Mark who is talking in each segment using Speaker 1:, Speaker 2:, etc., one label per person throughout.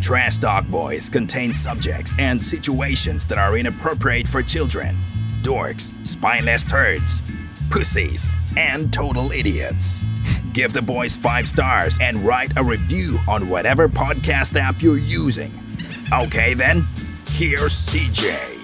Speaker 1: Trash Talk Boys contains subjects and situations that are inappropriate for children, dorks, spineless turds, pussies, and total idiots. Give the boys five stars and write a review on whatever podcast app you're using. Okay, then, here's CJ.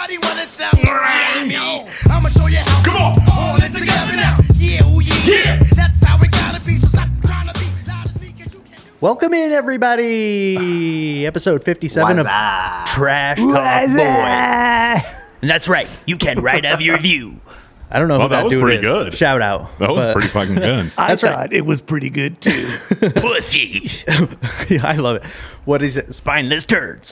Speaker 2: oh
Speaker 3: Welcome in, everybody. Episode 57 of Trash Talk Boys.
Speaker 4: And that's right. You can write a review.
Speaker 3: I don't know
Speaker 5: Well,
Speaker 3: who that,
Speaker 5: that was
Speaker 3: dude
Speaker 5: pretty
Speaker 3: is.
Speaker 5: good.
Speaker 3: Shout out.
Speaker 5: That was
Speaker 3: But-
Speaker 5: pretty fucking good.
Speaker 6: I
Speaker 3: That's right.
Speaker 6: thought it was pretty good too.
Speaker 4: Pussies.
Speaker 3: Yeah, I love it. What is it?
Speaker 4: Spineless turds.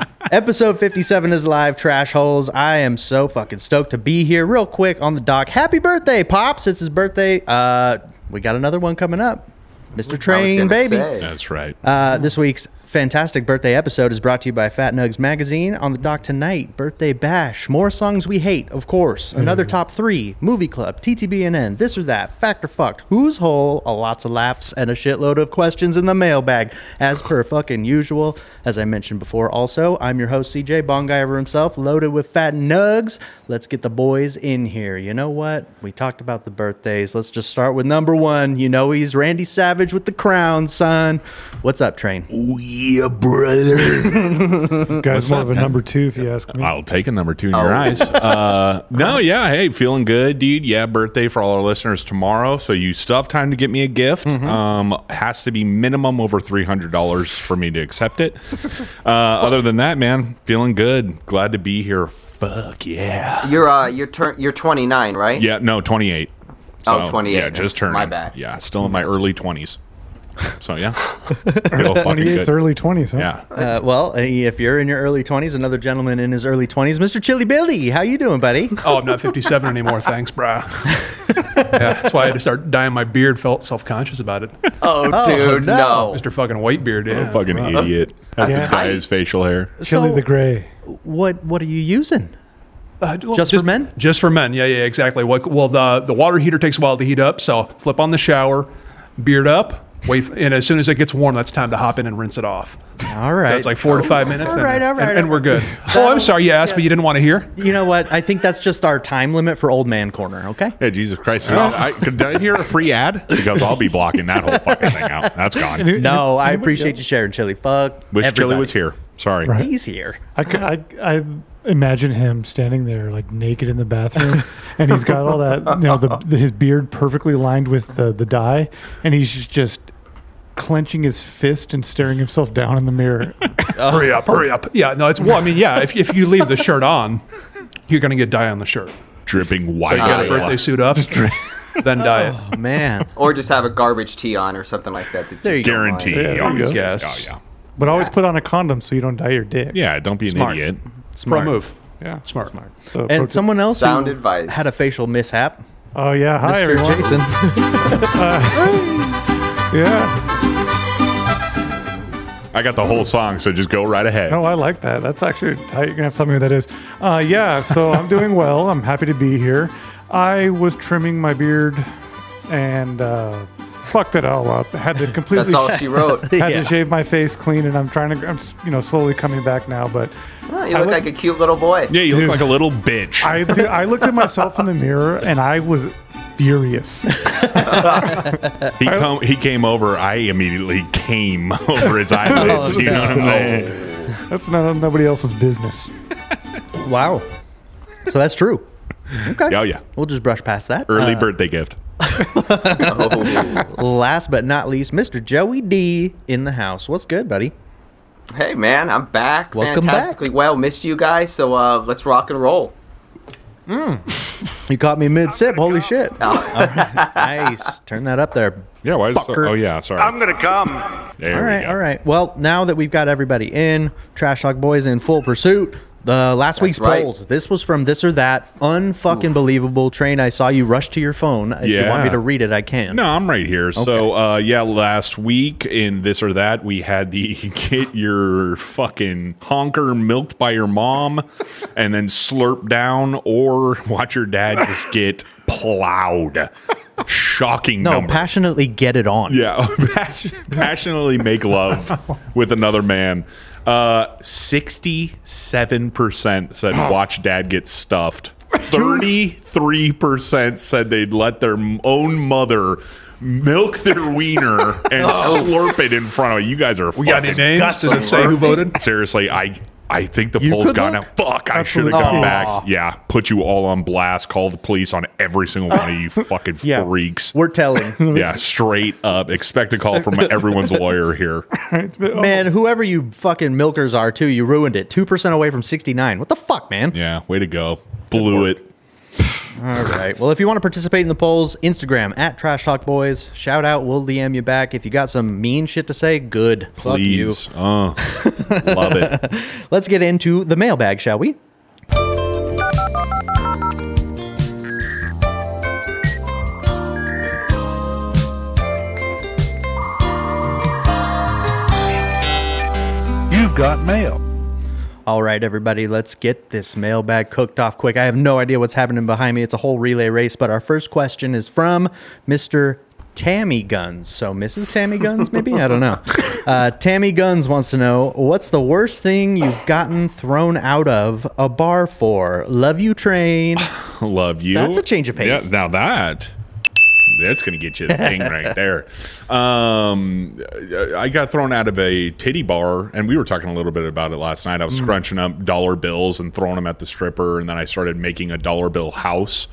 Speaker 3: Episode 57 is live, Trash Holes. I am so fucking stoked to be here. Real quick on the dock. Happy birthday, Pops. It's his birthday. Uh, we got another one coming up. Mr. Train Baby.
Speaker 5: That's right.
Speaker 3: Uh, this week's fantastic birthday episode is brought to you by Fat Nugs Magazine. On the dock tonight, birthday bash, more songs we hate, of course. Another top three, movie club, TTBNN, this or that, fact or fucked, who's whole, a lots of laughs, and a shitload of questions in the mailbag, as per fucking usual. As I mentioned before, also, I'm your host CJ Bongiver himself, loaded with fat nugs. Let's get the boys in here. You know what? We talked about the birthdays. Let's just start with number one. You know he's Randy Savage with the crown, son. What's up, train?
Speaker 1: Yeah, brother.
Speaker 6: You guys will have a number two if you ask me.
Speaker 5: I'll take a number two in
Speaker 7: Oh.
Speaker 5: your eyes. Uh, no, yeah, hey, feeling good, dude. Yeah, birthday for all our listeners tomorrow, so you still have time to get me a gift.
Speaker 7: Mm-hmm.
Speaker 5: Um, has to be minimum over three hundred dollars for me to accept it. Uh, other than that, man, feeling good. Glad to be here. Fuck yeah.
Speaker 7: You're uh, you're turn, you're 29, right?
Speaker 5: Yeah, no, twenty eight.
Speaker 7: Oh, 28.
Speaker 5: Yeah, just turned.
Speaker 7: My bad.
Speaker 5: Yeah, still in my early twenties. So yeah, Feel fucking
Speaker 6: Twenty-eight's
Speaker 5: good.
Speaker 6: early twenties, huh?
Speaker 5: Yeah,
Speaker 3: Uh, well, uh, if you're in your early 20s, another gentleman in his early 20s, Mr. Chili Billy, how you doing, buddy?
Speaker 8: Oh, I'm not 57 anymore. Thanks, brah. yeah, that's why I had to start dyeing my beard. Felt self conscious about it.
Speaker 7: Oh, dude,
Speaker 3: no.
Speaker 7: no.
Speaker 8: Mr. Fucking White Beard. Yeah,
Speaker 5: fucking idiot. Has
Speaker 6: Yeah.
Speaker 5: to dye his facial hair.
Speaker 6: Chili
Speaker 3: So-
Speaker 6: the Gray.
Speaker 3: What What are you using?
Speaker 8: Uh, well,
Speaker 3: Just for men?
Speaker 8: Just for men. Yeah, yeah, exactly. What, well, the the water heater takes a while to heat up, so flip on the shower, beard up, wait, f- and as soon as it gets warm, that's time to hop in and rinse it off.
Speaker 3: All right.
Speaker 8: So it's like four to five minutes.
Speaker 3: All
Speaker 8: and-
Speaker 3: right, all right,
Speaker 8: and, and
Speaker 3: all
Speaker 8: we're good. Oh, I'm sorry you asked, but you didn't want to hear.
Speaker 3: you know what? I think that's just our time limit for Old Man Corner, okay? Oh.
Speaker 5: Yeah, Jesus Christ. I, could I hear a free ad? Because I'll be blocking that whole fucking thing out. That's gone.
Speaker 3: No, I appreciate you sharing, Chili. Fuck.
Speaker 5: Wish Chili
Speaker 3: everybody.
Speaker 5: was here. Sorry.
Speaker 6: Right.
Speaker 3: He's here.
Speaker 6: I, c- I- I imagine him standing there like naked in the bathroom, and he's got all that you know the, the- his beard perfectly lined with the the dye, and he's just clenching his fist and staring himself down in the mirror.
Speaker 3: Oh.
Speaker 8: hurry up, hurry up. Yeah, no, it's well. I mean, yeah, if if you leave the shirt on, you're gonna get dye on the shirt.
Speaker 5: Dripping white.
Speaker 8: So you got a
Speaker 7: yeah.
Speaker 8: birthday suit up, then dye it.
Speaker 3: Oh, man.
Speaker 7: Or just have a garbage tee on or something like that. that
Speaker 3: There
Speaker 7: just
Speaker 3: you
Speaker 7: don't
Speaker 5: Guarantee.
Speaker 7: mind.
Speaker 6: Yeah, there you
Speaker 5: Oh,
Speaker 6: go.
Speaker 5: yeah.
Speaker 8: Yes.
Speaker 5: Oh, yeah.
Speaker 6: But always put on a condom so you don't dye your dick.
Speaker 5: Yeah, don't be an
Speaker 3: Smart.
Speaker 5: idiot.
Speaker 3: Smart.
Speaker 8: Pro move.
Speaker 6: yeah,
Speaker 8: Smart.
Speaker 6: So pro-
Speaker 3: And someone else who
Speaker 7: Sound advice.
Speaker 3: had a facial mishap,
Speaker 6: Oh yeah,
Speaker 3: Mr.
Speaker 6: hi everyone. Uh,
Speaker 3: Jason.
Speaker 6: Yeah.
Speaker 5: I got the whole song, so just go right ahead.
Speaker 6: No, I like that. That's actually tight. You're gonna have to tell me what that is. Uh, yeah. So I'm doing well. I'm happy to be here. I was trimming my beard and uh, fucked it all up. Had to completely.
Speaker 7: That's all she wrote.
Speaker 6: had
Speaker 3: Yeah.
Speaker 6: to shave my face clean, and I'm trying to. I'm s- you know slowly coming back now, but.
Speaker 7: Well, Oh, you
Speaker 6: I
Speaker 7: look
Speaker 6: look-
Speaker 7: like a cute little boy.
Speaker 5: yeah, you
Speaker 6: Dude.
Speaker 5: look like a little bitch.
Speaker 6: I, dude, I looked at myself in the mirror and I was furious.
Speaker 5: he, come, he came over. I immediately came over his eyelids. you know what I'm saying?
Speaker 6: That's none of nobody else's business.
Speaker 3: Wow. So that's true. Okay.
Speaker 5: Oh, yeah.
Speaker 3: We'll just brush past that.
Speaker 5: Early
Speaker 3: Uh,
Speaker 5: birthday gift.
Speaker 7: Oh.
Speaker 3: last but not least, Mr. Joey D in the house. What's good, buddy?
Speaker 7: hey, man, I'm back.
Speaker 3: Welcome back.
Speaker 7: Fantastically well. Missed you guys, so uh, let's rock and roll.
Speaker 3: Mm. You caught me mid sip. Holy shit. All right. Nice. Turn that up there.
Speaker 5: Yeah, why is
Speaker 3: Fucker.
Speaker 5: Oh, yeah, sorry.
Speaker 9: I'm gonna come.
Speaker 5: There
Speaker 3: All
Speaker 5: we
Speaker 3: right.
Speaker 5: go.
Speaker 3: All right. Well, now that we've got everybody in, Trash Talk Boys in full pursuit, The last week's
Speaker 7: right.
Speaker 3: polls. This was from this or that. Unfucking believable. Train, I saw you rush to your phone. If you want
Speaker 5: Yeah.
Speaker 3: me to read it, I can.
Speaker 5: No, I'm right here. So, uh, yeah, last week in this or that, we had the get your fucking honker milked by your mom and then slurp down or watch your dad just get plowed. Shocking
Speaker 3: No,
Speaker 5: number.
Speaker 3: passionately get it on.
Speaker 5: yeah, passion- passionately make love with another man. Uh, 67% said watch dad get stuffed. 33% said they'd let their m- own mother milk their wiener and slurp it in front of you. You guys are
Speaker 8: Oh. We got any
Speaker 5: fucking-
Speaker 8: names? Does it say who voted?
Speaker 5: Seriously, I I think the
Speaker 3: You
Speaker 5: poll's
Speaker 3: could
Speaker 5: gone
Speaker 3: look.
Speaker 5: out. Fuck, I should have
Speaker 6: Absolutely.
Speaker 5: gone
Speaker 3: Aw.
Speaker 5: back. Yeah, put you all on blast. Call the police on every single one of you fucking
Speaker 3: Yeah.
Speaker 5: freaks.
Speaker 3: We're telling.
Speaker 5: Yeah, straight up. Expect a call from everyone's lawyer here.
Speaker 6: Right? But, oh,
Speaker 3: man, whoever you fucking milkers are, too, you ruined it. 2% away from 69. What the fuck, man?
Speaker 5: Yeah, way to go. Blew it.
Speaker 3: All right. Well, if you want to participate in the polls, Instagram at Trash Talk Boys. Shout out. We'll DM you back. If you got some mean shit to say, good. Fuck you.
Speaker 5: Please. Uh, love it.
Speaker 3: Let's get into the mailbag, shall we?
Speaker 9: You've got mail.
Speaker 3: All right, everybody, let's get this mailbag cooked off quick. I have no idea what's happening behind me. It's a whole relay race, but our first question is from Mr. Tammy Guns. So, Mrs. Tammy Guns, maybe? I don't know. Uh, Tammy Guns wants to know what's the worst thing you've gotten thrown out of a bar for? Love you, train.
Speaker 5: Love you.
Speaker 3: That's a change of pace.
Speaker 5: Yeah, now that. That's gonna get you a thing right there. Um, I got thrown out of a titty bar, and we were talking a little bit about it last night. I
Speaker 3: Mm.
Speaker 5: was scrunching up dollar bills and throwing them at the stripper, and then I started making a dollar bill house.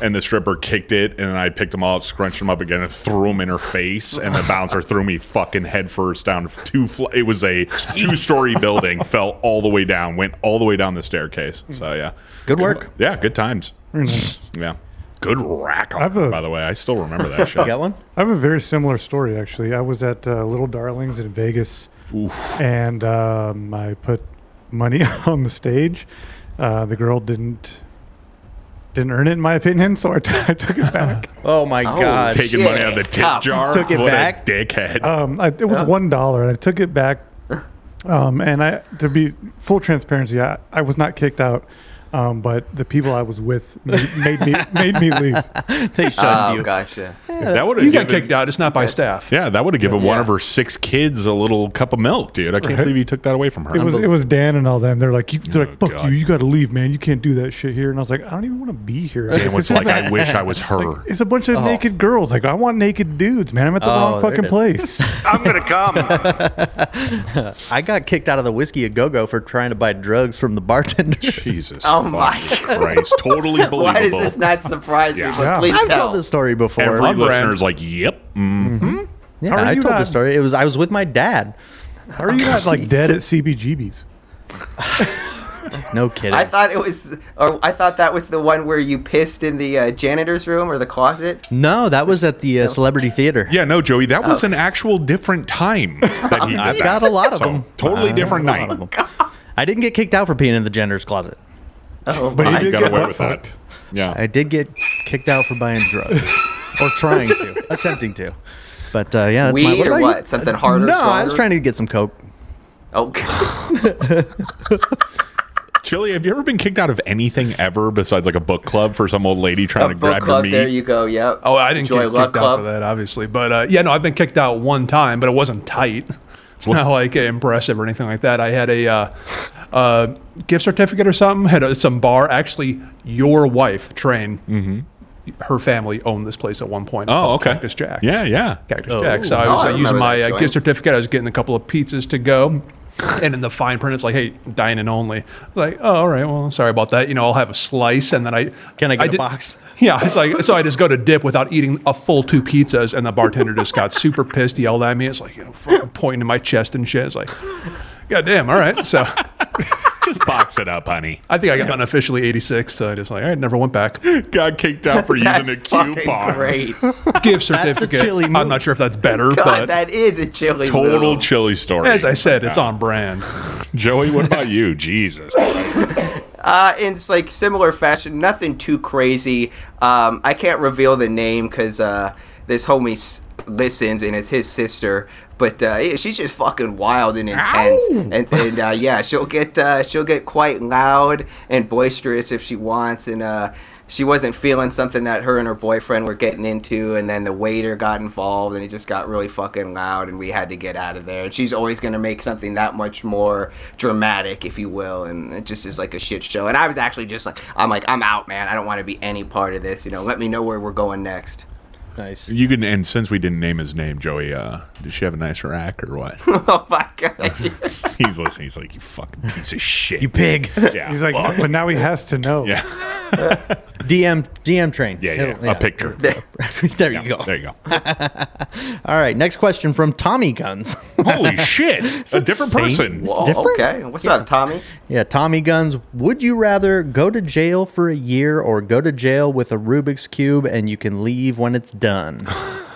Speaker 5: And the stripper kicked it, and then I picked them up, scrunched them up again, and threw them in her face. And the bouncer threw me fucking headfirst down two. Fl- it was a two-story building, fell all the way down, went all the way down the staircase. So yeah,
Speaker 3: Good work.
Speaker 5: yeah, good times. Yeah. Good rack on,
Speaker 6: I've a-
Speaker 5: by the way. I still remember that
Speaker 3: You
Speaker 5: shit.
Speaker 3: got one?
Speaker 6: I have a very similar story, actually. I was at uh, Little Darlings in Vegas, and um, I put money on the stage. Uh, the girl didn't didn't earn it, in my opinion, so I, t- I took it back.
Speaker 3: Oh, my God.
Speaker 5: Taking money out of the
Speaker 7: Shit.
Speaker 5: tip
Speaker 7: Cop.
Speaker 5: jar.
Speaker 3: Took it
Speaker 5: what
Speaker 3: back?
Speaker 5: a dickhead.
Speaker 6: Um, I, it was one dollar, and I took it back. Um, and I, to be full transparency, I, I was not kicked out, um, but the people I was with made, made me made me leave.
Speaker 3: they
Speaker 5: Ah.
Speaker 3: shunned
Speaker 7: Oh,
Speaker 3: you.
Speaker 7: gotcha.
Speaker 5: that would
Speaker 8: You
Speaker 5: have
Speaker 8: got
Speaker 5: given,
Speaker 8: kicked out. It's not by staff.
Speaker 5: Yeah, that would have given one
Speaker 7: Yeah.
Speaker 5: of her six kids a little cup of milk, dude. I can't believe you took that away from her.
Speaker 6: It was it was Dan and all them. They're like, you, they're
Speaker 5: Oh,
Speaker 6: like, fuck
Speaker 5: God.
Speaker 6: you, you got to leave, man. You can't do that shit here. And I was like, I don't even want to be here.
Speaker 5: Dan was like, I wish I was her.
Speaker 6: It's a bunch of naked girls. Like, I want naked dudes, man. I'm at the
Speaker 3: Oh,
Speaker 6: wrong
Speaker 3: there
Speaker 6: fucking
Speaker 3: it
Speaker 6: place.
Speaker 9: I'm going to come.
Speaker 3: I got kicked out of the Whiskey A Go Go for trying to buy drugs from the bartender.
Speaker 5: Jesus.
Speaker 7: Oh, my
Speaker 5: fucking Christ. Totally believable.
Speaker 7: Why does this not surprise
Speaker 5: Yeah.
Speaker 7: me? But
Speaker 6: Yeah.
Speaker 7: please
Speaker 3: I've
Speaker 7: tell.
Speaker 3: told this story before.
Speaker 5: Every
Speaker 8: brand.
Speaker 5: listener's like, yep. Mm.
Speaker 3: Yeah,
Speaker 6: How are
Speaker 3: I
Speaker 6: you
Speaker 3: told the
Speaker 6: not-
Speaker 3: story. It was I was with my dad. Oh,
Speaker 6: How are you not like dead at CBGB's?
Speaker 3: No kidding.
Speaker 7: I thought it was, or I thought that was the one where you pissed in the uh, janitor's room or the closet.
Speaker 3: no, that was at the uh, Celebrity Theater.
Speaker 5: Yeah, no, Joey, that
Speaker 7: Oh.
Speaker 5: was an actual different time that he did
Speaker 3: I've
Speaker 5: that.
Speaker 3: got a lot of
Speaker 5: So,
Speaker 3: them.
Speaker 5: totally different
Speaker 3: A lot
Speaker 5: night.
Speaker 3: of them. I didn't get kicked out for peeing in the gender's closet.
Speaker 7: Oh,
Speaker 6: But
Speaker 7: my.
Speaker 6: you did
Speaker 5: got
Speaker 6: get
Speaker 5: away
Speaker 6: butt
Speaker 5: with that.
Speaker 6: fucked.
Speaker 5: Yeah.
Speaker 3: I did get kicked out for buying drugs or trying to, attempting to. But uh, yeah, that's my.
Speaker 7: Weed or
Speaker 3: about you?
Speaker 7: what? Something harder,
Speaker 3: No, I was
Speaker 7: stronger?
Speaker 3: trying to get some coke.
Speaker 7: oh,
Speaker 5: Chili, have you ever been kicked out of anything ever besides like a book club for some old lady trying
Speaker 7: a
Speaker 5: to grab
Speaker 7: book club.
Speaker 5: your meat?
Speaker 7: There you go. Yep.
Speaker 8: Oh, I didn't
Speaker 7: Joy
Speaker 8: get
Speaker 7: Luck
Speaker 8: kicked out for that, obviously. But uh, yeah, no, I've been kicked out one time, but it wasn't tight. It's not like impressive or anything like that. I had a uh, uh, gift certificate or something. Had a, some bar. Actually, your wife, Train, her family owned this place at one point.
Speaker 5: Mm-hmm. Oh,
Speaker 8: Called
Speaker 5: okay.
Speaker 8: Cactus Jack's.
Speaker 5: Yeah, yeah.
Speaker 8: Cactus Jack's. So I
Speaker 7: Oh,
Speaker 8: was
Speaker 7: I
Speaker 8: uh, using
Speaker 7: remember
Speaker 8: my
Speaker 7: that
Speaker 8: uh,
Speaker 7: joint.
Speaker 8: gift certificate. I was getting a couple of pizzas to go. And in the fine print, it's like, "Hey, dining only." Like, oh, all right. Well, sorry about that. You know, I'll have a slice, and then I
Speaker 3: Can I get
Speaker 8: a
Speaker 3: a box?
Speaker 8: yeah, it's like so. I just go to dip without eating a full two pizzas, and the bartender just got super pissed, yelled at me. It's like you know, fucking pointing to my chest and shit. It's like, God damn, all right. So
Speaker 5: Just Box it up, honey.
Speaker 8: I think I got unofficially 86, so I just like, I never went back.
Speaker 5: Got kicked out for using a
Speaker 7: That's fucking
Speaker 5: coupon.
Speaker 7: great.
Speaker 8: Gift
Speaker 3: That's a
Speaker 8: certificate.
Speaker 3: chilly move.
Speaker 8: I'm not sure if that's better,
Speaker 7: God,
Speaker 8: but
Speaker 7: that is a chilly
Speaker 5: Total
Speaker 7: move.
Speaker 5: chili story.
Speaker 8: as I said, it's on brand.
Speaker 5: Joey, what about you? Jesus.
Speaker 7: Uh, in s- like similar fashion, nothing too crazy. Um, I can't reveal the name because uh, this homie s- listens and it's his sister. But uh, yeah, she's just fucking wild and intense, and, and uh, yeah, she'll get uh, she'll get quite loud and boisterous if she wants. And uh, she wasn't feeling something that her and her boyfriend were getting into, and then the waiter got involved, and it just got really fucking loud, and we had to get out of there. And she's always gonna make something that much more dramatic, if you will, and it just is like a shit show. And I was actually just like, I'm like, I'm out, man. I don't want to be any part of this. You know, let me know where we're going next.
Speaker 3: Nice.
Speaker 5: You can, and since we didn't name his name, Joey, uh, does she have a nice rack or what?
Speaker 7: oh my god.
Speaker 5: He's listening. He's like, you fucking piece of shit.
Speaker 3: You pig.
Speaker 5: yeah.
Speaker 6: He's like, but now he has to know.
Speaker 5: yeah,
Speaker 3: DM DM train.
Speaker 5: yeah, yeah.
Speaker 3: It'll-
Speaker 5: A picture.
Speaker 3: there
Speaker 5: Yeah,
Speaker 3: you go.
Speaker 5: There you go.
Speaker 3: All right. Next question from Tommy Guns.
Speaker 5: Holy shit! a different person.
Speaker 7: Whoa,
Speaker 3: different?
Speaker 7: Okay, what's up, Tommy?
Speaker 3: yeah, Tommy Guns. Would you rather go to jail for a year or go to jail with a Rubik's cube and you can leave when it's done?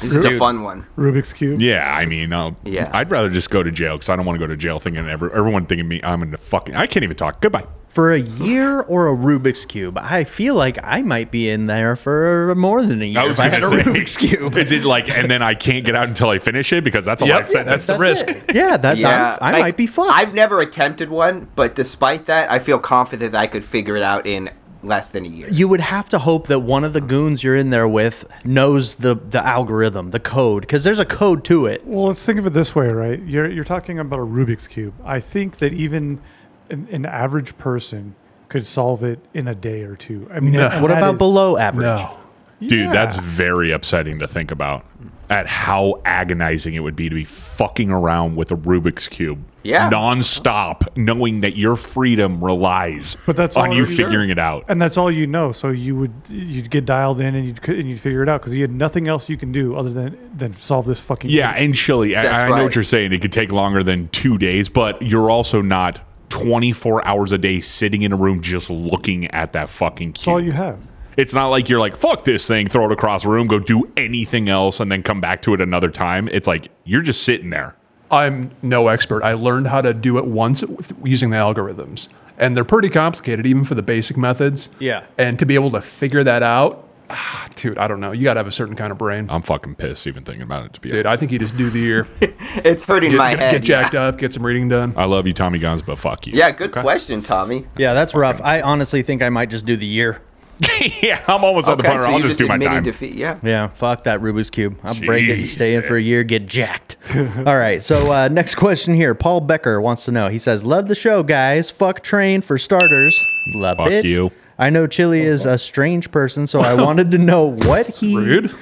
Speaker 7: This is a fun one.
Speaker 6: Rubik's Cube.
Speaker 5: Yeah, I mean, I'll,
Speaker 7: Yeah.
Speaker 5: I'd rather just go to jail because I don't want to go to jail thinking every, everyone thinking me I'm in the fucking. I can't even talk. Goodbye.
Speaker 3: For a year or a Rubik's cube? I feel like I might be in there for more than a year.
Speaker 5: I was
Speaker 3: if I
Speaker 5: going
Speaker 3: had
Speaker 5: to
Speaker 3: a
Speaker 5: say
Speaker 3: Rubik's cube.
Speaker 5: Is it like, and then I can't get out until I finish it because that's a
Speaker 8: Yep,
Speaker 5: life
Speaker 8: that's
Speaker 5: sentence.
Speaker 8: the risk.
Speaker 3: Yeah, that
Speaker 7: Yeah,
Speaker 3: I, I
Speaker 7: like,
Speaker 3: might be fucked.
Speaker 7: I've never attempted one, but despite that, I feel confident that I could figure it out in less than a year.
Speaker 3: you would have to hope that one of the goons you're in there with knows the the algorithm, the code, because there's a code to it.
Speaker 6: Well, let's think of it this way, right? You're you're talking about a Rubik's cube. I think that even an, an average person could solve it in a day or two. I mean, and
Speaker 3: What
Speaker 6: that
Speaker 3: about
Speaker 6: is-
Speaker 3: below average?
Speaker 8: No.
Speaker 5: Dude,
Speaker 6: Yeah.
Speaker 5: that's very upsetting to think about at how agonizing it would be to be fucking around with a Rubik's Cube.
Speaker 7: Yeah.
Speaker 5: Nonstop, knowing that your freedom relies
Speaker 6: But that's
Speaker 5: on
Speaker 6: all-
Speaker 5: you
Speaker 6: Sure.
Speaker 5: figuring it out.
Speaker 6: And that's all you know. So you would you'd get dialed in and you'd c- and you'd figure it out because you had nothing else you can do other than than solve this fucking
Speaker 5: Yeah, and chili. I,
Speaker 7: That's
Speaker 5: I know what
Speaker 7: right.
Speaker 5: you're saying. It could take longer than two days, but you're also not 24 hours a day sitting in a room just looking at that fucking
Speaker 6: That's all
Speaker 5: cube.
Speaker 6: you have.
Speaker 5: it's not like you're like, fuck this thing, throw it across the room, go do anything else, and then come back to it another time. It's like you're just sitting there.
Speaker 8: I'm no expert. I learned how to do it once with, using the algorithms, and they're pretty complicated, even for the basic methods.
Speaker 3: Yeah.
Speaker 8: And to be able to figure that out, ah, dude, I don't know. You got to have a certain kind of brain.
Speaker 5: I'm fucking pissed even thinking about it, to be
Speaker 8: Dude, I
Speaker 5: honest.
Speaker 8: think you just do the year. Get,
Speaker 7: It's hurting my
Speaker 8: get-
Speaker 7: head.
Speaker 8: get jacked up, get some reading done.
Speaker 5: I love you, Tommy Guns, but fuck you.
Speaker 7: Yeah, good question, Tommy.
Speaker 3: Yeah, that's rough. I honestly think I might just do the year.
Speaker 5: yeah, I'm almost on the
Speaker 7: Okay,
Speaker 5: point where
Speaker 7: so
Speaker 5: I'll
Speaker 7: you just
Speaker 5: just do my
Speaker 7: admitted
Speaker 5: time.
Speaker 7: defeat. Yeah.
Speaker 3: Yeah, fuck that Rubik's Cube. I'll break it and stay in for a
Speaker 5: Jesus.
Speaker 3: year, get jacked. All right, so uh, next question here. Paul Becker wants to know. He says, Love the show, guys. Fuck train for starters. Love
Speaker 5: Fuck
Speaker 3: it.
Speaker 5: you.
Speaker 3: I know Chili is a strange person, so I wanted to know what he
Speaker 8: Rude.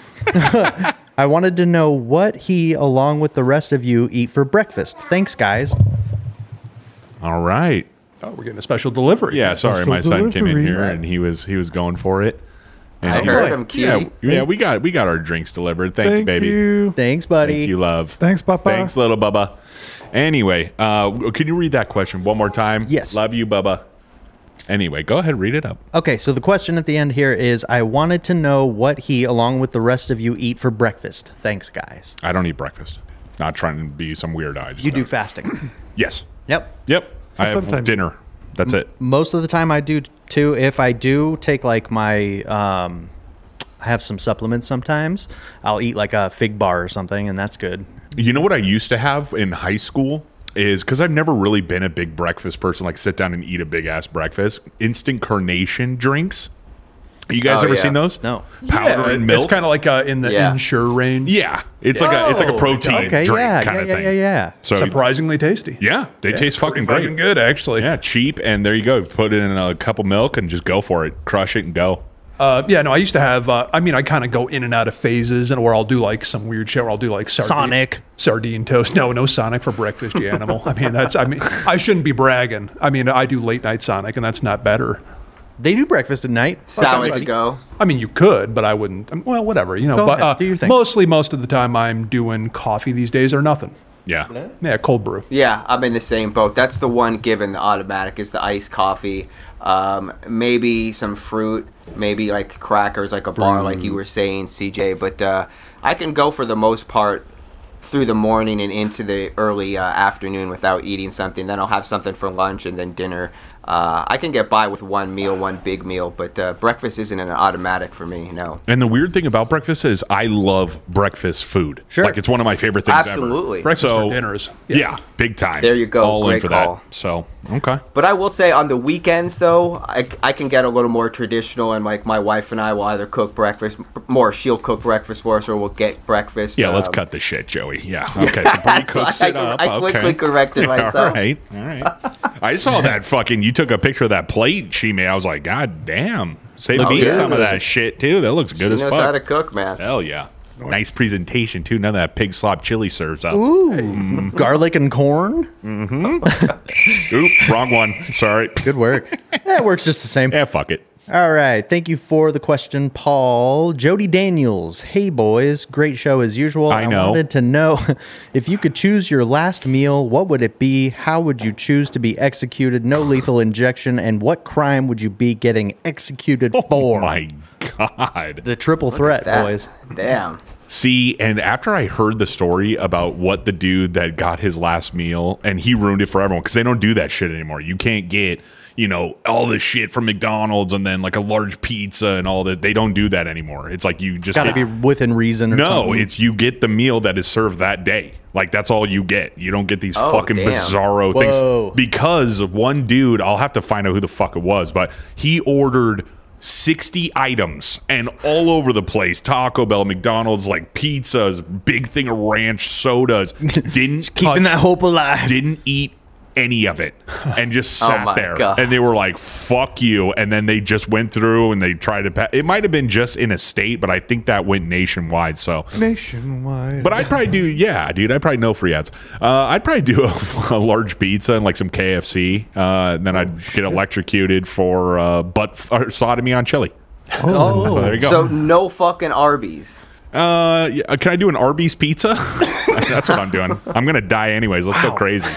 Speaker 3: I wanted to know what he, along with the rest of you, eat for breakfast. Thanks, guys.
Speaker 5: All right.
Speaker 8: Oh, we're getting a special delivery.
Speaker 5: Yeah, sorry,
Speaker 6: Special
Speaker 5: my son came in
Speaker 6: delivery.
Speaker 5: here and he was he was going for it. And
Speaker 7: I
Speaker 5: he was-
Speaker 7: heard him, cutie.
Speaker 5: Yeah, yeah, we got we got our drinks delivered. Thank, you,
Speaker 6: Thank
Speaker 5: baby.
Speaker 6: you.
Speaker 3: Thanks, buddy.
Speaker 5: Thank you, love.
Speaker 6: Thanks, Papa.
Speaker 5: Thanks, little Bubba. Anyway, uh, can you read that question one more time?
Speaker 3: Yes.
Speaker 5: Love you, Bubba. Anyway, go ahead, read it up.
Speaker 3: Okay, so the question at the end here is I wanted to know what he, along with the rest of you, eat for breakfast. Thanks, guys.
Speaker 5: I don't eat breakfast. Not trying to be some weird eye.
Speaker 3: You do fasting.
Speaker 5: Yes.
Speaker 3: yep.
Speaker 5: Yep. I have
Speaker 6: Sometimes.
Speaker 5: dinner. That's it.
Speaker 3: Most of the time I do too. If I do take like my, um, I have some supplements sometimes. I'll eat like a fig bar or something, and that's good.
Speaker 5: You know what I used to have in high school is because I've never really been a big breakfast person, like sit down and eat a big ass breakfast. Instant carnation drinks. You guys
Speaker 7: Oh,
Speaker 5: ever
Speaker 7: yeah.
Speaker 5: seen those?
Speaker 3: No.
Speaker 5: Powder and milk.
Speaker 8: It's kind of like uh, in the
Speaker 7: Yeah.
Speaker 8: insure range.
Speaker 5: yeah. It's like a it's like a
Speaker 3: Oh,
Speaker 5: protein
Speaker 3: okay,
Speaker 5: drink
Speaker 3: yeah,
Speaker 5: kind
Speaker 3: yeah,
Speaker 5: of
Speaker 3: yeah,
Speaker 5: thing.
Speaker 3: yeah, yeah.
Speaker 5: So
Speaker 8: Surprisingly tasty.
Speaker 5: yeah, they taste fucking
Speaker 8: Pretty
Speaker 5: great.
Speaker 8: fucking good, actually.
Speaker 5: Yeah, cheap, and there you go. Put in a cup of milk and just go for it. Crush it and go.
Speaker 8: Uh, yeah, no, I used to have. Uh, I mean, I kind of go in and out of phases, and where I'll do like some weird shit, where I'll do like sardine,
Speaker 3: Sonic.
Speaker 8: sardine toast. No, no Sonic for breakfast, you animal. I mean, that's. I mean, I shouldn't be bragging. I mean, I do late night Sonic, and that's not better.
Speaker 3: They do breakfast at night.
Speaker 7: Salad to go.
Speaker 8: I mean, you could, but I wouldn't. um, Well, whatever, you know.
Speaker 3: Go
Speaker 8: but
Speaker 3: ahead,
Speaker 8: uh,
Speaker 3: do your thing.
Speaker 8: mostly, most of the time, I'm doing coffee these days or nothing.
Speaker 5: Yeah.
Speaker 8: Yeah, cold brew.
Speaker 7: Yeah, I'm in the same boat. That's the one given the automatic is the iced coffee. Um, maybe some fruit, maybe like crackers, like a bar, like you were saying, CJ. But uh, I can go for the most part through the morning and into the early uh, afternoon without eating something. Then I'll have something for lunch and then dinner. Uh, I can get by with one meal, one big meal, but uh, breakfast isn't an automatic for me. No,
Speaker 5: And the weird thing about breakfast is I love breakfast food.
Speaker 3: Sure.
Speaker 5: Like it's one of my favorite things ever.
Speaker 7: absolutely.
Speaker 8: Breakfast
Speaker 5: So-
Speaker 8: for dinners.
Speaker 5: Yeah. big time.
Speaker 7: There you go.
Speaker 5: All in
Speaker 7: Great
Speaker 5: for
Speaker 7: call.
Speaker 5: that. So okay.
Speaker 7: But I will say on the weekends though, I, I can get a little more traditional and like my wife and I will either cook breakfast more she'll cook breakfast for us or we'll get breakfast.
Speaker 5: Yeah, let's
Speaker 7: um,
Speaker 5: cut the shit, Joey. Yeah. Okay. So Bree
Speaker 7: That's
Speaker 5: cooks
Speaker 7: why I
Speaker 5: it
Speaker 7: can-
Speaker 5: up.
Speaker 7: I quickly
Speaker 5: okay.
Speaker 7: corrected
Speaker 5: All
Speaker 7: myself.
Speaker 5: right. All right. I saw that fucking. You took a picture of that plate she made. I was like, God damn. Save
Speaker 7: Oh,
Speaker 5: me
Speaker 7: yeah.
Speaker 5: some of that shit too. That looks good
Speaker 7: She
Speaker 5: as
Speaker 7: knows how to
Speaker 5: fuck.
Speaker 7: cook, man.
Speaker 5: Hell yeah. Nice presentation too. None of that pig slop chili serves up.
Speaker 3: Garlic and corn?
Speaker 5: Mm-hmm. Oop, wrong one. Sorry.
Speaker 3: Good work. that works just the same.
Speaker 5: Yeah, fuck it.
Speaker 3: All right. Thank you for the question, Paul. Jody Daniels. Hey, boys. Great show as usual.
Speaker 5: I know.
Speaker 3: wanted to know if you could choose your last meal, what would it be? How would you choose to be executed? No lethal injection. And what crime would you be getting executed
Speaker 5: Oh
Speaker 3: for?
Speaker 5: my god.
Speaker 3: The triple threat,
Speaker 7: That-
Speaker 3: boys.
Speaker 7: Damn.
Speaker 5: See, and after I heard the story about what the dude that got his last meal and he ruined it for everyone because they don't do that shit anymore. You can't get, you know, all this shit from McDonald's and then like a large pizza and all that. They don't do that anymore. It's like you just
Speaker 3: Got to
Speaker 5: get-
Speaker 3: be within reason. Or
Speaker 5: no,
Speaker 3: something.
Speaker 5: it's you get the meal that is served that day. Like that's all you get. You don't get these
Speaker 7: Oh,
Speaker 5: fucking
Speaker 7: damn.
Speaker 5: bizarro
Speaker 3: Whoa.
Speaker 5: things because one dude. I'll have to find out who the fuck it was, but he ordered. 60 items and all over the place Taco Bell, McDonald's, like pizzas, big thing of ranch, sodas. Didn't
Speaker 3: keeping
Speaker 5: touch-
Speaker 3: that hope alive.
Speaker 5: didn't eat any of it and just sat
Speaker 7: Oh my
Speaker 5: there
Speaker 7: God.
Speaker 5: and they were like fuck you and then they just went through and they tried to pa- it might have been just in a state but i think that went nationwide so
Speaker 6: Nationwide.
Speaker 5: but i'd probably do yeah dude i'd probably know free ads uh, i'd probably do a, a large pizza and like some kfc uh, and then i'd get electrocuted for uh, butt f- or sodomy on chili
Speaker 3: oh,
Speaker 5: so there you go
Speaker 7: So no fucking Arby's.
Speaker 5: uh, yeah, can i do an arby's pizza that's what i'm doing i'm gonna die anyways let's go crazy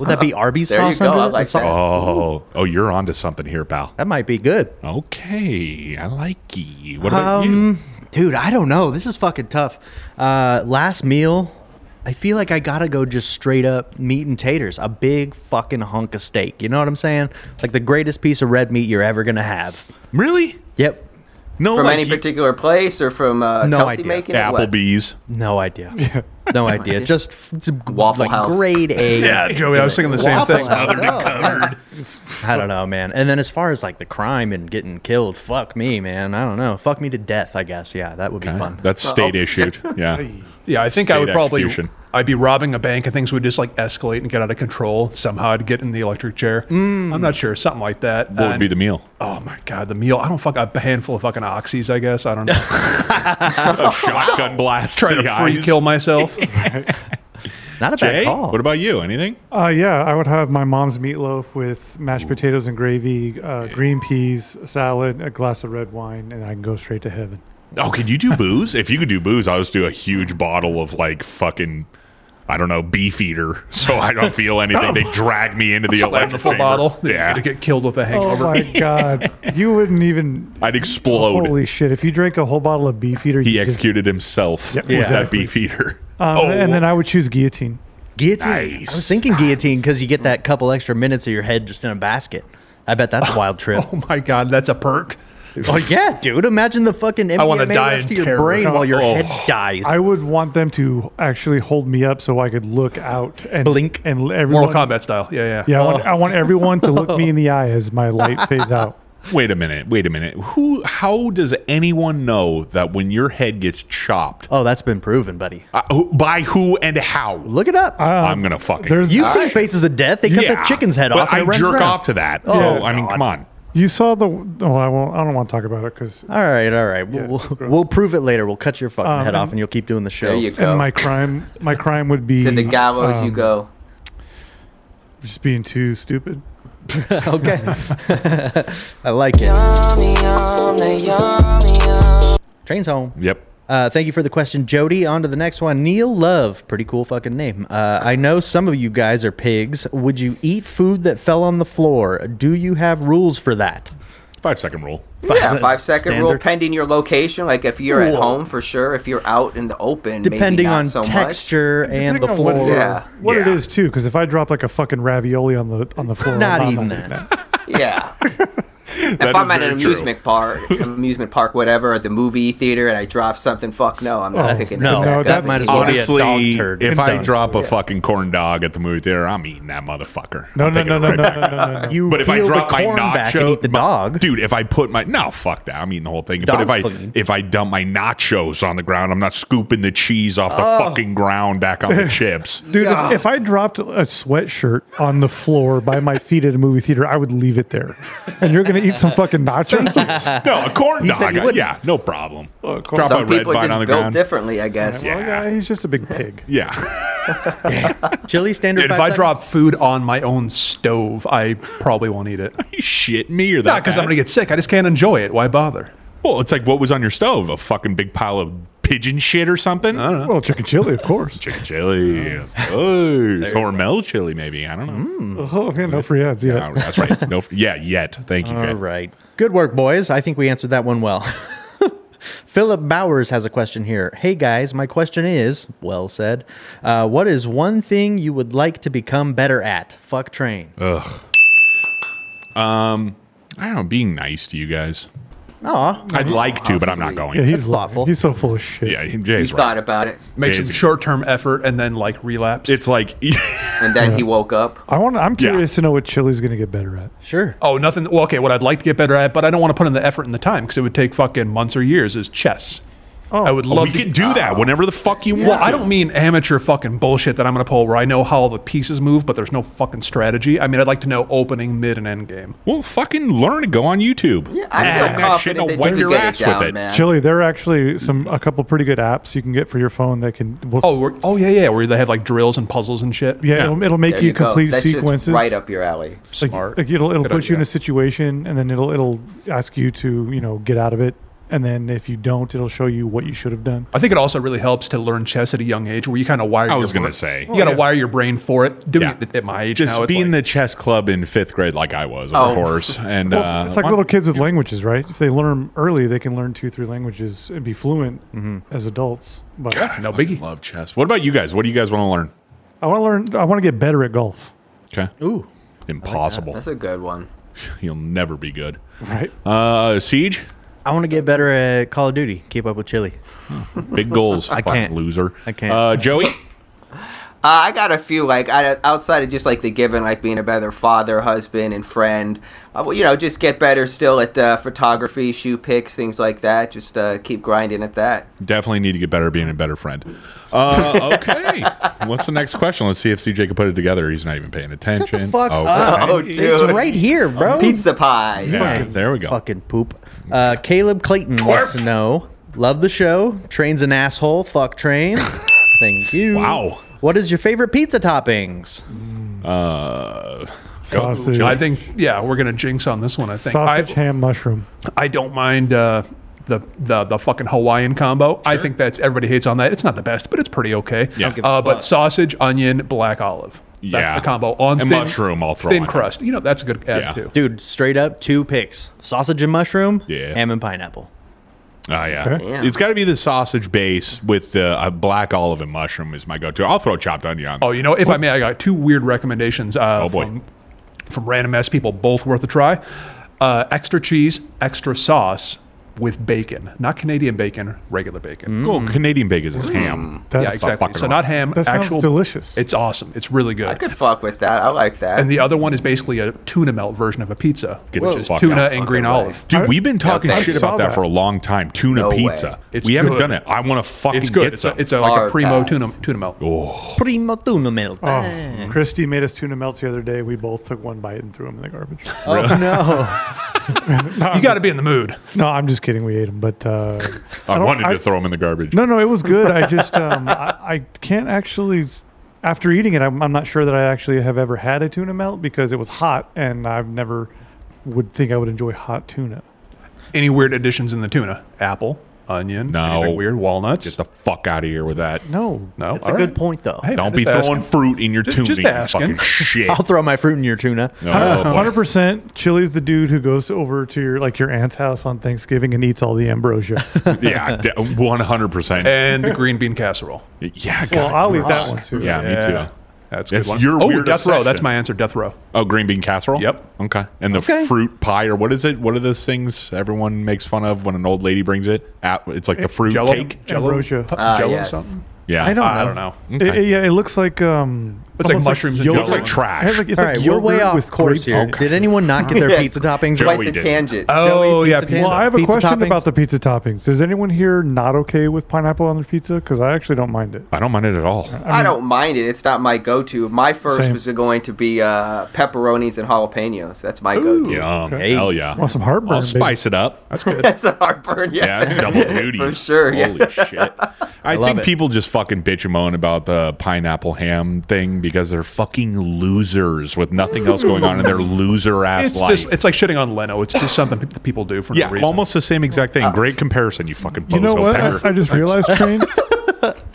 Speaker 3: would that be Arby's
Speaker 7: There you
Speaker 3: sauce
Speaker 7: go,
Speaker 3: under
Speaker 7: I
Speaker 3: it?
Speaker 7: like
Speaker 3: That's all-
Speaker 7: that.
Speaker 5: oh oh you're onto something here pal
Speaker 3: That might be good.
Speaker 5: Okay, I like you. What about you?
Speaker 3: Um, Dude, I don't know. This is fucking tough. Uh, last meal, I feel like I gotta go just straight up meat and taters. A big fucking hunk of steak. You know what I'm saying? Like the greatest piece of red meat you're ever gonna have.
Speaker 5: Really?
Speaker 3: Yep.
Speaker 5: No,
Speaker 7: From
Speaker 5: like
Speaker 7: any
Speaker 5: you-
Speaker 7: particular place or from uh,
Speaker 3: No
Speaker 7: Kelsey
Speaker 3: idea.
Speaker 7: making it? What?
Speaker 5: Applebee's.
Speaker 3: No idea. No idea. Just f- t-
Speaker 7: Waffle
Speaker 3: like
Speaker 7: House.
Speaker 3: grade A.
Speaker 8: Yeah, Joey, I was thinking the same
Speaker 3: Waffle
Speaker 8: thing.
Speaker 3: House. No. I don't know, man. And then as far as like the crime and getting killed, fuck me, man. I don't know. Fuck me to death, I guess. Yeah, that would be fun.
Speaker 5: That's state
Speaker 7: oh.
Speaker 5: issued. Yeah.
Speaker 8: Yeah, I think I would
Speaker 5: State
Speaker 8: probably
Speaker 5: execution.
Speaker 8: I'd be robbing a bank and things would just like escalate and get out of control. Somehow I'd get in the electric chair.
Speaker 3: Mm.
Speaker 8: I'm not sure, something like that.
Speaker 5: What would be
Speaker 8: And-
Speaker 5: the meal?
Speaker 8: Oh my god, the meal. I don't fuck a handful of fucking oxys, I guess. I don't know.
Speaker 3: Uh,
Speaker 5: A shotgun blast.
Speaker 8: Trying
Speaker 5: to the
Speaker 8: to free
Speaker 5: eyes.
Speaker 8: kill myself.
Speaker 3: Not a bad
Speaker 5: Jay,
Speaker 3: call.
Speaker 5: what about you? Anything?
Speaker 6: Uh, yeah, I would have my mom's meatloaf with mashed potatoes and gravy, uh, green peas, salad, a glass of red wine, and I can go straight to heaven.
Speaker 5: Oh, could you do booze? if you could do booze, I would just do a huge bottle of like fucking. I don't know, beef eater. So I don't feel anything. They drag me into the
Speaker 8: Slam the
Speaker 5: electric
Speaker 8: full
Speaker 5: chamber.
Speaker 8: bottle.
Speaker 5: Yeah,
Speaker 8: To get killed with a
Speaker 6: Oh
Speaker 8: hangover.
Speaker 6: my god, you wouldn't even.
Speaker 5: I'd explode.
Speaker 6: Holy shit! If you drank a whole bottle of beef eater,
Speaker 5: he Oh.
Speaker 6: you just-
Speaker 5: executed himself. Yeah, that
Speaker 6: exactly.
Speaker 5: beef eater.
Speaker 6: Um, and then I would choose guillotine.
Speaker 3: Guillotine. I
Speaker 5: Nice.
Speaker 3: was thinking guillotine because you get that couple extra minutes of your head just in a basket. I bet that's a wild trip.
Speaker 8: Oh my god, that's a perk.
Speaker 3: Oh yeah, dude! Imagine the fucking
Speaker 8: wanna
Speaker 3: MDMA
Speaker 8: die
Speaker 3: rush
Speaker 8: in
Speaker 3: to your
Speaker 8: terror.
Speaker 3: brain while your
Speaker 5: Oh.
Speaker 3: head dies.
Speaker 6: I would want them to actually hold me up so I could look out and
Speaker 3: Blink.
Speaker 6: and l- everyone.
Speaker 8: Mortal Kombat style. Yeah, yeah.
Speaker 5: Uh,
Speaker 6: Yeah, I want, I want everyone to look me in the eye as my light fades out.
Speaker 5: Wait a minute. Wait a minute. Who? How does anyone know that when your head gets chopped,
Speaker 3: oh, that's been proven, buddy.
Speaker 5: uh, who- by who and how?
Speaker 3: Look it up.
Speaker 8: Um,
Speaker 5: I'm gonna fucking.
Speaker 6: There's
Speaker 3: You've seen faces of death. They cut
Speaker 5: Yeah.
Speaker 3: the chicken's head
Speaker 5: But
Speaker 3: off. And
Speaker 5: I
Speaker 3: it runs
Speaker 5: jerk
Speaker 3: around.
Speaker 5: off to that. So
Speaker 3: Oh,
Speaker 5: I mean, come on.
Speaker 6: you saw the. Oh, I won't. I don't want to talk about it because
Speaker 3: All right, all right. We'll,
Speaker 6: Yeah,
Speaker 3: we'll-
Speaker 6: it's gross.
Speaker 3: we'll prove it later. We'll cut your fucking
Speaker 6: Um,
Speaker 3: head off,
Speaker 6: and-
Speaker 3: and you'll keep doing the show.
Speaker 7: There you go.
Speaker 6: and my crime. My crime would be
Speaker 7: to the gallows you
Speaker 6: um,
Speaker 7: go.
Speaker 6: Just being too stupid.
Speaker 3: okay. I like it. Train's home.
Speaker 5: Yep.
Speaker 3: Uh, thank you for the question, Jody. On to the next one. Neil Love, pretty cool fucking name. Uh, I know some of you guys are pigs. Would you eat food that fell on the floor? Do you have rules for that?
Speaker 5: Five second rule.
Speaker 7: yeah, five second rule
Speaker 3: standard.
Speaker 7: pending your location. Like if you're at home for sure. If you're out in the open, maybe
Speaker 3: Depending
Speaker 7: not
Speaker 3: on
Speaker 7: so
Speaker 3: texture and the
Speaker 6: Depending on what it
Speaker 3: floor.
Speaker 6: is.
Speaker 7: Yeah.
Speaker 6: What it
Speaker 5: Yeah.
Speaker 6: is too, because if I drop like a fucking ravioli on the on the floor,
Speaker 3: Not
Speaker 6: I'm
Speaker 3: even
Speaker 6: eating
Speaker 3: that.
Speaker 7: much. Yeah.
Speaker 5: That
Speaker 7: if
Speaker 5: is
Speaker 7: I'm at
Speaker 5: very
Speaker 7: an
Speaker 5: true.
Speaker 7: amusement park, amusement park, whatever, at the movie theater, and I drop something, fuck no, I'm not
Speaker 6: Oh,
Speaker 7: picking
Speaker 3: no,
Speaker 7: it back
Speaker 6: no,
Speaker 7: up.
Speaker 6: that
Speaker 7: and
Speaker 6: might as
Speaker 7: eating
Speaker 3: well
Speaker 7: it.
Speaker 3: be a dog
Speaker 5: Honestly,
Speaker 3: turd.
Speaker 5: if I
Speaker 3: Condone.
Speaker 5: drop a fucking corn dog at the movie theater, I'm eating that motherfucker.
Speaker 6: No,
Speaker 5: I'm
Speaker 6: no,
Speaker 5: taking
Speaker 6: no,
Speaker 5: it
Speaker 6: no,
Speaker 5: right
Speaker 6: no,
Speaker 5: back.
Speaker 6: no, no, no, no.
Speaker 3: You
Speaker 5: But if I
Speaker 3: peel
Speaker 5: drop
Speaker 3: the
Speaker 5: my
Speaker 3: corn back and
Speaker 5: nacho-
Speaker 3: eat the
Speaker 5: my-
Speaker 3: dog.
Speaker 5: dude. If I put my no, fuck that. I'm eating the whole thing.
Speaker 3: Dog's
Speaker 5: but if I
Speaker 3: clean.
Speaker 5: if I dump my nachos on the ground, I'm not scooping the cheese off the fucking ground back on the chips.
Speaker 6: Dude, if, if I dropped a sweatshirt on the floor by my feet at a movie theater, I would leave it there. And you're gonna eat some fucking nachos?
Speaker 5: No, a corn
Speaker 3: He said
Speaker 5: dog.
Speaker 3: he wouldn't.
Speaker 5: Yeah, no problem. Drop
Speaker 7: Some
Speaker 5: a red
Speaker 7: people are
Speaker 5: vine
Speaker 7: just
Speaker 5: on the
Speaker 7: built
Speaker 5: ground.
Speaker 7: differently, I guess.
Speaker 6: Well, Oh, yeah, he's just a big pig.
Speaker 5: yeah,
Speaker 3: Chili standard.
Speaker 8: Dude, if
Speaker 3: five
Speaker 8: I
Speaker 3: seconds?
Speaker 8: drop food on my own stove, I probably won't eat it.
Speaker 5: you shit me or that?
Speaker 8: Not because I'm
Speaker 5: bad?
Speaker 8: going to get sick. I just can't enjoy it. Why bother?
Speaker 5: Well, it's like what was on your stove? A fucking big pile of pigeon shit or something? I don't know.
Speaker 6: Well, chicken chili, of course.
Speaker 5: Chicken chili. Oh, Hormel chili, maybe. I don't know.
Speaker 6: Oh man, no free ads yet.
Speaker 5: Oh, that's right. No, yeah, yet. Thank you, Jay.
Speaker 3: All right. Good work, boys. I think we answered that one well. Philip Bowers has a question here. Hey guys, my question is well said. Uh, what is one thing you would like to become better at? Fuck train.
Speaker 5: I don't know. Being nice to you guys.
Speaker 3: Aw,
Speaker 5: I'd like to, but I'm not
Speaker 6: Yeah,
Speaker 5: going.
Speaker 6: he's
Speaker 3: That's thoughtful.
Speaker 6: He's so full of shit.
Speaker 5: Yeah, Jay's
Speaker 7: He
Speaker 5: right.
Speaker 7: thought about it,
Speaker 8: Make some
Speaker 5: Easy.
Speaker 8: short term effort and then like relapse.
Speaker 5: It's like,
Speaker 7: and then he woke up.
Speaker 6: I want. I'm curious to know what Chili's gonna get better at.
Speaker 3: sure.
Speaker 8: oh, nothing. Well, okay, what I'd like to get better at, but I don't want to put in the effort and the time because it would take fucking months or years is chess. Oh, I would love
Speaker 5: we
Speaker 8: to
Speaker 5: can do that whenever the fuck you
Speaker 8: Well,
Speaker 5: want.
Speaker 8: I don't mean amateur fucking bullshit that I'm going to pull where I know how all the pieces move, but there's no fucking strategy. I mean, I'd like to know opening, mid, and end game.
Speaker 5: Well, fucking learn to go on YouTube. Yeah,
Speaker 7: I feel confident that you
Speaker 5: wipe
Speaker 7: could
Speaker 5: your
Speaker 7: get
Speaker 5: ass
Speaker 7: it down,
Speaker 5: with it.
Speaker 7: man.
Speaker 6: Chili, there are actually some a couple pretty good apps you can get for your phone that can. Well,
Speaker 8: Oh, we're, oh yeah, yeah, where they have like drills and puzzles and shit.
Speaker 6: yeah, It'll, it'll make
Speaker 7: There
Speaker 6: you,
Speaker 7: you go.
Speaker 6: complete
Speaker 7: That shit's
Speaker 6: sequences.
Speaker 7: right up your alley.
Speaker 6: Like-
Speaker 8: smart.
Speaker 6: Like, it'll it'll
Speaker 8: Good
Speaker 6: put you in
Speaker 8: idea.
Speaker 6: a situation, and then it'll it'll ask you to you know get out of it, and then if you don't, it'll show you what you should have done.
Speaker 8: I think it also really helps to learn chess at a young age, where you kind of wire.
Speaker 5: I
Speaker 8: your
Speaker 5: was gonna
Speaker 8: brain-
Speaker 5: say.
Speaker 8: you got to
Speaker 6: yeah.
Speaker 8: wire your brain for it. Doing
Speaker 5: Yeah.
Speaker 8: it at my age,
Speaker 5: Just
Speaker 8: now, it's
Speaker 5: be in
Speaker 8: like,
Speaker 5: the chess club in fifth grade like I was, of
Speaker 7: Oh.
Speaker 5: course. And
Speaker 6: Well,
Speaker 5: uh,
Speaker 6: it's- it's like
Speaker 5: why-
Speaker 6: little kids with languages, right? If they learn 'em early, they can learn two, three languages and be fluent
Speaker 8: Mm-hmm.
Speaker 6: as adults. But
Speaker 5: God, I
Speaker 8: No
Speaker 5: fucking
Speaker 8: biggie.
Speaker 5: love chess. What about you guys? What do you guys want to learn?
Speaker 6: I want to learn. I want to get better at golf.
Speaker 5: Okay.
Speaker 3: Ooh.
Speaker 5: Impossible.
Speaker 7: That's a good one.
Speaker 5: You'll never be good.
Speaker 6: Right?
Speaker 5: Uh, Siege,
Speaker 3: I want to get better at Call of Duty. Keep up with Chili.
Speaker 5: big goals. I
Speaker 3: can't.
Speaker 5: Loser.
Speaker 3: I can't.
Speaker 5: Uh, Joey,
Speaker 7: Uh, I got a few like I, outside of just like the given, like being a better father, husband, and friend. Uh, well, you know, just get better still at uh, photography, shoe picks, things like that. Just uh, keep grinding at that.
Speaker 5: definitely need to get better at being a better friend. Uh, okay. What's the next question? Let's see if CJ can put it together. He's not even paying attention.
Speaker 3: fuck
Speaker 5: okay.
Speaker 3: up. Oh,
Speaker 7: Oh, dude.
Speaker 3: It's right here, bro.
Speaker 7: Pizza pie.
Speaker 5: Yeah, there we go.
Speaker 3: Fucking poop. Uh, Caleb Clayton wants to know. Love the show. Train's an asshole. Fuck train. Thank you.
Speaker 5: Wow.
Speaker 3: What is your favorite pizza toppings?
Speaker 5: Uh,
Speaker 6: Sausage,
Speaker 8: I think yeah, we're gonna jinx on this one. I think
Speaker 6: sausage,
Speaker 8: I,
Speaker 6: ham, mushroom.
Speaker 8: I don't mind uh, the, the the fucking Hawaiian combo. I think that's everybody hates on that. It's not the best, but it's pretty okay.
Speaker 5: Yeah. Don't give a
Speaker 8: Uh, but sausage, onion, black olive. That's
Speaker 5: Yeah.
Speaker 8: the combo on
Speaker 5: And
Speaker 8: thin,
Speaker 5: mushroom I'll throw
Speaker 8: thin
Speaker 5: on it.
Speaker 8: crust. You know that's a good ad
Speaker 5: Yeah.
Speaker 8: too.
Speaker 3: Dude, straight up two picks: sausage and mushroom,
Speaker 5: Yeah.
Speaker 3: ham and pineapple.
Speaker 5: Oh yeah,
Speaker 6: Okay.
Speaker 7: Damn.
Speaker 5: it's got to be the sausage base with the uh, black olive and mushroom is my go-to. I'll throw chopped onion on.
Speaker 8: Oh, you know if I may, I got two weird recommendations. Uh,
Speaker 5: Oh, boy.
Speaker 8: From, from random ass people, both worth a try. Uh, extra cheese, extra sauce with bacon, not Canadian bacon, regular bacon.
Speaker 5: cool. Canadian bacon is ham.
Speaker 6: That's,
Speaker 8: Yeah, exactly.
Speaker 5: fucking
Speaker 8: So
Speaker 5: right.
Speaker 8: not ham,
Speaker 6: That sounds
Speaker 8: actual
Speaker 6: delicious.
Speaker 8: It's awesome. It's really good.
Speaker 7: I could fuck with that. I like that.
Speaker 8: And the other one is basically a tuna melt version of a pizza,
Speaker 5: Get
Speaker 8: which
Speaker 5: the
Speaker 8: is
Speaker 5: fuck
Speaker 8: tuna
Speaker 5: out.
Speaker 8: and green
Speaker 7: Fucking
Speaker 8: olive.
Speaker 5: Dude,
Speaker 6: I-
Speaker 5: we've been talking
Speaker 7: Okay.
Speaker 5: shit
Speaker 6: I saw
Speaker 5: about that,
Speaker 6: that.
Speaker 5: for a long time. Tuna
Speaker 7: No way.
Speaker 5: pizza.
Speaker 8: It's
Speaker 5: we haven't
Speaker 8: good.
Speaker 5: done it. I want to fucking Oh.
Speaker 8: It's good.
Speaker 5: get
Speaker 8: It's a,
Speaker 5: some.
Speaker 8: it's a, like a
Speaker 7: Hard
Speaker 8: primo
Speaker 7: pass.
Speaker 8: tuna tuna melt.
Speaker 3: Primo tuna melt.
Speaker 6: Oh, Christy made us tuna melts the other day. We both took one bite and threw them in the garbage.
Speaker 3: Oh, no,
Speaker 8: You got to be in the mood.
Speaker 6: no, I'm just kidding. We ate them, but uh,
Speaker 5: I,
Speaker 6: don't-
Speaker 5: wanted
Speaker 6: I-
Speaker 5: to throw them in the garbage.
Speaker 6: No, no, it was good. I just um, I, I can't actually. s- After eating it, I'm, I'm not sure that I actually have ever had a tuna melt because it was hot, and I've never would think I would enjoy hot tuna.
Speaker 8: Any weird additions in the tuna? Apple, onion,
Speaker 5: No.
Speaker 8: anything weird walnuts.
Speaker 5: Get the fuck out of here with that.
Speaker 6: No.
Speaker 8: no,
Speaker 3: That's
Speaker 8: all
Speaker 3: a
Speaker 8: right.
Speaker 3: good point, though.
Speaker 8: Hey,
Speaker 5: Don't
Speaker 8: man,
Speaker 5: be
Speaker 8: just
Speaker 5: throwing
Speaker 8: asking.
Speaker 5: fruit in your
Speaker 8: Ju-
Speaker 5: tuna,
Speaker 8: just
Speaker 5: you
Speaker 8: asking.
Speaker 5: fucking shit.
Speaker 3: I'll throw my fruit in your tuna.
Speaker 5: Oh, boy.
Speaker 6: Hundred percent. Chili's the dude who goes over to your like your aunt's house on Thanksgiving and eats all the ambrosia.
Speaker 5: yeah, one hundred percent.
Speaker 8: And the green bean casserole.
Speaker 5: Yeah,
Speaker 6: well,
Speaker 5: God.
Speaker 6: I'll eat that one too.
Speaker 5: yeah, me
Speaker 8: Yeah.
Speaker 5: too.
Speaker 8: That's
Speaker 5: That's
Speaker 8: good one.
Speaker 5: your
Speaker 8: oh,
Speaker 5: weird
Speaker 8: death row.
Speaker 5: obsession.
Speaker 8: That's my answer. Death row.
Speaker 5: Oh, green bean casserole.
Speaker 8: Yep.
Speaker 5: Okay. And the
Speaker 3: Okay.
Speaker 5: fruit pie, or what is it? What are those things everyone makes fun of when an old lady brings it? At, it's like the fruit
Speaker 8: Jello,
Speaker 5: cake.
Speaker 8: Jello,
Speaker 6: Ambrosia.
Speaker 8: P-
Speaker 7: Ah,
Speaker 8: Jello
Speaker 7: yes.
Speaker 8: something.
Speaker 5: Yeah,
Speaker 3: I don't
Speaker 8: I
Speaker 3: know.
Speaker 8: don't know.
Speaker 6: It-
Speaker 5: Okay.
Speaker 6: it- yeah, it looks like um.
Speaker 8: It's like
Speaker 6: almost
Speaker 8: mushrooms and
Speaker 6: yogurt.
Speaker 5: It looks like
Speaker 6: It has
Speaker 5: trash.
Speaker 6: like, it's
Speaker 3: All
Speaker 6: like
Speaker 3: right, we're way
Speaker 6: yogurt
Speaker 3: off
Speaker 6: with
Speaker 3: course
Speaker 6: grapes.
Speaker 3: here.
Speaker 6: in it.
Speaker 3: Did anyone not get their
Speaker 7: Yeah.
Speaker 3: pizza toppings?
Speaker 5: Joey
Speaker 7: Quite the
Speaker 5: did.
Speaker 7: tangent.
Speaker 8: Oh
Speaker 3: Joey,
Speaker 8: yeah,
Speaker 3: pizza
Speaker 6: Well, I have a
Speaker 3: Pizza
Speaker 6: question
Speaker 3: toppings?
Speaker 6: about the pizza toppings. Is anyone here not okay with pineapple on their pizza? Because I actually don't mind it.
Speaker 5: I don't mind it at all.
Speaker 7: I don't mind it. It's not my go-to. My first
Speaker 6: Same.
Speaker 7: was going to be uh, pepperonis and jalapenos. That's my go-to.
Speaker 5: Yum.
Speaker 6: Okay.
Speaker 5: Hell yeah.
Speaker 6: Want some heartburn,
Speaker 5: I'll spice it up.
Speaker 8: that's good.
Speaker 7: That's a heartburn. Yeah,
Speaker 5: Yeah, it's double duty.
Speaker 7: for sure. Yeah. Uh,
Speaker 5: Holy shit. I
Speaker 3: love
Speaker 5: think
Speaker 3: it.
Speaker 5: people just fucking bitch and moan about the pineapple ham thing because they're fucking losers with nothing else going on in their loser ass
Speaker 8: It's
Speaker 5: life.
Speaker 8: just it's like shitting on Leno. It's just something pe- people do for
Speaker 5: yeah,
Speaker 8: no reason.
Speaker 5: almost the same exact thing. Great comparison, you fucking bozo
Speaker 6: You know what?
Speaker 5: pecker.
Speaker 6: I, I just realized, Train.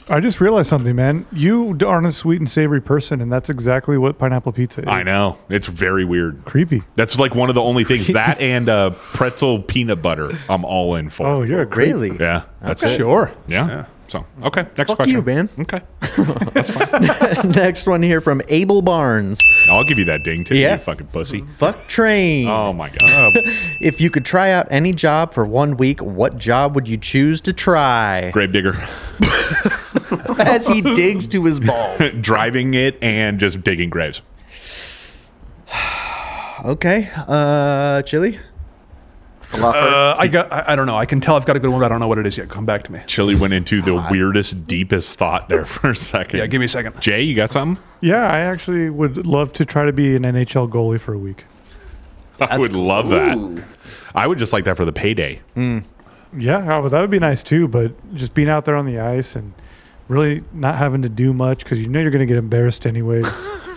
Speaker 6: I just realized something, man. You d- aren't a sweet and savory person, and that's exactly what pineapple pizza is.
Speaker 5: I know. It's very weird.
Speaker 6: Creepy.
Speaker 5: That's like one of the only things that and uh, pretzel peanut butter. I'm all in for.
Speaker 6: Oh, you're a great.
Speaker 3: Really?
Speaker 5: yeah. That's it.
Speaker 8: sure.
Speaker 5: Yeah. So okay, next
Speaker 3: Fuck
Speaker 5: question.
Speaker 3: you, man.
Speaker 5: Okay,
Speaker 3: Next one here from Abel Barnes.
Speaker 5: I'll give you that ding too.
Speaker 3: Yeah.
Speaker 5: You fucking pussy.
Speaker 3: Fuck train.
Speaker 5: Oh my god.
Speaker 3: If you could try out any job for one week, what job would you choose to try?
Speaker 5: Gravedigger
Speaker 3: As he digs to his balls.
Speaker 5: driving it and just digging graves.
Speaker 3: Okay. Uh, chili.
Speaker 7: Fluffer.
Speaker 8: Uh, I got. I, I don't know. I can tell I've got a good one, but I don't know what it is yet. Come back to me.
Speaker 5: Chili went into the weirdest, deepest thought there for a second.
Speaker 8: Yeah, give me a second.
Speaker 5: Jay, you got something?
Speaker 6: Yeah, I actually would love to try to be an NHL goalie for a week.
Speaker 5: I would
Speaker 7: Ooh.
Speaker 5: love that. I would just like that for the payday.
Speaker 8: Hmm.
Speaker 6: Yeah, I would- that would be nice too. But just being out there on the ice and really not having to do much because you know you're going to get embarrassed anyways.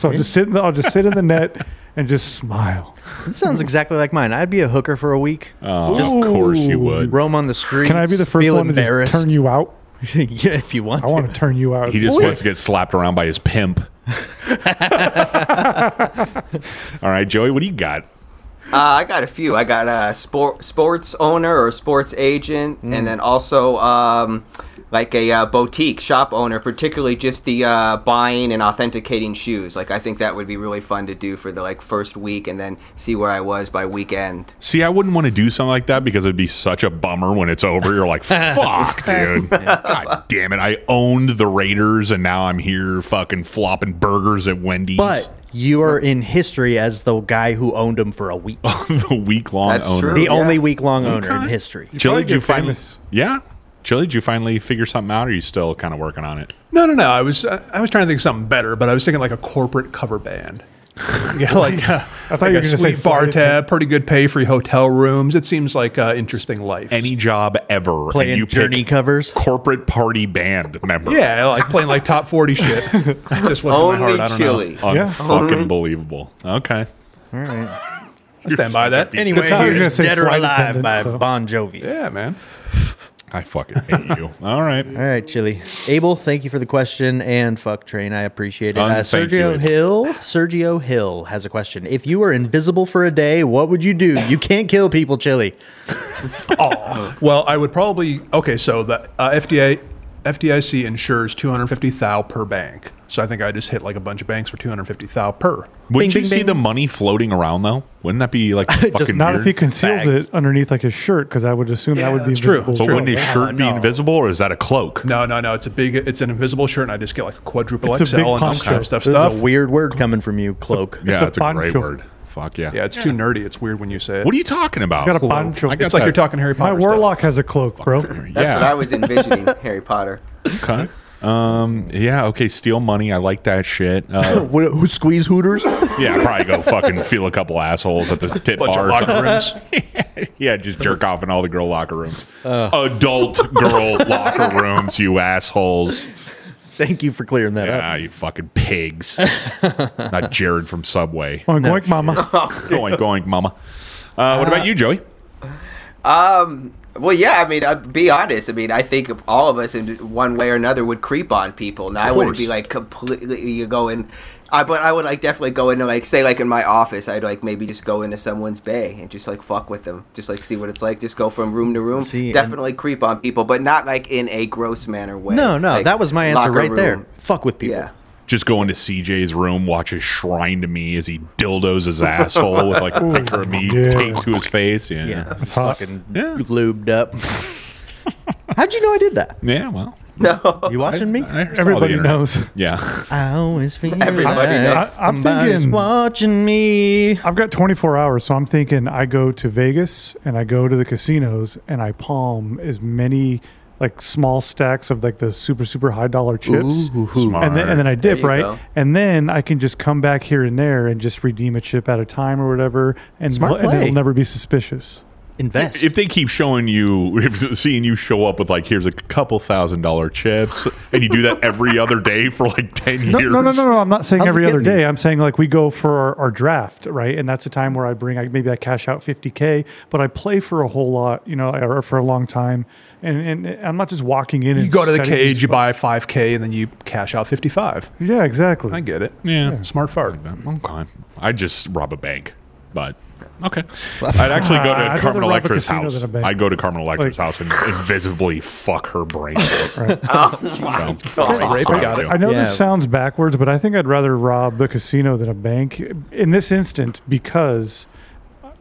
Speaker 6: so I'll just sit. In the, I'll just sit in the net and just smile.
Speaker 3: That sounds exactly like mine. I'd be a hooker for a week.
Speaker 5: Oh, of course you would.
Speaker 3: Roam on the streets.
Speaker 6: Can I be the first
Speaker 3: feel
Speaker 6: one to just
Speaker 3: embarrassed.
Speaker 6: turn you out?
Speaker 3: yeah, if you want.
Speaker 6: I want to turn you out.
Speaker 5: He just wants to get slapped around by his pimp. All right, Joey, what do you got?
Speaker 7: Uh, I got a few. I got a sport, sports owner or sports agent, and then also um, like a uh, boutique shop owner, particularly just the uh, buying and authenticating shoes. Like I think that would be really fun to do for the like first week, and then see where I was by weekend.
Speaker 5: See, I wouldn't want to do something like that because it'd be such a bummer when it's over. You're like, fuck, dude. God damn it. I owned the Raiders and now I'm here fucking flopping burgers at Wendy's.
Speaker 3: But you are in history as the guy who owned him for a week.
Speaker 5: the week long
Speaker 7: That's
Speaker 5: owner.
Speaker 7: true.
Speaker 3: the
Speaker 7: yeah.
Speaker 3: only week long owner in history.
Speaker 5: Chili,
Speaker 6: probably
Speaker 5: did you
Speaker 6: get
Speaker 5: finally?
Speaker 6: famous.
Speaker 5: Yeah, Chili, did you finally figure something out? Or are you still kind of working on it?
Speaker 8: No, no, no. I was uh, I was trying to think of something better, but I was thinking like a corporate cover band. yeah, like uh, I
Speaker 6: thought you were
Speaker 8: a
Speaker 6: gonna say
Speaker 8: sweet bar
Speaker 6: flight
Speaker 8: tab, pretty good pay for your hotel rooms. It seems like uh, interesting life.
Speaker 5: Any job ever?
Speaker 3: Playing
Speaker 5: you pick
Speaker 3: Journey covers.
Speaker 5: corporate party band member.
Speaker 8: yeah, like playing like top forty shit. That's just what's in my
Speaker 7: Only
Speaker 8: heart. I don't
Speaker 7: chili.
Speaker 6: Yeah.
Speaker 5: Uh-huh. Unfucking believable. Okay.
Speaker 8: know. I stand by that.
Speaker 3: Anyway,
Speaker 6: I was gonna
Speaker 3: here's
Speaker 6: say
Speaker 3: Dead or
Speaker 6: flight
Speaker 3: Alive
Speaker 6: attendant,
Speaker 3: by
Speaker 6: so.
Speaker 3: Bon Jovi.
Speaker 8: yeah, man.
Speaker 5: I fucking hate you. All right.
Speaker 3: All right, Chili. Abel, thank you for the question and fuck train. I appreciate it.
Speaker 5: Um,
Speaker 3: Uh,
Speaker 5: thank you,
Speaker 3: Sergio
Speaker 5: Abel.
Speaker 3: Hill. Sergio Hill has a question. If you were invisible for a day, what would you do? You can't kill people, Chili.
Speaker 8: Well, I would probably okay. So the uh, FDA, FDIC insures two hundred fifty thou per bank. So I think I just hit like a bunch of banks for two hundred fifty thou per.
Speaker 5: Wouldn't
Speaker 3: Bing,
Speaker 5: you
Speaker 3: bing,
Speaker 5: see
Speaker 3: bing.
Speaker 5: the money floating around though? Wouldn't that be like fucking
Speaker 6: Not
Speaker 5: weird?
Speaker 6: if he conceals it underneath like his shirt, because I would assume
Speaker 8: Yeah,
Speaker 6: that would be
Speaker 8: that's true.
Speaker 6: invisible.
Speaker 5: But wouldn't his
Speaker 8: Yeah,
Speaker 5: shirt be
Speaker 8: no.
Speaker 5: invisible, or is that a cloak?
Speaker 8: No, no, no. It's a big. It's an invisible shirt, and I just get like a quadruple
Speaker 6: It's a
Speaker 8: XL
Speaker 6: big
Speaker 8: and all
Speaker 6: poncho.
Speaker 8: kind of stuff.
Speaker 3: This
Speaker 8: stuff.
Speaker 3: is a weird word coming from you, cloak.
Speaker 5: Yeah,
Speaker 6: It's a
Speaker 5: that's a, great
Speaker 6: poncho.
Speaker 5: word. Fuck yeah.
Speaker 8: Yeah, it's too nerdy. It's weird when you say it.
Speaker 5: What are you talking about?
Speaker 6: got a poncho.
Speaker 5: I got
Speaker 8: it's like
Speaker 5: that.
Speaker 8: you're talking Harry
Speaker 6: My
Speaker 8: Potter. stuff.
Speaker 6: warlock has a cloak, bro.
Speaker 7: That's what I
Speaker 5: Yeah.
Speaker 7: was envisioning. Harry Potter.
Speaker 5: Okay. Um. Yeah. Okay. Steal money. I like that shit. Uh,
Speaker 3: What- who squeeze hooters?
Speaker 5: Yeah, I'd probably go fucking feel a couple assholes at the tip
Speaker 8: bunch of
Speaker 5: bar.
Speaker 8: locker rooms.
Speaker 5: yeah, just jerk off in all the girl locker rooms.
Speaker 3: Uh.
Speaker 5: Adult girl locker rooms, you assholes.
Speaker 3: Thank you for clearing that up.
Speaker 5: Ah, you fucking pigs. Not Jared from Subway.
Speaker 6: Oink, oink, mama.
Speaker 5: Going, going, mama. Uh, what about you, Joey?
Speaker 7: Um, Well, yeah, I mean, i be honest. I mean, I think all of us in one way or another would creep on people. Now, I wouldn't be
Speaker 5: course.
Speaker 7: like completely, you go in, I, but I would like definitely go into like, say like in my office, I'd like maybe just go into someone's bay and just like fuck with them. Just like see what it's like. Just go from room to room.
Speaker 3: See, and-
Speaker 7: definitely creep on people, but not like in a gross manner way.
Speaker 3: No, no,
Speaker 7: Like,
Speaker 3: that was my answer
Speaker 7: locker
Speaker 3: right there.
Speaker 7: room.
Speaker 3: Fuck with people.
Speaker 7: Yeah.
Speaker 5: Just go into CJ's room, watch his shrine to me as he dildos his asshole with like a picture of me
Speaker 6: yeah.
Speaker 5: taped to his face. Yeah.
Speaker 3: Yeah,
Speaker 5: Yeah,
Speaker 3: it's
Speaker 6: hot.
Speaker 3: fucking
Speaker 5: Yeah.
Speaker 3: lubed up. How'd you know I did that?
Speaker 5: well.
Speaker 7: No.
Speaker 3: You watching me?
Speaker 5: I saw the
Speaker 6: Everybody
Speaker 5: internet.
Speaker 6: knows.
Speaker 5: Yeah.
Speaker 3: I always feel
Speaker 7: Everybody
Speaker 3: like
Speaker 6: knows. I- I'm
Speaker 3: somebody's
Speaker 6: thinking-
Speaker 3: watching me.
Speaker 6: I've got 24 hours, so I'm thinking I go to Vegas and I go to the casinos and I palm as many like small stacks of like the super super high dollar chips. And then, and then I dip,
Speaker 7: you
Speaker 6: right?
Speaker 7: go.
Speaker 6: And then I can just come back here and there and just redeem a chip at a time or whatever, and,
Speaker 3: Smart
Speaker 6: and
Speaker 3: play.
Speaker 6: it'll never be suspicious.
Speaker 3: Invest.
Speaker 5: if they keep showing you, if seeing you show up with like, here's a couple thousand dollar chips, and you do that every other day for like 10
Speaker 6: No,
Speaker 5: years.
Speaker 6: no, no, no, no. I'm not saying
Speaker 3: How's it
Speaker 6: every other
Speaker 3: getting
Speaker 6: day. I'm saying like we go for our, our draft, right? And that's a time where I bring, I, maybe I cash out 50K, but I play for a whole lot, you know, or for a long time. And, and I'm not just walking in and
Speaker 8: You go to the
Speaker 6: setting these
Speaker 8: cage, you buy 5K, and then you cash out 55.
Speaker 6: Yeah, exactly.
Speaker 8: I get it.
Speaker 5: Yeah.
Speaker 8: Smart fart.
Speaker 5: Okay. I just rob a bank, but okay. I'd actually go
Speaker 6: I'd
Speaker 5: to
Speaker 6: rather
Speaker 5: Carmen
Speaker 6: rob a
Speaker 5: Electra's
Speaker 6: casino
Speaker 5: house.
Speaker 6: than a bank.
Speaker 5: I'd go to Carmen Electra's
Speaker 6: Like-
Speaker 5: house and invisibly fuck her brain out.
Speaker 8: Oh,
Speaker 7: my
Speaker 5: So,
Speaker 7: God.
Speaker 8: Rape, I got it.
Speaker 6: I know
Speaker 3: Yeah.
Speaker 6: this sounds backwards, but I think I'd rather rob a casino than a bank in this instant because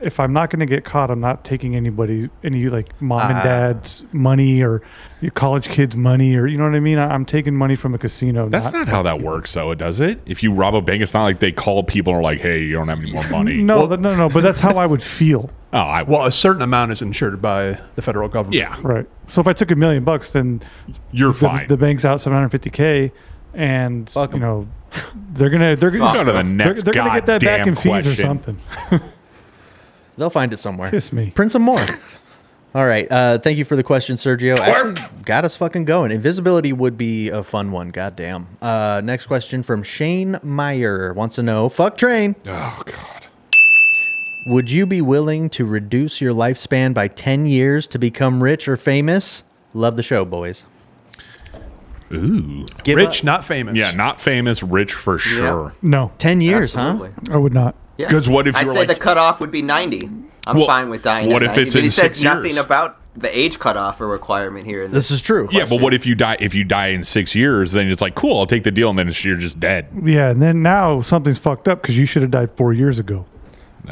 Speaker 6: if I'm not going to get caught, I'm not taking anybody, any like mom
Speaker 8: Ah.
Speaker 6: and dad's money or your college kids' money or you know what I mean. I, I'm taking money from a casino.
Speaker 5: That's not how that works, though, does it? If you rob a bank, it's not like they call people and are like, hey, you don't have any more money.
Speaker 6: No, th- no, no. But that's how I would feel,
Speaker 5: Oh, I
Speaker 8: Well, a certain amount is insured by the federal government.
Speaker 5: Yeah.
Speaker 6: right? So if I took a million bucks, then
Speaker 5: You're
Speaker 6: the,
Speaker 5: fine.
Speaker 6: the bank's out 750k, and you know they're gonna they're gonna
Speaker 5: go to the
Speaker 6: they're,
Speaker 5: next
Speaker 6: they're gonna get that back
Speaker 5: goddamn
Speaker 6: in fees or
Speaker 5: question.
Speaker 6: something.
Speaker 3: They'll find it somewhere.
Speaker 6: Kiss me.
Speaker 3: Print some more. All right. Uh, thank you for the question, Sergio. Actually, got us fucking going. Invisibility would be a fun one. Goddamn. Uh, next question from Shane Meyer wants to know: Fuck train.
Speaker 5: Oh, God.
Speaker 3: Would you be willing to reduce your lifespan by ten years to become rich or famous? Love the show, boys.
Speaker 5: Ooh.
Speaker 3: Give
Speaker 8: Rich,
Speaker 3: up
Speaker 8: not famous.
Speaker 5: Yeah, not famous, rich for sure.
Speaker 6: No,
Speaker 3: ten years,
Speaker 7: Absolutely.
Speaker 3: huh?
Speaker 6: I would not.
Speaker 7: Yeah.
Speaker 5: 'Cause what if you
Speaker 7: I'd
Speaker 5: were
Speaker 7: say
Speaker 5: like-
Speaker 7: the cutoff would be 90. I'm
Speaker 5: Well,
Speaker 7: fine with dying.
Speaker 5: what
Speaker 7: at
Speaker 5: if
Speaker 7: 90,
Speaker 5: it's
Speaker 7: but
Speaker 5: in
Speaker 7: it says
Speaker 5: six
Speaker 7: nothing
Speaker 5: years?
Speaker 7: about the age cutoff or requirement here. In this,
Speaker 3: This is true.
Speaker 5: Yeah, but what if you die? If you die in six years, then it's like cool. I'll take the deal, and then it's, you're just dead.
Speaker 6: Yeah, and then now something's fucked up because you should have died four years ago.
Speaker 5: Ah,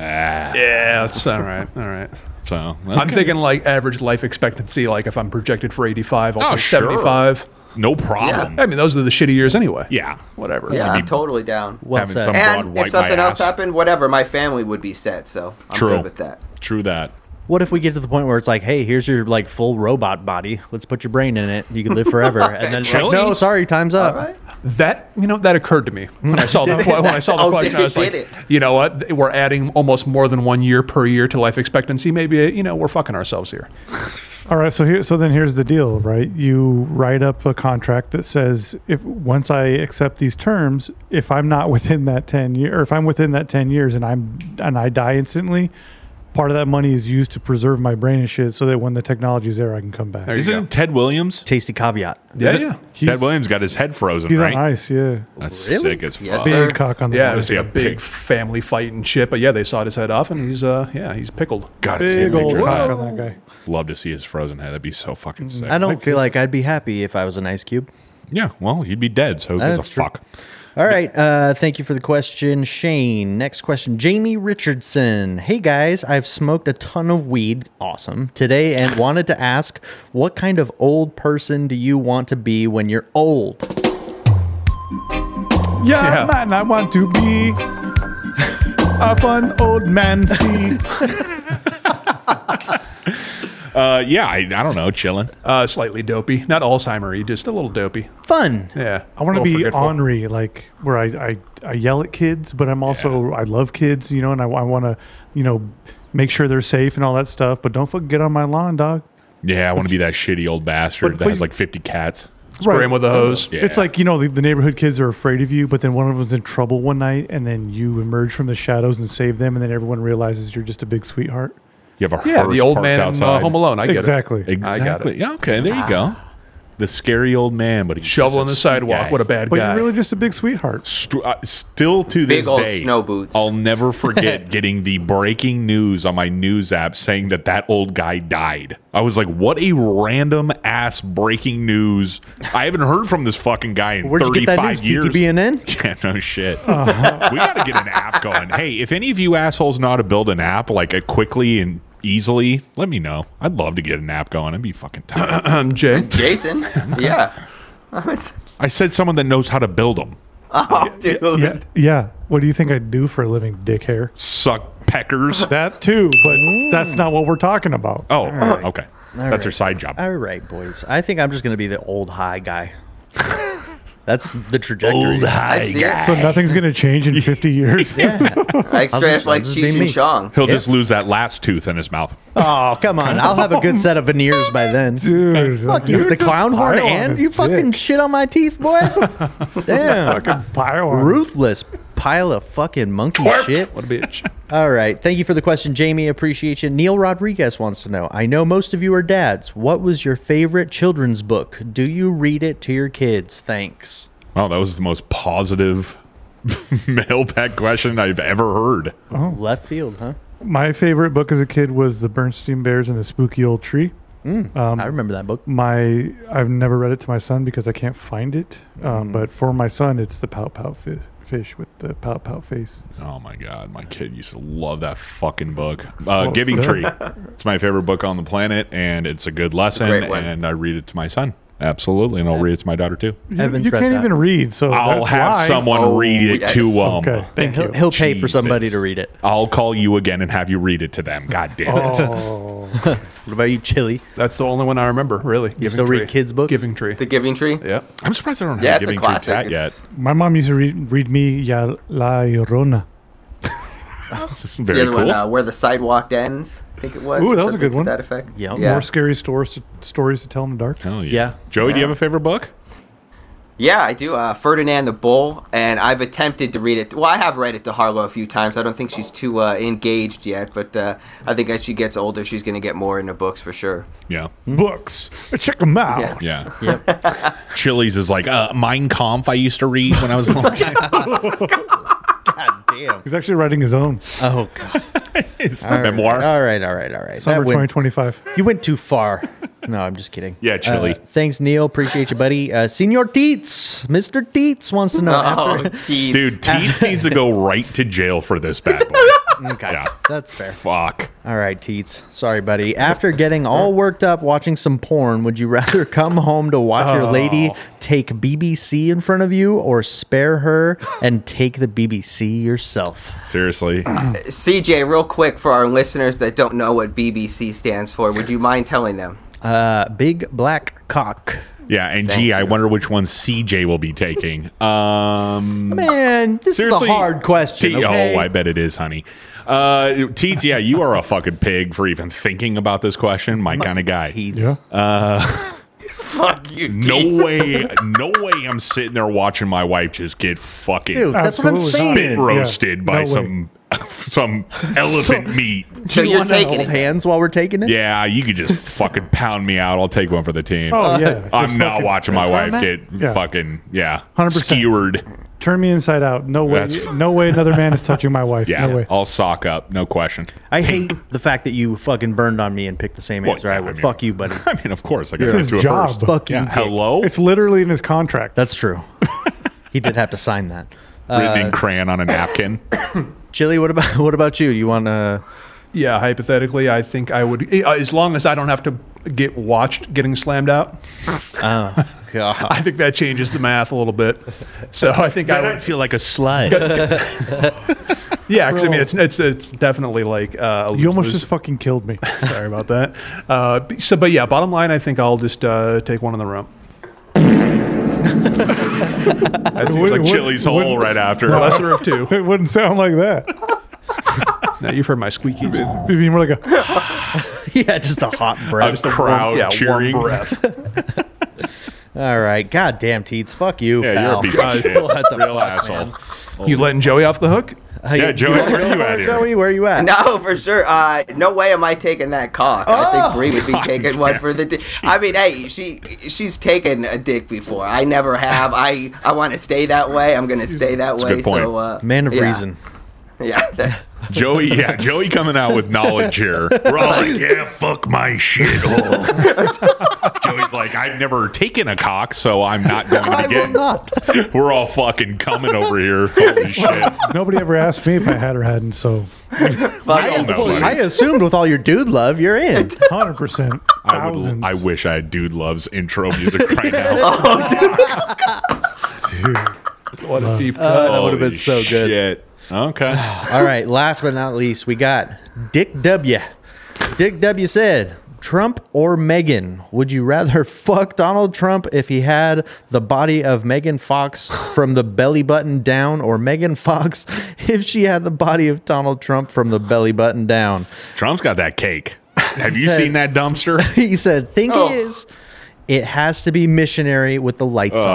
Speaker 8: Yeah, that's all right. All right.
Speaker 5: So
Speaker 8: I'm thinking like average life expectancy. Like if I'm projected for 85, I'll
Speaker 5: Oh,
Speaker 8: take
Speaker 5: sure.
Speaker 8: 75.
Speaker 5: no problem.
Speaker 8: I mean, those are the shitty years anyway.
Speaker 5: Yeah,
Speaker 8: Whatever.
Speaker 7: yeah,
Speaker 5: I'd
Speaker 7: I'm
Speaker 5: be-
Speaker 7: totally down.
Speaker 3: Well
Speaker 5: Having
Speaker 3: said.
Speaker 5: some- broad
Speaker 7: and
Speaker 5: wipe
Speaker 7: if
Speaker 5: my
Speaker 7: something else
Speaker 5: ass.
Speaker 7: happened, whatever, my family would be set. So I'm
Speaker 5: True.
Speaker 7: good with that.
Speaker 5: true that.
Speaker 3: What if we get to the point where it's like, hey, here's your like full robot body. Let's put your brain in it. You can live forever. And then it's like,
Speaker 5: Chili?
Speaker 3: no, sorry, time's up.
Speaker 8: That you know that occurred to me when I saw the when I saw the
Speaker 7: Oh,
Speaker 8: question. I
Speaker 7: did
Speaker 8: was like,
Speaker 7: it.
Speaker 8: you know what? We're adding almost more than one year per year to life expectancy. Maybe you know we're fucking ourselves here.
Speaker 6: All right, so here, so then here's the deal, right? You write up a contract that says if once I accept these terms, if I'm not within that ten year, or if I'm within that ten years and I'm and I die instantly, part of that money is used to preserve my brain and shit, so that when the technology's there, I can come back.
Speaker 8: There you
Speaker 5: Isn't
Speaker 8: go.
Speaker 5: it Ted Williams?
Speaker 3: Tasty caveat.
Speaker 8: Yeah,
Speaker 5: Is it-
Speaker 8: yeah,
Speaker 6: He's-
Speaker 5: Ted Williams got his head frozen,
Speaker 6: He's
Speaker 5: right? Uh,
Speaker 6: on ice, yeah.
Speaker 5: That's
Speaker 3: Really?
Speaker 5: sick as
Speaker 7: Yes,
Speaker 5: fuck.
Speaker 7: sir.
Speaker 6: Big cock on the
Speaker 8: yeah. It
Speaker 6: ice.
Speaker 8: was
Speaker 5: see
Speaker 8: a
Speaker 5: a
Speaker 8: big
Speaker 5: pig.
Speaker 8: family fight and shit. But yeah, they sawed his head off, and he's uh yeah he's pickled.
Speaker 5: God, I'd see a
Speaker 6: Big old
Speaker 5: picture of that.
Speaker 6: cock on that guy.
Speaker 5: Love to see his frozen head. That'd be so fucking sick.
Speaker 3: I don't feel like I'd be happy if I was an ice cube.
Speaker 5: yeah, well, he'd be dead, so who gives a
Speaker 3: That's true.
Speaker 5: fuck?
Speaker 3: All right. Uh, thank you for the question, Shane. Next question, Jamie Richardson. Hey guys, I've smoked a ton of weed, awesome, today and wanted to ask what kind of old person do you want to be when you're old?
Speaker 6: Yeah,
Speaker 8: Yeah.
Speaker 6: I might not want to be a fun old man. See,
Speaker 5: Uh, yeah, I, I don't know, chilling.
Speaker 8: Uh, slightly dopey, not Alzheimer, just a little dopey.
Speaker 3: Fun.
Speaker 8: Yeah,
Speaker 6: I want
Speaker 8: A
Speaker 6: to
Speaker 8: little
Speaker 6: be
Speaker 8: forgetful.
Speaker 6: ornery, like where I, I, I yell at kids, but I'm also I love kids, you know, and I, I want to, you know, make sure they're safe and all that stuff. But don't fucking get on my lawn, dog.
Speaker 5: Yeah, I want to be that shitty old bastard
Speaker 6: But
Speaker 5: that has
Speaker 6: please-
Speaker 5: like 50 cats.
Speaker 8: Spray him with a hose.
Speaker 5: Yeah.
Speaker 6: It's like you know the, the neighborhood kids are afraid of you, but then one of them's in trouble one night, and then you emerge from the shadows and save them, and then everyone realizes you're just a big sweetheart.
Speaker 5: You have a
Speaker 8: Yeah,
Speaker 5: hearse
Speaker 8: the old
Speaker 5: parked
Speaker 8: man in
Speaker 5: outside.
Speaker 8: uh, Home Alone. I get
Speaker 6: exactly.
Speaker 8: it.
Speaker 5: Exactly.
Speaker 8: I got it.
Speaker 5: Yeah. Okay. There you go. The scary old man, but he's
Speaker 8: Shovel
Speaker 5: just
Speaker 8: on
Speaker 5: a
Speaker 8: the
Speaker 5: sweet
Speaker 8: sidewalk.
Speaker 5: guy.
Speaker 8: What a bad
Speaker 6: But
Speaker 8: guy.
Speaker 6: you're really just a big sweetheart.
Speaker 5: St- uh, still to this
Speaker 7: old
Speaker 5: day,
Speaker 7: snow boots.
Speaker 5: I'll never forget getting the breaking news on my news app saying that that old guy died. I was like, "What a random ass breaking news! I haven't heard from this fucking guy in
Speaker 3: Where'd you get that
Speaker 5: 35
Speaker 3: news?
Speaker 5: years."
Speaker 3: TTBNN?
Speaker 5: Yeah, no shit. we got to get an app going. Hey, if any of you assholes know how to build an app like uh, quickly and easily, let me know. I'd love to get an app going. I'd be fucking tired.
Speaker 8: um, Jay.
Speaker 7: Jason. yeah.
Speaker 5: I said someone that knows how to build them.
Speaker 7: oh, dude.
Speaker 6: Yeah, yeah. What do you think I do for a living, dick hair?
Speaker 5: Suck peckers.
Speaker 6: That too, but
Speaker 3: Mm.
Speaker 6: that's not what we're talking about.
Speaker 5: Oh, okay. That's her side job.
Speaker 3: All right, boys. I think I'm just gonna be the old high guy. That's the trajectory.
Speaker 7: I see it.
Speaker 6: So nothing's gonna change in 50 years.
Speaker 7: Like straight
Speaker 3: just-
Speaker 7: up like
Speaker 3: I'll just be
Speaker 7: Cheech
Speaker 3: me.
Speaker 7: and Chong.
Speaker 5: He'll just lose that last tooth in his mouth.
Speaker 3: Oh, come on. I'll have a good set of veneers by then.
Speaker 6: Dude,
Speaker 3: Fuck you,
Speaker 6: you're
Speaker 3: the
Speaker 6: just
Speaker 3: clown horn
Speaker 6: pile on
Speaker 3: and
Speaker 6: his
Speaker 3: you fucking
Speaker 6: dick.
Speaker 3: shit on my teeth, boy. Damn.
Speaker 6: pile on.
Speaker 3: Ruthless pile of fucking monkey shit.
Speaker 8: What a bitch.
Speaker 3: All right. Thank you for the question, Jamie. Appreciate you. Neil Rodriguez wants to know I know most of you are dads. What was your favorite children's book? Do you read it to your kids? Thanks.
Speaker 5: Wow, that was the most positive mailbag question I've ever heard.
Speaker 3: Left field, huh?
Speaker 6: My favorite book as a kid was The Bernstein Bears and the Spooky Old Tree.
Speaker 3: Mm,
Speaker 6: Um,
Speaker 3: I remember that book.
Speaker 6: My I've never read it to my son because I can't find it.
Speaker 3: Mm-hmm.
Speaker 6: Um, but for my son, it's the pout pout fish, fish with the pout pout face.
Speaker 5: Oh my god, my kid used to love that fucking book. Uh, Giving Tree. It's my favorite book on the planet, and it's a good lesson.
Speaker 7: Great one.
Speaker 5: and I read it to my son. Absolutely, and I'll read it to my daughter too.
Speaker 6: You,
Speaker 3: Evan's
Speaker 6: you
Speaker 3: read
Speaker 6: can't
Speaker 3: that.
Speaker 6: even read, so
Speaker 5: I'll
Speaker 6: that's
Speaker 5: have
Speaker 6: why-
Speaker 5: someone
Speaker 7: Oh,
Speaker 5: read it
Speaker 7: yes.
Speaker 5: to them.
Speaker 6: Okay, thank
Speaker 3: He'll,
Speaker 6: you.
Speaker 3: he'll pay for
Speaker 5: Jesus.
Speaker 3: somebody to read it.
Speaker 5: I'll call you again and have you read it to them. God damn it.
Speaker 3: Oh. What about you, Chili?
Speaker 8: Oh. That's the only one I remember, really.
Speaker 3: You still read kids' books?
Speaker 8: Giving Tree.
Speaker 7: The Giving Tree.
Speaker 8: Yeah.
Speaker 5: I'm surprised I don't have
Speaker 7: Yeah, it's a
Speaker 5: Giving Tree
Speaker 7: classic.
Speaker 5: Tat
Speaker 7: It's-
Speaker 5: yet.
Speaker 6: My mom used to read, read me Ya La Llorona.
Speaker 5: Very
Speaker 7: the other
Speaker 5: cool.
Speaker 7: one, uh, where the sidewalk ends. I think it was.
Speaker 6: Ooh,
Speaker 7: or
Speaker 6: that was
Speaker 7: something
Speaker 6: a good
Speaker 7: to
Speaker 6: one.
Speaker 7: That effect.
Speaker 3: Yeah.
Speaker 7: Yeah.
Speaker 6: More scary stories stories to tell in the dark.
Speaker 5: Hell yeah.
Speaker 3: Yeah.
Speaker 5: Joey, do you have a favorite book?
Speaker 7: Yeah, I do. Uh, Ferdinand the Bull, and I've attempted to read it. Well, I have read it to Harlow a few times. I don't think she's too uh, engaged yet, but uh, I think as she gets older, she's going to get more into books for sure.
Speaker 5: Yeah.
Speaker 6: Books, check them out.
Speaker 7: Yeah.
Speaker 5: Yeah. Chili's is like, uh, Mein Kampf I used to read when I was little.
Speaker 3: God damn.
Speaker 6: He's actually writing his own
Speaker 3: Oh, God.
Speaker 5: It's
Speaker 3: All
Speaker 5: my
Speaker 3: right.
Speaker 5: memoir.
Speaker 3: All right, all right, all right.
Speaker 6: summer
Speaker 3: That went-
Speaker 6: 2025.
Speaker 3: You went too far. No, I'm just kidding.
Speaker 5: Yeah, Chili.
Speaker 3: Uh, thanks, Neil. Appreciate you, buddy. Uh, Senor Teets, Mr. Teets wants to know.
Speaker 7: Oh,
Speaker 3: After,
Speaker 7: teeth.
Speaker 5: Dude, Teets needs to go right to jail for this bad boy.
Speaker 3: okay,
Speaker 5: Yeah.
Speaker 3: that's fair.
Speaker 5: Fuck.
Speaker 3: All right, Teets. Sorry, buddy. After getting all worked up watching some porn, would you rather come home to watch
Speaker 5: Oh.
Speaker 3: your lady take BBC in front of you or spare her and take the BBC yourself?
Speaker 5: Seriously.
Speaker 7: CJ, real quick for our listeners that don't know what BBC stands for, would you mind telling them?
Speaker 3: Uh, big black cock.
Speaker 5: Yeah. And gee, I wonder which one CJ will be taking. Um,
Speaker 3: Man, this
Speaker 5: seriously.
Speaker 3: is a hard question.
Speaker 5: T-
Speaker 3: okay?
Speaker 5: Oh, I bet it is, honey. Uh, Teets, yeah, you are a fucking pig for even thinking about this question. My kind of guy. Uh,
Speaker 3: Teets.
Speaker 6: Yeah.
Speaker 7: Fuck you.
Speaker 5: No way, no way! I'm sitting there watching my wife just get fucking
Speaker 3: Dude, that's what I'm
Speaker 6: Absolutely not.
Speaker 3: saying.
Speaker 5: spit roasted
Speaker 6: Yeah,
Speaker 5: by
Speaker 6: no way.
Speaker 5: some some elephant meat.
Speaker 7: So
Speaker 3: Do you
Speaker 7: you're
Speaker 3: want to
Speaker 7: taking
Speaker 3: hold
Speaker 7: it.
Speaker 3: hands while we're taking it?
Speaker 5: Yeah, you could just fucking pound me out. I'll take one for the team.
Speaker 6: Oh yeah,
Speaker 5: I'm not watching my wife
Speaker 3: I'm
Speaker 5: get
Speaker 6: Yeah.
Speaker 5: fucking yeah
Speaker 6: 100%.
Speaker 5: skewered.
Speaker 6: turn me inside out. No way,
Speaker 5: That's-
Speaker 6: no way. Another man is touching my wife.
Speaker 5: Yeah,
Speaker 6: No way.
Speaker 5: I'll sock up, no question.
Speaker 3: I hate the fact that you fucking burned on me and picked the same
Speaker 5: Well,
Speaker 3: answer.
Speaker 5: yeah,
Speaker 3: I
Speaker 5: I
Speaker 3: would
Speaker 5: mean-
Speaker 3: fuck you, buddy.
Speaker 5: I mean, of course, I got
Speaker 6: his
Speaker 5: to do it
Speaker 6: job.
Speaker 5: first.
Speaker 3: Fucking
Speaker 5: Yeah,
Speaker 3: dick.
Speaker 5: hello,
Speaker 6: It's literally in his contract.
Speaker 3: That's true. he did have to sign that. Uh,
Speaker 5: written in crayon on a napkin.
Speaker 3: Chili, what about what about you? Do you want to?
Speaker 8: Yeah, hypothetically, I think I would, eh, uh, as long as I don't have to get watched getting slammed out.
Speaker 5: Oh,
Speaker 3: God,
Speaker 8: I think that changes the math a little bit. So I think I would,
Speaker 5: feel like a slut.
Speaker 8: yeah, because I mean, it's it's it's definitely like uh, a
Speaker 6: you almost
Speaker 8: lose-lose.
Speaker 6: just fucking killed me.
Speaker 8: sorry about that. Uh, b- so, but yeah, bottom line, I think I'll just uh, take one in the room. that seems
Speaker 6: Wouldn't-
Speaker 8: like
Speaker 5: like
Speaker 6: wouldn't-
Speaker 5: Chili's hole right after.
Speaker 8: the lesser of two.
Speaker 6: It wouldn't sound like that.
Speaker 8: Now you've heard my squeakies.
Speaker 6: It'd be more like a
Speaker 3: yeah, just a hot
Speaker 5: a
Speaker 3: breath.
Speaker 5: crowd
Speaker 8: yeah, warm
Speaker 5: cheering.
Speaker 8: breath.
Speaker 3: All right, goddamn teats, fuck you.
Speaker 5: Yeah, you're a
Speaker 3: pal.
Speaker 5: piece of shit.
Speaker 3: What the
Speaker 5: Real
Speaker 3: fuck,
Speaker 5: asshole.
Speaker 3: man?
Speaker 8: You letting Joey off the hook?
Speaker 3: Uh,
Speaker 5: Yeah, Joey,
Speaker 3: you want
Speaker 5: where
Speaker 3: to
Speaker 5: are
Speaker 3: go
Speaker 5: you
Speaker 3: for
Speaker 5: at
Speaker 3: it,
Speaker 5: here?
Speaker 3: Joey, where are you at?
Speaker 7: No, for sure. Uh, no way am I taking that cock. I think Bree would be taking one for the. Di- I mean, hey, she she's taken a dick before. I never have. I I want to stay that way. I'm gonna stay that
Speaker 5: a
Speaker 7: way.
Speaker 5: good point.
Speaker 7: So, uh,
Speaker 3: Man of
Speaker 7: yeah.
Speaker 3: reason.
Speaker 7: Yeah.
Speaker 5: Joey, yeah, Joey coming out with knowledge here. We're all
Speaker 4: Oh,
Speaker 5: like, yeah, fuck my shithole. Joey's like, I've never taken a cock, so I'm not going to get.
Speaker 3: Not.
Speaker 5: We're all fucking coming over here. Holy shit.
Speaker 6: Nobody ever asked me if I had or hadn't, so
Speaker 7: Fuck
Speaker 5: don't
Speaker 7: it.
Speaker 5: know.
Speaker 3: Well, I assumed with all your dude love, you're in.
Speaker 6: 100%.
Speaker 5: I, would,
Speaker 6: thousands.
Speaker 5: I wish I had Dude Love's intro music right now.
Speaker 6: Dude.
Speaker 8: What a deep
Speaker 5: that
Speaker 3: Uh, would've been so good.
Speaker 5: Shit. Okay.
Speaker 3: All right. Last but not least, we got Dick W. Dick W said, Trump or Megan? Would you rather fuck Donald Trump if he had the body of Megan Fox from the belly button down, or Megan Fox if she had the body of Donald Trump from the belly button down?
Speaker 5: Trump's got that cake. Have you
Speaker 3: said-
Speaker 5: seen that dumpster?
Speaker 3: He said, Think
Speaker 7: Oh.
Speaker 3: is, it has to be missionary with the lights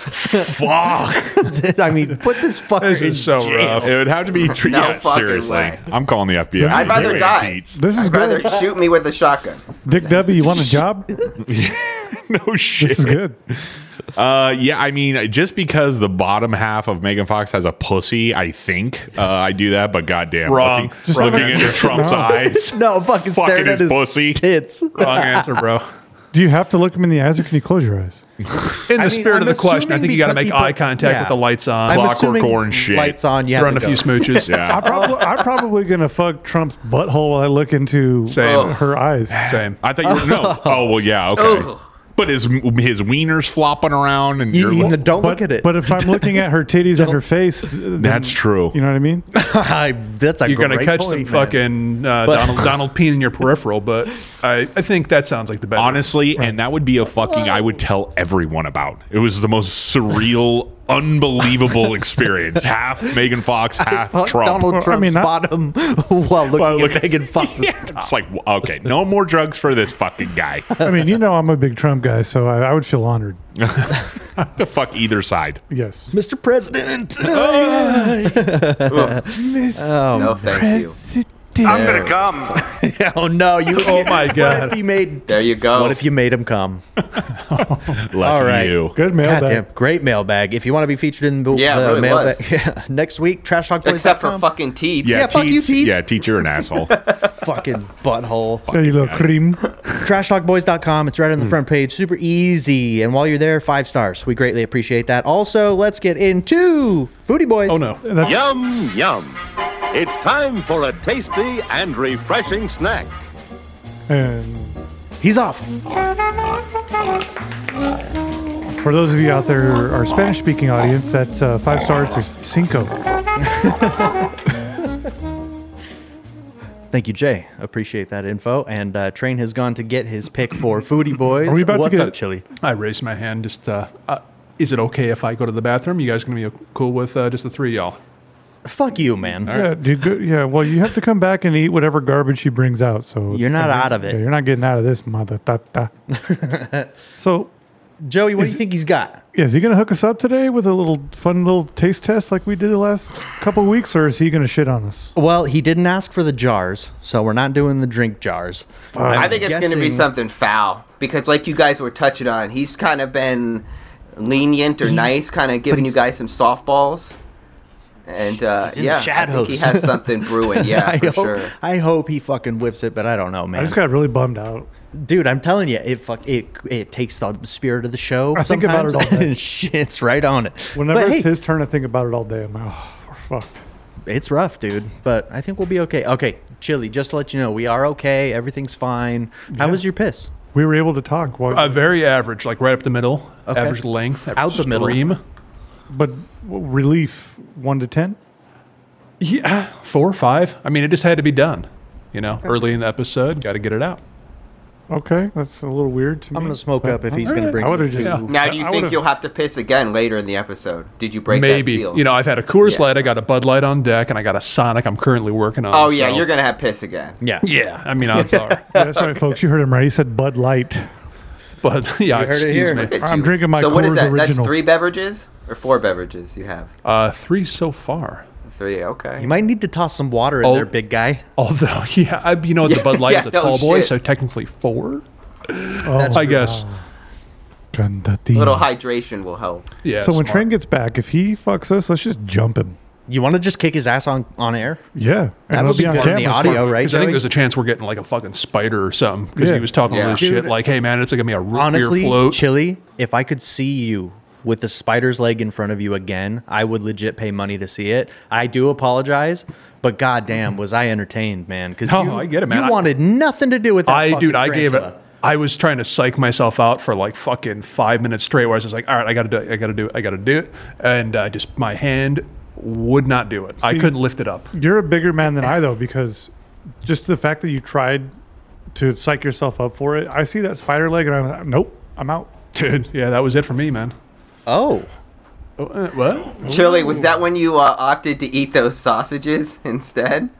Speaker 5: Fuck.
Speaker 3: on. I mean, put this fucker
Speaker 8: This
Speaker 3: in
Speaker 8: is so rough.
Speaker 5: It would have to be. Tr-
Speaker 7: No
Speaker 5: yeah,
Speaker 7: fucking
Speaker 5: seriously.
Speaker 7: way.
Speaker 5: I'm calling the FBI.
Speaker 7: I'd rather
Speaker 5: Give me
Speaker 7: die.
Speaker 5: deets.
Speaker 6: This is
Speaker 7: I'd rather
Speaker 6: good.
Speaker 7: shoot me with a shotgun.
Speaker 6: Dick W., you want a job?
Speaker 5: No shit.
Speaker 6: This is good.
Speaker 5: Uh, yeah, I mean, just because the bottom half of Megan Fox has a pussy, I think uh, I do that. But goddamn,
Speaker 8: Wrong.
Speaker 5: looking,
Speaker 8: Just
Speaker 5: looking
Speaker 6: look at-
Speaker 5: into Trump's
Speaker 6: No.
Speaker 5: eyes,
Speaker 3: No, fucking, staring
Speaker 5: fucking
Speaker 3: at
Speaker 5: his,
Speaker 3: his
Speaker 5: pussy.
Speaker 3: tits.
Speaker 8: Wrong answer, bro.
Speaker 6: Do you have to look him in the eyes or can you close your eyes?
Speaker 8: In the
Speaker 3: mean,
Speaker 8: spirit
Speaker 3: I'm
Speaker 8: of the question, I
Speaker 3: assuming
Speaker 8: think you got to
Speaker 3: because
Speaker 8: make
Speaker 3: he
Speaker 8: eye
Speaker 3: put-
Speaker 8: contact
Speaker 3: yeah.
Speaker 8: with the lights on.
Speaker 3: I'm
Speaker 5: Clockwork
Speaker 3: assuming
Speaker 5: orange shit.
Speaker 3: Lights on. You have
Speaker 8: Run
Speaker 3: to
Speaker 8: a
Speaker 3: go.
Speaker 8: few smooches.
Speaker 6: I
Speaker 5: Yeah,
Speaker 6: probably, I'm probably going to fuck Trump's butthole while I look into uh,
Speaker 8: Same.
Speaker 6: her eyes.
Speaker 8: Same.
Speaker 5: I thought you were no. Oh well, yeah, okay.
Speaker 7: Ugh.
Speaker 5: But his his wiener's flopping around, and
Speaker 3: You,
Speaker 5: you're
Speaker 3: you
Speaker 5: lo-
Speaker 3: don't
Speaker 6: But,
Speaker 3: look at it.
Speaker 6: but if I'm looking at her titties and her face, th- then-
Speaker 5: that's true.
Speaker 6: You know what I mean?
Speaker 3: I, that's a
Speaker 8: You're going to
Speaker 3: great
Speaker 8: catch
Speaker 3: point,
Speaker 8: some
Speaker 3: man.
Speaker 8: fucking uh, Donald, Donald Peen in your peripheral, but I, I think that sounds like the best.
Speaker 5: honestly, and that would be a fucking I would tell everyone about. It was the most surreal, unbelievable experience. Half Megan Fox, half
Speaker 3: Fuck
Speaker 5: Trump.
Speaker 3: Donald
Speaker 6: Well, I
Speaker 3: Trump's
Speaker 6: mean, I-
Speaker 3: bottom while looking
Speaker 5: Well,
Speaker 3: at Megan Fox's
Speaker 5: Yeah, it's like w- okay, no more drugs for this fucking guy.
Speaker 6: I mean, you know, I'm a big Trump guy, so I, I would feel honored.
Speaker 5: the fuck either side.
Speaker 6: Yes.
Speaker 3: Mr. President.
Speaker 5: Oh.
Speaker 7: no, thank you.
Speaker 9: I'm gonna come.
Speaker 3: oh no, you
Speaker 8: Oh
Speaker 3: What
Speaker 8: my
Speaker 3: if
Speaker 8: God.
Speaker 3: you made
Speaker 7: There you go.
Speaker 3: What if you made him come?
Speaker 5: Lucky
Speaker 3: All right.
Speaker 5: you.
Speaker 6: Good
Speaker 3: Goddamn,
Speaker 6: mailbag.
Speaker 3: great mailbag. If you want to be featured in the
Speaker 7: Yeah, it
Speaker 3: uh,
Speaker 7: really
Speaker 3: mailbag
Speaker 7: was.
Speaker 3: yeah, next week, trashtalkboys.com.
Speaker 7: Except for fucking teeth.
Speaker 5: Yeah,
Speaker 3: Yeah, fuck you,
Speaker 5: teats-
Speaker 3: Pete.
Speaker 5: Yeah, teacher an asshole.
Speaker 3: fucking butthole.
Speaker 6: Yeah, you little cream.
Speaker 3: trashtalkboys.com. It's right on the front page. Super easy. And while you're there, five stars. We greatly appreciate that. Also, let's get into Foodie Boys.
Speaker 8: Oh, no.
Speaker 6: That's,
Speaker 10: Yum, yum. It's time for a tasty and refreshing snack.
Speaker 6: And
Speaker 3: He's off.
Speaker 6: for those of you out there, our Spanish speaking audience, that's uh, five stars is cinco.
Speaker 3: Thank you, Jay. Appreciate that info. And uh, Train has gone to get his pick for Foodie Boys.
Speaker 6: Are we about to
Speaker 3: What's
Speaker 6: get-
Speaker 3: up, Chili?
Speaker 8: I raised my hand. Just, uh, uh, is it okay if I go to the bathroom? You guys gonna be cool with uh, just the three of y'all?
Speaker 3: Fuck you, man.
Speaker 6: Yeah, dude. Good. Yeah. Well, you have to come back and eat whatever garbage she brings out. So
Speaker 3: You're not out of
Speaker 6: Yeah,
Speaker 3: it.
Speaker 6: you're not getting out of this mother. Ta, ta. so,
Speaker 3: Joey, what do you think he's got?
Speaker 6: yeah, is he going to hook us up today with a little fun little taste test like we did the last couple weeks, or is he going to shit on us?
Speaker 3: Well, he didn't ask for the jars, so we're not doing the drink jars.
Speaker 7: I think it's going to be
Speaker 3: guessing-
Speaker 7: something foul because, like you guys were touching on, he's kind of been lenient or nice, kind of giving you guys some softballs. And uh,
Speaker 3: in the
Speaker 7: yeah, I think he
Speaker 3: shadows.
Speaker 7: has something brewing. Yeah,
Speaker 3: I
Speaker 7: for
Speaker 3: hope,
Speaker 7: sure.
Speaker 3: I hope he fucking whiffs it, but I don't know, man.
Speaker 6: I just got really bummed out.
Speaker 3: Dude, I'm telling you, it fuck it it takes the spirit of the show.
Speaker 6: I think about it all
Speaker 3: sometimes,
Speaker 6: day.
Speaker 3: and Shit's right on it.
Speaker 6: Whenever
Speaker 3: but
Speaker 6: it's
Speaker 3: hey,
Speaker 6: his turn, I think about it all day. I'm like, oh, we're fucked.
Speaker 3: it's rough, dude. But I think we'll be okay. Okay, Chili, just to let you know, we are okay. Everything's fine. How was your piss?
Speaker 6: We were able to talk, while,
Speaker 8: Uh, very average, like right up the middle, average length, average
Speaker 3: Out the middle.
Speaker 8: stream.
Speaker 6: but relief one to ten.
Speaker 8: Yeah, four or five. I mean, it just had to be done. You know, early in the episode, got to get it out.
Speaker 6: Okay, that's a little weird to me.
Speaker 3: I'm gonna smoke up if he's
Speaker 6: All
Speaker 3: gonna
Speaker 6: right.
Speaker 3: bring
Speaker 6: I would have
Speaker 3: some
Speaker 6: just
Speaker 8: too.
Speaker 7: Now, do you
Speaker 6: I
Speaker 7: think
Speaker 6: would've-
Speaker 7: you'll have to piss again later in the episode? Did you break
Speaker 8: Maybe
Speaker 7: that seal?
Speaker 8: you know, I've had a Coors
Speaker 7: Yeah.
Speaker 8: Light, I got a Bud Light on deck, and I got a Sonic. I'm currently working on.
Speaker 7: oh yeah,
Speaker 8: so-
Speaker 7: you're going to have piss again.
Speaker 3: Yeah.
Speaker 8: Yeah, I mean, odds are,
Speaker 6: Yeah, that's right, folks. You heard him right. He said Bud Light.
Speaker 8: but yeah,
Speaker 3: heard it
Speaker 8: excuse
Speaker 3: here.
Speaker 8: me.
Speaker 7: Look at
Speaker 6: I'm
Speaker 7: you.
Speaker 6: drinking my
Speaker 7: So what is
Speaker 6: Coors
Speaker 7: that? That's
Speaker 6: Original.
Speaker 7: three beverages. or four beverages you have?
Speaker 8: Uh, three so far.
Speaker 7: Three. Okay.
Speaker 3: You might need to toss some water in
Speaker 8: Oh.
Speaker 3: there, big guy.
Speaker 8: Although, yeah, I, you know, the Bud Light is a
Speaker 7: Yeah, no
Speaker 8: tall boy,
Speaker 7: shit.
Speaker 8: so technically four.
Speaker 6: Oh,
Speaker 8: I guess.
Speaker 6: Cantati.
Speaker 7: a little hydration will help.
Speaker 8: Yeah.
Speaker 6: uh, So when
Speaker 8: smart.
Speaker 6: Train gets back, if he fucks us, let's just jump him.
Speaker 3: You want to just kick his ass on, on air?
Speaker 6: Yeah, and
Speaker 3: That
Speaker 6: it'll
Speaker 3: would be good in the
Speaker 6: camera, so-
Speaker 3: audio, right?
Speaker 8: Because I think
Speaker 3: Joey?
Speaker 8: there's a chance we're getting like a fucking spider or something. Because
Speaker 6: Yeah.
Speaker 8: he was talking all
Speaker 7: Yeah.
Speaker 8: this shit like, "Hey man, it's gonna be a root beer
Speaker 3: Honestly,
Speaker 8: float."
Speaker 3: Chili, if I could see you with the spider's leg in front of you again, I would legit pay money to see it. I do apologize, but goddamn, was I entertained, man? Because
Speaker 8: No,
Speaker 3: you,
Speaker 8: I get it, man.
Speaker 3: you
Speaker 8: I-
Speaker 3: wanted nothing to do with that.
Speaker 8: I
Speaker 3: fucking
Speaker 8: dude, I gave it.
Speaker 3: tarantula.
Speaker 8: I was trying to psych myself out for like fucking five minutes straight, where I was just like, "All right, I gotta do it, I gotta do it, I gotta do it," and uh, just my hand would not do it. I couldn't lift it up.
Speaker 6: You're a bigger man than I though, because just the fact that you tried to psych yourself up for it, I see that spider leg and I'm like, nope, I'm out.
Speaker 8: Dude, yeah, that was it for me, man.
Speaker 3: Oh,
Speaker 8: Oh, uh, what?
Speaker 7: Chili, was that when you uh, opted to eat those sausages instead?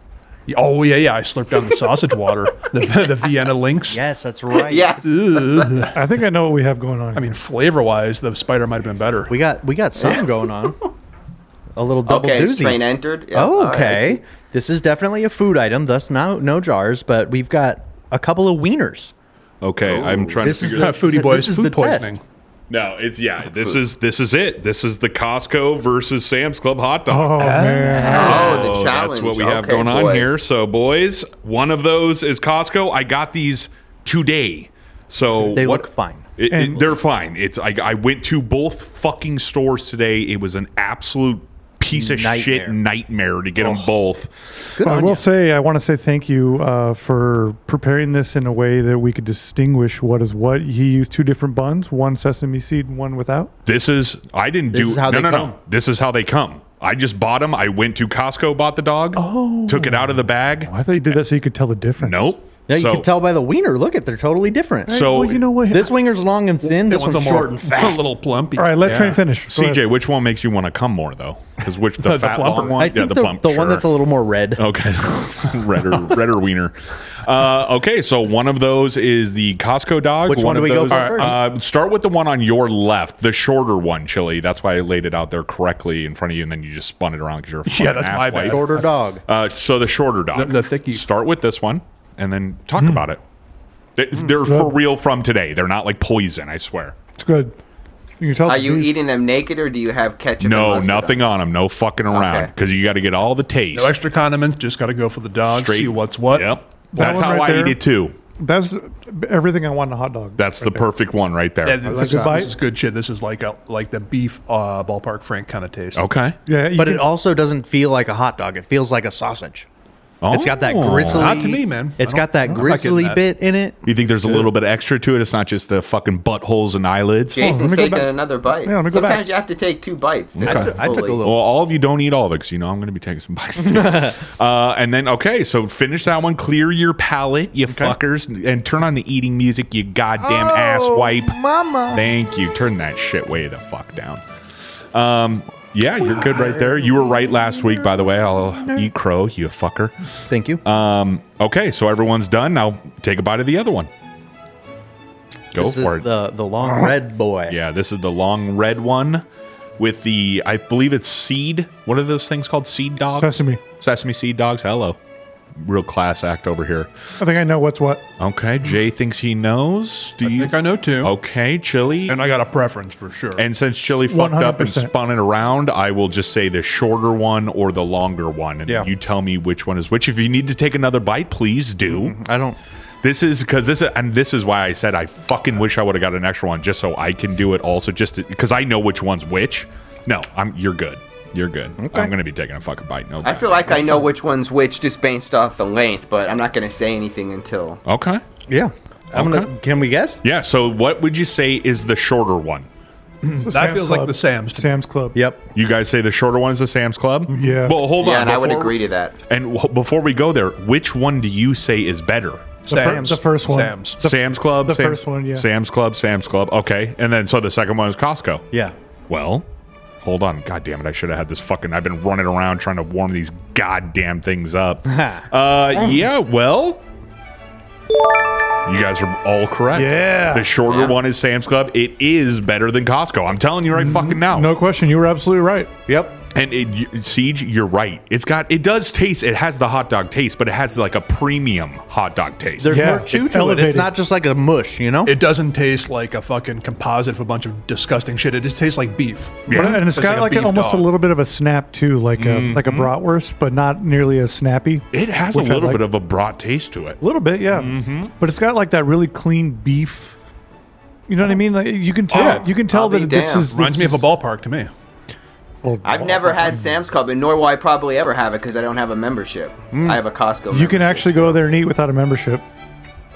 Speaker 8: Oh yeah, yeah. I slurped down the sausage water, the, the Vienna links.
Speaker 3: yes, that's right.
Speaker 7: Yes.
Speaker 8: Ugh.
Speaker 6: I think I know what we have going on.
Speaker 8: I mean, flavor wise, the spider might have been better.
Speaker 3: we got we got something going on. A little double
Speaker 7: okay.
Speaker 3: doozy.
Speaker 7: Train entered. Yeah, all
Speaker 3: Oh,
Speaker 7: right, I
Speaker 3: okay.
Speaker 7: see.
Speaker 3: this is definitely a food item, thus no no jars, but we've got a couple of wieners.
Speaker 5: Okay, I'm trying
Speaker 3: This
Speaker 5: to
Speaker 3: is
Speaker 5: figure
Speaker 3: the
Speaker 5: out.
Speaker 8: Foodie boys,
Speaker 3: This is the
Speaker 8: food
Speaker 3: test.
Speaker 8: poisoning.
Speaker 5: No, it's yeah. This is this is it. This is the Costco versus Sam's Club hot
Speaker 6: oh
Speaker 5: dog.
Speaker 6: man,
Speaker 7: Oh, the
Speaker 5: So
Speaker 7: challenge.
Speaker 5: that's what we have
Speaker 7: Okay,
Speaker 5: going on
Speaker 7: boys.
Speaker 5: here. So, boys, one of those is Costco. I got these today. So
Speaker 3: They
Speaker 5: what-
Speaker 3: look fine.
Speaker 5: It, it-
Speaker 6: And-
Speaker 5: they're fine. It's I, I went to both fucking stores today. It was an absolute piece of shit
Speaker 3: Nightmare.
Speaker 5: nightmare to get them both.
Speaker 3: Good
Speaker 6: I
Speaker 3: on
Speaker 6: will
Speaker 3: you.
Speaker 6: say I want to say thank you uh, for preparing this in a way that we could distinguish what is what. He used two different buns, one sesame seed, and one without.
Speaker 5: This is I didn't
Speaker 3: This
Speaker 5: do
Speaker 3: is how
Speaker 5: no
Speaker 3: they
Speaker 5: no
Speaker 3: come.
Speaker 5: no. This is how they come. I just bought them. I went to Costco, bought the dog, oh. took it out of the bag.
Speaker 6: I thought you did that so you could tell the difference.
Speaker 5: Nope.
Speaker 3: Now you
Speaker 5: So-
Speaker 3: can tell by the wiener. Look at they're totally different.
Speaker 5: So
Speaker 6: well, you know what?
Speaker 3: This winger's long and thin. This one's short and
Speaker 8: A
Speaker 3: fat.
Speaker 8: little plumpy.
Speaker 6: All right, let
Speaker 8: Yeah.
Speaker 6: Train finish. Go ahead.
Speaker 5: CJ, which one makes you want to come more though? Because which the,
Speaker 8: The
Speaker 5: fat long
Speaker 8: plumper.
Speaker 5: one?
Speaker 3: I think the,
Speaker 5: plump,
Speaker 3: the
Speaker 5: sure.
Speaker 3: one that's a little more red.
Speaker 5: Okay, redder, redder wiener. Uh, okay, so one of those is the Costco dog.
Speaker 3: Which one do
Speaker 5: of
Speaker 3: we go
Speaker 5: those-
Speaker 3: for
Speaker 5: All right, Uh, start with the one on your left, the shorter one, Chili. That's why I laid it out there correctly in front of you, and then you just spun it around because you're a fucking
Speaker 8: Yeah, that's my
Speaker 5: asswipe.
Speaker 8: bad.
Speaker 3: Shorter dog.
Speaker 5: Uh, so the shorter dog,
Speaker 8: The- Hmm. the thickie.
Speaker 5: Start with this one, and then talk about it. They, they're
Speaker 8: Hmm.
Speaker 5: for real from today. They're not like poison. I swear.
Speaker 6: It's good. You can tell.
Speaker 7: Are
Speaker 6: the
Speaker 7: you
Speaker 6: beef.
Speaker 7: eating them naked or do you have ketchup? and
Speaker 5: No,
Speaker 7: mustard
Speaker 5: nothing
Speaker 7: On?
Speaker 5: on them. No fucking around
Speaker 7: Okay.
Speaker 5: because you got to get all the taste.
Speaker 8: No extra condiments. Just got to go for the dog.
Speaker 5: Straight.
Speaker 8: See what's what.
Speaker 5: Yep.
Speaker 6: That
Speaker 5: That's
Speaker 6: one
Speaker 5: how
Speaker 6: right
Speaker 5: I
Speaker 6: there.
Speaker 5: eat it too.
Speaker 6: That's everything I want in a hot dog.
Speaker 5: That's the perfect one right there.
Speaker 8: Yeah, this,
Speaker 6: a
Speaker 8: is,
Speaker 6: bite.
Speaker 8: this is good shit. This is like a like the beef uh, ballpark Frank kind of taste.
Speaker 5: okay.
Speaker 6: yeah, you
Speaker 3: But
Speaker 6: can-
Speaker 3: it also doesn't feel like a hot dog. It feels like a sausage. It's got that
Speaker 5: Oh.
Speaker 3: gristly.
Speaker 8: Not to me, man.
Speaker 3: It's
Speaker 8: I
Speaker 3: got that
Speaker 8: don't- I'm not getting
Speaker 3: gristly
Speaker 8: that.
Speaker 3: bit in it.
Speaker 5: You think there's a little bit extra to it? It's not just the fucking buttholes and eyelids.
Speaker 6: let
Speaker 7: Jason's
Speaker 6: me go
Speaker 7: taking
Speaker 6: back.
Speaker 7: another bite.
Speaker 6: Yeah, let me go
Speaker 7: Sometimes
Speaker 6: back.
Speaker 7: you have to take two bites. to
Speaker 3: I took- I took a
Speaker 7: fully-
Speaker 3: little.
Speaker 5: Well, all of you don't eat all of it because you know I'm going to be taking some bites too. uh, and then, okay, so finish that one. Clear your palate, you fuckers, and- and turn on the eating music, you goddamn ass wipe.
Speaker 3: Oh, mama.
Speaker 5: Thank you. Turn that shit way the fuck down. Um, yeah, you're good right there. You were right last week, by the way. I'll eat crow, you fucker.
Speaker 3: Thank you.
Speaker 5: Um, okay, so everyone's done. Now take a bite of the other one. Go
Speaker 3: this
Speaker 5: for
Speaker 3: is
Speaker 5: it.
Speaker 3: the the long red boy.
Speaker 5: Yeah, this is the long red one with the I believe it's seed. What are those things called? Seed dogs?
Speaker 6: sesame.
Speaker 5: Sesame seed dogs. Hello. Real class act over here.
Speaker 6: I think I know what's what.
Speaker 5: Okay, Jay thinks he knows. Do
Speaker 8: I
Speaker 5: you
Speaker 8: think I know too.
Speaker 5: Okay, Chili.
Speaker 8: And I got a preference for sure.
Speaker 5: And since Chili fucked up and
Speaker 6: 100%.
Speaker 5: spun it around, I will just say the shorter one or the longer one. And
Speaker 8: Yeah.
Speaker 5: you tell me which one is which. If you need to take another bite, please do.
Speaker 3: Mm-hmm. I don't.
Speaker 5: This is because this is, and this is why I said I fucking wish I would have got an extra one just so I can do it also just because I know which one's which. No, I'm you're good. You're good. I'm gonna be taking a fucking bite. No,
Speaker 7: I feel like I know which one's which just based off the length, but I'm not going to say anything until.
Speaker 5: okay.
Speaker 3: Yeah. I'm gonna. Can we guess?
Speaker 5: Yeah. So what would you say is the shorter one?
Speaker 6: That
Speaker 8: feels like the Sam's to me.
Speaker 6: Sam's Club.
Speaker 3: Yep.
Speaker 5: You guys say the shorter one is the Sam's Club.
Speaker 6: Yeah.
Speaker 5: Well, hold
Speaker 7: Yeah,
Speaker 5: on.
Speaker 7: and I would
Speaker 5: before-
Speaker 7: agree to that.
Speaker 5: And wh- before we go there, which one do you say is better?
Speaker 6: The, fir- the first one.
Speaker 8: Sam's.
Speaker 5: Sam's Club.
Speaker 6: the
Speaker 5: Sam-
Speaker 6: first one, yeah.
Speaker 5: Sam's Club. Sam's Club. Okay. And then so the second one is Costco.
Speaker 3: Yeah.
Speaker 5: Well, hold on. God damn it. I should have had this fucking. I've been running around trying to warm these
Speaker 6: Oh.
Speaker 5: goddamn things up. uh, yeah, well. You guys are all correct.
Speaker 6: Yeah.
Speaker 5: The shorter one is Sam's Club. It is better than Costco. I'm telling you right fucking now.
Speaker 6: Mm-hmm. No question. You were absolutely right.
Speaker 3: Yep.
Speaker 5: And it, you- Siege, you're right. It's got it does taste. It has the hot dog taste, but it has like a premium hot dog taste.
Speaker 3: There's
Speaker 6: Yeah.
Speaker 3: more chew to it. It's
Speaker 6: Elevated.
Speaker 3: not just like a mush, you know?
Speaker 8: It doesn't taste like a fucking composite of a bunch of disgusting shit. It just tastes like beef.
Speaker 6: But- and it's
Speaker 8: Tastes
Speaker 6: got like,
Speaker 8: a beef
Speaker 6: almost
Speaker 8: dog.
Speaker 6: a little bit of a snap too, like a like a bratwurst, but not nearly as snappy.
Speaker 5: it has a
Speaker 6: which I
Speaker 5: little
Speaker 6: like.
Speaker 5: bit of a brat taste to it.
Speaker 6: A little bit, yeah. But it's got like that really clean beef. You know what I mean? Like you can tell.
Speaker 8: Yeah.
Speaker 6: You can tell
Speaker 7: I'll be
Speaker 6: that this
Speaker 7: damned.
Speaker 6: is this
Speaker 8: Reminds me
Speaker 6: is-
Speaker 8: of a ballpark to me.
Speaker 6: well,
Speaker 7: I've never had Sam's Club, and nor will I probably ever have it because I don't have a membership. I have a Costco.
Speaker 6: Hmm. You can
Speaker 7: membership,
Speaker 6: actually
Speaker 7: so-
Speaker 6: go there and eat without a membership.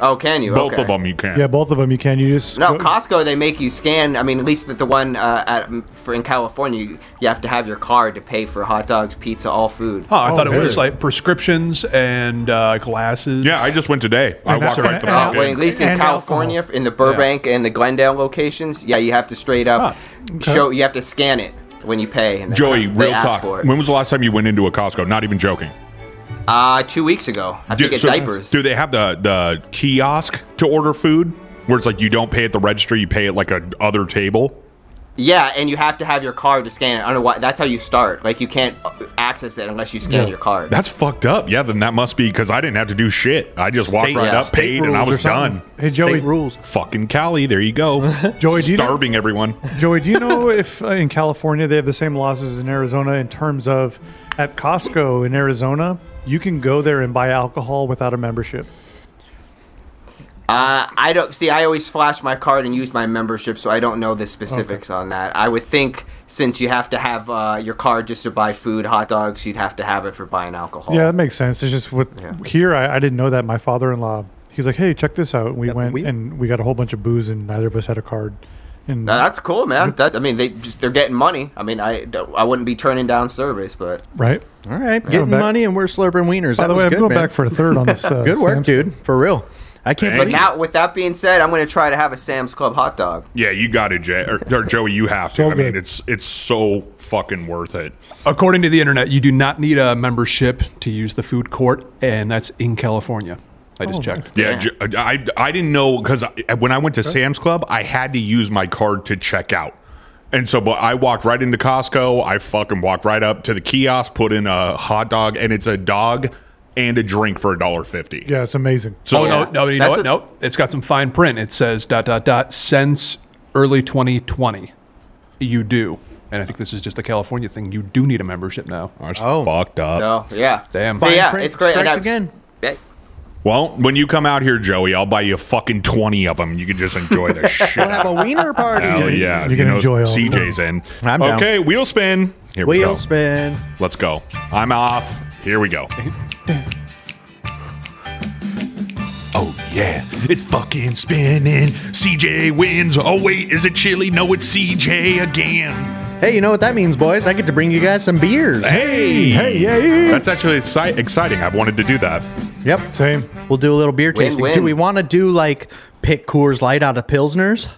Speaker 7: Oh, can you?
Speaker 5: Both
Speaker 7: Okay.
Speaker 5: of them you can.
Speaker 6: Yeah, both of them. You can. You just
Speaker 7: No,
Speaker 6: go-
Speaker 7: Costco they make you scan. I mean, at least at the one uh, at, for in California, you, you have to have your card to pay for hot dogs, pizza, all food.
Speaker 8: Oh, I thought it
Speaker 6: Okay.
Speaker 8: was like prescriptions and uh, glasses.
Speaker 5: Yeah, I just went today. I
Speaker 6: And
Speaker 5: walked
Speaker 6: that's
Speaker 5: right
Speaker 6: right.
Speaker 5: the
Speaker 6: And
Speaker 7: Uh,
Speaker 5: fuck
Speaker 6: that
Speaker 7: well,
Speaker 5: in.
Speaker 7: at least in
Speaker 6: And
Speaker 7: California, in the Burbank and the Glendale locations, yeah, you have to straight up show. You have to scan it when you pay. And they-
Speaker 5: Joey,
Speaker 7: they
Speaker 5: real
Speaker 7: ask
Speaker 5: talk.
Speaker 7: For it.
Speaker 5: When was the last time you went into a Costco? Not even joking.
Speaker 7: Uh, two weeks ago, I
Speaker 5: Do-
Speaker 7: think
Speaker 5: so-
Speaker 7: diapers.
Speaker 5: Do they have the the kiosk to order food, where it's like you don't pay at the register, you pay at like a other table?
Speaker 7: Yeah, and you have to have your card to scan it. I don't know why. That's how you start. Like you can't uh, access it unless you scan your card.
Speaker 5: That's fucked up. Yeah, then that must be because I didn't have to do shit. I just walked
Speaker 3: State-
Speaker 5: right
Speaker 7: yeah,
Speaker 5: up,
Speaker 3: state
Speaker 5: paid, and I
Speaker 3: rules or
Speaker 5: was
Speaker 3: something.
Speaker 5: done.
Speaker 6: Hey Joey,
Speaker 3: State rules.
Speaker 5: Fucking Cali, there you go.
Speaker 6: Joey, do you know-
Speaker 5: starving everyone.
Speaker 6: Joey, do you know if uh, in California they have the same laws as in Arizona in terms of at Costco in Arizona, you can go there and buy alcohol without a membership.
Speaker 7: Uh, I don't see. I always flash my card and use my membership, so I don't know the specifics on that. I would think since you have to have uh, your card just to buy food, hot dogs, you'd have to have it for buying
Speaker 3: Oh.
Speaker 7: alcohol.
Speaker 6: Yeah, that makes sense. It's just with here, I, I didn't know that. My father-in-law, he's like, "Hey, check this out." And we went
Speaker 3: we-
Speaker 6: and we got a whole bunch of booze, and neither of us had a card. And
Speaker 7: Now, that's cool,
Speaker 6: Mm-hmm.
Speaker 7: man. That's. I mean, they just they're getting money. I mean, I don't- I wouldn't be turning down service, but
Speaker 6: right.
Speaker 3: All right. Getting
Speaker 6: back-
Speaker 3: money and we're slurping wieners.
Speaker 6: By
Speaker 3: that
Speaker 6: the
Speaker 3: was
Speaker 6: way, I'm
Speaker 3: good,
Speaker 6: going
Speaker 3: man.
Speaker 6: back for a third on this. Uh,
Speaker 3: Good work,
Speaker 6: Sam's-
Speaker 3: dude. For real. I can't
Speaker 5: But
Speaker 3: believe
Speaker 7: now with that being said, I'm gonna try to have a Sam's Club hot dog.
Speaker 5: Yeah, you got it, Jay. Or, or Joey, you have to.
Speaker 6: So
Speaker 5: I mean,
Speaker 6: good.
Speaker 5: it's it's so fucking worth it.
Speaker 8: According to the internet, you do not need a membership to use the food court, and that's in California. I
Speaker 5: Oh,
Speaker 6: Oh,
Speaker 8: just checked.
Speaker 5: Yeah, J- I, I didn't know because when I went to Sam's Club, I had to use my card to check out. And so, but I walked right into Costco. I fucking walked right up to the kiosk, put in a hot dog, and it's a dog and a drink for a dollar fifty.
Speaker 6: Yeah, it's amazing.
Speaker 5: So
Speaker 8: oh no, no, you know
Speaker 7: That's
Speaker 8: what?
Speaker 7: what-
Speaker 8: No, it's got some fine print. It says dot dot dot since early 2020. You do, and I think this is just a California thing. You do need a membership now.
Speaker 5: that's
Speaker 3: Oh.
Speaker 5: fucked up.
Speaker 7: So yeah,
Speaker 8: Damn.
Speaker 7: So
Speaker 8: Fine
Speaker 7: yeah,
Speaker 3: print
Speaker 7: it's great. And
Speaker 3: strikes
Speaker 7: I've-
Speaker 3: again.
Speaker 7: Yeah.
Speaker 5: Well, when you come out here, Joey, I'll buy you fucking twenty of them. You can just enjoy the shit.
Speaker 3: We'll have a wiener party.
Speaker 5: Hell yeah!
Speaker 6: You can enjoy all of them.
Speaker 5: CJ's in.
Speaker 3: I'm down.
Speaker 5: okay, wheel spin. Here we go.
Speaker 3: Wheel spin.
Speaker 5: Let's go. I'm off. Here we go. Oh yeah, it's fucking spinning. CJ wins. Oh wait, is it chilly? No, it's CJ again.
Speaker 3: Hey, you know what that means, boys? I get to bring you guys some beers.
Speaker 5: Hey,
Speaker 6: Hey, yeah,
Speaker 5: That's actually exci- exciting. I've wanted to do that.
Speaker 3: Yep.
Speaker 6: same.
Speaker 3: We'll do a little beer tasting. Do
Speaker 7: Win-win.
Speaker 3: we want to do like pick Coors Light out of Pilsners?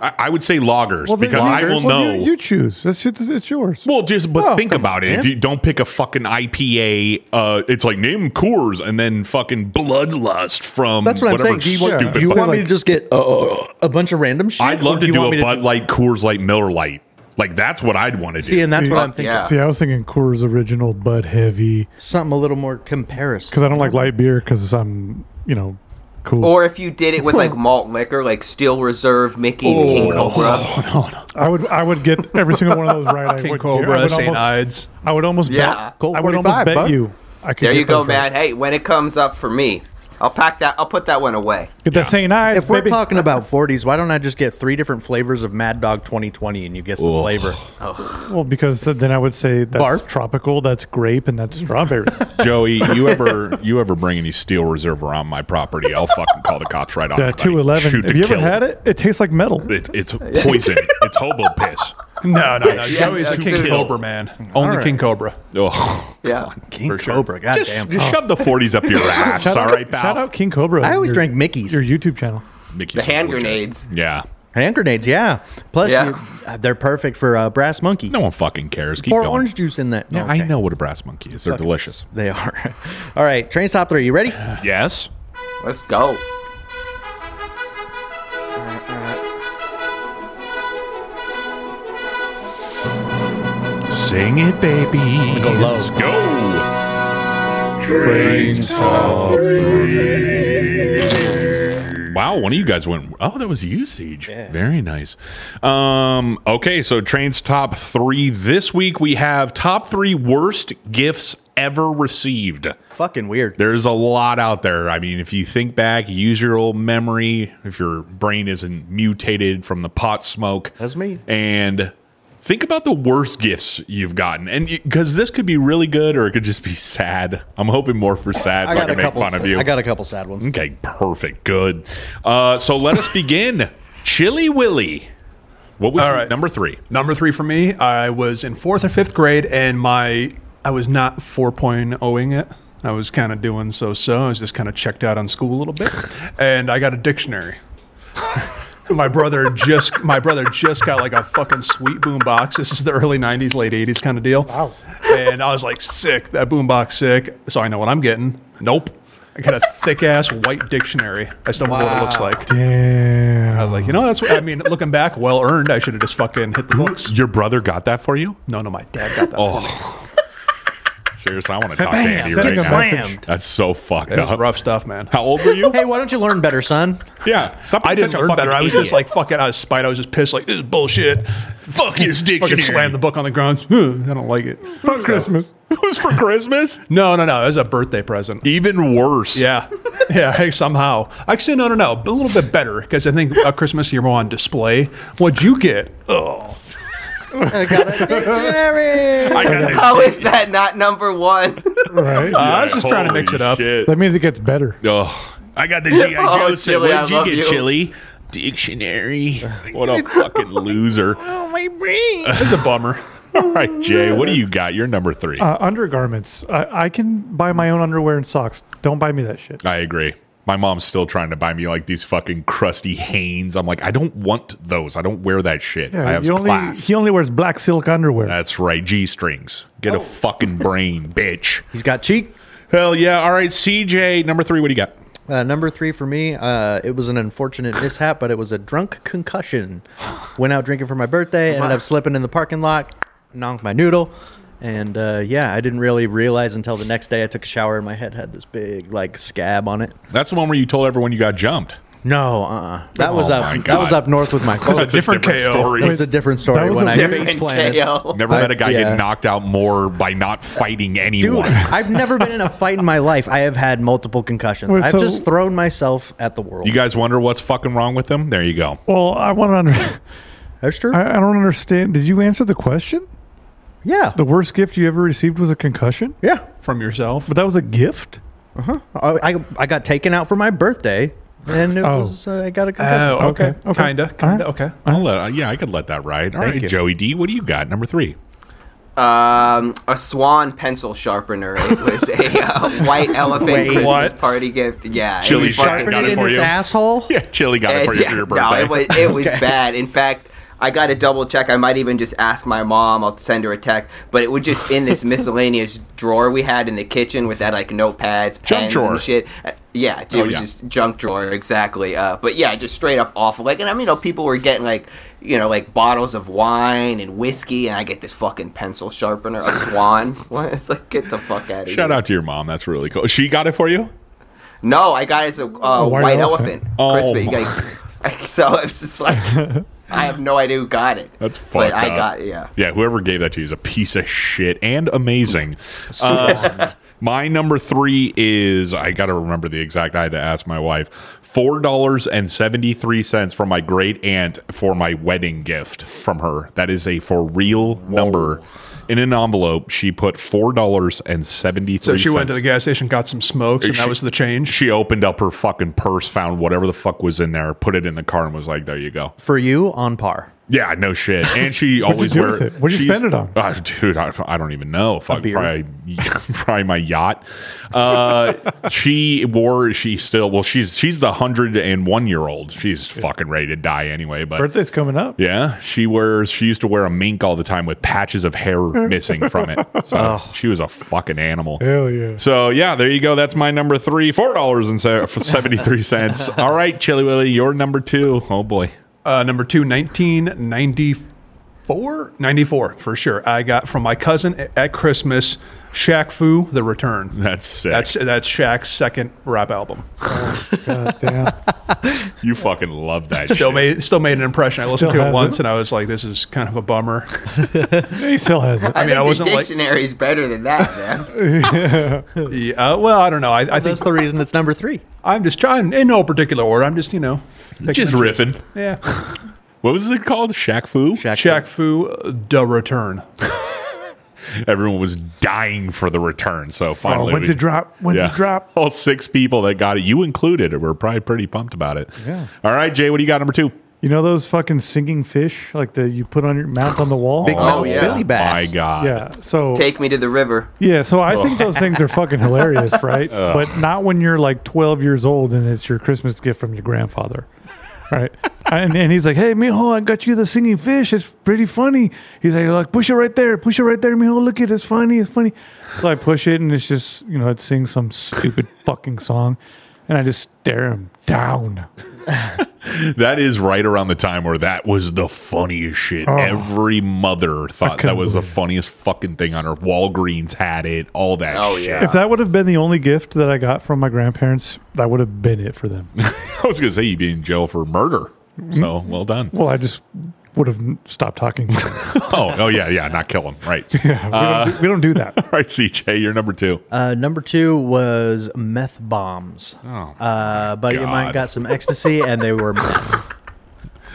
Speaker 5: I, I would say loggers
Speaker 6: then-
Speaker 5: because I will
Speaker 6: Well,
Speaker 5: know.
Speaker 6: You, you choose. That's it's, it's yours.
Speaker 5: Well, just but
Speaker 3: Oh,
Speaker 5: think
Speaker 3: come
Speaker 5: about it.
Speaker 3: on,
Speaker 5: If
Speaker 3: man.
Speaker 5: you don't pick a fucking IPA, uh, it's like name Coors and then fucking Bloodlust from
Speaker 3: That's what
Speaker 5: um, whatever
Speaker 3: I'm saying. Do you, want,
Speaker 5: stupid.
Speaker 3: do you
Speaker 5: fuck-
Speaker 3: want me to just get uh, a bunch of random shit?
Speaker 5: I'd
Speaker 3: or
Speaker 5: love to
Speaker 3: you
Speaker 5: do
Speaker 3: want
Speaker 5: a
Speaker 3: me
Speaker 5: Bud Light, Coors Light, Miller Light. Like that's what I'd want to do.
Speaker 3: See, and that's what I'm
Speaker 7: Fuck
Speaker 3: thinking.
Speaker 7: yeah.
Speaker 6: See, I was thinking Coors Original, but heavy,
Speaker 3: Something a little more comparison.
Speaker 6: because I don't like light beer because I'm, you know, cool.
Speaker 7: Or if you did it with like malt liquor, like Steel Reserve, Mickey's, King Cobra.
Speaker 6: Oh, I would I would get every single one of those right. I
Speaker 8: King
Speaker 6: would, I
Speaker 8: Cobra,
Speaker 6: would
Speaker 8: St.
Speaker 6: almost,
Speaker 8: Ides.
Speaker 6: I would almost
Speaker 7: Yeah.
Speaker 6: bet.
Speaker 3: Colt
Speaker 6: I would almost
Speaker 3: 45,
Speaker 6: bet
Speaker 3: bud.
Speaker 6: you. I could
Speaker 7: There
Speaker 6: get
Speaker 7: you go,
Speaker 6: those
Speaker 7: man.
Speaker 6: right.
Speaker 7: Hey, when it comes up for me, I'll pack that. I'll put that one away.
Speaker 6: Get that St. Ives,
Speaker 3: If we're
Speaker 6: baby.
Speaker 3: talking about 40s, why don't I just get three different flavors of Mad Dog 2020 and you guess the flavor?
Speaker 6: well, because then I would say that's
Speaker 3: Barf.
Speaker 6: tropical, that's grape, and that's strawberry.
Speaker 5: Joey, you ever you ever bring any steel reserve around my property? I'll fucking call the cops right on.
Speaker 6: that two eleven. Have you ever had it? It tastes like metal.
Speaker 5: it? It's poison. it's hobo piss.
Speaker 8: No, no, no. Joey's
Speaker 7: yeah,
Speaker 8: a King
Speaker 7: kill.
Speaker 8: Cobra man. Only
Speaker 3: right.
Speaker 8: King Cobra.
Speaker 5: Oh,
Speaker 7: Yeah.
Speaker 3: King
Speaker 5: sure.
Speaker 3: Cobra, goddamn.
Speaker 5: just, just shove the forties up your ass.
Speaker 6: Shout
Speaker 5: all
Speaker 6: out-
Speaker 5: right, pal.
Speaker 6: Shout out King Cobra.
Speaker 3: I always
Speaker 6: your-
Speaker 3: drank Mickey's.
Speaker 6: your YouTube channel.
Speaker 5: Mickey's
Speaker 7: The hand
Speaker 5: Unfortunate.
Speaker 7: grenades.
Speaker 5: Yeah,
Speaker 3: Hand grenades, yeah. Plus,
Speaker 7: Yeah.
Speaker 3: you- they're perfect for uh, brass monkey.
Speaker 5: no one fucking cares. Keep
Speaker 3: Pour
Speaker 5: going.
Speaker 3: orange juice in that.
Speaker 5: Yeah,
Speaker 3: Okay.
Speaker 5: I know what a brass monkey is. They're delicious.
Speaker 3: They are. All right, train stop three. You ready?
Speaker 5: Yes.
Speaker 7: Let's go.
Speaker 5: Sing it, baby.
Speaker 8: go low.
Speaker 5: Let's go. Wow, one of you guys went. Oh, that was you, Siege. Very nice. Um, okay, so Train's top three this week. We have top three worst gifts ever received.
Speaker 3: Fucking weird.
Speaker 5: There's a lot out there. I mean, if you think back, use your old memory, if your brain isn't mutated from the pot smoke.
Speaker 3: That's me.
Speaker 5: And think about the worst gifts you've gotten. And because this could be really good or it could just be sad. I'm hoping more for sad so I, can make
Speaker 3: couple.
Speaker 5: fun of you.
Speaker 3: I got a couple sad ones.
Speaker 5: okay, perfect. Good. Uh, so let us begin. Chili Willy. What was
Speaker 8: All
Speaker 5: your-
Speaker 8: right.
Speaker 5: number three?
Speaker 8: Number three for me, I was in fourth or fifth grade, and my I was not 4.0ing it. I was kind of doing so so. I was just kind of checked out on school a little bit, and I got a dictionary. my brother just my brother just got like a fucking sweet boom box. This is the early '90s, late '80s kind of deal. Wow! And I was like, sick. That boom box, sick. So I know what I'm getting. Nope. I got a thick ass white dictionary. I still don't know what it
Speaker 5: Ah,
Speaker 8: looks like. I was like, you know, that's what I mean. Looking back, well earned. I should have just fucking hit the books.
Speaker 5: Your brother got that for you?
Speaker 8: No, no, my dad got that.
Speaker 5: Oh. Seriously, I want to talk to Andy
Speaker 6: send
Speaker 5: right
Speaker 6: him a
Speaker 5: now.
Speaker 6: message.
Speaker 5: That's so fucked
Speaker 8: That's
Speaker 5: up.
Speaker 8: rough stuff, man.
Speaker 5: How old were you?
Speaker 3: Hey, why don't you learn better, son?
Speaker 5: Yeah, stop being
Speaker 8: I didn't
Speaker 5: such a
Speaker 8: learn
Speaker 5: fucking
Speaker 8: better. I was just
Speaker 5: idiot.
Speaker 8: like fucking out of spite. I was just pissed. Like this is bullshit.
Speaker 5: fuck his
Speaker 8: Fucking
Speaker 5: dictionary.
Speaker 8: slammed the book on the ground. I don't like it.
Speaker 6: for Christmas.
Speaker 5: it was for Christmas.
Speaker 8: No, no, no. It was a birthday present.
Speaker 5: Even worse.
Speaker 8: Yeah, yeah. Hey, somehow. Actually, no, no, no. But a little bit better because I think uh, Christmas you're more on display. What'd you get? Oh,
Speaker 3: I got a dictionary.
Speaker 5: I got this.
Speaker 7: How is that not number one?
Speaker 6: Right.
Speaker 8: I was just trying to mix it up.
Speaker 6: That means it gets better.
Speaker 5: Oh, I got the GI Joe.
Speaker 7: Oh,
Speaker 5: set.
Speaker 7: Chili, I
Speaker 5: Where'd you
Speaker 7: love
Speaker 5: get,
Speaker 7: you.
Speaker 5: Chili? Dictionary. What a fucking loser.
Speaker 8: it's a bummer.
Speaker 5: All right, Jay. What do you got? You're number three.
Speaker 6: Uh, undergarments. I, I can buy my own underwear and socks. Don't buy me that shit.
Speaker 5: I agree. My mom's still trying to buy me like these fucking crusty Hanes. I'm like, I don't want those. I don't wear that shit. I have
Speaker 6: he only
Speaker 5: class.
Speaker 6: he only wears black silk underwear. Oh.
Speaker 5: That's right. G strings. Get a fucking brain, bitch.
Speaker 3: He's got cheek.
Speaker 5: Hell yeah. All right, CJ, number three, what do you got?
Speaker 3: Uh, number three for me, uh, it was an unfortunate mishap, but it was a drunk concussion. Went out drinking for my birthday, ended up slipping in the parking lot, knocked my noodle, and uh, yeah, I didn't really realize until the next day. I took a shower and my head had this big like scab on it.
Speaker 5: That's the one where you told everyone you got jumped.
Speaker 3: No, uh, uh that was
Speaker 5: Oh my
Speaker 3: up. That was
Speaker 5: God.
Speaker 3: up north with my.
Speaker 5: That's
Speaker 3: It
Speaker 8: different KO.
Speaker 3: was a different story
Speaker 6: That was
Speaker 3: when
Speaker 6: a
Speaker 3: I
Speaker 6: different
Speaker 3: face planted.
Speaker 7: KO.
Speaker 5: Never
Speaker 3: I-
Speaker 5: met a guy
Speaker 3: yeah.
Speaker 5: get knocked out more by not fighting
Speaker 3: Dude,
Speaker 5: anyone.
Speaker 3: I've never been in a fight in my life. I have had multiple concussions.
Speaker 6: Well,
Speaker 3: I've
Speaker 6: so-
Speaker 3: just thrown myself at the world.
Speaker 5: you guys wonder what's fucking wrong with him? There you go.
Speaker 6: well, I want to under.
Speaker 3: That's true.
Speaker 6: I, I don't understand. Did you answer the question?
Speaker 3: yeah.
Speaker 6: The worst gift you ever received was a concussion,
Speaker 3: yeah. Uh-huh.
Speaker 8: From yourself.
Speaker 6: but that was a gift.
Speaker 3: Oh, I, I, I got taken out for my birthday, and it
Speaker 6: Oh.
Speaker 3: was uh, I got a concussion.
Speaker 8: Oh, okay.
Speaker 6: Okay, okay.
Speaker 8: Kinda. Kinda. Okay.
Speaker 5: I'll let, yeah, I could let that ride. All right,
Speaker 3: you.
Speaker 5: Joey D, what do you got? Number three.
Speaker 7: Um, a swan pencil sharpener. It was a uh, white elephant
Speaker 3: Wait,
Speaker 7: Christmas
Speaker 5: what?
Speaker 7: party gift. Yeah,
Speaker 5: Chili
Speaker 7: it was fucking-
Speaker 5: sharpener? Got it
Speaker 3: in
Speaker 5: for
Speaker 3: its
Speaker 5: you.
Speaker 3: asshole.
Speaker 5: Yeah, Chili got it for
Speaker 7: And
Speaker 5: you
Speaker 7: Uh, yeah,
Speaker 5: for your birthday.
Speaker 7: Eh, No, it was it was bad. In fact, I got to double check. I might even just ask my mom. I'll send her a text. But it was just in this miscellaneous drawer we had in the kitchen with that like notepads, pens,
Speaker 5: drawer.
Speaker 7: and shit. Uh, Yeah, it
Speaker 5: Oh,
Speaker 7: was
Speaker 5: yeah.
Speaker 7: just junk drawer exactly. Uh, but yeah, just straight up awful. Like, and I mean, you know, people were getting like. You know, like bottles of wine and whiskey, and I get this fucking pencil sharpener, a swan. what? It's like, get the fuck out of here.
Speaker 5: Shout out to your mom. That's really cool. She got it for you?
Speaker 7: No, I got it as a, uh,
Speaker 6: white
Speaker 7: white,
Speaker 6: elephant.
Speaker 7: elephant.
Speaker 5: Oh
Speaker 7: Crispy.
Speaker 5: my-
Speaker 7: Like, so it's just like, I have no idea who got it.
Speaker 5: That's
Speaker 7: But
Speaker 5: fucked
Speaker 7: I
Speaker 5: up.
Speaker 7: got yeah.
Speaker 5: Yeah, whoever gave that to you is a piece of shit and amazing. Uh, my number three is I got to remember the exact. I had to ask my wife four dollars and seventy three cents from my great aunt for my wedding gift from her. That is a for real number. In an envelope, she put four dollars and seventy three.
Speaker 8: So she went to the gas station, got some smokes, and that
Speaker 5: She-
Speaker 8: was the change.
Speaker 5: She opened up her fucking purse, found whatever the fuck was in there, put it in the car, and was like, "There you go."
Speaker 3: For you, on par.
Speaker 5: Yeah, no shit. And she
Speaker 6: you
Speaker 5: always
Speaker 6: do
Speaker 5: wear
Speaker 6: with it? What'd you
Speaker 5: she's-
Speaker 6: spend it on?
Speaker 5: Uh, dude, I, I don't even know. Fuck,
Speaker 3: beer?
Speaker 5: probably, probably my yacht. Uh, she wore. She still. Well, she's she's the hundred and one year old. She's fucking ready to die anyway. But
Speaker 6: Birthday's coming up.
Speaker 5: yeah, she wears. She used to wear a mink all the time with patches of hair missing from it. So she was a fucking animal.
Speaker 6: Oh. Hell yeah.
Speaker 5: So yeah, there you go. That's my number three. Four dollars and seventy three cents. all right, Chili Willy, your number two. Oh boy.
Speaker 8: Uh, number two, 1994. 94? 94, for sure. I got from my cousin a- at Christmas Shaq Fu, The Return.
Speaker 5: That's sick.
Speaker 8: That's that's Shaq's second rap album.
Speaker 6: God damn.
Speaker 5: you fucking love that.
Speaker 8: Still
Speaker 5: shit.
Speaker 8: made still made an impression. I
Speaker 6: Still
Speaker 8: listened to
Speaker 6: has
Speaker 8: it
Speaker 6: it.
Speaker 8: once and I was like, this is kind of a bummer.
Speaker 6: He still has it.
Speaker 7: I,
Speaker 8: mean,
Speaker 7: think
Speaker 8: I wasn't
Speaker 7: the
Speaker 8: like-
Speaker 7: dictionary's better than that, man.
Speaker 8: yeah, uh, well, I don't know. I, I think
Speaker 3: That's the reason it's number three.
Speaker 8: I'm just trying in no particular order. I'm just you know picking
Speaker 5: Just
Speaker 8: and-
Speaker 5: riffing.
Speaker 8: Yeah,
Speaker 5: What was it called? Shaq Fu?
Speaker 8: Shaq Fu, uh, the return.
Speaker 5: Everyone was dying for the return. So
Speaker 6: Oh,
Speaker 5: finally.
Speaker 6: when's
Speaker 5: we-
Speaker 6: it drop? When's
Speaker 5: Yeah.
Speaker 6: it drop?
Speaker 5: All six people that got it, you included, were probably pretty pumped about it.
Speaker 6: Yeah.
Speaker 5: All right, Jay, what do you got number two?
Speaker 6: You know those fucking singing fish, like the you put on your mount on the wall.
Speaker 3: Big mouth
Speaker 7: yeah.
Speaker 3: Billy Bass.
Speaker 5: My God.
Speaker 6: yeah. So
Speaker 7: Take me to the river.
Speaker 6: yeah. So I think those things are fucking hilarious, right?
Speaker 5: Oh.
Speaker 6: But not when you're like 12 years old and it's your Christmas gift from your grandfather, right? and, and he's like, "Hey, mijo, I got you the singing fish. It's pretty funny." He's like, "Look, push it right there. Push it right there, mijo. Look at it. It's funny. It's funny." So I push it, and it's just you know it sings some stupid fucking song, and I just stare him down.
Speaker 5: That is right around the time where that was the funniest shit. Every mother thought that
Speaker 6: Oh. couldn't
Speaker 5: was the
Speaker 6: believe it.
Speaker 5: funniest fucking thing on her. Walgreens had it, all that
Speaker 7: Oh,
Speaker 5: shit.
Speaker 7: yeah.
Speaker 6: If that would have been the only gift that I got from my grandparents, that would have been it for them.
Speaker 5: I was going to say you'd be in jail for murder. So well done.
Speaker 6: Well, I just would have stopped talking.
Speaker 5: Oh, oh yeah, yeah, not kill him. Right. Uh,
Speaker 6: Yeah, we, don't do, we don't do that.
Speaker 5: All right, CJ, you're number two.
Speaker 3: Uh, number two was meth bombs. Oh, uh, buddy of mine
Speaker 5: God.
Speaker 3: got some ecstasy, and they were. meth.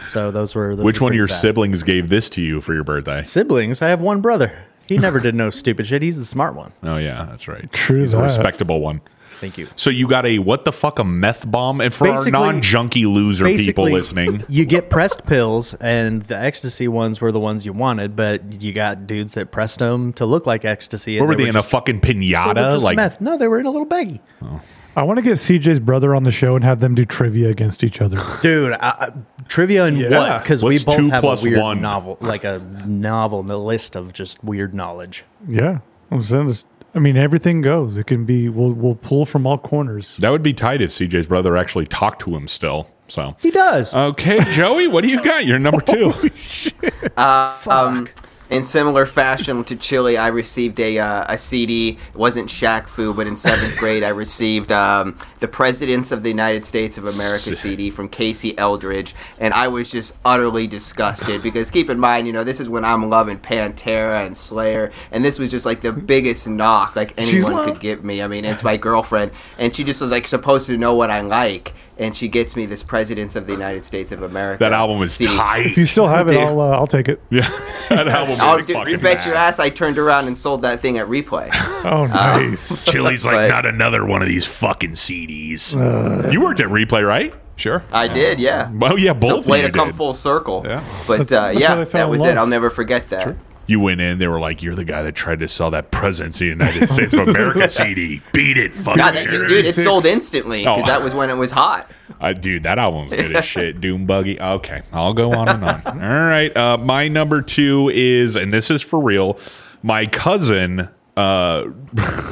Speaker 3: So those were. Those
Speaker 5: Which
Speaker 3: were
Speaker 5: one of
Speaker 3: pretty
Speaker 5: your
Speaker 3: bad.
Speaker 5: siblings gave this to you for your birthday?
Speaker 3: siblings? I have one brother. He never did no stupid shit. He's the smart one.
Speaker 5: Oh yeah, that's right.
Speaker 6: True
Speaker 5: He's a
Speaker 6: that.
Speaker 5: respectable one.
Speaker 3: Thank you.
Speaker 5: So you got a what the fuck a meth bomb? And for
Speaker 3: Basically-
Speaker 5: our non-junkie loser people listening,
Speaker 3: you get pressed pills, and the ecstasy ones were the ones you wanted, but you got dudes that pressed them to look like ecstasy.
Speaker 5: where
Speaker 3: and
Speaker 5: were they, in
Speaker 3: just-
Speaker 5: a fucking
Speaker 3: they were
Speaker 5: pinata?
Speaker 3: just
Speaker 5: Like
Speaker 3: meth. No, they were in a little baggie.
Speaker 6: Oh. I want to get CJ's brother on the show and have them do trivia against each other.
Speaker 3: Dude, I, I- trivia and
Speaker 8: Yeah.
Speaker 3: what? Because we
Speaker 5: What's
Speaker 3: both
Speaker 5: two
Speaker 3: have
Speaker 5: plus
Speaker 3: a weird
Speaker 5: one?
Speaker 3: novel, like a novel, a list of just weird knowledge.
Speaker 6: yeah, I'm saying this. I mean, everything goes. It can be. We'll we'll pull from all corners.
Speaker 5: that would be tight if CJ's brother actually talked to him still. So
Speaker 3: He does.
Speaker 5: okay, Joey, what do you got? You're number two.
Speaker 7: Um, in similar fashion to Chili, I received a uh, a CD. It wasn't Shaq Fu, but in seventh grade, I received um, the Presidents of the United States of America CD from Casey Eldridge, and I was just utterly disgusted because keep in mind, you know, this is when I'm loving Pantera and Slayer, and this was just like the biggest knock like anyone could give me. I mean, it's my girlfriend, and she just was like supposed to know what I like. And she gets me this Presidents of the United States of America.
Speaker 5: that album is
Speaker 7: CD.
Speaker 6: If you
Speaker 5: tight.
Speaker 6: still have it,
Speaker 7: Dude.
Speaker 6: I'll uh, I'll take it.
Speaker 5: Yeah, that album is
Speaker 7: I'll
Speaker 5: like
Speaker 7: do, you
Speaker 5: fucking
Speaker 7: bet your
Speaker 5: mad.
Speaker 7: ass I turned around and sold that thing at replay.
Speaker 6: Oh, nice.
Speaker 5: Uh, Chili's like
Speaker 7: But-
Speaker 5: not another one of these fucking CDs.
Speaker 6: Uh,
Speaker 5: you worked at Replay, right?
Speaker 8: Sure.
Speaker 7: I did, yeah.
Speaker 5: Well, yeah,
Speaker 7: So
Speaker 5: both
Speaker 7: way
Speaker 5: of
Speaker 7: to
Speaker 5: you
Speaker 7: come
Speaker 5: did.
Speaker 7: full circle.
Speaker 8: Yeah.
Speaker 7: But uh,
Speaker 6: That's how
Speaker 7: yeah,
Speaker 6: they fell
Speaker 7: that
Speaker 6: in
Speaker 7: was
Speaker 6: love.
Speaker 7: it. I'll never forget that.
Speaker 5: You went in, they were like, "You're the guy that tried to sell that Presidents of the United States of America CD. Beat it, fucking
Speaker 7: God, that,
Speaker 5: nerds."
Speaker 7: dude, it sold instantly because
Speaker 5: Oh.
Speaker 7: that was when it was hot.
Speaker 5: I, dude, that album's good as shit. Doom Buggy. Okay, I'll go on and on. All right, uh, my number two is, and this is for real. My cousin, uh,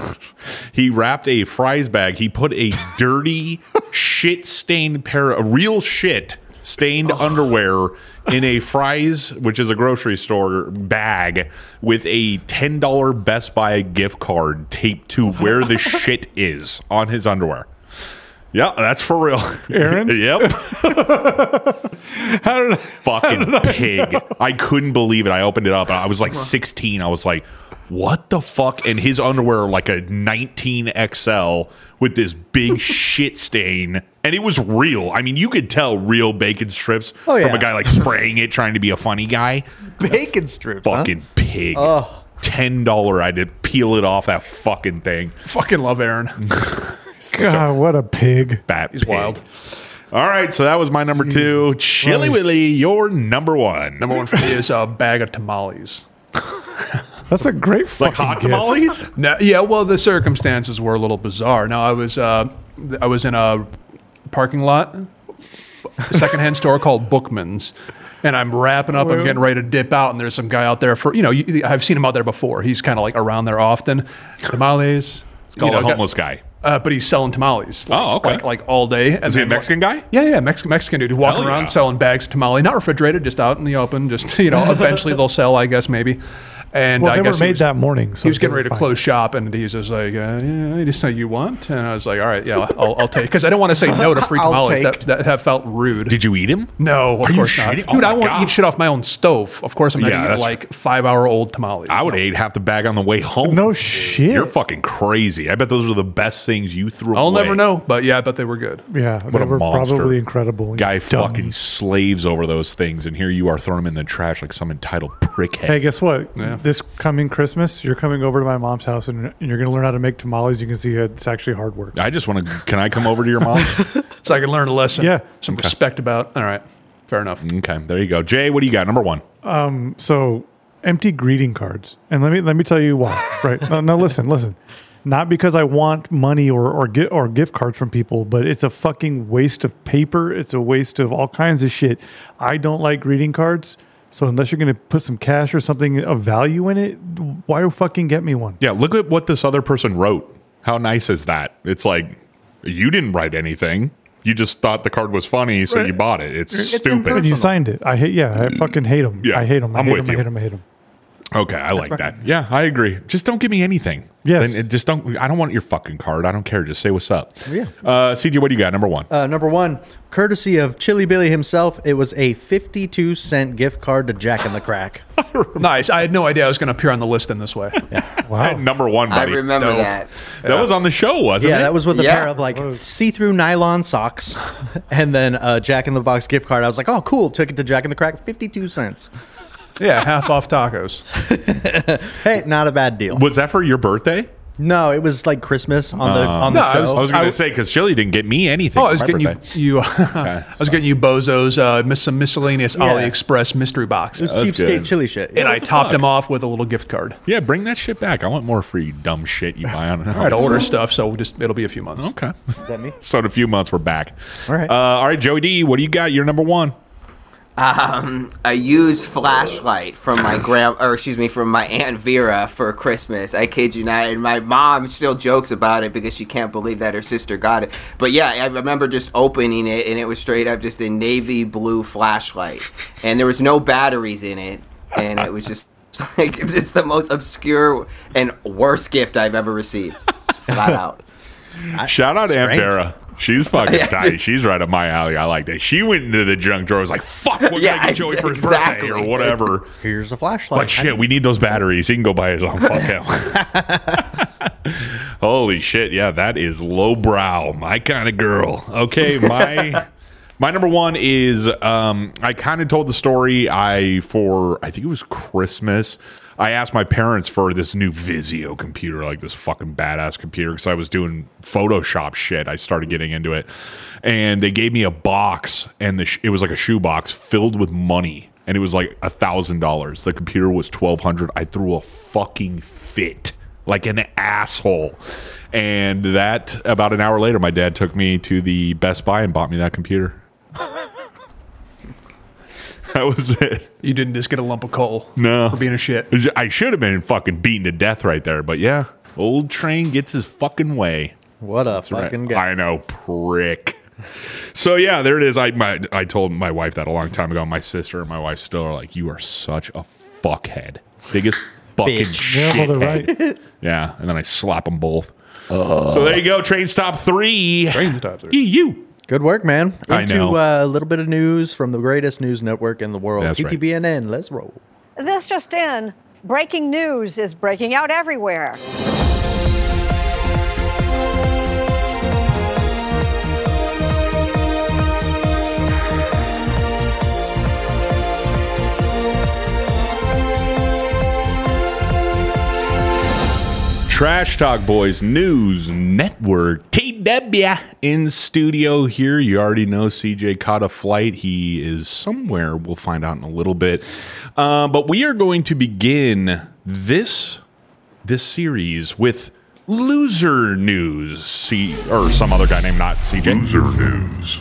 Speaker 5: he wrapped a fries bag. He put a dirty, shit stained pair of real shit stained underwear in a fries which is a grocery store bag with a $10 best buy gift card taped to where the shit is on his underwear yeah, that's for real.
Speaker 6: Aaron?
Speaker 5: yep. Fucking pig. I couldn't believe it. I opened it up. I was like 16. I was like, what the fuck? And his underwear, like a 19 XL with this big shit stain. And it was real. I mean, you could tell real bacon strips
Speaker 3: Oh,
Speaker 5: from
Speaker 3: yeah.
Speaker 5: a guy like spraying it, trying to be a funny guy.
Speaker 3: Bacon strips. huh?
Speaker 5: Fucking pig. Ten dollar. I had to peel it off that fucking thing.
Speaker 8: Fucking love Aaron.
Speaker 6: God, what a pig.
Speaker 5: Fat.
Speaker 8: He's wild.
Speaker 5: All right, so that was my number two. Chili
Speaker 6: Christ.
Speaker 5: Willy, your number one.
Speaker 8: Number one for me is a bag of tamales.
Speaker 6: That's a great fucking
Speaker 5: like hot
Speaker 6: gift.
Speaker 5: tamales.
Speaker 8: No, yeah, well, the circumstances were a little bizarre. Now, I was uh, I was in a parking lot, a secondhand store called Bookman's, and I'm wrapping up. I'm getting ready to dip out, and there's some guy out there for you know. You, I've seen him out there before. He's kind of like around there often. Tamales.
Speaker 5: Call
Speaker 8: you know,
Speaker 5: a
Speaker 8: got-
Speaker 5: homeless guy.
Speaker 8: uh, but he's selling tamales. Like,
Speaker 5: Oh, okay.
Speaker 8: Like, like all day. And
Speaker 5: Is he a
Speaker 8: then-
Speaker 5: Mexican guy?
Speaker 8: Yeah, yeah, Mexican Mexican dude who's walking
Speaker 5: Hell
Speaker 8: around
Speaker 5: yeah.
Speaker 8: selling bags of tamale, not refrigerated, just out in the open. Just you know, eventually they'll sell, I guess maybe. And
Speaker 6: Well,
Speaker 8: I
Speaker 6: they were
Speaker 8: guess he
Speaker 6: made
Speaker 8: was-
Speaker 6: that morning. So
Speaker 8: he was getting
Speaker 6: they
Speaker 8: ready to
Speaker 6: were fine.
Speaker 8: close shop, and he's just like, uh, "Yeah, I just know you want." And I was like, "All right, yeah, I'll, I'll take," because I don't want to say no to free
Speaker 3: I'll
Speaker 8: tamales.
Speaker 3: take.
Speaker 8: That, that that felt rude.
Speaker 5: Did you eat him?
Speaker 8: No, of
Speaker 5: Are you
Speaker 8: course not,
Speaker 5: shitting-
Speaker 8: dude.
Speaker 5: Oh
Speaker 8: I
Speaker 5: my
Speaker 8: won't
Speaker 5: God.
Speaker 8: eat shit off my own stove. Of course, I'm
Speaker 5: Yeah,
Speaker 8: not eating
Speaker 5: that's-
Speaker 8: like five hour old tamales.
Speaker 5: I would have ate half the bag on the way home.
Speaker 6: No shit.
Speaker 5: You're fucking crazy. I bet those are the best things you threw
Speaker 8: I'll
Speaker 5: away.
Speaker 8: never know, but yeah, I bet they were good.
Speaker 6: yeah,
Speaker 5: What
Speaker 6: they
Speaker 5: a
Speaker 6: were
Speaker 5: monster.
Speaker 6: probably incredible.
Speaker 5: Guy
Speaker 6: You dumb.
Speaker 5: fucking slaves over those things, and here you are throwing them in the trash like some entitled prickhead.
Speaker 6: Hey, guess what? This coming Christmas, you're coming over to my mom's house and, and you're going to learn how to make tamales. You can see it's actually hard work.
Speaker 5: I just want to. Can I come over to your mom's?
Speaker 8: So I could learn a lesson.
Speaker 6: Yeah.
Speaker 8: some respect about. All right, fair enough.
Speaker 5: okay, there you go. Jay, what do you got? Number one.
Speaker 6: Um, So, empty greeting cards, and let me let me tell you why. Right? No, no, listen, listen. Not because I want money or or get or gift cards from people, but it's a fucking waste of paper. It's a waste of all kinds of shit. I don't like greeting cards. So unless you're going to put some cash or something of value in it, why fucking get me one?
Speaker 5: Yeah, look at what this other person wrote. How nice is that? It's like you didn't write anything. You just thought the card was funny, so you bought it. It's,
Speaker 6: And
Speaker 5: stupid. Mm,
Speaker 6: you signed it. I hate. Yeah, I fucking hate them.
Speaker 5: Yeah,
Speaker 6: I hate them. I
Speaker 5: I'm
Speaker 6: hate
Speaker 5: with
Speaker 6: 'em, I
Speaker 5: you.
Speaker 6: hate them. I hate them.
Speaker 5: Okay, I like that. Yeah, I agree. Just don't give me anything.
Speaker 6: Yes.
Speaker 5: Then it- just don't. I don't want your fucking card. I don't care. Just say what's up.
Speaker 3: Yeah.
Speaker 5: Uh, CJ, what do you got? Number one.
Speaker 3: Uh, number one, courtesy of Chili Billy himself, it was a 52 cent gift card to Jack in the Crack.
Speaker 8: Nice. I had no idea I was going to appear on the list in this way.
Speaker 6: Wow.
Speaker 5: number one,
Speaker 7: I
Speaker 5: buddy.
Speaker 7: remember
Speaker 5: Dope.
Speaker 7: that.
Speaker 5: That was on the show, wasn't
Speaker 3: yeah,
Speaker 5: it?
Speaker 3: that was with a
Speaker 7: Yeah.
Speaker 3: pair of like see-through nylon socks, and then a Jack in the Box gift card. I was like, oh, cool. Took it to Jack in the Crack, 52 cents.
Speaker 8: yeah, half off tacos.
Speaker 3: Hey, not a bad deal.
Speaker 5: Was that for your birthday?
Speaker 3: No, it was like Christmas on the on the
Speaker 8: No, I
Speaker 3: show.
Speaker 8: was-
Speaker 5: Uh, I was going
Speaker 8: I-
Speaker 5: to say because Chili didn't get me anything.
Speaker 8: Oh, I
Speaker 5: for
Speaker 8: was
Speaker 5: my
Speaker 8: getting you,
Speaker 5: birthday.
Speaker 8: you I was getting you bozos uh, mis- some miscellaneous
Speaker 3: Yeah.
Speaker 8: AliExpress mystery boxes,
Speaker 3: it was
Speaker 5: that's
Speaker 3: cheapskate
Speaker 5: good.
Speaker 3: chili shit.
Speaker 8: and I
Speaker 5: the
Speaker 8: topped
Speaker 5: fuck?
Speaker 8: them off with a little gift card.
Speaker 5: Yeah, bring that shit back. I want more free dumb shit you buy on.
Speaker 8: I had to order stuff, so we'll just it'll be a few months.
Speaker 5: Okay.
Speaker 3: Is that me?
Speaker 5: So in a few months, we're back.
Speaker 3: All right.
Speaker 5: Uh, all right, Joey D, what do you got? You're number one.
Speaker 7: a Um, used flashlight from my grand or excuse me from my aunt vera for christmas i kid you not and my mom still jokes about it because she can't believe that her sister got it but yeah i remember just opening it and it was straight up just a navy blue flashlight and there was no batteries in it and it was just like it's the most obscure and worst gift i've ever received It's flat out
Speaker 5: Shout out Aunt
Speaker 3: Strange.
Speaker 5: Vera. She's fucking
Speaker 7: Yeah,
Speaker 5: tight.
Speaker 7: dude.
Speaker 5: She's right up my alley. I like that. She went into the junk drawer. Was like, "Fuck, what can
Speaker 7: Yeah,
Speaker 5: I get Joey for his
Speaker 7: exactly.
Speaker 5: birthday or whatever?"
Speaker 3: Here's a flashlight.
Speaker 5: But shit, we need those batteries. He can go buy his own. Fuck him. Holy shit! Yeah, that is lowbrow. My kind of girl. Okay, my my number one is. Um, I kind of told the story. I for I think it was Christmas. I asked my parents for this new Vizio computer, like this fucking badass computer, because I was doing Photoshop shit. I started getting into it, and they gave me a box, and the sh- it was like a shoe box filled with money and it was like a thousand dollars. The computer was twelve hundred. I threw a fucking fit like an asshole. And that about an hour later, my dad took me to the Best Buy and bought me that computer. that was it.
Speaker 8: You didn't just get a lump of coal.
Speaker 5: No.
Speaker 8: for being a shit.
Speaker 5: I should have been fucking beaten to death right there, but yeah, old train gets his fucking way.
Speaker 3: what a
Speaker 5: Right.
Speaker 3: fucking guy.
Speaker 5: I know, prick. So yeah, there it is. I my, I told my wife that a long time ago. My sister and my wife still are like, "You are such a fuckhead, biggest fucking
Speaker 3: Bitch.
Speaker 6: Yeah, well, they're
Speaker 5: shithead." yeah, and then I slap them both. So there you go. Train stop three.
Speaker 8: Brain stops.
Speaker 5: EU.
Speaker 3: Good work, man. Into
Speaker 5: E I know.
Speaker 3: Uh, a little bit of news from the greatest news network in the world,
Speaker 5: That's right.
Speaker 3: TTBNN. Let's roll.
Speaker 11: This just in breaking news is breaking out everywhere.
Speaker 5: Trash Talk Boys News Network TW in studio here. You already know CJ caught a flight. He is somewhere. We'll find out in a little bit. Uh, but we are going to begin this this series with loser news. C or some other guy named not CJ. Loser news.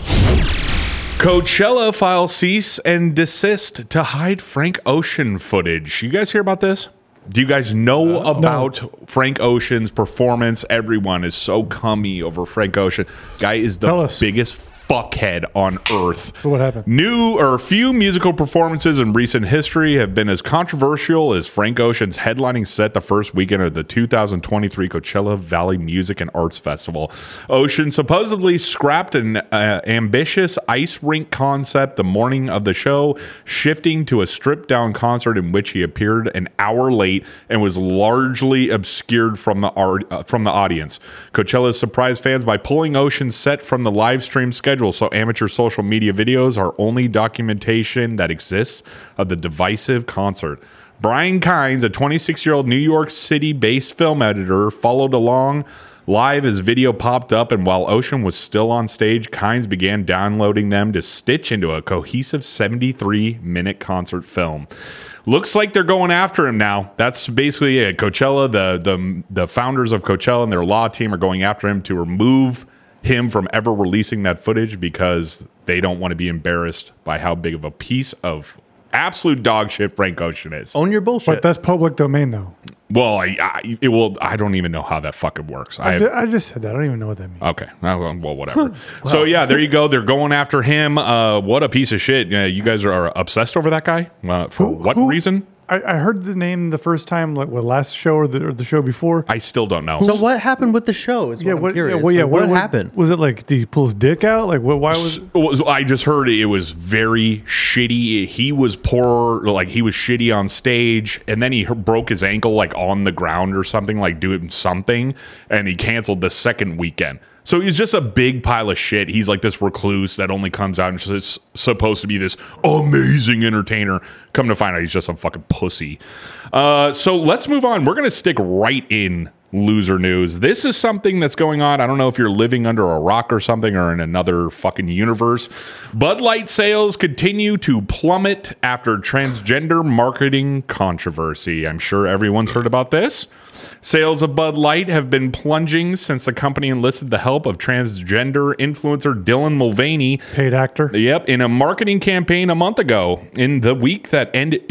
Speaker 5: Coachella file cease and desist to hide Frank Ocean footage. You guys hear about this? Do you guys know
Speaker 6: Uh,
Speaker 5: about Frank Ocean's performance? Everyone is so cummy over Frank Ocean. Guy is
Speaker 6: Tell
Speaker 5: the
Speaker 6: us.
Speaker 5: biggest fuckhead on earth.
Speaker 6: So what happened?
Speaker 5: New or few musical performances in recent history have been as controversial as Frank Ocean's headlining set the first weekend of the 2023 Coachella Valley Music and Arts Festival. Ocean supposedly scrapped an uh, ambitious ice rink concept the morning of the show, shifting to a stripped down concert in which he appeared an hour late and was largely obscured from the art, uh, from the audience. Coachella surprised fans by pulling Ocean's set from the live stream schedule, so amateur social media videos are only documentation that exists of the divisive concert. Brian Kynes, a 26 year old New York City based film editor, followed along live as video popped up. And while Ocean was still on stage, Kynes began downloading them to stitch into a cohesive 73 minute concert film. Looks like they're going after him now. That's basically it. Coachella, the, the, the founders of Coachella and their law team are going after him to remove him from ever releasing that footage because they don't want to be embarrassed by how big of a piece of absolute dog shit Frank Ocean is.
Speaker 3: Own your bullshit.
Speaker 6: But that's public domain, though.
Speaker 5: Well, I, I it will. I don't even know how that fucking works. I
Speaker 6: I,
Speaker 5: have,
Speaker 6: ju- I just said that. I don't even know what that means.
Speaker 5: okay. Uh, Well, well, whatever. So yeah, there you go. They're going after him. Uh, what a piece of shit. Yeah, you guys are obsessed over that guy. Uh, for what
Speaker 6: who-
Speaker 5: reason?
Speaker 6: I, I heard the name the first time, like what last show or the, or the show before.
Speaker 5: I still don't know.
Speaker 3: So what happened with the show? Is yeah, what, I'm curious.
Speaker 6: well,
Speaker 3: Like, what, happened?
Speaker 6: Was it like did he pull his dick out? Like what? Why was?
Speaker 5: S- was- I just heard it was very shitty. He was poor, like he was shitty on stage, and then he h- broke his ankle like on the ground or something, like doing something, and he canceled the second weekend. So he's just a big pile of shit. He's like this recluse that only comes out and just is supposed to be this amazing entertainer. Come to find out, he's just a fucking pussy. Uh, so let's move on. We're gonna stick right in loser news. This is something that's going on. I don't know if you're living under a rock or something or in another fucking universe. Bud Light sales continue to plummet after transgender marketing controversy. I'm sure everyone's heard about this. Sales of Bud Light have been plunging since the company enlisted the help of transgender influencer Dylan Mulvaney
Speaker 6: Paid actor.
Speaker 5: Yep, in a marketing campaign a month ago, in the week that ended,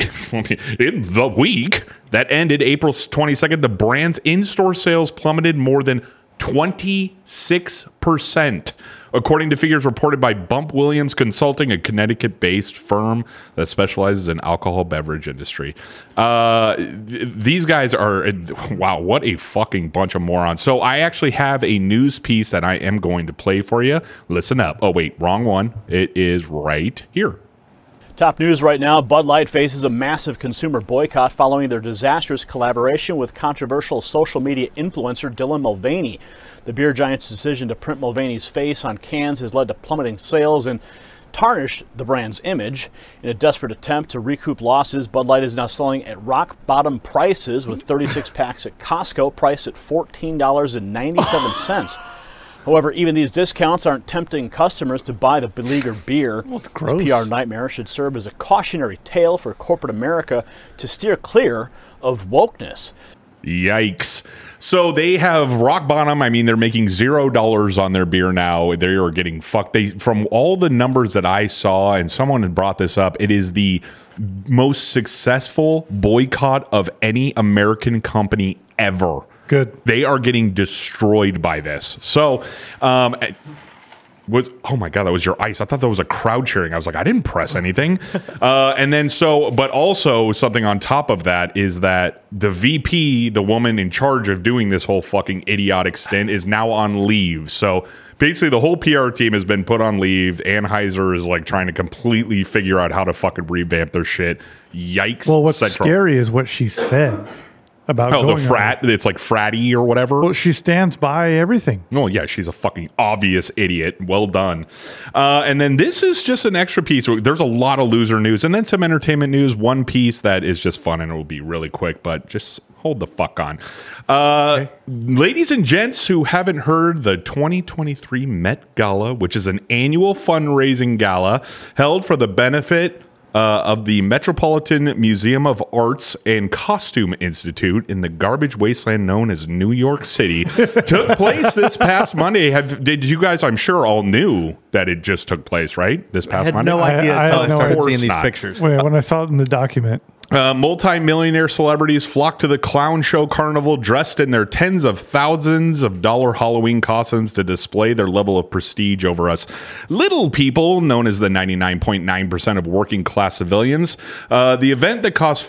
Speaker 5: in the week that ended April 22nd, the brand's in-store sales plummeted more than 26%, according to figures reported by Bump Williams Consulting, a Connecticut-based firm that specializes in alcohol beverage industry. Uh, th- these guys are uh, wow, what a fucking bunch of morons. So I actually have a news piece that I am going to play for you. Listen up. Oh wait, wrong one. It is right here.
Speaker 12: Top news right now Bud Light faces a massive consumer boycott following their disastrous collaboration with controversial social media influencer Dylan Mulvaney. The beer giant's decision to print Mulvaney's face on cans has led to plummeting sales and tarnished the brand's image. In a desperate attempt to recoup losses, Bud Light is now selling at rock bottom prices with 36 packs at Costco priced at $14.97. However, even these discounts aren't tempting customers to buy the beleaguered beer.
Speaker 6: Well, it's
Speaker 12: This
Speaker 6: gross.
Speaker 12: PR nightmare should serve as a cautionary tale for corporate America to steer clear of wokeness.
Speaker 5: Yikes. So they have rock bottom. I mean, they're making zero dollars on their beer now. They are getting fucked. They from all the numbers that I saw, and someone had brought this up, it is the most successful boycott of any American company ever.
Speaker 6: Good.
Speaker 5: They are getting destroyed by this. So um was oh my god that was your ice i thought that was a crowd cheering i was like i didn't press anything uh, and then so but also something on top of that is that the vp the woman in charge of doing this whole fucking idiotic stint is now on leave so basically the whole pr team has been put on leave anheuser is like trying to completely figure out how to fucking revamp their shit yikes
Speaker 6: Well, what's
Speaker 5: Central.
Speaker 6: scary is what she said about
Speaker 5: oh
Speaker 6: going
Speaker 5: the
Speaker 6: on
Speaker 5: frat it's like fratty or whatever
Speaker 6: it. Well, she stands by everything.
Speaker 5: Oh yeah, she's a fucking obvious idiot. Well done. Uh, and then this is just an extra piece. There's a lot of loser news, and then some entertainment news. One piece that is just fun, and it will be really quick. But just hold the fuck on, uh, ladies and gents who haven't heard the 2023 Met Gala, which is an annual fundraising gala held for the benefit uh, of the Metropolitan Museum of Arts and Costume Institute in the garbage wasteland known as New York City took place this past Monday. Have did you guys? I'm sure all knew that it just took place, right? This
Speaker 3: I
Speaker 5: past
Speaker 3: had
Speaker 5: Monday.
Speaker 3: no
Speaker 6: I-
Speaker 3: idea
Speaker 6: I
Speaker 3: until I,
Speaker 6: had no
Speaker 3: started
Speaker 6: idea.
Speaker 3: seeing these
Speaker 5: Of course
Speaker 3: pictures.
Speaker 6: Wait, when I saw it in the document,
Speaker 5: Uh, multi-millionaire celebrities flock to the clown show carnival dressed in their tens of thousands of dollar Halloween costumes to display their level of prestige over us. Little people, known as the 99.9% of working class civilians, uh, the event that costs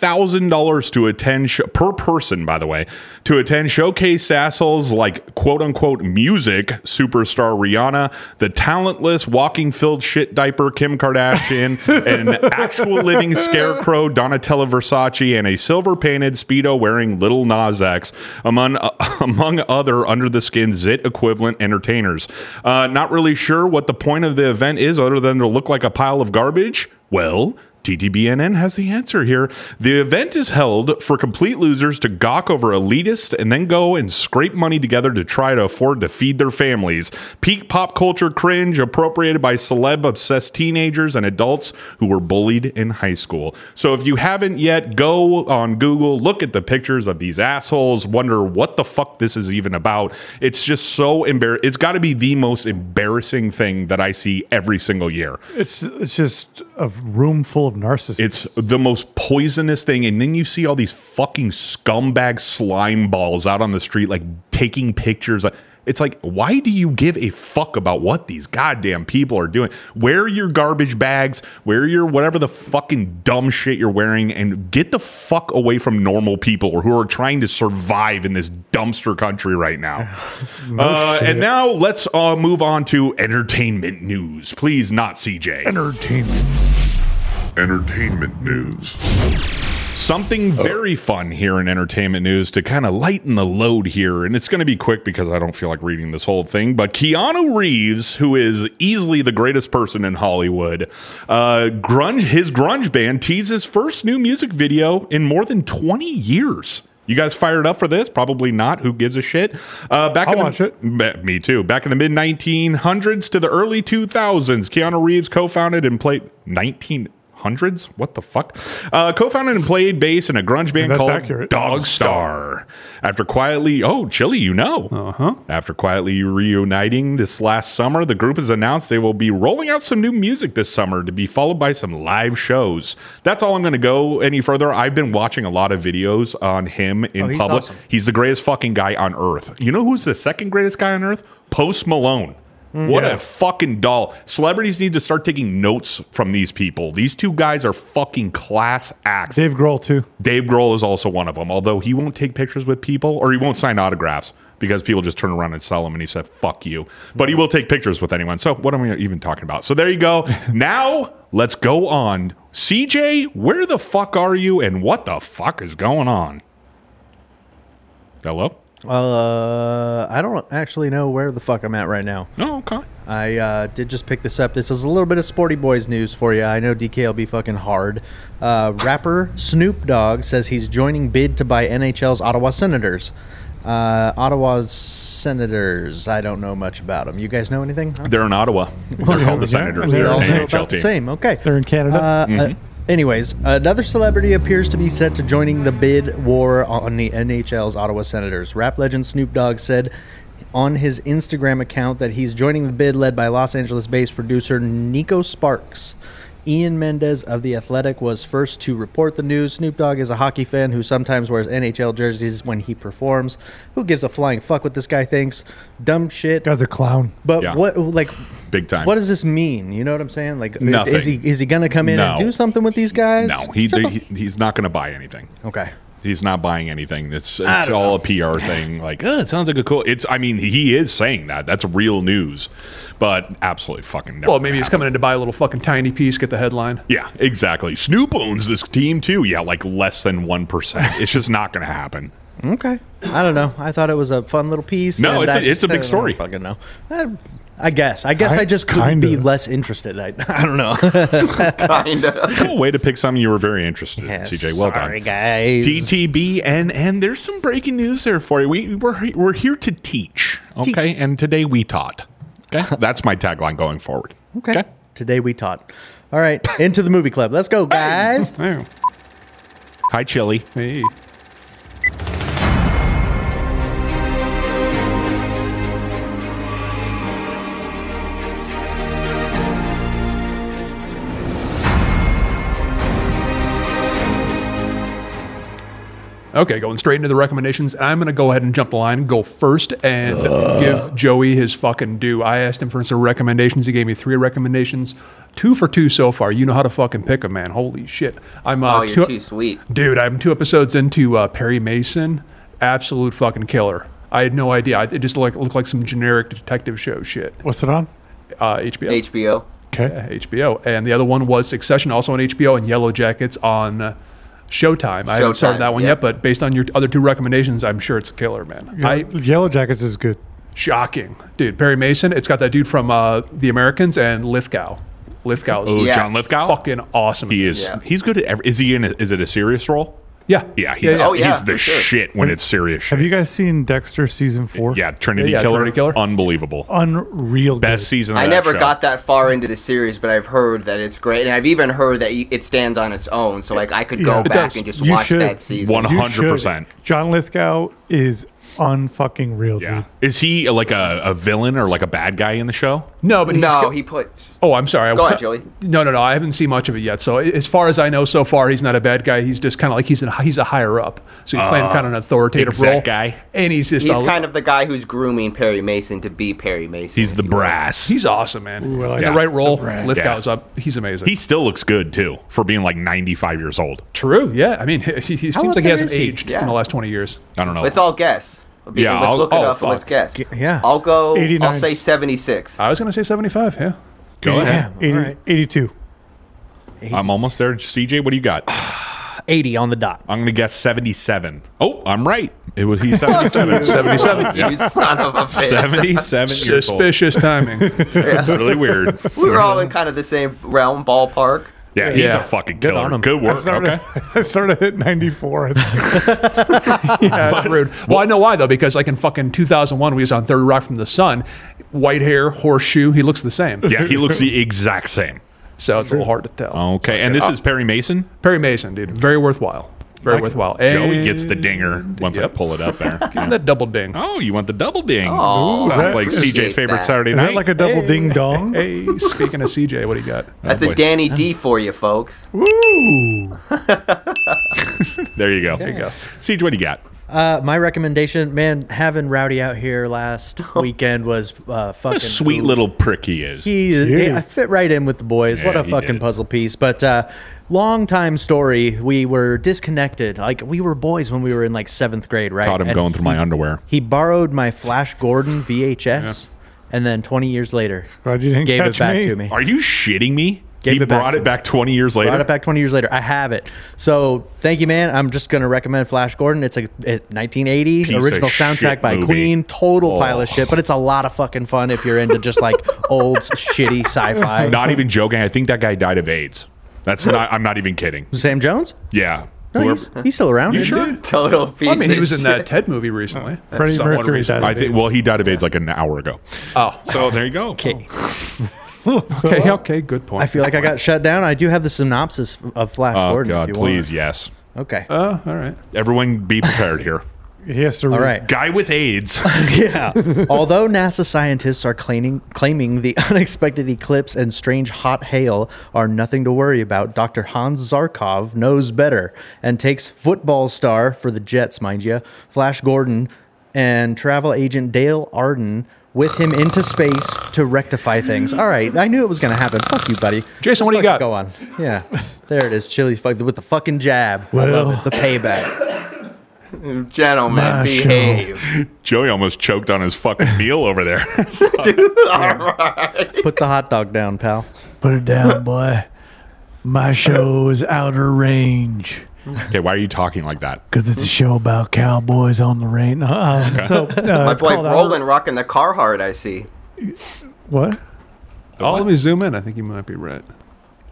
Speaker 5: $50,000 to attend sh- per person, by the way, to attend showcased assholes like quote unquote music superstar Rihanna, the talentless walking filled shit diaper Kim Kardashian, an actual living scarecrow. Pro Donatella Versace, and a silver painted Speedo wearing Little Nas X, among, uh, among other under the skin Zit equivalent entertainers. Uh, not really sure what the point of the event is other than to look like a pile of garbage? Well, TTBNN has the answer here. The event is held for complete losers to gawk over elitists and then go and scrape money together to try to afford to feed their families. Peak pop culture cringe appropriated by celeb obsessed teenagers and adults who were bullied in high school. So if you haven't yet, go on Google, look at the pictures of these assholes, wonder what the fuck this is even about. It's just so embarrassing. It's got to be the most embarrassing thing that I see every single year.
Speaker 6: It's it's just a room full of narcissists.
Speaker 5: It's the most poisonous thing. And then you see all these fucking scumbag slime balls out on the street, like taking pictures. Like, It's like, why do you give a fuck about what these goddamn people are doing? Wear your garbage bags, wear your whatever the fucking dumb shit you're wearing, and get the fuck away from normal people who are trying to survive in this dumpster country right now. uh,
Speaker 6: shit.
Speaker 5: and now let's uh, move on to entertainment news. Please, not CJ.
Speaker 6: entertainment.
Speaker 5: Entertainment news. Oh. Something very fun here in entertainment news to kind of lighten the load here. And it's going to be quick because I don't feel like reading this whole thing. But Keanu Reeves, who is easily the greatest person in Hollywood, uh, grunge, his grunge band teases first new music video in more than 20 years. You guys fired up for this? Probably not. Who gives a shit? Uh, back
Speaker 6: I'll
Speaker 5: in the,
Speaker 6: watch it.
Speaker 5: Me me too. Back in the mid 1900s to the early 2000s, Keanu Reeves co-founded and played 1900s. What the fuck? Uh, co-founded and played bass in a grunge band
Speaker 6: That's
Speaker 5: called
Speaker 6: accurate.
Speaker 5: Dog Star. After quietly, oh, chilly, you know. Uh-huh. After quietly reuniting this last summer, the group has announced they will be rolling out some new music this summer to be followed by some live shows. That's all I'm going to go any further. I've been watching a lot of videos on him in
Speaker 3: Oh, he's
Speaker 5: public.
Speaker 3: awesome.
Speaker 5: He's the greatest fucking guy on earth. You know who's the second greatest guy on earth? Post Malone.
Speaker 6: Mm-hmm.
Speaker 5: What a fucking doll. Celebrities need to start taking notes from these people. These two guys are fucking class acts.
Speaker 6: Dave Grohl too.
Speaker 5: Dave Grohl is also one of them, although he won't take pictures with people or he won't sign autographs because people just turn around and sell him and he said, fuck you. But he will take pictures with anyone. So what am I even talking about? So there you go. now let's go on. CJ, where the fuck are you and what the fuck is going on? Hello?
Speaker 3: Uh, I don't actually know where the fuck I'm at right now.
Speaker 5: No, Oh, okay.
Speaker 3: I uh, did just pick this up. This is a little bit of Sporty Boys news for you. I know DK will be fucking hard. Uh, rapper Snoop Dogg says he's joining bid to buy NHL's Ottawa Senators. Uh, Ottawa's Senators. I don't know much about them. You guys know anything? Huh?
Speaker 5: They're in Ottawa. They're called the Senators.
Speaker 6: They're
Speaker 5: They're
Speaker 6: all
Speaker 5: an NHL
Speaker 3: about the
Speaker 5: team.
Speaker 3: same. Okay.
Speaker 6: They're in Canada.
Speaker 3: Uh,
Speaker 5: Mm-hmm.
Speaker 3: uh, anyways, another celebrity appears to be set to joining the bid war on the NHL's Ottawa Senators. Rap legend Snoop Dogg said on his Instagram account that he's joining the bid led by Los Angeles based producer Nico Sparks. Ian Mendez of The Athletic was first to report the news. Snoop Dogg is a hockey fan who sometimes wears NHL jerseys when he performs. Who gives a flying fuck what this guy thinks? Dumb shit.
Speaker 6: Guy's a clown.
Speaker 3: But
Speaker 5: Yeah.
Speaker 3: what, like,
Speaker 5: Big time.
Speaker 3: What does this mean? You know what I'm saying? Like,
Speaker 5: Nothing.
Speaker 3: is he is he gonna come in and
Speaker 5: No.
Speaker 3: do something with these guys?
Speaker 5: No, he,
Speaker 3: Shut the
Speaker 5: he he's not going to buy anything.
Speaker 3: f- okay.
Speaker 5: He's not buying anything. It's it's all a PR thing. Like, oh, it sounds like a cool. It's. I mean, he is saying that. That's real news, but absolutely fucking. Never
Speaker 8: Well, maybe he's
Speaker 5: happened.
Speaker 8: coming in to buy a little fucking tiny piece, get the headline.
Speaker 5: Yeah, exactly. Snoop owns this team too. Yeah, like less than one percent. It's just not going to happen.
Speaker 3: Okay. I don't know. I thought it was a fun little piece.
Speaker 5: No,
Speaker 3: and
Speaker 5: it's a-
Speaker 3: I
Speaker 5: it's a big
Speaker 3: I don't
Speaker 5: story.
Speaker 3: Fucking no. I, I guess. I guess I,
Speaker 6: Ki-
Speaker 3: just could not
Speaker 6: kinda.
Speaker 3: be less interested. I, I don't know.
Speaker 7: Kinda.
Speaker 5: Cool way to pick something you were very interested in,
Speaker 3: Yeah,
Speaker 5: CJ. Well
Speaker 3: sorry,
Speaker 5: done.
Speaker 3: guys.
Speaker 5: TTB and and there's some breaking news there for you. We we're we're here to teach, okay? And today we taught. Okay, that's my tagline going forward.
Speaker 3: okay. Today we taught. All right, into the movie club. Let's go, guys.
Speaker 8: Oh,
Speaker 5: Hi, Chili.
Speaker 8: hey. Okay, going straight into the recommendations. I'm going to go ahead and jump the line and go first and give Joey his fucking due. I asked him for some recommendations. He gave me three recommendations. Two for two so far. You know how to fucking pick 'em, man. Holy shit. I'm uh,
Speaker 7: oh, you're
Speaker 8: two-
Speaker 7: too sweet.
Speaker 8: Dude, I'm two episodes into uh, Perry Mason. Absolute fucking killer. I had no idea. I- It just like looked like some generic detective show shit.
Speaker 6: What's it on?
Speaker 8: Uh, HBO.
Speaker 7: HBO.
Speaker 6: Okay.
Speaker 8: Yeah, HBO. And the other one was Succession, also on HBO, and Yellow Jackets on uh, Showtime. I haven't
Speaker 7: Showtime,
Speaker 8: started that one
Speaker 7: yeah.
Speaker 8: yet, but based on your other two recommendations, I'm sure it's a killer, man.
Speaker 6: Yeah,
Speaker 8: I,
Speaker 6: Yellow Jackets is good.
Speaker 8: shocking, dude. Perry Mason. It's got that dude from uh, The Americans and Lithgow. Lithgow.
Speaker 5: Oh, Yes. John Lithgow?
Speaker 8: Fucking awesome.
Speaker 5: He is.
Speaker 8: Yeah.
Speaker 5: He's good at. Every, is he in? A, is it a serious role?
Speaker 8: Yeah.
Speaker 5: Yeah. He,
Speaker 8: Yeah, yeah. Oh, yeah,
Speaker 5: he's the
Speaker 8: for sure.
Speaker 5: shit when it's serious. Shit.
Speaker 6: Have you guys seen Dexter season four?
Speaker 5: Yeah. Trinity
Speaker 8: Yeah, yeah,
Speaker 5: Killer.
Speaker 8: Trinity Killer.
Speaker 5: Unbelievable.
Speaker 6: Unreal.
Speaker 5: Best season. Of
Speaker 7: I
Speaker 5: that
Speaker 7: never
Speaker 5: show.
Speaker 7: got that far into the series, but I've heard that it's great, and I've even heard that you- it stands on its own. So like, I could go
Speaker 6: Yeah. It
Speaker 7: back
Speaker 6: does.
Speaker 7: and just
Speaker 6: You
Speaker 7: watch
Speaker 6: should.
Speaker 7: that season.
Speaker 5: One-
Speaker 6: You
Speaker 5: 100%.
Speaker 6: should. John Lithgow is unfucking real, dude.
Speaker 5: Is he uh, like a, a villain or like a bad guy in the show?
Speaker 8: No, but he's
Speaker 7: no,
Speaker 8: still-
Speaker 7: he plays.
Speaker 8: Oh, I'm sorry.
Speaker 7: Go
Speaker 8: I-
Speaker 7: ahead, Joey.
Speaker 8: No, no, no. I haven't seen much of it yet. So, a- as far as I know, so far he's not a bad guy. He's just kind of like he's an, he's a higher up. So he's playing kind of an authoritative
Speaker 5: exec
Speaker 8: role
Speaker 5: Uh, guy.
Speaker 8: and he's just
Speaker 7: He's
Speaker 8: a-
Speaker 7: kind of the guy who's grooming Perry Mason to be Perry Mason.
Speaker 5: He's the brass.
Speaker 8: he's awesome, man.
Speaker 6: I like
Speaker 8: In
Speaker 5: that.
Speaker 8: the right role,
Speaker 6: Right.
Speaker 8: Lithgow's up. He's amazing.
Speaker 5: He still looks good too for being like 95 years old.
Speaker 8: True. Yeah. I mean, he, he- he
Speaker 3: old
Speaker 8: seems like he
Speaker 3: is
Speaker 8: hasn't
Speaker 3: he?
Speaker 8: aged
Speaker 7: Yeah.
Speaker 8: in the last 20 years.
Speaker 5: I don't know.
Speaker 7: Let's all guess. Be-
Speaker 5: Yeah,
Speaker 7: let's
Speaker 5: I'll-
Speaker 7: look it
Speaker 5: oh,
Speaker 7: up. and Let's
Speaker 5: fuck.
Speaker 7: guess.
Speaker 3: yeah.
Speaker 7: I'll go. I'll
Speaker 6: 89.
Speaker 7: say seventy-six.
Speaker 8: I was going to say 75. Yeah.
Speaker 5: Go ahead.
Speaker 6: 80,
Speaker 3: all right.
Speaker 6: 82.
Speaker 5: I'm almost there. CJ, what do you got?
Speaker 3: 80 on the dot.
Speaker 5: I'm going to guess 77. Oh, I'm right. It was he's 77. 77.
Speaker 7: You son of a bitch.
Speaker 5: 77 years old.
Speaker 8: Suspicious timing.
Speaker 5: Really weird.
Speaker 7: We were all in kind of the same realm, ballpark.
Speaker 5: Yeah, he's
Speaker 8: Yeah.
Speaker 5: a fucking
Speaker 8: Good
Speaker 5: killer.
Speaker 8: on
Speaker 5: Good,
Speaker 8: him.
Speaker 6: I
Speaker 5: work.
Speaker 6: started,
Speaker 5: Okay.
Speaker 6: I started at 94. I think.
Speaker 8: yeah, that's rude. Well, I know why though, because like in fucking 2001, we was on Third Rock from the Sun. White hair, horseshoe. He looks the same.
Speaker 5: Yeah, he looks the exact same.
Speaker 8: So it's a little hard to tell. uh,
Speaker 5: Okay. And this is Perry Mason.
Speaker 8: Perry Mason, dude. Very worthwhile. Very worthwhile.
Speaker 5: Joey
Speaker 8: And-
Speaker 5: gets the dinger once I
Speaker 8: Yep.
Speaker 5: pull it up there.
Speaker 8: that double ding.
Speaker 5: Oh, you want the double ding?
Speaker 7: Oh,
Speaker 5: Sounds
Speaker 7: I
Speaker 5: like
Speaker 7: appreciate
Speaker 5: CJ's favorite
Speaker 7: that.
Speaker 5: Saturday
Speaker 6: Is
Speaker 5: night.
Speaker 6: that like a double ding dong?
Speaker 8: Hey, speaking of CJ, what do you got?
Speaker 7: That's
Speaker 5: Oh, boy.
Speaker 7: a Danny D for you, folks.
Speaker 6: Ooh.
Speaker 5: there you go. There you
Speaker 8: go.
Speaker 5: CJ, what do you got?
Speaker 3: Uh, my recommendation, man, having Rowdy out here last weekend was uh, fucking
Speaker 5: What a sweet little prick he is.
Speaker 3: He,
Speaker 6: Cute.
Speaker 3: I fit right in with the boys. what
Speaker 5: Yeah,
Speaker 3: a
Speaker 5: he
Speaker 3: fucking
Speaker 5: did.
Speaker 3: puzzle piece. But uh, long time story. We were disconnected. Like we were boys when we were in like seventh grade, right?
Speaker 5: Caught him
Speaker 3: And
Speaker 5: going through my underwear.
Speaker 3: He borrowed my Flash Gordon VHS, and then 20 years later,
Speaker 6: Glad you didn't
Speaker 3: gave
Speaker 6: catch
Speaker 3: it back
Speaker 6: me.
Speaker 3: to me.
Speaker 5: Are you shitting me?
Speaker 3: Gave
Speaker 5: he
Speaker 3: it back
Speaker 5: brought
Speaker 3: to
Speaker 5: it
Speaker 3: me.
Speaker 5: back 20 years later.
Speaker 3: Brought it back 20 years later. I have it. So thank you, man. I'm just going to recommend Flash Gordon. It's a it, 1980
Speaker 5: Piece of
Speaker 3: original
Speaker 5: shit
Speaker 3: soundtrack by
Speaker 5: movie.
Speaker 3: Queen. Total pile
Speaker 5: Oh.
Speaker 3: of shit, but it's a lot of fucking fun if you're into just like old shitty sci-fi.
Speaker 5: Not even joking. I think that guy died of AIDS. That's not. I'm not even kidding.
Speaker 3: Sam Jones?
Speaker 5: Yeah.
Speaker 3: No,
Speaker 5: Whoever-
Speaker 3: he's, he's still around.
Speaker 5: you sure?
Speaker 7: Total piece.
Speaker 8: I mean, he
Speaker 7: of
Speaker 8: was in
Speaker 7: shit.
Speaker 8: that Ted movie recently.
Speaker 6: Freddie
Speaker 8: Somewhat
Speaker 6: Mercury
Speaker 8: recent.
Speaker 6: died.
Speaker 5: I think. Well, he died of AIDS like an hour ago.
Speaker 8: Oh,
Speaker 5: So there you go.
Speaker 8: okay, okay, good point.
Speaker 3: I feel like I got shut down. I do have the synopsis of Flash
Speaker 5: Oh
Speaker 3: Gordon.
Speaker 5: God,
Speaker 3: if you want.
Speaker 5: please, yes.
Speaker 3: Okay.
Speaker 8: Oh, all right.
Speaker 5: Everyone, be prepared here.
Speaker 6: He has to.
Speaker 3: All right.
Speaker 5: Guy with AIDS.
Speaker 3: Although NASA scientists are claiming claiming the unexpected eclipse and strange hot hail are nothing to worry about, Dr. Hans Zarkov knows better and takes football star for the Jets, mind you, Flash Gordon and travel agent Dale Arden with him into space to rectify things. All right, I knew it was going to happen. Fuck you, buddy.
Speaker 8: Jason, what do you
Speaker 3: fucking
Speaker 8: got?
Speaker 3: Go on. Yeah. There it is. Chili fuck with the fucking jab. Well, the payback.
Speaker 7: Gentlemen,
Speaker 6: show.
Speaker 7: behave.
Speaker 5: Joey almost choked on his fucking meal over there.
Speaker 3: Put the hot dog down, pal.
Speaker 6: Put it down, boy. My show is Outer Range.
Speaker 5: okay, why are you talking like that?
Speaker 6: Because it's a show about cowboys on the range. Uh, uh, so, uh,
Speaker 7: My
Speaker 6: it's
Speaker 7: boy
Speaker 6: called Outer-
Speaker 7: Roland rocking the Carhartt, I see.
Speaker 6: What?
Speaker 8: Oh, let me zoom in. I think you might be right.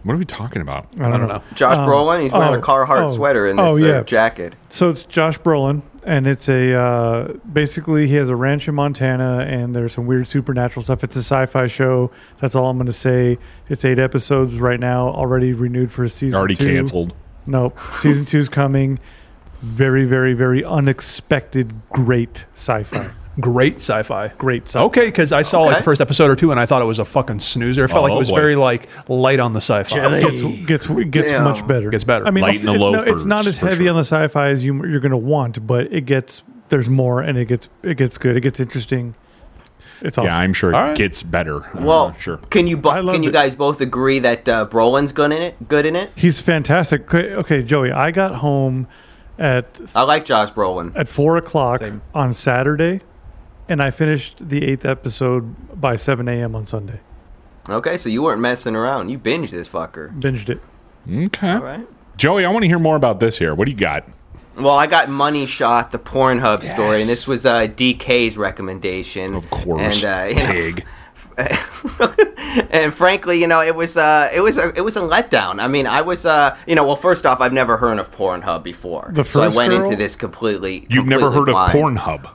Speaker 5: What are we talking about?
Speaker 6: I don't,
Speaker 8: I don't
Speaker 6: know.
Speaker 8: know.
Speaker 7: Josh
Speaker 6: Um,
Speaker 7: Brolin, he's wearing
Speaker 6: oh,
Speaker 7: a Carhartt
Speaker 6: oh,
Speaker 7: sweater in this
Speaker 6: oh, yeah.
Speaker 7: uh, jacket.
Speaker 6: So it's Josh Brolin, and it's a uh, basically he has a ranch in Montana, and there's some weird supernatural stuff. It's a sci-fi show. That's all I'm going to say. It's eight episodes right now, already renewed for a season.
Speaker 5: Already
Speaker 6: two.
Speaker 5: canceled.
Speaker 6: Nope. Season two's coming. Very, very, very unexpected. Great sci-fi.
Speaker 8: Great sci-fi.
Speaker 6: Great
Speaker 8: sci-fi. Okay, because I saw like
Speaker 6: Okay.
Speaker 8: the first episode or two, and I thought it was a fucking snoozer. It felt like
Speaker 6: Oh,
Speaker 8: it was
Speaker 6: boy.
Speaker 8: very like light on the sci-fi.
Speaker 6: Gets gets, gets
Speaker 8: Damn.
Speaker 6: much better.
Speaker 8: Gets better.
Speaker 6: I mean,
Speaker 8: Light
Speaker 6: it's,
Speaker 8: in the
Speaker 6: it- no,
Speaker 8: loafers,
Speaker 6: it's not as
Speaker 8: for
Speaker 6: heavy on the sci-fi as you you're going to want, but it gets there's more, and it gets it gets good. It gets interesting. It's awesome.
Speaker 5: Yeah, I'm sure it
Speaker 6: All right.
Speaker 5: gets better.
Speaker 7: Well,
Speaker 5: Uh, sure.
Speaker 7: Can you bo- can you guys both agree that uh, Brolin's good in it? Good in it.
Speaker 6: He's fantastic. Okay, okay, Joey, I got home at
Speaker 7: I like Josh Brolin.
Speaker 6: at four o'clock on Saturday, and I finished the eighth episode by seven a.m. on Sunday.
Speaker 7: Okay, so you weren't messing around. You binged this fucker.
Speaker 6: Binged it.
Speaker 5: Okay.
Speaker 7: All right.
Speaker 5: Joey, I want to hear more about this here. What do you got?
Speaker 7: Well, I got Money Shot, the Pornhub story,
Speaker 5: Yes.
Speaker 7: and this was uh, DK's recommendation. Of and
Speaker 5: course.
Speaker 7: uh, you know,
Speaker 5: Pig.
Speaker 7: and frankly, you know, it was uh, it was a, it was a letdown. I mean, I was uh, you know, well, first off, I've never heard of Pornhub before,
Speaker 5: The
Speaker 7: so I
Speaker 5: first
Speaker 7: went
Speaker 5: girl?
Speaker 7: into this completely.
Speaker 5: You've never heard
Speaker 7: completely
Speaker 5: of
Speaker 7: blind.
Speaker 5: Pornhub?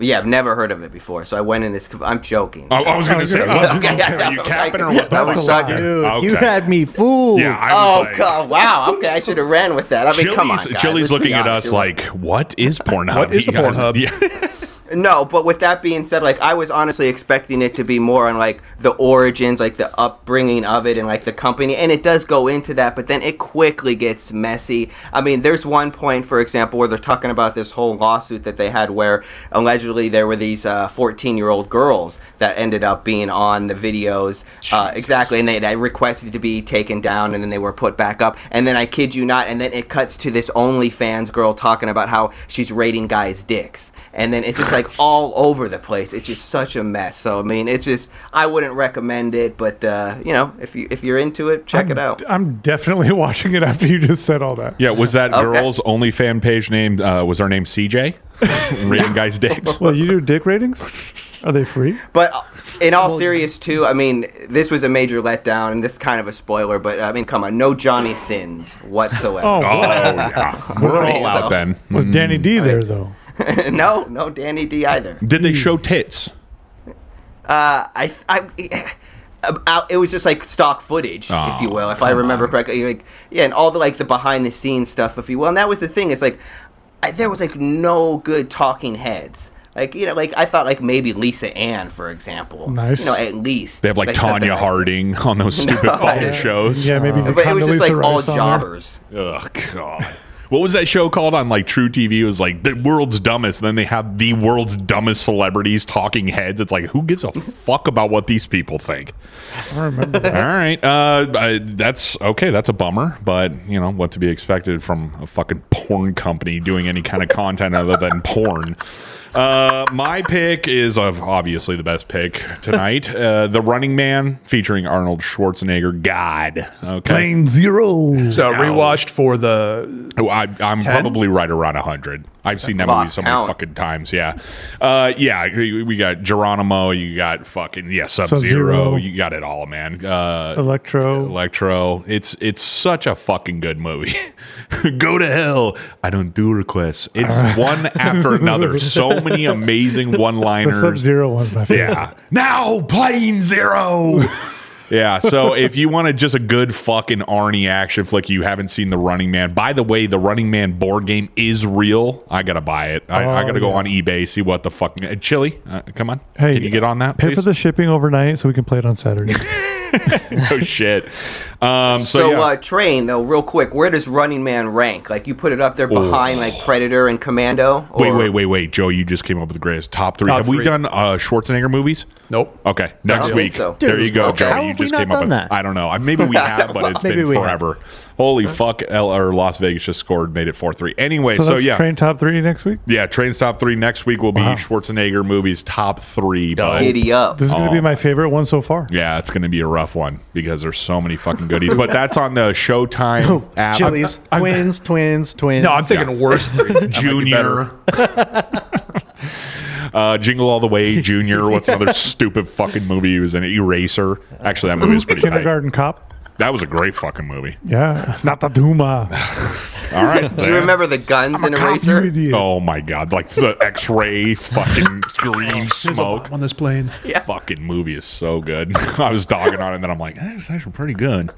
Speaker 7: Yeah, I've never heard of it before, so I went in this. com- I'm joking.
Speaker 5: Oh, I was gonna say, what- are you capping or what?
Speaker 7: That was
Speaker 5: That's a
Speaker 7: such-
Speaker 5: lie.
Speaker 3: Dude,
Speaker 5: Okay.
Speaker 3: you had me fooled.
Speaker 5: Yeah, I was
Speaker 7: oh
Speaker 5: like-
Speaker 7: God, wow. Okay, I should have ran with that. I mean,
Speaker 5: Chili's,
Speaker 7: come on, guys.
Speaker 5: Chili's
Speaker 7: let's be
Speaker 5: looking at
Speaker 7: honest.
Speaker 5: us like, what is Pornhub?
Speaker 8: What is the
Speaker 5: Yeah.
Speaker 8: Pornhub?
Speaker 5: Yeah.
Speaker 7: No, but with that being said, like I was honestly expecting it to be more on like the origins, like the upbringing of it, and like the company, and it does go into that, but then it quickly gets messy. I mean, there's one point, for example, where they're talking about this whole lawsuit that they had, where allegedly there were these 14 year old girls that ended up being on the videos, uh, exactly, and they, they requested to be taken down, and then they were put back up, and then I kid you not, and then it cuts to this OnlyFans girl talking about how she's rating guys' dicks and then it's just like all over the place. It's just such a mess. So I mean, it's just I wouldn't recommend it, but uh, you know, if you if you're into it, check it out.
Speaker 6: I'm definitely watching it after you just said all that.
Speaker 5: Yeah, was that
Speaker 7: Okay.
Speaker 5: girl's only fan page name? Uh, was her name CJ? Rating guys' dicks.
Speaker 6: Well, you do dick ratings? Are they free?
Speaker 7: But uh, in all serious too, I mean, this was a major letdown, and this is kind of a spoiler. But I mean, come on, no Johnny sins whatsoever.
Speaker 6: Oh, boy.
Speaker 5: yeah. We're all out then.
Speaker 6: Was Danny D there though?
Speaker 7: no, no Danny D either.
Speaker 5: Did they show tits?
Speaker 7: Uh, I, I, uh, it was just like stock footage, if
Speaker 5: Oh,
Speaker 7: you will, if I remember correctly. Like, yeah, and all the like the behind the scenes stuff, if you will. And that was the thing. It's like I, there was like no good talking heads. Like you know, like I thought like maybe Lisa Ann, for example.
Speaker 5: Nice.
Speaker 7: You know, at least
Speaker 5: They have like
Speaker 7: something
Speaker 5: Tanya Harding on those stupid
Speaker 7: No.
Speaker 5: bubble
Speaker 7: Yeah.
Speaker 5: shows.
Speaker 6: Yeah, maybe the
Speaker 7: But it was just
Speaker 6: Condoleezza
Speaker 7: like all
Speaker 6: Rice on there.
Speaker 7: jobbers.
Speaker 5: Oh god. What was that show called on like True TV? It was like the world's dumbest. And then they have the world's dumbest celebrities talking heads. It's like who gives a fuck about what these people think?
Speaker 6: I remember.
Speaker 5: All right, uh, I, that's okay. That's a bummer, but you know what to be expected from a fucking porn company doing any kind of content other than porn. Uh, my pick is uh, obviously the best pick tonight. Uh, the Running Man featuring Arnold Schwarzenegger. God, okay.
Speaker 6: Plane zero.
Speaker 8: So
Speaker 5: Mm. No.
Speaker 8: rewatched for the.
Speaker 5: Oh, I, I'm
Speaker 8: 10?
Speaker 5: probably right around 100. I've seen that movie
Speaker 8: Lost
Speaker 5: so many
Speaker 8: count.
Speaker 5: fucking times. Yeah. Uh, yeah. We we got Geronimo. You got fucking, yeah, Sub Zero.
Speaker 6: Sub-Zero.
Speaker 5: You got it all, man. Uh,
Speaker 6: Electro.
Speaker 5: Electro. It's it's such a fucking good movie. Go to hell. I don't do requests. It's one after another. So many amazing one
Speaker 6: The Sub
Speaker 5: liners.
Speaker 6: Zero one's my favorite.
Speaker 5: Yeah. Now, plane zero. yeah. So if you wanted just a good fucking Arnie action flick, you haven't seen The Running Man. By the way, The Running Man board game is real. I gotta buy it. I, I
Speaker 6: Oh,
Speaker 5: gotta go
Speaker 6: yeah.
Speaker 5: on eBay see what the fuck. Uh, Chili, uh, come on.
Speaker 6: Hey,
Speaker 5: can you get on that?
Speaker 6: Pay
Speaker 5: please?
Speaker 6: for the shipping overnight so we can play it on Saturday.
Speaker 5: no shit. Um, so
Speaker 7: So,
Speaker 5: yeah.
Speaker 7: uh, train though, real quick. Where does Running Man rank? Like you put it up there
Speaker 5: Oh.
Speaker 7: behind like Predator and Commando. Oh, Or,
Speaker 5: Wait, wait, wait, wait, Joe! You just came up with the greatest top three.
Speaker 8: Top
Speaker 5: Have we
Speaker 8: three.
Speaker 5: done uh, Schwarzenegger movies?
Speaker 8: Nope.
Speaker 5: Okay,
Speaker 8: I
Speaker 5: next
Speaker 8: don't
Speaker 5: week.
Speaker 8: think so.
Speaker 5: There
Speaker 8: Dude,
Speaker 5: you go,
Speaker 8: okay.
Speaker 5: Joe.
Speaker 8: How
Speaker 5: you
Speaker 8: have we
Speaker 5: just
Speaker 8: not
Speaker 5: came up
Speaker 8: done
Speaker 5: with.
Speaker 8: that?
Speaker 5: I don't know. I- Maybe we have, but it's
Speaker 8: Maybe
Speaker 5: been
Speaker 8: we have.
Speaker 5: forever. Holy fuck! L or Las Vegas just scored, made it four three. Anyway, so,
Speaker 6: that's
Speaker 5: yeah,
Speaker 6: train top three next week.
Speaker 5: yeah. Train's top three next week will be Schwarzenegger movies top three. But
Speaker 7: Giddy up.
Speaker 6: This is going to
Speaker 5: Oh.
Speaker 6: be my favorite one so far.
Speaker 5: Yeah, it's going to be a rough one because there's so many fucking goodies. But that's on the Showtime app.
Speaker 3: Chili's, twins, twins, twins.
Speaker 5: No, I'm thinking Yeah. worse Junior. uh, Jingle All the Way, Junior. What's another stupid fucking movie he was in? Eraser. Actually, that movie was pretty tight.
Speaker 6: Kindergarten Cop.
Speaker 5: That was a great fucking movie.
Speaker 6: Yeah, it's not the Duma.
Speaker 5: All right.
Speaker 7: Do you
Speaker 5: Dan.
Speaker 7: remember the guns in Eraser?
Speaker 5: Oh my god! Like the X-ray, fucking green smoke
Speaker 8: on this plane.
Speaker 5: Fucking movie is so good. I was dogging on it, and then I'm like, eh, it's actually pretty good.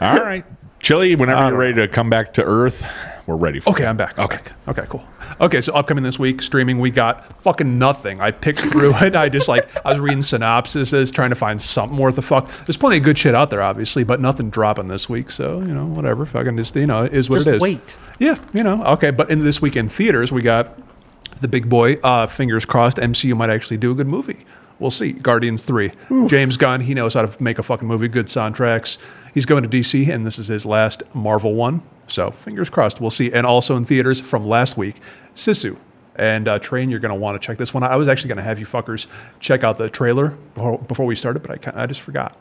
Speaker 5: All right, Chili. Whenever you're ready to come back to Earth, we're ready for
Speaker 8: Okay, I'm back. Okay. Okay, cool. Okay, so upcoming this week, streaming, we got fucking nothing. I picked through it. I just like, I was reading synopsises, trying to find something worth the fuck. There's plenty of good shit out there, obviously, but nothing dropping this week. So, you know, whatever. Fucking just, you know, it is what
Speaker 3: Just
Speaker 8: it is.
Speaker 3: wait.
Speaker 8: Yeah, you know. Okay, but in this week in theaters, we got the big boy. Uh, fingers crossed, MCU might actually do a good movie. We'll see. Guardians 3. James Gunn, he knows how to make a fucking movie, good soundtracks. He's going to DC, and this is his last Marvel one. So fingers crossed, we'll see. And also in theaters from last week, Sisu. And uh, Train, you're going to want to check this one out. I was actually going to have you fuckers check out the trailer before, before we started, but I, kinda, I just forgot.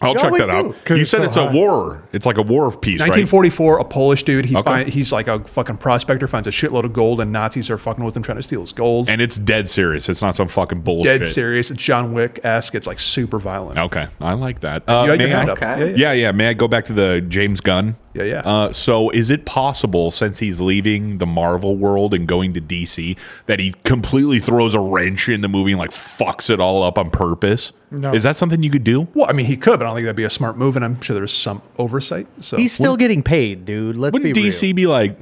Speaker 5: I'll
Speaker 8: You
Speaker 5: check
Speaker 8: always
Speaker 5: that
Speaker 8: do.
Speaker 5: out.
Speaker 8: 'Cause
Speaker 5: You
Speaker 8: it's
Speaker 5: said
Speaker 8: so
Speaker 5: it's
Speaker 8: high.
Speaker 5: a war. It's like a war of peace, right?
Speaker 8: 1944, a Polish dude. He
Speaker 5: Okay.
Speaker 8: find, he's like a fucking prospector, finds a shitload of gold, and Nazis are fucking with him, trying to steal his gold.
Speaker 5: And it's dead serious. It's not some fucking bullshit.
Speaker 8: Dead serious. It's John Wick esque. It's like super violent.
Speaker 5: Okay, I like that.
Speaker 8: You
Speaker 5: Uh,
Speaker 8: had your
Speaker 5: may I,
Speaker 8: hand up. Okay. Yeah,
Speaker 5: Yeah, yeah, May I go back to the James Gunn?
Speaker 8: Yeah, yeah.
Speaker 5: Uh, so, is it possible since he's leaving the Marvel world and going to DC that he completely throws a wrench in the movie and like fucks it all up on purpose?
Speaker 8: No.
Speaker 5: Is that something you could do?
Speaker 8: Well, I mean, he could, but I don't think that'd be a smart move, and I'm sure there's some oversight. So
Speaker 3: He's still getting paid, dude. Let's
Speaker 5: Wouldn't
Speaker 3: be real.
Speaker 5: DC be like,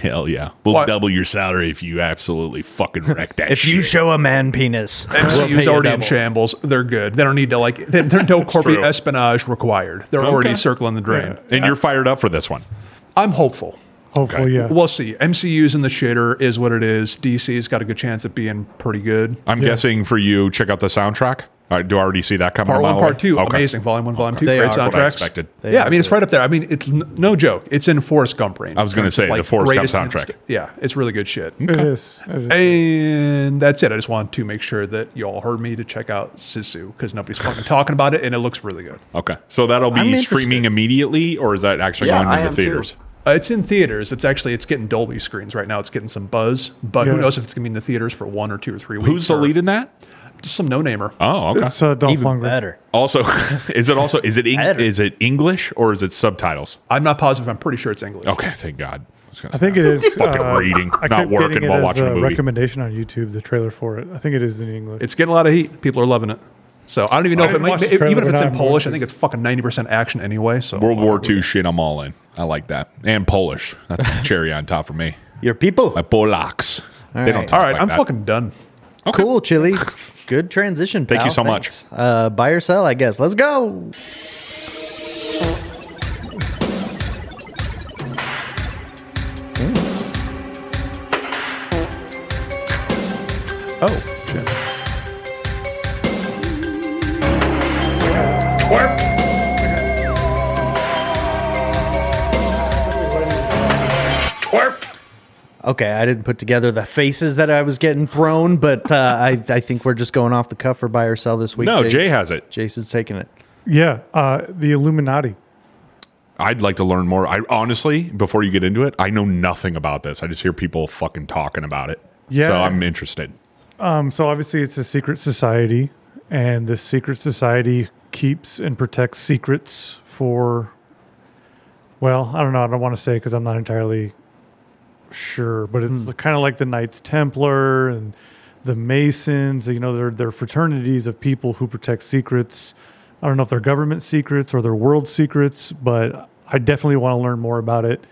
Speaker 5: hell yeah, we'll
Speaker 3: What?
Speaker 5: double your salary if you absolutely fucking wreck that
Speaker 3: If
Speaker 5: shit.
Speaker 3: you show a man penis, we'll pay
Speaker 8: MCU's
Speaker 3: you
Speaker 8: already in
Speaker 3: double.
Speaker 8: shambles. They're good. They don't need to like. There, there's no corporate espionage required. They're already
Speaker 5: Okay.
Speaker 8: circling the drain.
Speaker 5: Yeah. And you're fired up for this one.
Speaker 8: I'm hopeful.
Speaker 6: Hopefully, yeah.
Speaker 8: We'll see. MCU's in the shitter is what it is. DC's got a good chance at being pretty good.
Speaker 5: I'm guessing for you, check out the soundtrack. I do I already see that coming? a
Speaker 8: Part one,
Speaker 5: mile away?
Speaker 8: part two,
Speaker 5: Okay.
Speaker 8: amazing. Volume one, volume two,
Speaker 5: They
Speaker 8: great
Speaker 5: are what I
Speaker 8: soundtracks.
Speaker 5: expected. They
Speaker 8: yeah,
Speaker 5: are
Speaker 8: I mean it's right up there. I mean it's n- no joke. It's in Forrest Gump range.
Speaker 5: I was gonna
Speaker 8: It's
Speaker 5: say, the Forrest Gump
Speaker 8: greatest
Speaker 5: soundtrack.
Speaker 8: insta- yeah, it's really good shit.
Speaker 6: It is. It is.
Speaker 8: And that's it. I just wanted to make sure that y'all heard me to check out Sisu because nobody's fucking talking about it, and it looks really good.
Speaker 5: Okay, so that'll
Speaker 8: I'm
Speaker 5: be
Speaker 8: interested.
Speaker 5: streaming immediately, or is that actually going into the theaters?
Speaker 8: Uh, it's in theaters. It's actually it's getting Dolby screens right now. It's getting some buzz, but who
Speaker 6: Yeah.
Speaker 8: knows if it's gonna be in the theaters for one or two or three weeks.
Speaker 5: Who's the
Speaker 8: or-
Speaker 5: lead in that?
Speaker 8: Just some no namer.
Speaker 5: Oh, okay.
Speaker 6: It's uh, Dolph Lundgren.
Speaker 5: Also, is it also is it Eng- is it English or is it subtitles?
Speaker 8: I'm not positive. I'm pretty sure it's English.
Speaker 5: Okay, thank God. was gonna
Speaker 6: I think
Speaker 5: say,
Speaker 6: it is.
Speaker 5: fucking
Speaker 6: uh,
Speaker 5: reading,
Speaker 6: I
Speaker 5: not
Speaker 6: kept
Speaker 5: working
Speaker 6: getting it
Speaker 5: while
Speaker 6: as uh,
Speaker 5: watching a
Speaker 6: a
Speaker 5: movie.
Speaker 6: recommendation on YouTube, the trailer for it. I think it is in English.
Speaker 8: It's getting a lot of heat. People are loving it. So I don't even know
Speaker 6: I
Speaker 8: if it
Speaker 6: haven't
Speaker 8: might,
Speaker 6: watched the trailer,
Speaker 8: even if
Speaker 6: but
Speaker 8: it's in
Speaker 6: I'm
Speaker 8: Polish. I
Speaker 6: watching-
Speaker 8: think it's fucking ninety percent action anyway. So
Speaker 5: World War II shit. I'm all in. I like that. And Polish. That's a cherry on top for me.
Speaker 3: Your people.
Speaker 5: My Polacks.
Speaker 3: All
Speaker 5: They
Speaker 3: right.
Speaker 5: don't talk
Speaker 3: All
Speaker 8: right,
Speaker 5: like
Speaker 8: I'm
Speaker 5: that.
Speaker 8: fucking done.
Speaker 3: Cool, Chili. Good transition.
Speaker 5: Thank you
Speaker 3: pal.
Speaker 5: so much.
Speaker 3: Thanks. Uh, buy or sell, I guess. Let's go.
Speaker 5: Hmm.
Speaker 8: Oh shit!
Speaker 3: Okay, I didn't put together the faces that I was getting thrown, but uh, I, I think we're just going off the cuff for buy or sell this week.
Speaker 5: No, Jay has it.
Speaker 3: Jason's taking it.
Speaker 6: yeah, uh, the Illuminati.
Speaker 5: I'd like to learn more. I honestly, before you get into it, I know nothing about this. I just hear people fucking talking about it.
Speaker 6: Yeah.
Speaker 5: So I'm interested.
Speaker 6: Um, so obviously, it's a secret society, and this secret society keeps and protects secrets for. Well, I don't know. I don't want to say because I'm not entirely sure, but it's kind of like the Knights Templar and the Masons. You know, they're they're fraternities of people who protect secrets. I don't know if they're government secrets or they're world secrets, but I definitely want to learn more about it.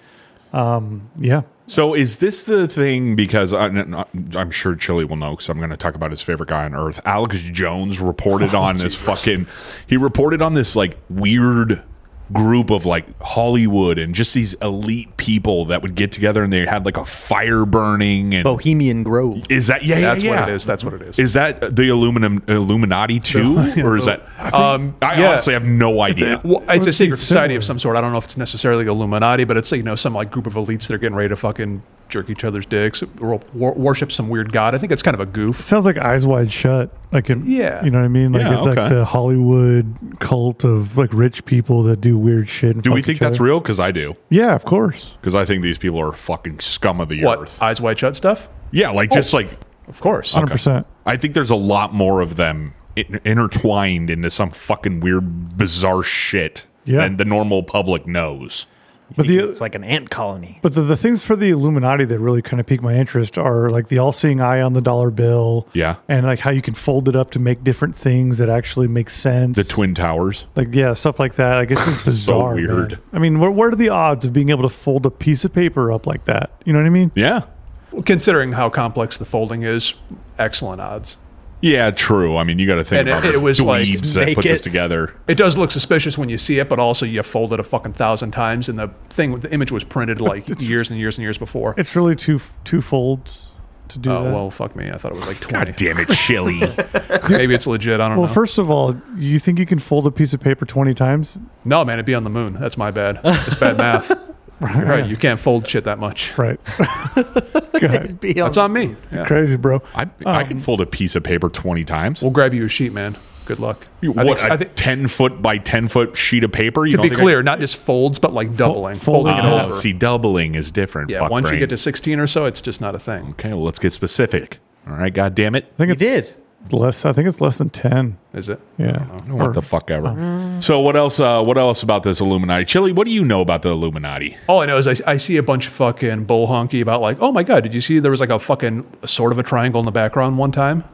Speaker 6: Um, yeah,
Speaker 5: So is this the thing? Because I, am sure Chili will know because I'm going to talk about his favorite guy on earth. Alex Jones reported on this fucking. He reported on this like weird group of like Hollywood and just these elite people that would get together and they had like a fire burning
Speaker 3: Oh,
Speaker 5: and
Speaker 3: Bohemian Grove.
Speaker 5: is that yeah
Speaker 8: That's
Speaker 5: yeah, yeah.
Speaker 8: what it is. That's what it is.
Speaker 5: Is that the aluminum Illuminati too, or is that?
Speaker 8: Um,
Speaker 5: I
Speaker 8: yeah.
Speaker 5: honestly have no idea.
Speaker 8: Well, it's a
Speaker 6: Would
Speaker 8: secret
Speaker 6: be
Speaker 8: society
Speaker 6: similar.
Speaker 8: of some sort. I don't know if it's necessarily Illuminati, but it's you know some like group of elites that are getting ready to fucking jerk each other's dicks, or wor- worship some weird god. I think it's kind of a goof.
Speaker 6: Sounds like Eyes Wide Shut. Like, in,
Speaker 8: Yeah.
Speaker 6: you know what I mean. Like,
Speaker 5: Yeah,
Speaker 6: like
Speaker 5: okay.
Speaker 6: the Hollywood cult of like rich people that do weird shit. And
Speaker 5: Do we
Speaker 6: fuck
Speaker 5: think
Speaker 6: each
Speaker 5: that's
Speaker 6: other.
Speaker 5: real? Because I do.
Speaker 6: Yeah, of course.
Speaker 5: Because I think these people are fucking scum of the
Speaker 8: What
Speaker 5: earth.
Speaker 8: eyes wide shut stuff?
Speaker 5: Yeah, like just like
Speaker 8: Of course.
Speaker 6: Hundred percent.
Speaker 5: I think there's a lot more of them in- intertwined into some fucking weird, bizarre shit
Speaker 6: Yeah.
Speaker 5: than the normal public knows.
Speaker 6: But
Speaker 3: think
Speaker 6: the-
Speaker 3: it's like an ant colony.
Speaker 6: But the, the things for the Illuminati that really kind of pique my interest are like the all seeing eye on the dollar bill.
Speaker 5: Yeah.
Speaker 6: And like how you can fold it up to make different things that actually make sense.
Speaker 5: The Twin Towers.
Speaker 6: like, yeah, stuff like that. I guess it's bizarre. man.
Speaker 5: weird.
Speaker 6: I mean, where, what are the odds of being able to fold a piece of paper up like that? You know what I mean?
Speaker 5: Yeah.
Speaker 8: Well, considering how complex the folding is, excellent odds.
Speaker 5: Yeah, true. I mean, you got to think
Speaker 8: And
Speaker 5: about
Speaker 8: it-
Speaker 5: the
Speaker 8: it was like-
Speaker 5: dweebs that
Speaker 8: Make
Speaker 5: put this
Speaker 8: it-
Speaker 5: together.
Speaker 8: It does look suspicious when you see it, but also you fold it a fucking thousand times, and the thing, the image was printed like years and years and years before.
Speaker 6: It's really two two folds to do
Speaker 8: Oh
Speaker 6: that.
Speaker 8: well, fuck me! I thought it was like twenty.
Speaker 5: God damn it, Shelly.
Speaker 8: Maybe it's legit. I don't
Speaker 6: well,
Speaker 8: know.
Speaker 6: first of all, you think you can fold a piece of paper 20 times?
Speaker 8: no, man, it'd be on the moon. That's my bad. It's bad math. You're right, you can't fold shit that much.
Speaker 6: Right. Go ahead.
Speaker 8: That's on me. Yeah.
Speaker 6: Crazy, bro.
Speaker 5: I, I can fold a piece of paper 20 times.
Speaker 8: Um, We'll grab you a sheet, man. Good luck. I
Speaker 5: what,
Speaker 8: think- I
Speaker 5: a
Speaker 8: think-
Speaker 5: 10 foot by 10 foot sheet of paper? You
Speaker 8: to
Speaker 5: don't
Speaker 8: be
Speaker 5: think I-
Speaker 8: clear, not just folds, but like doubling,
Speaker 6: folding
Speaker 8: folding
Speaker 6: it
Speaker 8: it
Speaker 5: Oh,
Speaker 8: over.
Speaker 5: see, doubling is different.
Speaker 8: yeah,
Speaker 5: fuck
Speaker 8: once
Speaker 5: brain.
Speaker 8: you get to sixteen or so, it's just not a thing.
Speaker 5: Okay, well, let's get specific. All right, God damn it.
Speaker 6: I think
Speaker 3: You
Speaker 6: it's
Speaker 3: did.
Speaker 6: less. I think it's less than 10.
Speaker 8: Is it? oh.
Speaker 6: Yeah.
Speaker 5: What the fuck ever. So what else? Uh, what else about this Illuminati? Chili, what do you know about the Illuminati?
Speaker 8: All I know is I, I see a bunch of fucking bull honky about like, oh my god, did you see there was like a fucking sort of a triangle in the background one time?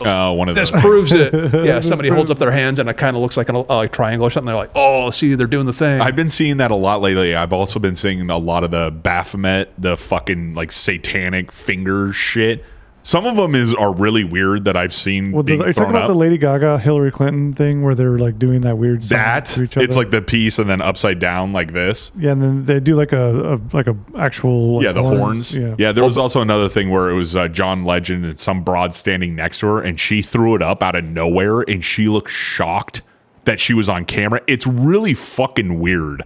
Speaker 5: Uh, one of
Speaker 8: Oh. This
Speaker 5: those.
Speaker 8: proves it. Yeah, somebody holds up their hands and it kind of looks like an, a like triangle or something. They're like, oh, see, they're doing the thing.
Speaker 5: I've been seeing that a lot lately. I've also been seeing a lot of the Baphomet, the fucking like satanic finger shit. Some of them is are really weird that I've seen
Speaker 6: Well, the,
Speaker 5: being
Speaker 6: are you
Speaker 5: thrown
Speaker 6: talking about
Speaker 5: up.
Speaker 6: the Lady Gaga, Hillary Clinton thing where they're like doing that weird sign
Speaker 5: that
Speaker 6: to each other?
Speaker 5: it's like the piece and then upside down like this.
Speaker 6: yeah, and then they do like a, a like a actual like,
Speaker 5: yeah, the horns.
Speaker 6: Yeah. Oh,
Speaker 5: Yeah. there was also another thing where it was uh, John Legend and some broad standing next to her, and she threw it up out of nowhere, and she looked shocked that she was on camera. It's really fucking weird,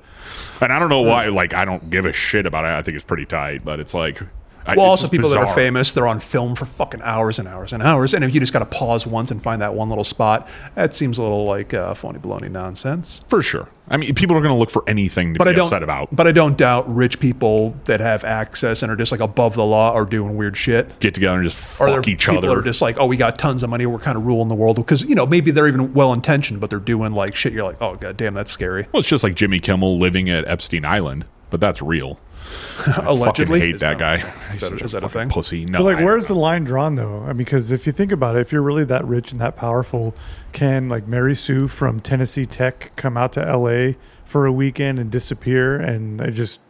Speaker 5: and I don't know why. Like, I don't give a shit about it. I think it's pretty tight, but it's like, I,
Speaker 8: well,
Speaker 5: it's
Speaker 8: also
Speaker 5: just
Speaker 8: people that are
Speaker 5: bizarre.
Speaker 8: famous, they're on film for fucking hours and hours and hours. And if you just got to pause once and find that one little spot, that seems a little like uh, phony baloney nonsense.
Speaker 5: for sure. I mean, people are going to look for anything to
Speaker 8: But
Speaker 5: be
Speaker 8: I don't.
Speaker 5: upset about.
Speaker 8: But I don't doubt rich people that have access and are just like above the law are doing weird shit.
Speaker 5: Get together and just
Speaker 8: Or
Speaker 5: fuck
Speaker 8: they're-
Speaker 5: each
Speaker 8: people
Speaker 5: other.
Speaker 8: are just like, oh, we got tons of money. We're kind of ruling the world because you know maybe they're even well intentioned, but they're doing like shit. You're like, oh god damn, that's scary.
Speaker 5: well, it's just like Jimmy Kimmel living at Epstein Island, but that's real.
Speaker 8: Allegedly,
Speaker 5: I fucking hate that
Speaker 8: No.
Speaker 5: guy.
Speaker 8: Is
Speaker 5: He's
Speaker 8: that,
Speaker 5: such
Speaker 8: is
Speaker 5: a
Speaker 8: that a
Speaker 5: fucking
Speaker 8: thing?
Speaker 5: pussy. No,
Speaker 6: But like,
Speaker 5: I-
Speaker 6: where's the line drawn though? I mean, because if you think about it, if you're really that rich and that powerful, can like Mary Sue from Tennessee Tech come out to L.A. for a weekend and disappear, and it just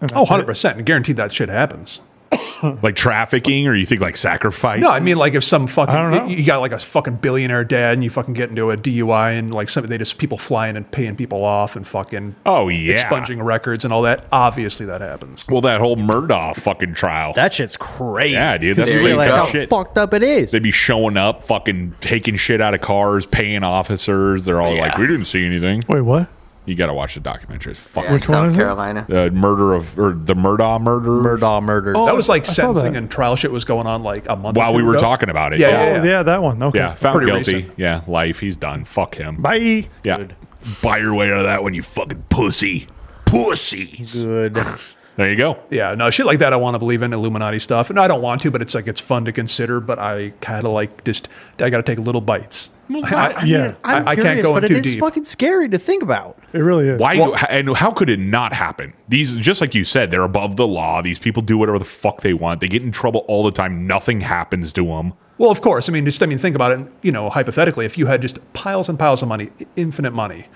Speaker 6: and
Speaker 8: Oh,
Speaker 6: that's it?
Speaker 8: 100 percent, guaranteed that shit happens.
Speaker 5: like trafficking, or you think like sacrifice?
Speaker 8: No, I mean like if some fucking
Speaker 6: I don't know.
Speaker 8: you got like a fucking billionaire dad and you fucking get into a DUI and like some they just people flying and paying people off and fucking
Speaker 5: Oh, yeah.
Speaker 8: expunging records and all that. Obviously that happens.
Speaker 5: Well, that whole Murdaugh fucking trial.
Speaker 3: That shit's crazy. "Oh,
Speaker 5: yeah, dude.
Speaker 3: You realize
Speaker 5: That's really
Speaker 3: how
Speaker 5: bad shit.
Speaker 3: fucked up it is.
Speaker 5: They'd be showing up, fucking taking shit out of cars, paying officers. They're all like, "We didn't see anything."
Speaker 6: Wait, what?
Speaker 5: You got to watch the documentary. It's fucking
Speaker 6: Which one
Speaker 7: South
Speaker 6: is it?
Speaker 7: Carolina.
Speaker 5: the murder of or the Murdaugh murder.
Speaker 3: Murdaugh murdered.
Speaker 8: Oh, that was like
Speaker 6: Oh, I saw
Speaker 8: sentencing
Speaker 6: that.
Speaker 8: and trial shit was going on like a month. or
Speaker 5: While we
Speaker 8: two
Speaker 5: were
Speaker 8: ago.
Speaker 5: talking about it,
Speaker 8: Yeah,
Speaker 5: yeah,
Speaker 6: Oh, yeah, that one. Okay.
Speaker 5: Yeah, found
Speaker 8: Pretty
Speaker 5: guilty.
Speaker 8: recent.
Speaker 5: Yeah, life. He's done. Fuck him.
Speaker 6: Bye.
Speaker 5: Yeah, buy your way out of that one, you fucking pussy. Pussies.
Speaker 3: Good.
Speaker 5: There you go.
Speaker 8: Yeah, no shit like that. I want to believe in Illuminati stuff, and I don't want to, but it's like it's fun to consider. But I kind of like just I got to take little bites. I, I-
Speaker 6: yeah.
Speaker 3: I'm
Speaker 8: I- I can't
Speaker 3: curious,
Speaker 8: go in
Speaker 3: but it
Speaker 8: too
Speaker 3: is
Speaker 8: deep.
Speaker 3: fucking scary to think about.
Speaker 6: It really is.
Speaker 5: Why and how could it not happen? These just like you said, they're above the law. These people do whatever the fuck they want. They get in trouble all the time. Nothing happens to them.
Speaker 8: Well, of course. I mean, just I mean, think about it. You know, hypothetically, if you had just piles and piles of money, i- infinite money,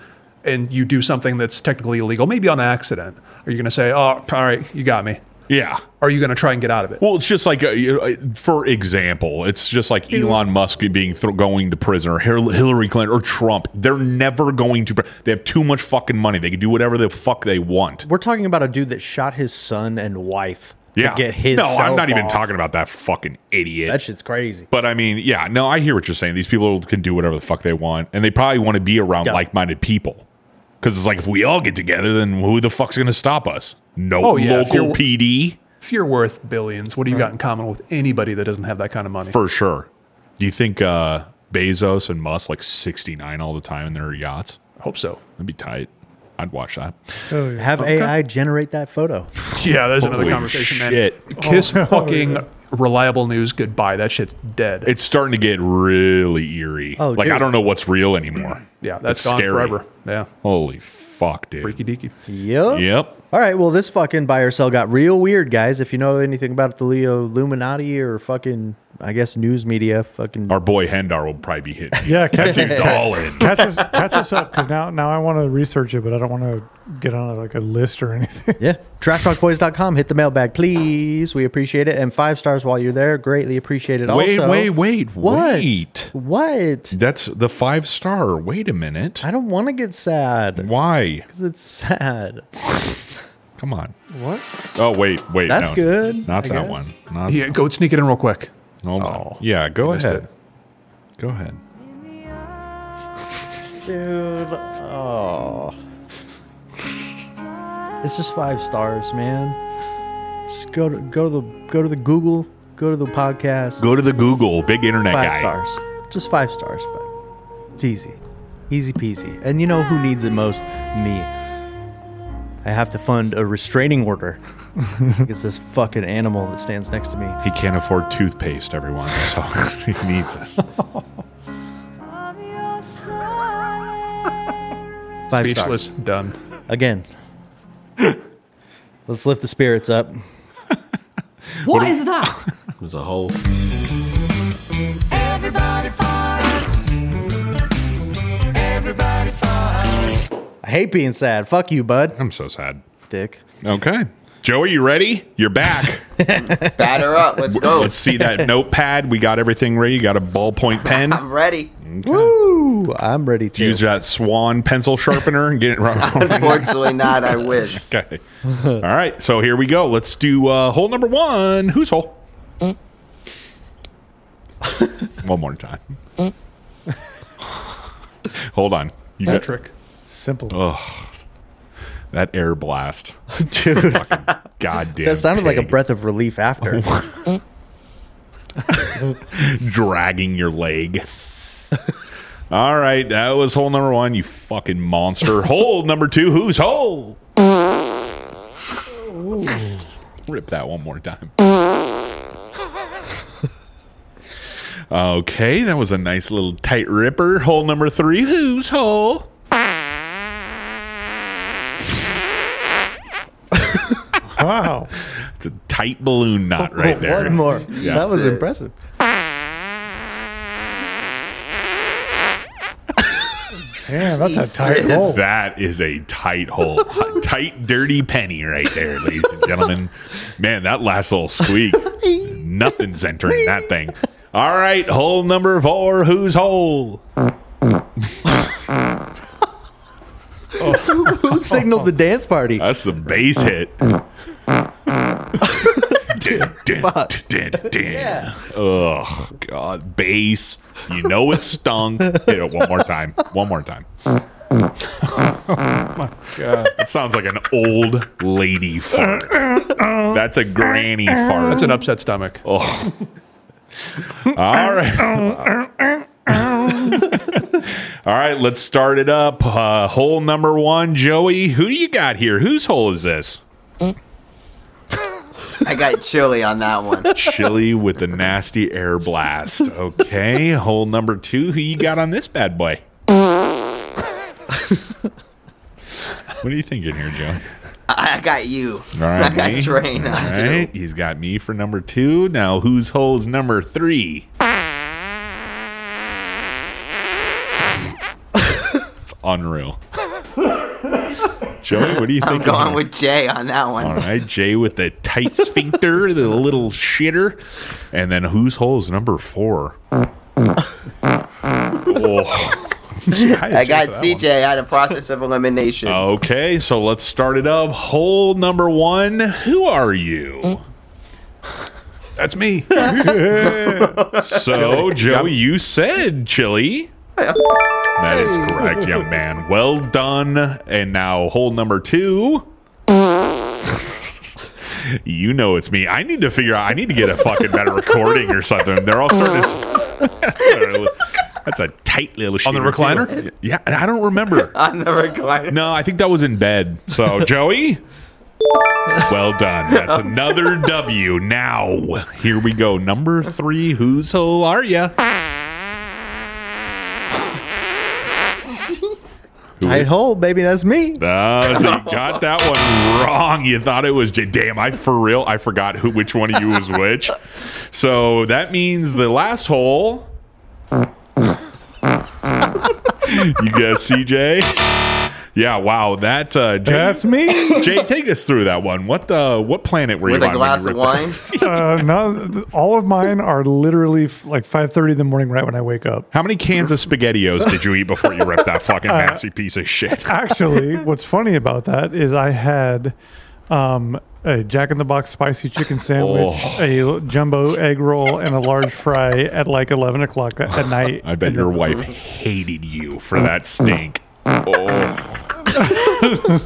Speaker 8: and you do something that's technically illegal, maybe on accident, are you going to say, "Oh, all right, you got me"?
Speaker 5: Yeah.
Speaker 8: Are you going to try and get out of it?
Speaker 5: Well, it's just like, uh, you know, uh, for example, it's just like Elon Musk being thro going to prison or Hil- Hillary Clinton or Trump. They're never going to. pr- They have too much fucking money. They can do whatever the fuck they want.
Speaker 3: We're talking about a dude that shot his son and wife
Speaker 5: Yeah.
Speaker 3: to get his.
Speaker 5: no, I'm not even
Speaker 3: off.
Speaker 5: talking about that fucking idiot.
Speaker 3: That shit's crazy.
Speaker 5: But I mean, yeah, no, I hear what you're saying. These people can do whatever the fuck they want, and they probably want to be around
Speaker 3: Yeah.
Speaker 5: like-minded people. Because it's like if we all get together, then who the fuck's going to stop us? No
Speaker 8: Oh, yeah, if
Speaker 5: local
Speaker 8: you're-
Speaker 5: PD
Speaker 8: If you're worth billions, what do you got in common with anybody that doesn't have that kind of money?
Speaker 5: for sure. Do you think uh, Bezos and Musk like 69 all the time in their yachts?
Speaker 8: I hope so.
Speaker 5: That'd be tight. I'd watch that.
Speaker 6: Oh, yeah.
Speaker 3: Have AI generate that photo.
Speaker 8: Yeah, there's
Speaker 5: Holy
Speaker 8: another conversation,
Speaker 5: shit.
Speaker 8: man. Kiss fucking reliable news goodbye. That shit's dead.
Speaker 5: It's starting to get really eerie.
Speaker 3: Oh,
Speaker 5: like I
Speaker 3: dude.
Speaker 5: don't know what's real anymore.
Speaker 8: Yeah, that's gone forever. Yeah.
Speaker 5: Holy fuck, dude. Freaky
Speaker 8: deaky.
Speaker 3: Yep.
Speaker 5: Yep.
Speaker 3: All right. Well, this fucking buy or sell got real weird, guys. If you know anything about the Leo Illuminati or fucking, I guess, news media, fucking.
Speaker 5: Our boy Hendar will probably be hit.
Speaker 6: Yeah, catch
Speaker 5: that dude's all in.
Speaker 6: Catch us, catch us up because now, now I want to research it, but I don't want to get on like a list or anything.
Speaker 3: Yeah. TrashTalkBoys.com. Hit the mailbag, please. We appreciate it. And five stars while you're there. Greatly appreciated.
Speaker 5: Wait,
Speaker 3: also.
Speaker 5: wait, wait,
Speaker 3: What?
Speaker 5: wait.
Speaker 3: What?
Speaker 5: That's the five star. Wait a minute.
Speaker 3: I don't want to get sad.
Speaker 5: Why?
Speaker 3: Because it's sad.
Speaker 5: Come on.
Speaker 3: What?
Speaker 5: Oh wait, wait.
Speaker 3: That's
Speaker 5: no.
Speaker 3: good,
Speaker 5: Not
Speaker 3: I
Speaker 5: that
Speaker 3: guess.
Speaker 5: one. Not
Speaker 8: Yeah, go sneak it in real quick.
Speaker 5: Oh, my. yeah. Go
Speaker 8: I missed
Speaker 5: ahead.
Speaker 8: it.
Speaker 5: Go ahead.
Speaker 3: Dude. Oh. It's just five stars, man. Just go to go to the go to the Google, go to the podcast.
Speaker 5: Go to the Google, big internet
Speaker 3: five
Speaker 5: guy.
Speaker 3: stars. Just five stars, but it's easy. Easy peasy. And you know who needs it most? Me. I have to fund a restraining order against this fucking animal that stands next to me.
Speaker 5: He can't afford toothpaste, everyone. So he needs us.
Speaker 3: Five
Speaker 8: Speechless.
Speaker 3: stars.
Speaker 8: Done.
Speaker 3: Again. Let's lift the spirits up.
Speaker 2: What is that?
Speaker 5: It was a whole.
Speaker 2: Everybody farts. Everybody farts.
Speaker 3: I hate being sad. Fuck you, bud.
Speaker 5: I'm so sad.
Speaker 3: Dick.
Speaker 5: Okay. Joey, you ready? You're back.
Speaker 7: Batter up. Let's go.
Speaker 5: Let's see that notepad. We got everything ready. You got a ballpoint pen.
Speaker 7: I'm ready.
Speaker 3: Woo! I'm ready to.
Speaker 5: Use that swan pencil sharpener and get it right.
Speaker 7: Unfortunately, not. I wish.
Speaker 5: okay. All right. So here we go. Let's do uh, hole number one. Who's hole? one more time. Hold on. You got
Speaker 8: Patrick.
Speaker 6: Simple.
Speaker 5: Oh, that air blast.
Speaker 3: Dude.
Speaker 5: Goddamn.
Speaker 3: That sounded like a
Speaker 5: pig.
Speaker 3: breath of relief after.
Speaker 5: dragging your leg. All right, that was hole number one. You fucking monster. hole number two. Who's hole? Rip that one more time. Okay, that was a nice little tight ripper. Hole number three. Who's hole?
Speaker 6: wow,
Speaker 5: it's a tight balloon knot right there.
Speaker 3: One more.
Speaker 5: Yeah.
Speaker 3: That was impressive.
Speaker 6: Damn, that's a tight hole.
Speaker 5: That is a tight hole. tight, dirty penny right there, ladies and gentlemen. Man, that last little squeak. Nothing's entering that thing. All right, hole number four. Whose hole?
Speaker 3: Who signaled the dance party?
Speaker 5: That's the bass hit. Dun, dun, dun, dun, dun. Ugh, God, bass. You know it stung. Hit it one more time. One more time.
Speaker 8: God.
Speaker 5: It sounds like an old lady fart. That's a granny fart.
Speaker 8: That's an upset stomach.
Speaker 5: Oh. All right. All right, let's start it up. Uh, hole number one, Joey. Who do you got here? Whose hole is this?
Speaker 7: I got chili on that one.
Speaker 5: Chili with the nasty air blast. Okay, hole number two. Who you got on this bad boy? what are you thinking here, Joey?
Speaker 7: I I got you.
Speaker 5: All right,
Speaker 7: I got
Speaker 5: me.
Speaker 7: Train
Speaker 5: All
Speaker 7: on you.
Speaker 5: right, he's got me for number two. Now, whose hole is number three? it's unreal. Joey, what do you
Speaker 7: I'm
Speaker 5: think?
Speaker 7: going with Jay on that one.
Speaker 5: All right, Jay with the tight sphincter, the little shitter, and then whose hole is number four? oh.
Speaker 7: I got CJ out of process of elimination.
Speaker 5: Okay, so let's start it up. Hole number one. Who are you?
Speaker 8: That's me.
Speaker 5: So, Joe, you said chili. That is correct, young man. Well done. And now, hole number two. You know it's me. I need to figure out. I need to get a fucking better recording or something. They're all starting to. That's a tight little shit.
Speaker 8: On the recliner?
Speaker 5: Yeah, and I don't remember.
Speaker 7: On the recliner.
Speaker 5: No, I think that was in bed. So, Joey, well done. That's another W. Now, here we go. Number three, whose hole are you?
Speaker 3: Tight hole, baby. That's me.
Speaker 5: Ah, so you got that one wrong. You thought it was J- damn. I for real. I forgot who which one of you was which. So that means the last hole. you guess CJ. Yeah. Wow. That uh, Jay,
Speaker 6: That's me.
Speaker 5: Jay, take us through that one. What uh, what planet were
Speaker 7: With
Speaker 5: you
Speaker 7: a
Speaker 5: on when you
Speaker 7: glass of
Speaker 5: ripped
Speaker 7: wine?
Speaker 6: uh, no, all of mine are literally f- like 5.30 in the morning right when I wake up.
Speaker 5: How many cans of SpaghettiOs did you eat before you ripped that fucking fancy piece of shit?
Speaker 6: Uh, Actually, what's funny about that is I had um, a Jack in the Box spicy chicken sandwich,
Speaker 5: Oh.
Speaker 6: a jumbo egg roll, and a large fry at like 11 o'clock at, at night.
Speaker 5: I bet
Speaker 6: And
Speaker 5: your
Speaker 6: then-
Speaker 5: wife hated you for that stink. Oh.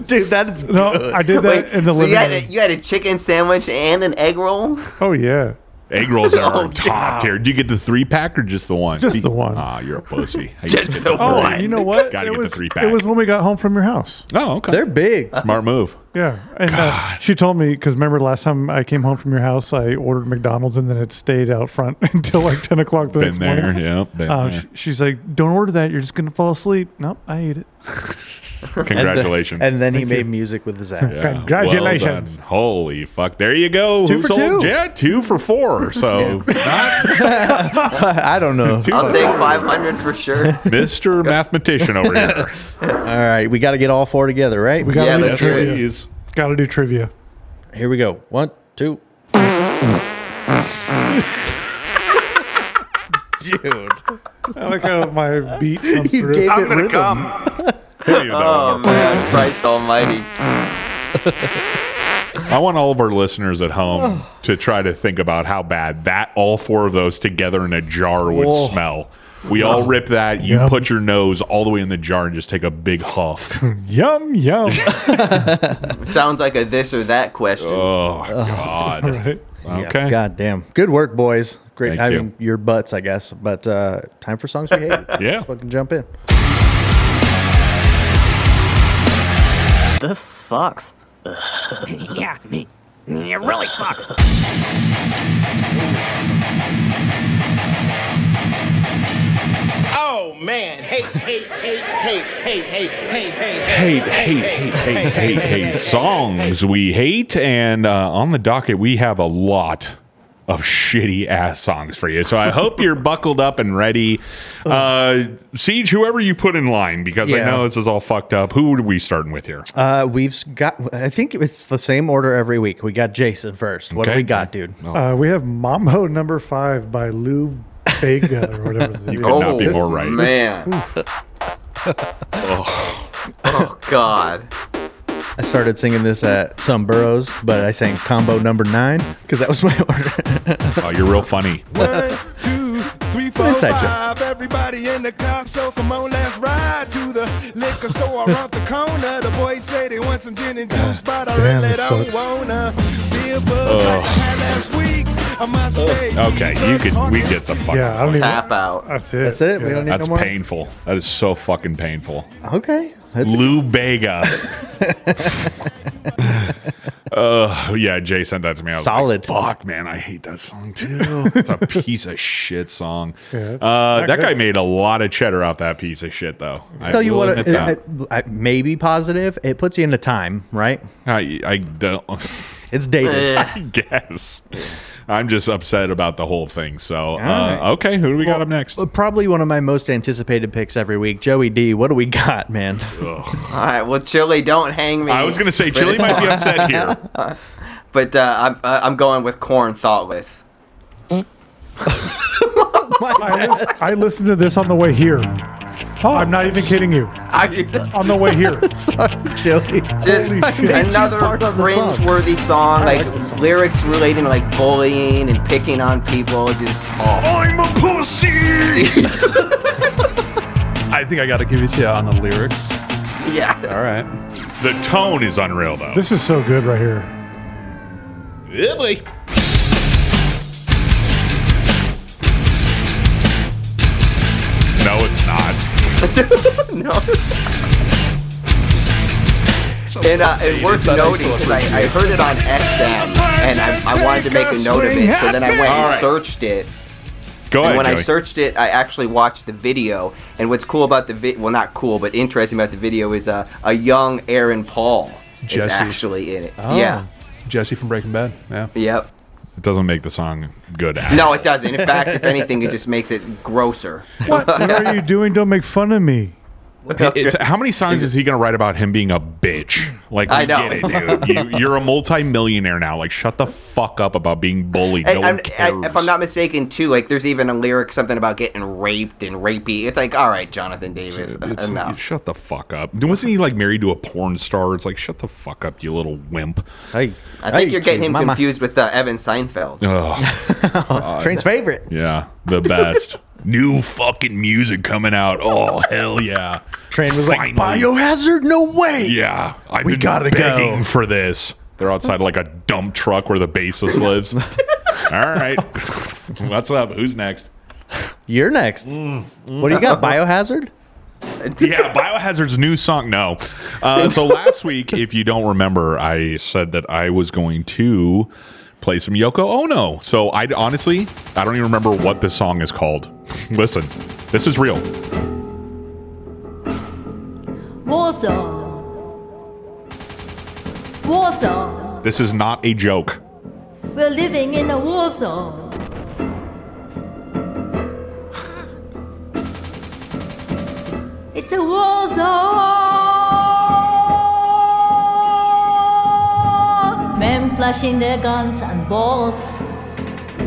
Speaker 3: Dude, that is
Speaker 6: No, I did that in the
Speaker 7: so
Speaker 6: living
Speaker 7: you had, a,
Speaker 6: room.
Speaker 7: you had a chicken sandwich and an egg roll?
Speaker 6: Oh, yeah.
Speaker 5: Egg rolls are
Speaker 7: Oh,
Speaker 5: top tier. Do you get the three pack or just the one?
Speaker 6: Just the one.
Speaker 5: Ah, you're a pussy. I
Speaker 7: Just
Speaker 5: used to get
Speaker 7: the
Speaker 6: Oh,
Speaker 7: one.
Speaker 6: you know what?
Speaker 5: Gotta
Speaker 6: it
Speaker 5: get the
Speaker 6: was,
Speaker 5: three
Speaker 6: It
Speaker 5: pack.
Speaker 6: was when we got home from your house.
Speaker 5: Oh, okay.
Speaker 3: They're big.
Speaker 5: Smart move.
Speaker 6: Yeah, and uh, she told me because remember last time I came home from your house, I ordered McDonald's and then it stayed out front until like ten o'clock the next
Speaker 5: Been there.
Speaker 6: morning.
Speaker 5: Yeah. Been
Speaker 6: Uh,
Speaker 5: there.
Speaker 6: sh- she's like, "Don't order that. You're just gonna fall asleep." Nope, I ate it.
Speaker 5: Congratulations.
Speaker 3: And then he made music with his ass.
Speaker 5: Yeah, well
Speaker 6: Congratulations.
Speaker 5: done. Holy fuck. There you go.
Speaker 3: Two
Speaker 5: Who
Speaker 3: for
Speaker 5: sold-
Speaker 3: two.
Speaker 5: Yeah, two for four. So
Speaker 3: I don't
Speaker 5: Uh,
Speaker 3: know.
Speaker 7: I'll take 500 for sure.
Speaker 5: Mr. Mathematician over here.
Speaker 3: All right, we got to get all four together, right?
Speaker 6: We gotta
Speaker 7: Yeah,
Speaker 6: do
Speaker 7: let's hear it.
Speaker 6: trivia.
Speaker 5: Please.
Speaker 6: Gotta do trivia.
Speaker 3: Here we go. One, two. Dude,
Speaker 6: I like how my beat comes
Speaker 3: you
Speaker 6: through.
Speaker 3: gave it
Speaker 9: gonna
Speaker 3: rhythm.
Speaker 9: come.
Speaker 5: Here you go.
Speaker 7: Oh, man. Christ almighty.
Speaker 5: I want all of our listeners at home to try to think about how bad that all four of those together in a jar would
Speaker 3: Whoa.
Speaker 5: smell. We all rip that. You
Speaker 6: Yum.
Speaker 5: put your nose all the way in the jar and just take a big huff.
Speaker 6: Yum yum.
Speaker 7: Sounds like a this or that question.
Speaker 5: Oh God.
Speaker 6: Right.
Speaker 5: Okay.
Speaker 3: God damn. Good work, boys. Great.
Speaker 5: Thank
Speaker 3: I
Speaker 5: you.
Speaker 3: mean, your butts, I guess. But uh, time for songs we hate. Let's fucking jump in.
Speaker 4: This sucks. yeah, me. It really sucks.
Speaker 2: Oh man, hey, hey, hey, hey, hey, hey, hey, hey.
Speaker 5: Hate, hate, hate, hate, hate, hate songs we hate, and uh, on the docket we have a lot of shitty ass songs for you. So I hope you're buckled up and ready. Uh, Siege, whoever you put in line, because I
Speaker 3: Yeah.
Speaker 5: know this is all fucked up. Who are we starting with here?
Speaker 3: Uh, we've s- got, I think it's the same order every week. We got Jason first. What do
Speaker 5: Okay.
Speaker 3: we got, dude?
Speaker 6: Uh, we have Mambo Number Five by Lou Bega or whatever. the-
Speaker 5: could not be more right.
Speaker 7: Oh, Man. oh. God.
Speaker 3: I started singing this at some burrows, but I sang combo number nine because that was my order.
Speaker 5: Oh, you're real funny.
Speaker 13: One, two, three, four,
Speaker 3: inside joke.
Speaker 13: five. Everybody in the car, so come on, let's ride to the liquor store around the corner. The boys say they want some gin and juice, but I
Speaker 6: damn,
Speaker 13: really
Speaker 6: this
Speaker 13: don't
Speaker 6: sucks.
Speaker 13: wanna be a buzz like I had last week. I must stay.
Speaker 5: Okay, you could. We get the fuck.
Speaker 6: yeah, I don't even.
Speaker 7: Tap out.
Speaker 6: That's it.
Speaker 3: That's it. We don't need
Speaker 5: That's
Speaker 3: no more.
Speaker 5: painful. That is so fucking painful.
Speaker 3: Okay. That's,
Speaker 5: Lou Bega. uh, yeah, Jay sent that to me. I was
Speaker 3: Solid.
Speaker 5: Like, Fuck, man, I hate that song too. It's a piece of shit song.
Speaker 6: Yeah.
Speaker 5: uh,
Speaker 6: Not
Speaker 5: that guy
Speaker 6: good.
Speaker 5: made a lot of cheddar off that piece of shit, though. I
Speaker 3: tell you
Speaker 5: will
Speaker 3: what, it,
Speaker 5: admit that.
Speaker 3: it, it- maybe positive. It puts you into time, right?
Speaker 5: I, I don't.
Speaker 3: It's dated.
Speaker 5: I guess. I'm just upset about the whole thing. So, uh,
Speaker 3: right.
Speaker 5: okay, who do we got up next?
Speaker 3: Well, uh, Probably one of my most anticipated picks every week. Joey D, what do we got, man?
Speaker 7: All right. Well, Chili, don't hang me.
Speaker 5: I was going to say
Speaker 7: But
Speaker 5: Chili
Speaker 7: it's-
Speaker 5: might be upset here.
Speaker 7: But uh, I'm, uh, I'm going with corn thoughtless.
Speaker 6: I, lis- I listened to this on the way here. I'm not even kidding you.
Speaker 7: I just
Speaker 6: On the way here.
Speaker 3: Sorry, Joey. shit.
Speaker 7: another
Speaker 3: Part of the song.
Speaker 7: cringe-worthy song,
Speaker 6: I
Speaker 7: like
Speaker 6: like this song.
Speaker 7: lyrics relating to like bullying and picking on people, just awful.
Speaker 9: I'm a pussy.
Speaker 8: I think I got to give it to you on the lyrics.
Speaker 7: Yeah.
Speaker 8: All right.
Speaker 5: The tone is unreal, though.
Speaker 6: This is so good right here.
Speaker 5: no, it's not.
Speaker 7: no. And, uh, and worth noting, because I, I heard it on XM, and I, I wanted to make a note of it, so then I went and searched it.
Speaker 5: Go
Speaker 7: and
Speaker 5: ahead,
Speaker 7: when I
Speaker 5: Joey.
Speaker 7: searched it, I actually watched the video. And what's cool about the vi- well, not cool, but interesting about the video is uh, a young Aaron Paul is
Speaker 8: Jesse. Oh.
Speaker 7: actually in it.
Speaker 5: Oh.
Speaker 7: Yeah.
Speaker 8: Jesse from Breaking Bad. Yeah.
Speaker 7: Yep.
Speaker 5: It doesn't make the song good. at
Speaker 7: No, it doesn't. In fact, if anything, it just makes it grosser.
Speaker 6: What, what are you doing? Don't make fun of me.
Speaker 5: It- it's- how many songs is he going to write about him being a bitch? Like,
Speaker 7: I
Speaker 5: we
Speaker 7: know.
Speaker 5: get it, dude. You, you're a multimillionaire now. Like, shut the fuck up about being bullied.
Speaker 7: Hey,
Speaker 5: no
Speaker 7: I'm-
Speaker 5: one cares.
Speaker 7: I- if I'm not mistaken, too, like there's even a lyric something about getting raped and rapey. It's like, all right, Jonathan Davis,
Speaker 3: Uh,
Speaker 7: uh,
Speaker 5: It's-
Speaker 7: enough.
Speaker 5: Shut the fuck up. Wasn't he like married to a porn star? It's like, shut the fuck up, you little wimp.
Speaker 3: Hey,
Speaker 7: I think you're getting him confused with uh, Evan Seinfeld.
Speaker 3: Train's favorite.
Speaker 5: Yeah, the best. New fucking music coming out. Oh, hell yeah.
Speaker 3: Train was
Speaker 5: Finally.
Speaker 3: like biohazard. No way.
Speaker 5: Yeah, I've
Speaker 3: We
Speaker 5: been
Speaker 3: gotta go.
Speaker 5: begging for this. They're outside like a dump truck where the bassist lives. All right, what's up? Who's next? Mm.
Speaker 3: You're next. What do you got? Biohazard.
Speaker 5: yeah, Biohazard's new song. No. Uh, so last week, if you don't remember, I said that I was going to play some Yoko Ono. So I honestly, I don't even remember what this song is called. Listen, this is real.
Speaker 14: Warsaw. Warsaw.
Speaker 5: This is not a joke.
Speaker 14: We're living in a war zone. It's a war zone. Men flashing their guns and balls.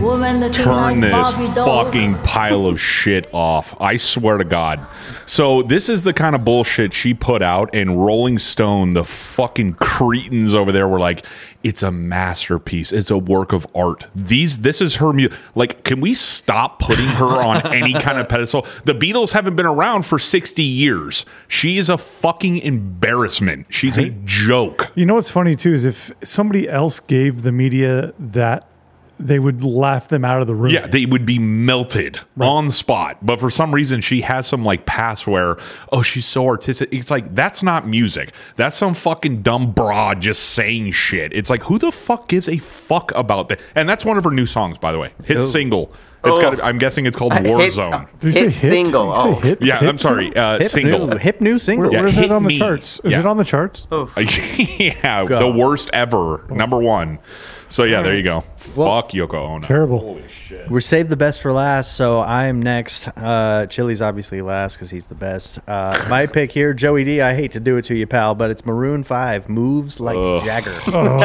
Speaker 14: Women looking
Speaker 5: Turn
Speaker 14: like
Speaker 5: this
Speaker 14: Barbie dolls.
Speaker 5: fucking pile of shit off. I swear to God. So, this is the kind of bullshit she put out, and Rolling Stone, the fucking cretins over there, were like, it's a masterpiece. It's a work of art. These, this is her music. Like, can we stop putting her on any kind of pedestal? The Beatles haven't been around for 60 years. She is a fucking embarrassment. She's a joke.
Speaker 6: You know what's funny too is if somebody else gave the media that, they would laugh them out of the room.
Speaker 5: Yeah, they would be melted on the spot. But for some reason, she has some like pass where, oh, she's so artistic. It's like, that's not music. That's some fucking dumb broad just saying shit. It's like, who the fuck gives a fuck about that? And that's one of her new songs, by the way. Hit
Speaker 8: Oh.
Speaker 5: single. It's
Speaker 8: Oh.
Speaker 5: got. I'm guessing it's called
Speaker 8: Uh, hit-
Speaker 5: Warzone.
Speaker 6: Did you say hit? Single, Did you say oh. hit?
Speaker 5: yeah.
Speaker 6: Hit
Speaker 5: I'm sorry.
Speaker 6: single?
Speaker 5: Uh,
Speaker 6: Hip
Speaker 5: single.
Speaker 6: new-
Speaker 3: hip new single.
Speaker 6: Where,
Speaker 5: Yeah,
Speaker 6: where is
Speaker 5: hit
Speaker 6: it on the
Speaker 5: me.
Speaker 6: charts? Is
Speaker 5: Yeah.
Speaker 6: it on the charts?
Speaker 5: Oh. yeah,
Speaker 6: Go.
Speaker 5: the worst ever, number one. So yeah, there you go. Fuck Yoko Ono.
Speaker 6: Terrible.
Speaker 3: We're saved the best for last, so I'm next. Uh, Chili's obviously last because he's the best. Uh, my pick here, Joey D. I hate to do it to you, pal, but it's Maroon Five. Moves like Jagger.
Speaker 5: Oh.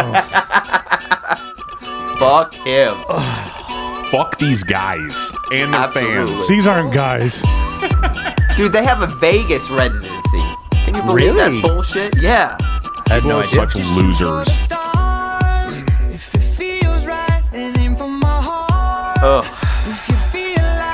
Speaker 7: Fuck him.
Speaker 5: Fuck these guys and their fans.
Speaker 6: These aren't guys.
Speaker 7: Dude, they have a Vegas residency. Can you believe that bullshit? Yeah.
Speaker 5: I have no
Speaker 7: idea.
Speaker 5: Such losers.
Speaker 7: Ugh.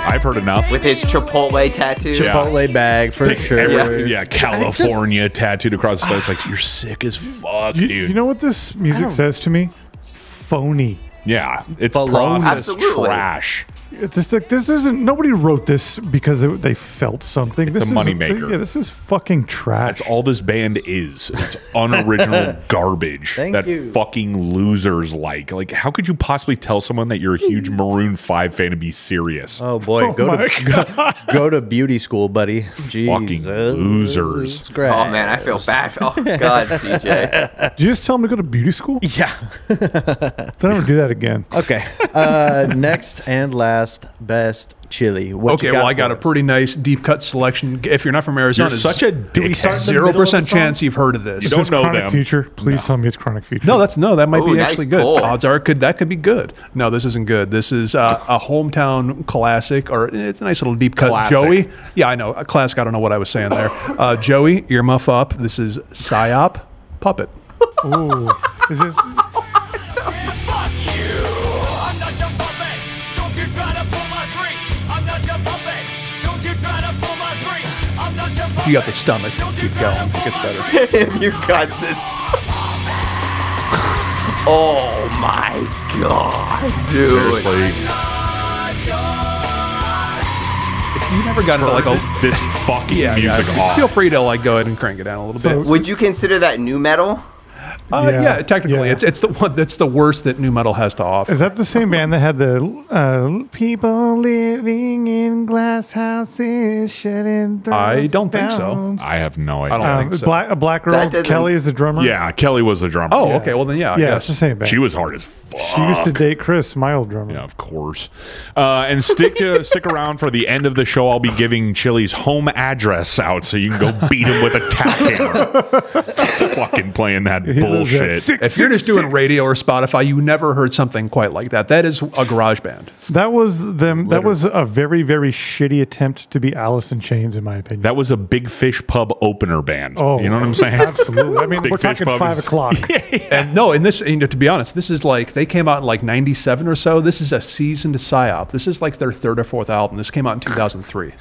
Speaker 5: I've heard enough.
Speaker 7: With his Chipotle tattoo.
Speaker 3: Chipotle bag for
Speaker 5: Like,
Speaker 3: sure.
Speaker 5: every- yeah, California tattooed across the face. Like you're sick as fuck,
Speaker 6: You,
Speaker 5: dude.
Speaker 6: you know what this music
Speaker 5: don't-
Speaker 6: says to me? Phony.
Speaker 5: yeah, it's
Speaker 6: Baloney.
Speaker 5: processed
Speaker 6: Absolutely.
Speaker 5: trash.
Speaker 6: This like, this isn't. Nobody wrote this because they- they felt something.
Speaker 5: It's
Speaker 6: this
Speaker 5: a
Speaker 6: is-
Speaker 5: moneymaker.
Speaker 6: Yeah, this is fucking trash.
Speaker 5: That's all this band is. It's unoriginal garbage
Speaker 6: Thank
Speaker 5: that
Speaker 6: you.
Speaker 5: fucking losers like. Like, how could you possibly tell someone that you're a huge Maroon Five fan and be serious?
Speaker 3: Oh boy, go to go, go to beauty school, buddy. Fucking
Speaker 5: losers.
Speaker 7: Oh man, I feel bad. Oh god, DJ.
Speaker 6: Did you just tell him to go to beauty school?
Speaker 3: Yeah.
Speaker 6: Don't ever do that again.
Speaker 3: Okay. Uh, next and last best chili. What
Speaker 8: okay,
Speaker 3: you
Speaker 8: well, I
Speaker 3: for
Speaker 8: got a
Speaker 3: us?
Speaker 8: pretty nice deep cut selection. If you're not from Arizona,
Speaker 5: You're such a Do we dick. start in the
Speaker 8: Zero
Speaker 5: middle of the
Speaker 8: percent
Speaker 5: song?
Speaker 8: chance you've heard of this.
Speaker 5: You don't
Speaker 6: Is this
Speaker 5: know
Speaker 6: chronic
Speaker 5: them.
Speaker 6: Future. Please tell me it's chronic future.
Speaker 8: No, that's no. That might
Speaker 6: Ooh,
Speaker 8: be
Speaker 6: nice
Speaker 8: actually good.
Speaker 6: pull.
Speaker 8: Odds are, it could that could be good? No, this isn't good. This is uh, a hometown classic, or it's a nice little deep cut.
Speaker 5: Classic.
Speaker 8: Joey, yeah, I know a classic. I don't know what I was saying there. Uh, Joey, earmuff up. This is psyop puppet.
Speaker 6: Ooh, is this?
Speaker 8: If you got the stomach, keep going. It gets better.
Speaker 7: if you got this. Oh my god, dude.
Speaker 5: Seriously.
Speaker 8: If you never got into like a
Speaker 5: this fucking
Speaker 8: yeah, yeah,
Speaker 5: music
Speaker 8: f-
Speaker 5: off.
Speaker 8: feel free to like go ahead and crank it down a little bit.
Speaker 7: Would you consider that new metal?
Speaker 8: Uh, yeah.
Speaker 6: Yeah.
Speaker 8: technically, it's it's the one that's the worst that new metal has to offer.
Speaker 6: Is that the same band that had the uh, people living in glass houses shouldn't? throw
Speaker 5: I don't think so.
Speaker 6: stones"?
Speaker 5: I have no
Speaker 6: I
Speaker 5: idea.
Speaker 6: don't think Uh, so. Black- a black girl, That doesn't- Kelly, is the drummer?
Speaker 5: Yeah, Kelly was the drummer.
Speaker 6: Oh, Yeah. okay, well then, yeah, I Yeah, it's guess. the same band.
Speaker 5: She was hard as fuck.
Speaker 6: She used to date Chris, my old drummer.
Speaker 5: Yeah, of course. Uh, and stick uh, stick around for the end of the show. I'll be giving Chili's home address out so you can go beat him with a tap hammer. Fucking playing that bullshit.
Speaker 8: if you're just doing radio or Spotify, you never heard something quite like that. That is a garage band.
Speaker 6: That was them. That was a very very shitty attempt to be Alice in Chains, in my opinion.
Speaker 5: That was a Big Fish Pub opener band.
Speaker 6: Oh,
Speaker 5: you know what I'm saying?
Speaker 6: Absolutely. I mean,
Speaker 5: Big
Speaker 6: we're
Speaker 5: Fish
Speaker 6: talking
Speaker 5: Pub
Speaker 6: five
Speaker 5: is-
Speaker 6: o'clock.
Speaker 8: And no, and this, you know, to be honest, this is like they came out in like '97 or so. This is a seasoned psyop. This is like their third or fourth album. This came out in 2003.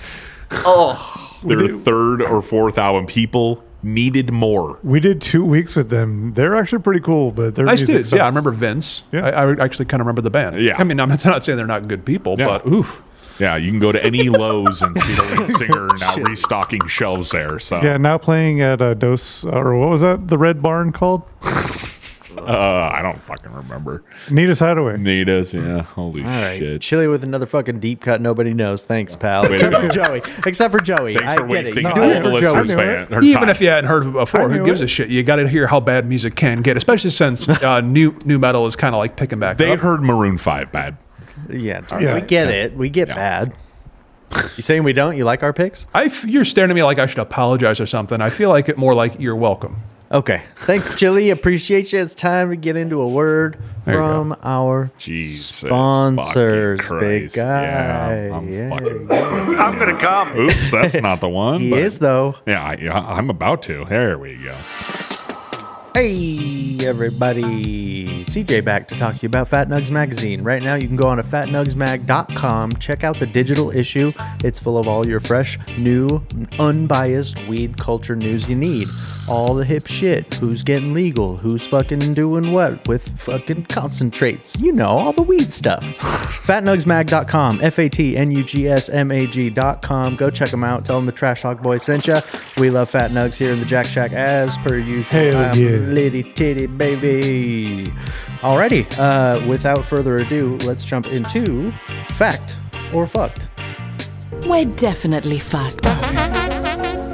Speaker 7: Oh,
Speaker 5: Their third or fourth album. People needed more.
Speaker 6: We did two weeks with them. They're actually pretty cool, but they're
Speaker 8: nice dudes. Yeah, I remember Vince. I, I actually kind of remember the band. Yeah, I mean, I'm not, not saying they're not good people, but oof.
Speaker 5: Yeah, you can go to any Lowe's and see the lead singer now
Speaker 8: Shit.
Speaker 5: restocking shelves there. So
Speaker 6: Yeah, now playing at a dose or what was that? The Red Barn called
Speaker 5: uh, I don't fucking remember.
Speaker 6: Nita's Hideaway.
Speaker 5: Nita's, yeah. Holy
Speaker 3: All right,
Speaker 5: shit.
Speaker 3: Chili with another fucking deep cut nobody knows. Thanks, pal.
Speaker 5: Way to
Speaker 3: Except for
Speaker 5: go.
Speaker 3: Joey. Except for Joey.
Speaker 5: Thanks
Speaker 3: I
Speaker 5: for
Speaker 3: get it.
Speaker 5: wasting
Speaker 3: You
Speaker 5: all
Speaker 3: do it
Speaker 5: the
Speaker 3: for
Speaker 5: listeners'
Speaker 3: Joey.
Speaker 5: fan- her
Speaker 8: Even
Speaker 5: time.
Speaker 8: if you hadn't heard of it before,
Speaker 5: I
Speaker 8: who
Speaker 5: knew
Speaker 8: gives
Speaker 5: it.
Speaker 8: a shit? You got to hear how bad music can get, especially since uh, new new metal is kind of like picking back
Speaker 5: They
Speaker 8: up.
Speaker 5: heard Maroon Five bad.
Speaker 3: Yeah, dude,
Speaker 8: Yeah.
Speaker 3: we get
Speaker 8: Yeah.
Speaker 3: it. We get bad. You saying we don't? You like our picks?
Speaker 8: I f- you're staring at me like I should apologize or something. I feel like it more like you're welcome.
Speaker 3: Okay. Thanks, Chili. Appreciate you. It's time to get into a word
Speaker 8: There you go.
Speaker 3: from our
Speaker 5: Jesus
Speaker 3: sponsors,
Speaker 5: fucking
Speaker 3: big
Speaker 5: Christ.
Speaker 3: guy.
Speaker 5: Yeah, I'm
Speaker 3: Yeah.
Speaker 5: fucking. I'm
Speaker 15: gonna come.
Speaker 5: Oops, that's not the one.
Speaker 3: He
Speaker 5: but-
Speaker 3: is, though.
Speaker 5: Yeah, I, yeah, I'm about to. There we go.
Speaker 3: Hey, everybody. CJ back to talk to you about Fat Nugs Magazine. Right now, you can go on to fatnugsmag.com, check out the digital issue. It's full of all your fresh, new, unbiased weed culture news you need. All the hip shit. Who's getting legal? Who's fucking doing what with fucking concentrates? You know, all the weed stuff. fatnugsmag.com, F A T N U G S M A G.com. Go check them out. Tell them the Trash Talk Boy sent ya. We love Fat Nugs here in the Jack Shack as per usual.
Speaker 6: Hell
Speaker 3: I'm
Speaker 6: yeah.
Speaker 3: Um, Litty titty baby. Alrighty, uh, without further ado, let's jump into fact or fucked.
Speaker 16: We're definitely fucked.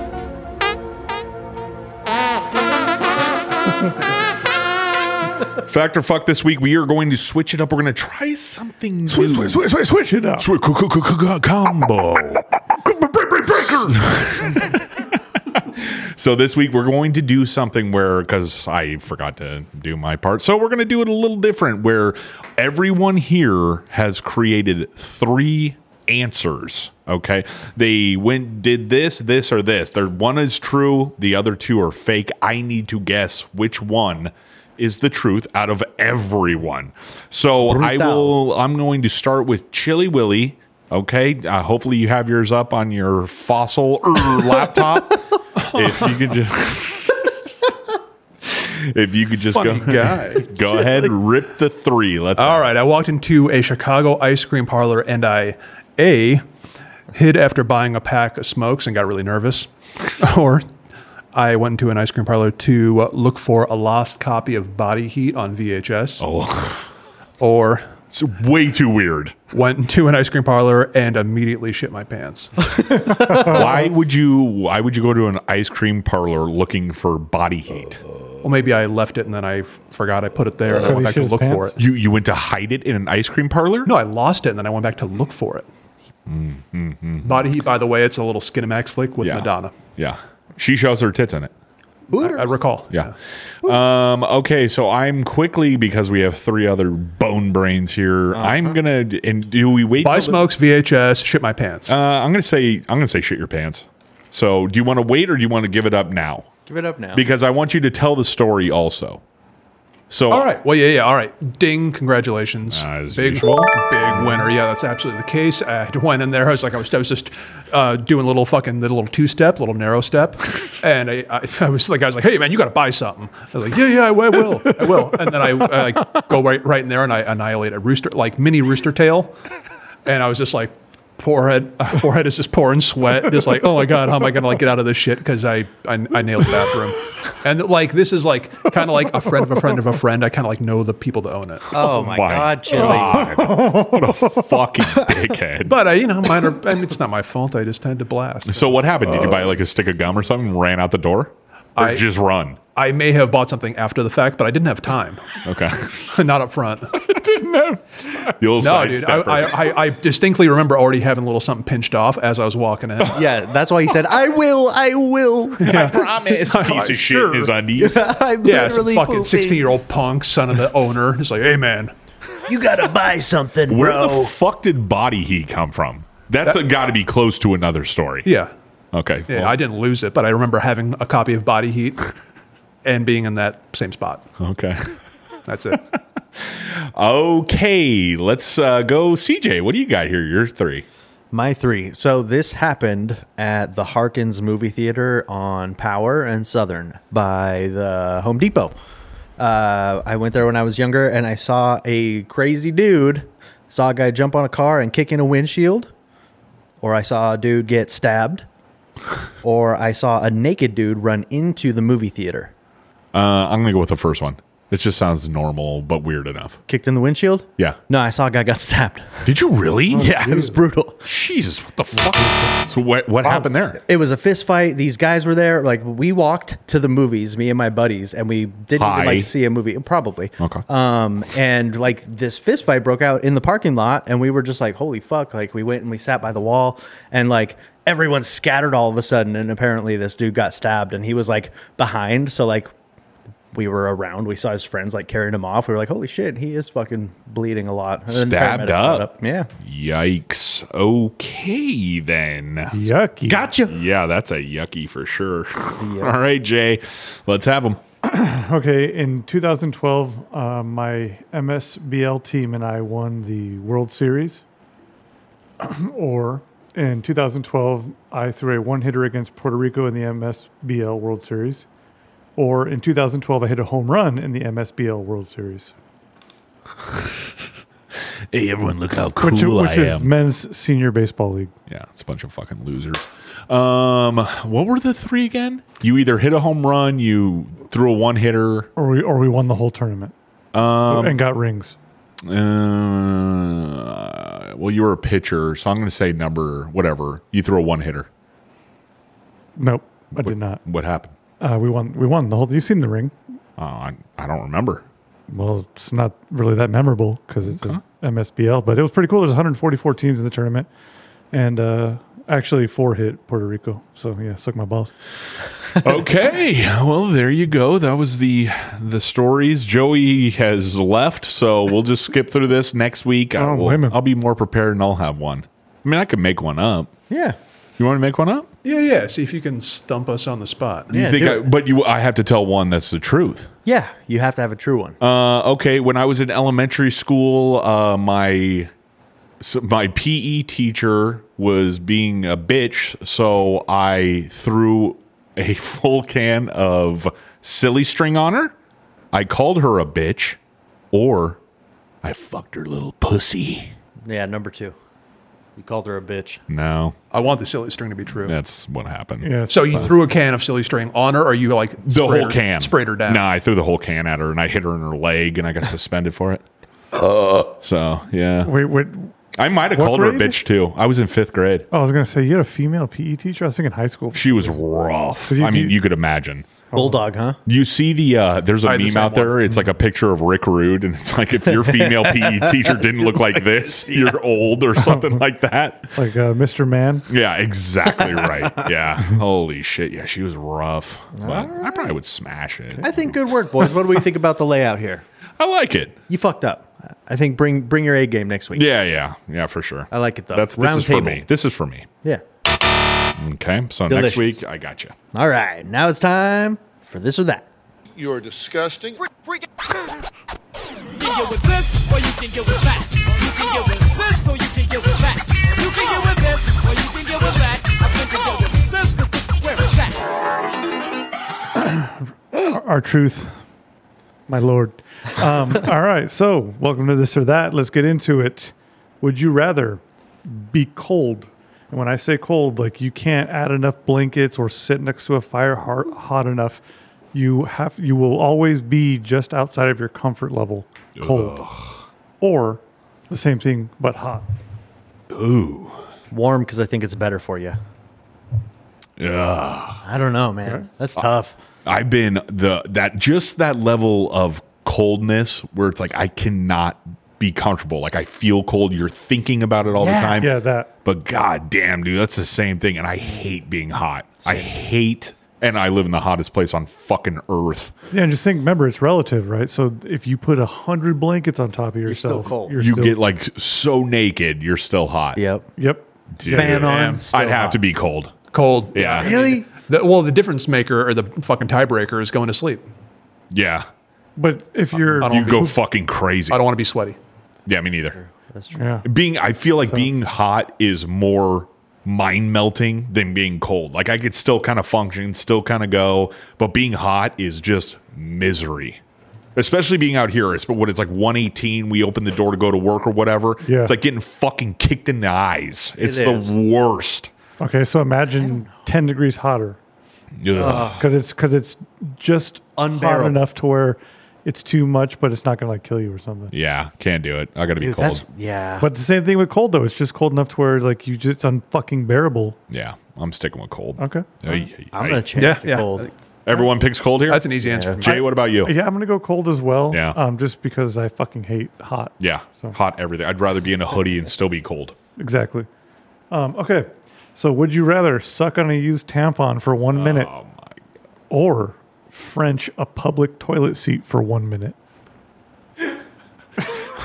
Speaker 5: Fact or fuck this week, we are going to switch it up. We're going to try something
Speaker 9: Switch,
Speaker 5: new.
Speaker 9: switch, switch, switch, switch it up.
Speaker 5: Swi- c- c- c- c- combo. so this week we're going to do something where because I forgot to do my part, so we're going to do it a little different. Where everyone here has created three answers. Okay, they went did this, this, or this. There one is true, the other two are fake. I need to guess which one is the truth out of everyone. So I
Speaker 10: Brutal.
Speaker 5: will. I'm going to start with Chili Willy. Okay. Uh, hopefully you have yours up on your fossil er, laptop. if you could just. If you could just
Speaker 8: Funny
Speaker 5: go,
Speaker 8: guy.
Speaker 5: go ahead, rip the three. Let's
Speaker 8: All right, I walked into a Chicago ice cream parlor and I A hid after buying a pack of smokes and got really nervous. or I went into an ice cream parlor to uh, look for a lost copy of Body Heat on VHS.
Speaker 5: Oh.
Speaker 8: Or
Speaker 5: it's way too weird.
Speaker 8: Went into an ice cream parlor and immediately shit my pants.
Speaker 5: why would you? Why would you go to an ice cream parlor looking for body heat?
Speaker 8: Well, maybe I left it and then I f- forgot I put it there and I
Speaker 5: So
Speaker 8: went
Speaker 5: he
Speaker 8: back to
Speaker 5: shit his
Speaker 8: look for
Speaker 5: pants?
Speaker 8: it.
Speaker 5: You you went to hide it in an ice cream parlor?
Speaker 8: No, I lost it and then I went back to look for it. Body Heat, by the way, it's a little Skinemax flick with Madonna.
Speaker 5: Mm-hmm. Yeah, she shows her tits in it.
Speaker 8: I, I recall.
Speaker 5: Yeah. Um, okay, so I'm quickly because we have three other bone brains here. I'm gonna and do we wait?
Speaker 8: Uh-huh. Buy
Speaker 5: till the-
Speaker 8: smokes, VHS, shit my pants.
Speaker 5: uh, I'm gonna say I'm gonna say shit your pants. So do you want to wait or do you want to give it up now?
Speaker 3: Give it up now.
Speaker 5: Because I want you to tell the story also. So
Speaker 8: all right. Well, yeah, yeah. All right. Ding. Congratulations. big, big winner. Yeah, that's absolutely the case. I went in there. I was like, I was, I was just uh, doing a little fucking, the little two step, little narrow step, and I, I, I was like, I was like, hey man, you got to buy something. I was like, yeah, yeah, I, I will, I will. And then I, I like, go right, right in there, and I annihilate a rooster, like mini rooster tail, and I was just like. forehead uh, forehead is just pouring sweat just like oh my god how am i gonna like get out of this shit because I, I i nailed the bathroom and like this is like kind of like a friend of a friend of a friend i kind of like know the people that own it
Speaker 3: Oh, my God, Chili.
Speaker 5: what a fucking dickhead
Speaker 8: but uh, you know mine are i mean it's not my fault i just tend to blast
Speaker 5: so what happened did you buy like a stick of gum or something and ran out the door or
Speaker 8: I-
Speaker 5: just run
Speaker 8: i may have bought something after the fact but i didn't have time
Speaker 5: okay
Speaker 8: not up front
Speaker 6: didn't have
Speaker 5: the old
Speaker 8: no
Speaker 5: side
Speaker 8: dude I,
Speaker 5: stepper.
Speaker 8: I, I, I distinctly remember already having a little something pinched off as i was walking in
Speaker 3: yeah that's why he said i will i will
Speaker 8: Yeah.
Speaker 5: Piece of shit in his undies.
Speaker 3: I'm
Speaker 8: yeah, some
Speaker 3: literally
Speaker 8: fucking
Speaker 3: pooping.
Speaker 8: sixteen-year-old punk, son of the owner. He's like, "Hey, man,
Speaker 3: you gotta buy something
Speaker 5: Where
Speaker 3: bro
Speaker 5: the fuck did body heat come from? That's
Speaker 8: That-
Speaker 5: got to be close to another story.
Speaker 8: yeah,
Speaker 5: Okay.
Speaker 8: yeah." I didn't lose it, but I remember having a copy of Body Heat and being in that same spot.
Speaker 5: Okay.
Speaker 8: That's it.
Speaker 5: Okay. Let's uh, go, CJ. What do you got here? Your three.
Speaker 3: My three. So this happened at the Harkins movie theater on Power and Southern by the Home Depot. Uh, I went there when I was younger and I saw a crazy dude. Saw a guy jump on a car and kick in a windshield, or I saw a dude get stabbed, or I saw a naked dude run into the movie theater.
Speaker 5: Uh, I'm gonna go with the first one. It just sounds normal but weird enough.
Speaker 3: Kicked in the windshield? Oh,
Speaker 5: Yeah.
Speaker 3: No, I saw a guy got stabbed.
Speaker 5: Did you really?
Speaker 3: yeah, it was brutal.
Speaker 5: Jesus, what the fuck? So what? What happened there?
Speaker 3: It was a fist fight. These guys were there. Like we walked to the movies, me and my buddies, and we didn't
Speaker 5: Hi.
Speaker 3: even like see a movie. Probably.
Speaker 5: Okay.
Speaker 3: Um, and like this fist fight broke out in the parking lot, and we were just like, "Holy fuck!" Like we went and we sat by the wall, and like everyone scattered all of a sudden. And apparently, this dude got stabbed, and he was like behind. So like we were around. We saw his friends like carrying him off. We were like, "Holy shit!" He is fucking bleeding a lot. And then
Speaker 5: Stabbed
Speaker 3: paramedics showed
Speaker 5: up.
Speaker 3: Yeah.
Speaker 5: Yikes. Okay then.
Speaker 6: Yucky.
Speaker 3: Gotcha.
Speaker 5: Yeah, that's a yucky for sure. All right, Jay. Let's have them.
Speaker 6: Okay, in 2012, uh, my MSBL team and I won the World Series. or in 2012, I threw a one hitter against Puerto Rico in the MSBL World Series. Or in 2012, I hit a home run in the MSBL World Series,
Speaker 5: Hey, everyone, look how
Speaker 6: which, which is men's senior baseball league.
Speaker 5: Yeah, it's a bunch of fucking losers. Um, what were the three again? You either hit a home run, you threw a one hitter.
Speaker 6: Or we, or we won the whole tournament
Speaker 5: Um,
Speaker 6: and got rings.
Speaker 5: uh, well, you were a pitcher, so I'm going to say number whatever. You threw a one hitter.
Speaker 6: Nope, I did not.
Speaker 5: What happened?
Speaker 6: Uh, we won. We won the whole. You've seen the ring.
Speaker 5: Oh, I, I don't remember.
Speaker 6: Well, it's not really that memorable because it's a MSBL, but it was pretty cool. There's 144 teams in the tournament, and uh, actually four hit Puerto Rico. So yeah, suck my balls.
Speaker 5: okay well there you go that was the the stories joey has left so we'll just skip through this next week I
Speaker 6: Oh,
Speaker 5: will,
Speaker 6: wait a minute.
Speaker 5: i'll be more prepared and i'll have one i mean i could make one up
Speaker 3: Yeah.
Speaker 5: you want to make one up
Speaker 8: Yeah, yeah. See if you can stump us on the spot.
Speaker 5: you think I, but you i have to tell one that's the truth
Speaker 3: Yeah. You have to have a true one.
Speaker 5: uh, okay when i was in elementary school uh, my so my pe teacher was being a bitch so i threw a full can of silly string on her i called her a bitch or i fucked her little pussy
Speaker 3: Yeah. Number two. You called her a bitch.
Speaker 5: no
Speaker 8: I want the silly string to be true.
Speaker 5: that's what happened
Speaker 6: Yeah,
Speaker 8: So you threw a can of silly string on her, or you like
Speaker 5: the
Speaker 8: sprayed
Speaker 5: whole
Speaker 8: her-
Speaker 5: can
Speaker 8: sprayed her down?
Speaker 5: no i threw the whole can at her and i hit her in her leg and i got suspended for it so yeah
Speaker 6: Wait, wait.
Speaker 5: i might have
Speaker 6: What
Speaker 5: called her a
Speaker 6: grade?
Speaker 5: bitch too i was in fifth grade
Speaker 6: Oh, I was gonna say you had a female PE teacher. I was thinking high school.
Speaker 5: She was rough.
Speaker 6: Did you-
Speaker 5: I mean,
Speaker 6: you-
Speaker 5: you could imagine.
Speaker 3: Oh. Bulldog, huh?
Speaker 5: You see the uh, there's a
Speaker 8: I had the
Speaker 5: meme
Speaker 8: same
Speaker 5: out there. It's like a picture of Rick Rude, and it's like if your female PE teacher didn't look like this, you're old or something like that.
Speaker 6: Like uh, Mr. Man.
Speaker 5: Yeah, exactly right. Yeah, holy shit. Yeah, she was rough. But I probably would smash it.
Speaker 3: I think good work, boys. What do we think about the layout here?
Speaker 5: I like it.
Speaker 3: You fucked up. I think bring bring your A game next week.
Speaker 5: Yeah, yeah, yeah, for sure.
Speaker 3: I like it though.
Speaker 5: That's this
Speaker 3: Round
Speaker 5: is
Speaker 3: table.
Speaker 5: for me. This is for me.
Speaker 3: Yeah.
Speaker 5: Okay, so
Speaker 3: Delicious.
Speaker 5: next week I got you.
Speaker 3: All right. Now it's time for this or that.
Speaker 15: You're disgusting.
Speaker 2: You can get with this, or you can get with that. You can get with this, or you can get with that. You can get with this, or you can get with that. I think you go with this, 'cause this is where it's at.
Speaker 6: Our our truth, my lord. Um, all right, so welcome to this or that. Let's get into it. Would you rather be cold. And when I say cold, like you can't add enough blankets or sit next to a fire har- hot enough. You have you will always be just outside of your comfort level, cold, or the same thing but hot.
Speaker 3: Ooh. Warm because I think it's better for you.
Speaker 5: Yeah.
Speaker 3: I don't know, man. That's tough.
Speaker 5: I've been the that just that level of coldness where it's like I cannot be comfortable. Like I feel cold. You're thinking about it all
Speaker 6: Yeah.
Speaker 5: the time.
Speaker 6: Yeah, that.
Speaker 5: But god damn, dude, that's the same thing. And I hate being hot. I hate and I live in the hottest place on fucking earth.
Speaker 6: Yeah, and just think. Remember, it's relative, right? So if you put a hundred blankets on top of yourself,
Speaker 5: you get like so naked, you're still hot. Yep.
Speaker 6: Yep.
Speaker 5: Dude,
Speaker 6: Fan on,
Speaker 5: I'd
Speaker 6: still
Speaker 5: have
Speaker 6: hot.
Speaker 5: to be cold.
Speaker 8: Cold.
Speaker 5: Yeah.
Speaker 8: The, well, the difference maker or the fucking tiebreaker is going to sleep.
Speaker 5: Yeah.
Speaker 6: But if you're,
Speaker 5: you go fucking crazy. I
Speaker 8: don't want to be sweaty.
Speaker 5: Yeah, me neither. That's
Speaker 6: true. Yeah.
Speaker 5: Being, I feel like being hot is more mind melting than being cold. Like I could still kind of function, still kind of go, but being hot is just misery. Especially being out here, it's but what it's like 118, we open the door to go to work or whatever.
Speaker 6: Yeah.
Speaker 5: It's like getting fucking kicked in the eyes.
Speaker 6: It
Speaker 5: It's the
Speaker 6: is.
Speaker 5: worst.
Speaker 6: Okay, so imagine ten degrees hotter.
Speaker 5: Ugh.
Speaker 6: Because it's because it's just unbearable
Speaker 5: Unbearable.
Speaker 6: enough to where it's too much, but it's not going to like kill you or something.
Speaker 5: Yeah, can't do it. I got to be
Speaker 3: Dude,
Speaker 5: cold.
Speaker 3: that's- yeah.
Speaker 6: But the same thing with cold though. It's just cold enough to where like you just it's unfucking bearable.
Speaker 5: Yeah, I'm sticking with cold.
Speaker 6: Okay.
Speaker 5: Ay, ay,
Speaker 6: I'm
Speaker 5: ay.
Speaker 6: gonna change Yeah, to yeah. cold.
Speaker 5: Everyone picks cold here. That's
Speaker 8: an easy answer.
Speaker 5: Jay, what about you?
Speaker 6: Yeah, I'm gonna go cold as well.
Speaker 5: Yeah.
Speaker 6: Um, just because I fucking hate hot.
Speaker 5: Yeah, hot everything. I'd rather be in a hoodie and still be cold.
Speaker 6: Exactly. Um, okay. So would you rather suck on a used tampon for one minute,
Speaker 5: Oh
Speaker 6: or French a public toilet seat for one minute?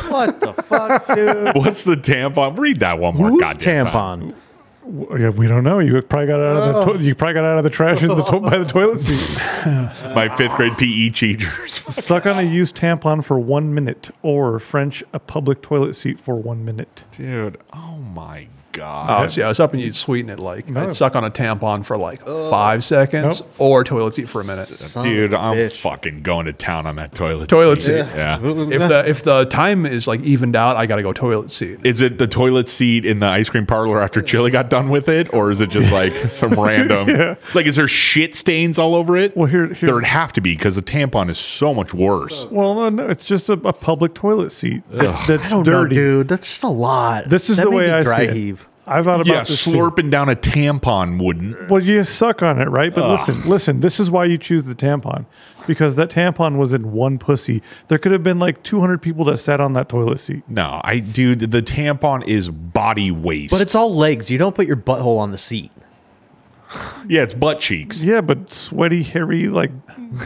Speaker 3: What the fuck, dude?
Speaker 5: What's the tampon? Read that one more.
Speaker 6: Who's
Speaker 5: goddamn time.
Speaker 6: W- Yeah, we don't know. You probably got out of the
Speaker 5: Oh.
Speaker 6: to- you probably got out of the trash in the to- by the toilet seat.
Speaker 5: My fifth grade PE teachers.
Speaker 6: Suck on a used tampon for one minute, or French a public toilet seat for one minute.
Speaker 5: Dude, oh my god.
Speaker 8: Oh, see, I was hoping you'd sweeten it like
Speaker 6: No.
Speaker 8: I'd suck on a tampon for like five seconds or toilet seat for a minute.
Speaker 5: Dude, I'm fucking going to town on that toilet
Speaker 8: Toilet
Speaker 5: seat.
Speaker 8: seat.
Speaker 5: Yeah.
Speaker 8: If the if the time is like evened out, I gotta go toilet seat.
Speaker 5: Is it the toilet seat in the ice cream parlor after Chili got done with it, or is it just like some random?
Speaker 6: Yeah.
Speaker 5: Like, is there shit stains all over it?
Speaker 6: Well, here,
Speaker 5: there would have to be because the tampon is so much worse.
Speaker 6: Well, no, no, it's just a, a public toilet seat that,
Speaker 5: Ugh.
Speaker 6: that's
Speaker 5: I don't know,
Speaker 6: dirty,
Speaker 3: dude. That's just a lot.
Speaker 6: This is
Speaker 5: That
Speaker 6: the
Speaker 5: made
Speaker 6: way
Speaker 5: me
Speaker 6: I
Speaker 5: dry
Speaker 6: see
Speaker 5: heave.
Speaker 6: It. I thought about
Speaker 5: yeah,
Speaker 6: this. too.
Speaker 5: slurping down a tampon wouldn't.
Speaker 6: Well, you suck on it, right? But
Speaker 5: Ugh.
Speaker 6: listen, listen. This is why you choose the tampon, because that tampon was in one pussy. There could have been like 200 people that sat on that toilet seat.
Speaker 5: No, I dude, the tampon is body waste.
Speaker 3: But it's all legs. You don't put your butthole on the seat.
Speaker 5: yeah, it's butt cheeks.
Speaker 6: Yeah, but sweaty, hairy, like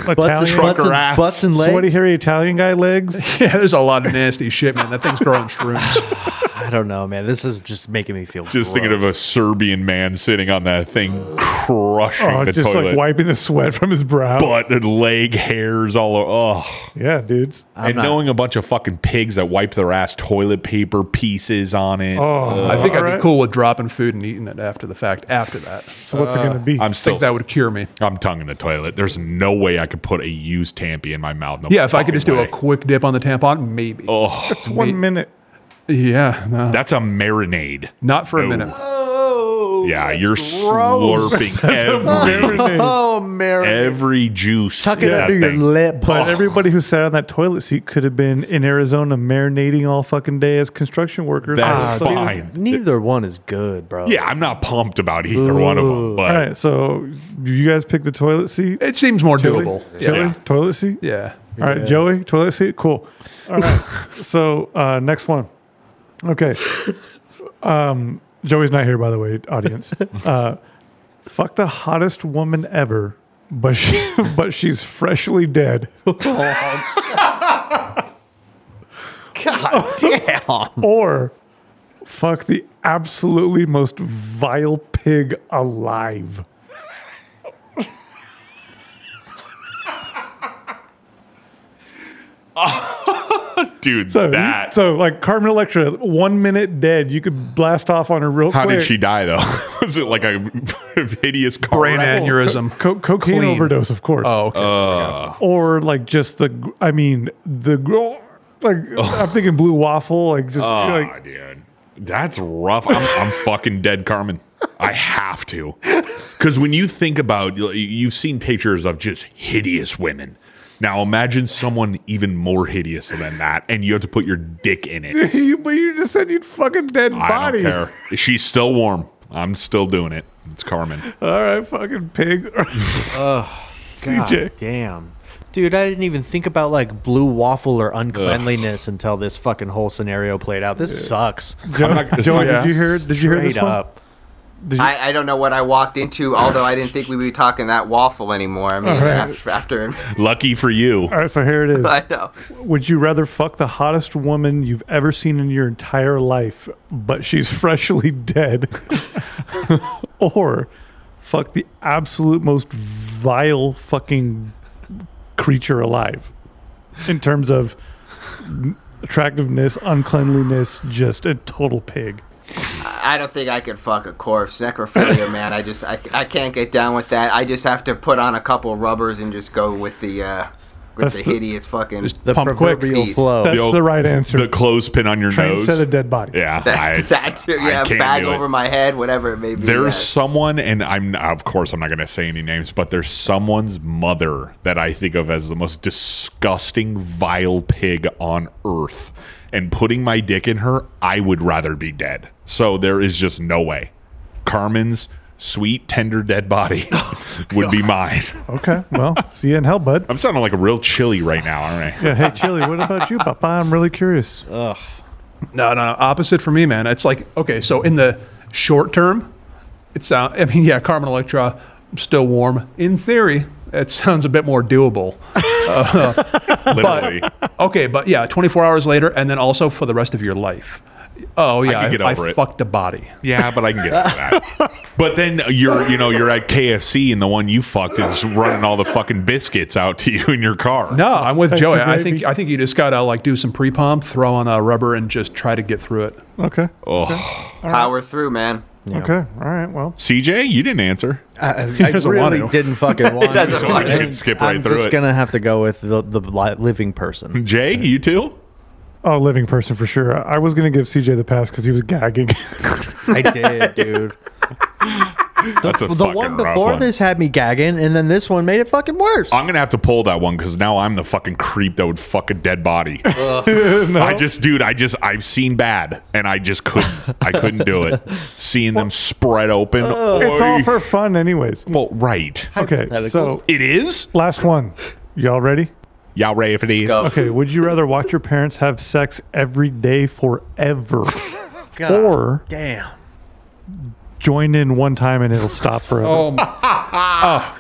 Speaker 6: Italian
Speaker 3: butts and- butts and legs?
Speaker 6: Sweaty, hairy Italian guy legs.
Speaker 8: yeah, there's a lot of nasty shit, man. That thing's growing shrooms.
Speaker 3: I don't know, man. This is just making me feel.
Speaker 5: Just thinking of a Serbian man sitting on that thing, crushing
Speaker 6: Oh,
Speaker 5: the
Speaker 6: just
Speaker 5: toilet,
Speaker 6: like wiping the sweat from his brow.
Speaker 5: butt and leg hairs all over. Oh,
Speaker 6: yeah, dudes.
Speaker 5: and knowing a bunch of fucking pigs that wipe their ass toilet paper pieces on it. Uh,
Speaker 8: Oh, I think I'd
Speaker 5: Ugh.
Speaker 8: be cool with dropping food and eating it after the fact. After that, so
Speaker 5: I'm
Speaker 8: I
Speaker 5: still.
Speaker 8: think that would cure me.
Speaker 5: I'm tonguing the toilet. There's no way I could put a used tampy in my mouth. No
Speaker 8: yeah, if I could
Speaker 5: fucking
Speaker 8: just do
Speaker 5: way.
Speaker 8: a quick dip on the tampon, maybe.
Speaker 5: Oh,
Speaker 8: that's
Speaker 6: one minute.
Speaker 8: Yeah, no.
Speaker 5: That's a marinade.
Speaker 8: Not for a
Speaker 5: No.
Speaker 8: minute.
Speaker 5: yeah, you're
Speaker 8: gross.
Speaker 5: slurping
Speaker 8: That's a
Speaker 5: every,
Speaker 3: Oh, Mary.
Speaker 5: every juice.
Speaker 3: Tuck
Speaker 5: in
Speaker 3: it
Speaker 5: that
Speaker 3: under your
Speaker 5: thing. Oh,
Speaker 3: lip. Oh.
Speaker 6: But everybody who sat on that toilet seat could have been in Arizona marinating all fucking day as construction workers. Ah,
Speaker 5: That's fine.
Speaker 3: Ah, Neither one is good, bro.
Speaker 5: Yeah, I'm not pumped about either one of them, but
Speaker 6: All right, so you guys pick the toilet seat.
Speaker 8: It seems more
Speaker 6: Joey?
Speaker 8: doable.
Speaker 6: Joey,
Speaker 8: Yeah.
Speaker 6: toilet seat.
Speaker 8: Yeah.
Speaker 6: All right,
Speaker 8: Yeah.
Speaker 6: Joey, toilet seat. Cool. All right. so uh, next one. Okay. Um, Joey's not here, by the way, audience. Uh, fuck the hottest woman ever, but she, but she's freshly dead.
Speaker 3: God damn.
Speaker 6: Or fuck the absolutely most vile pig alive.
Speaker 5: dude,
Speaker 6: So,
Speaker 5: that.
Speaker 6: so like Carmen Electra, one minute dead, you could blast off on her real
Speaker 5: How
Speaker 6: quick.
Speaker 5: did she die though? Was it like a hideous car
Speaker 8: Brain
Speaker 5: wreck?
Speaker 8: aneurysm.
Speaker 6: Co- cocaine
Speaker 8: Clean.
Speaker 6: overdose, of course.
Speaker 8: Oh, okay.
Speaker 5: Uh,
Speaker 6: Or like just the, gr- I mean the gr- like I'm thinking blue waffle, like just
Speaker 5: oh,
Speaker 6: like
Speaker 5: dude. That's rough. I'm, I'm fucking dead, Carmen. I have to. Because when you think about, you've seen pictures of just hideous women. Now imagine someone even more hideous than that, and you have to put your dick in it.
Speaker 15: you, but you just said you'd fucking dead
Speaker 5: I
Speaker 15: body.
Speaker 5: don't care. She's still warm. I'm still doing it. It's Carmen.
Speaker 15: All right, fucking pig.
Speaker 6: Uh,
Speaker 3: Ugh,
Speaker 15: CJ.
Speaker 3: God damn. Dude, I didn't even think about like blue waffle or uncleanliness until this fucking whole scenario played out. This sucks.
Speaker 6: Joe-
Speaker 3: I'm not-
Speaker 6: Joe, did you hear- did you hear this
Speaker 3: Straight
Speaker 6: one?
Speaker 3: up.
Speaker 7: I, I don't know what I walked into, although I didn't think we'd be talking that waffle anymore. I mean,
Speaker 6: All right.
Speaker 7: after, after
Speaker 5: Lucky for you.
Speaker 6: All right, so here it is.
Speaker 7: I know.
Speaker 6: Would you rather fuck the hottest woman you've ever seen in your entire life, but she's freshly dead, or fuck the absolute most vile fucking creature alive in terms of attractiveness, uncleanliness, just a total pig?
Speaker 7: I don't think I could fuck a corpse. Necrophilia, man. I just I, I can't get down with that. I just have to put on a couple rubbers and just go with the uh, with
Speaker 6: That's
Speaker 7: the,
Speaker 6: the-
Speaker 7: hideous fucking
Speaker 3: the pump quick. proverbial
Speaker 7: piece.
Speaker 3: flow.
Speaker 6: That's
Speaker 5: old-
Speaker 6: the right answer.
Speaker 5: The clothespin on your
Speaker 6: Train
Speaker 5: nose.
Speaker 6: said a dead body.
Speaker 5: Yeah.
Speaker 7: That,
Speaker 5: I-
Speaker 7: that too,
Speaker 5: I
Speaker 7: yeah,
Speaker 5: can't
Speaker 7: bag
Speaker 5: do it.
Speaker 7: over my head, whatever it may be.
Speaker 5: There's
Speaker 7: yeah.
Speaker 5: someone, and I'm of course I'm not going to say any names, but there's someone's mother that I think of as the most disgusting, vile pig on earth. And putting my dick in her, I would rather be dead. So there is just no way. Carmen's sweet, tender, dead body would be mine.
Speaker 6: Okay, well, see you in hell, bud.
Speaker 5: I'm sounding like a real chili right now, aren't I?
Speaker 6: Yeah, hey, Chili, what about you, Papa? I'm really curious. Ugh.
Speaker 8: No, no, opposite for me, man. It's like okay, so in the short term, it sound. I mean, yeah, Carmen Electra still warm in theory. It sounds a bit more doable. Uh, but-
Speaker 5: Literally.
Speaker 8: okay, but yeah, 24 hours later, and then also for the rest of your life. Oh yeah,
Speaker 5: I
Speaker 8: I,
Speaker 5: could get
Speaker 8: I
Speaker 5: over it.
Speaker 8: fucked a body.
Speaker 5: Yeah, but I can get over that. But then you're, you know, you're at KFC and the one you fucked is running all the fucking biscuits out to you in your car.
Speaker 8: No, I'm with
Speaker 5: Thank
Speaker 8: Joey.
Speaker 5: you,
Speaker 8: I
Speaker 5: baby.
Speaker 8: think I think you just gotta like do some pre pump, throw on a rubber, and just try to get through it.
Speaker 6: Okay.
Speaker 5: Oh.
Speaker 7: Power through, man.
Speaker 6: Okay. All right. Well,
Speaker 5: CJ, you didn't answer.
Speaker 3: I,
Speaker 5: He
Speaker 3: I
Speaker 5: doesn't want
Speaker 3: really
Speaker 5: to.
Speaker 3: didn't fucking
Speaker 5: He
Speaker 3: want
Speaker 5: doesn't
Speaker 3: to.
Speaker 5: want to. You can skip right
Speaker 3: I'm
Speaker 5: through
Speaker 3: just
Speaker 5: it.
Speaker 3: gonna have to go with the the li- living person.
Speaker 5: Jay, you too?
Speaker 6: Oh, living person for sure. I I was gonna give CJ the pass because he was gagging.
Speaker 3: I did, dude.
Speaker 5: That's a
Speaker 3: the
Speaker 5: fucking
Speaker 3: one
Speaker 5: rough
Speaker 3: before
Speaker 5: one.
Speaker 3: this had me gagging, and then this one made it fucking worse.
Speaker 5: I'm gonna have to pull that one because now I'm the fucking creep that would fuck a dead body. I just, dude, I just, I've seen bad, and I just couldn't, I couldn't do it. Seeing them spread open,
Speaker 6: it's
Speaker 5: oy.
Speaker 6: all for fun, anyways.
Speaker 5: Oh. Well, right.
Speaker 6: Okay. So
Speaker 5: it is.
Speaker 6: Last one. Y'all ready?
Speaker 5: Y'all ready for these?
Speaker 6: Okay. Would you rather watch your parents have sex every day forever,
Speaker 3: God
Speaker 6: or
Speaker 3: damn.
Speaker 6: join in one time and it'll stop forever?
Speaker 8: Oh, oh.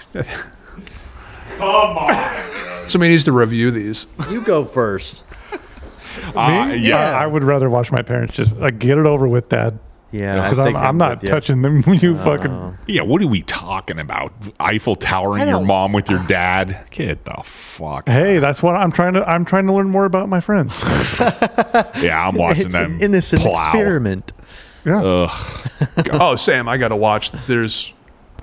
Speaker 5: Come on.
Speaker 8: Somebody needs to review uh, these.
Speaker 3: You go first.
Speaker 6: Me? I, I would rather watch my parents just like get it over with, Dad.
Speaker 3: Yeah, Uh-huh. I
Speaker 6: Because I'm,
Speaker 3: think
Speaker 6: I'm,
Speaker 3: I'm
Speaker 6: not
Speaker 3: with ya.
Speaker 6: touching them. You fucking.
Speaker 5: Yeah, what are we talking about? Eiffel towering
Speaker 6: I
Speaker 5: your
Speaker 6: don't-
Speaker 5: mom with your dad? Get the fuck.
Speaker 6: Hey, that's what I'm trying to. I'm trying to learn more about my friends.
Speaker 5: Yeah, I'm watching
Speaker 6: It's
Speaker 5: them.
Speaker 6: an innocent
Speaker 5: plow.
Speaker 6: experiment. Yeah.
Speaker 5: Ugh.
Speaker 8: oh, Sam, I gotta watch. There's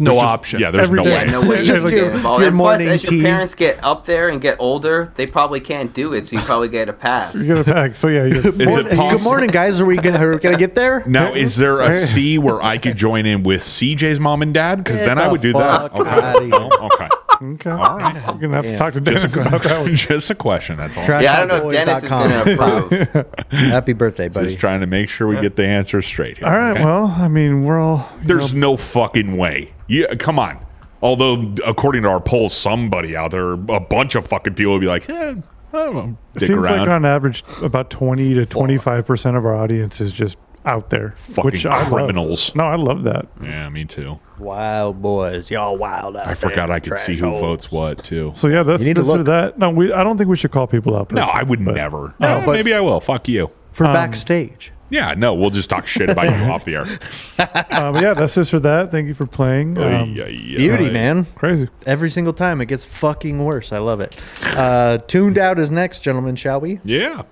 Speaker 8: no
Speaker 5: There's just-
Speaker 8: option.
Speaker 5: yeah, there's Every no day. way.
Speaker 7: No way you
Speaker 8: Just
Speaker 7: can
Speaker 8: your-
Speaker 7: get involved.
Speaker 8: your
Speaker 7: And plus,
Speaker 8: morning
Speaker 7: as your
Speaker 8: tea.
Speaker 7: parents get up there and get older, they probably can't do it, so you probably get a pass.
Speaker 6: You get a pack. So yeah. You're,
Speaker 5: Is it
Speaker 3: Good
Speaker 5: possible?
Speaker 3: morning, guys. Are we gonna, are we gonna get there?
Speaker 5: Now, is there a C where I could join in with CJ's mom and dad? Because
Speaker 3: Get
Speaker 5: then I
Speaker 3: the
Speaker 5: would do that.
Speaker 3: fuck outta
Speaker 5: Okay.
Speaker 3: here.
Speaker 5: No? okay.
Speaker 6: okay.
Speaker 5: All right.
Speaker 6: We're gonna have to talk to Dennis
Speaker 5: Just a,
Speaker 6: about that one.
Speaker 5: just a question. That's all.
Speaker 3: Trash
Speaker 7: Yeah, I don't know if Dennis is gonna
Speaker 3: Happy birthday, buddy.
Speaker 5: Just trying to make sure we get the answer straight. Here,
Speaker 6: All right.
Speaker 5: okay?
Speaker 6: Well, I mean, we're all.
Speaker 5: There's no fucking way. Yeah, come on. Although, according to our poll, somebody out there, a bunch of fucking people would be like, eh, I don't know,
Speaker 6: It
Speaker 5: dick
Speaker 6: seems
Speaker 5: around.
Speaker 6: like on average about 20 to 25 percent of our audience is just out there,
Speaker 5: Fucking
Speaker 6: which I love.
Speaker 5: criminals.
Speaker 6: No, I love that.
Speaker 5: yeah, me too.
Speaker 3: Wild boys, y'all wild. Out
Speaker 5: I forgot I could see who votes what too.
Speaker 6: So yeah, that's
Speaker 3: You need to
Speaker 6: that's sort of
Speaker 3: look.
Speaker 6: that. No, we. I don't think we should call people out.
Speaker 5: No, I would never.
Speaker 6: No,
Speaker 5: Eh,
Speaker 6: but- um,
Speaker 5: maybe I will. Fuck you.
Speaker 3: For backstage.
Speaker 5: Yeah, no, we'll just talk shit about you off the air.
Speaker 6: uh, but yeah, that's this or that. Thank you for playing.
Speaker 5: Ay,
Speaker 6: Um,
Speaker 5: ay, ay.
Speaker 3: Beauty, man.
Speaker 6: Crazy.
Speaker 3: Every single time it gets fucking worse. I love it. Uh, tuned out is next, gentlemen, shall we?
Speaker 5: Yeah.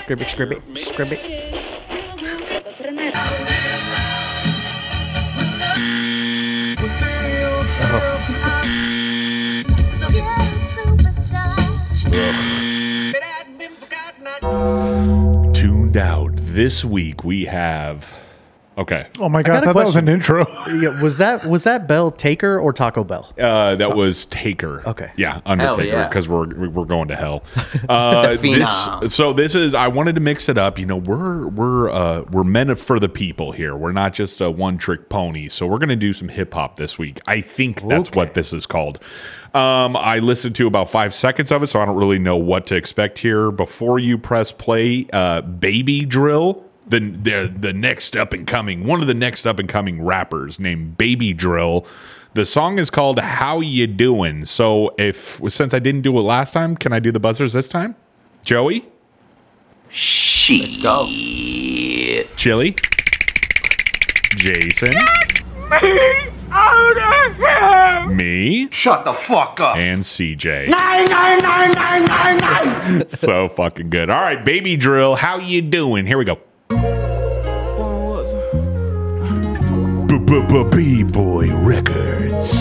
Speaker 3: Scribby, scribby, scribby.
Speaker 5: This week we have. Okay.
Speaker 6: Oh my god, I thought that was an intro.
Speaker 3: yeah, was that was that Bell Taker or Taco Bell?
Speaker 5: Uh, that was Taker. Okay. Yeah, Undertaker,
Speaker 3: yeah.
Speaker 5: because we're we're going to hell.
Speaker 3: The
Speaker 5: Uh, this,
Speaker 3: Phenom.
Speaker 5: so this is. I wanted to mix it up. You know, we're we're uh, we're men of- for the people here. We're not just a one trick pony. So we're going to do some hip hop this week. I think that's what this is called. Um, I listened to about five seconds of it, so I don't really know what to expect here. Before you press play, uh, baby drill. The, the the next up and coming one of the next up and coming rappers named Baby Drill the song is called "How You Doing." So, if since I didn't do it last time, can I do the buzzers this time? Joey, she, let's go. Chili, Jason,
Speaker 2: Me out of here!
Speaker 5: me, shut the fuck up, and CJ.
Speaker 2: Nine, nine, nine, nine, nine, nine!
Speaker 5: so fucking good. All right, baby drill. How you doing? Here we go. B boy records.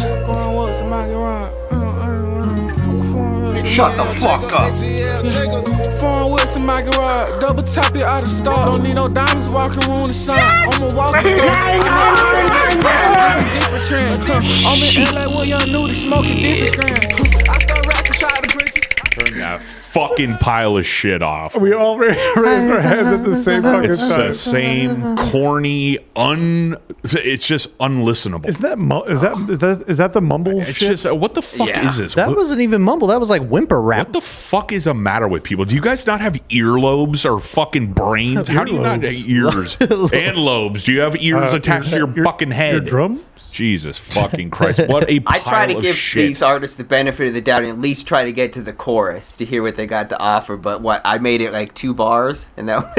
Speaker 2: Shut the fuck up. Foreign Wilson, my garage. Double tap it out of star. Don't need no diamonds walking the room to shine. I'm a walking store. I know this is a different trend. I'm in LA where young new to smoking different strands. I start rats and shot the bridges.
Speaker 5: Turn that fucking pile of shit off.
Speaker 6: We all ra- raised our hands at the same fucking
Speaker 5: It's
Speaker 6: time.
Speaker 5: the same corny, un. It's just unlistenable.
Speaker 6: Is that mu- is that is that is that the mumble?
Speaker 5: It's
Speaker 6: shit?
Speaker 5: just uh, what the fuck
Speaker 6: Yeah.
Speaker 5: is this?
Speaker 6: That
Speaker 5: What-
Speaker 3: wasn't even mumble. That was like whimper rap.
Speaker 5: What the fuck is the matter with people? Do you guys not have earlobes or fucking brains? How do you not have ears and lobes? Do you have ears
Speaker 8: Uh,
Speaker 5: attached to your, fucking head?
Speaker 8: your drums?
Speaker 5: Jesus fucking Christ! What a pile
Speaker 7: I try to
Speaker 5: of
Speaker 7: give
Speaker 5: shit.
Speaker 7: these artists the benefit of the doubt and at least try to get to the chorus to hear what they got to offer. But what I made it like two bars, and that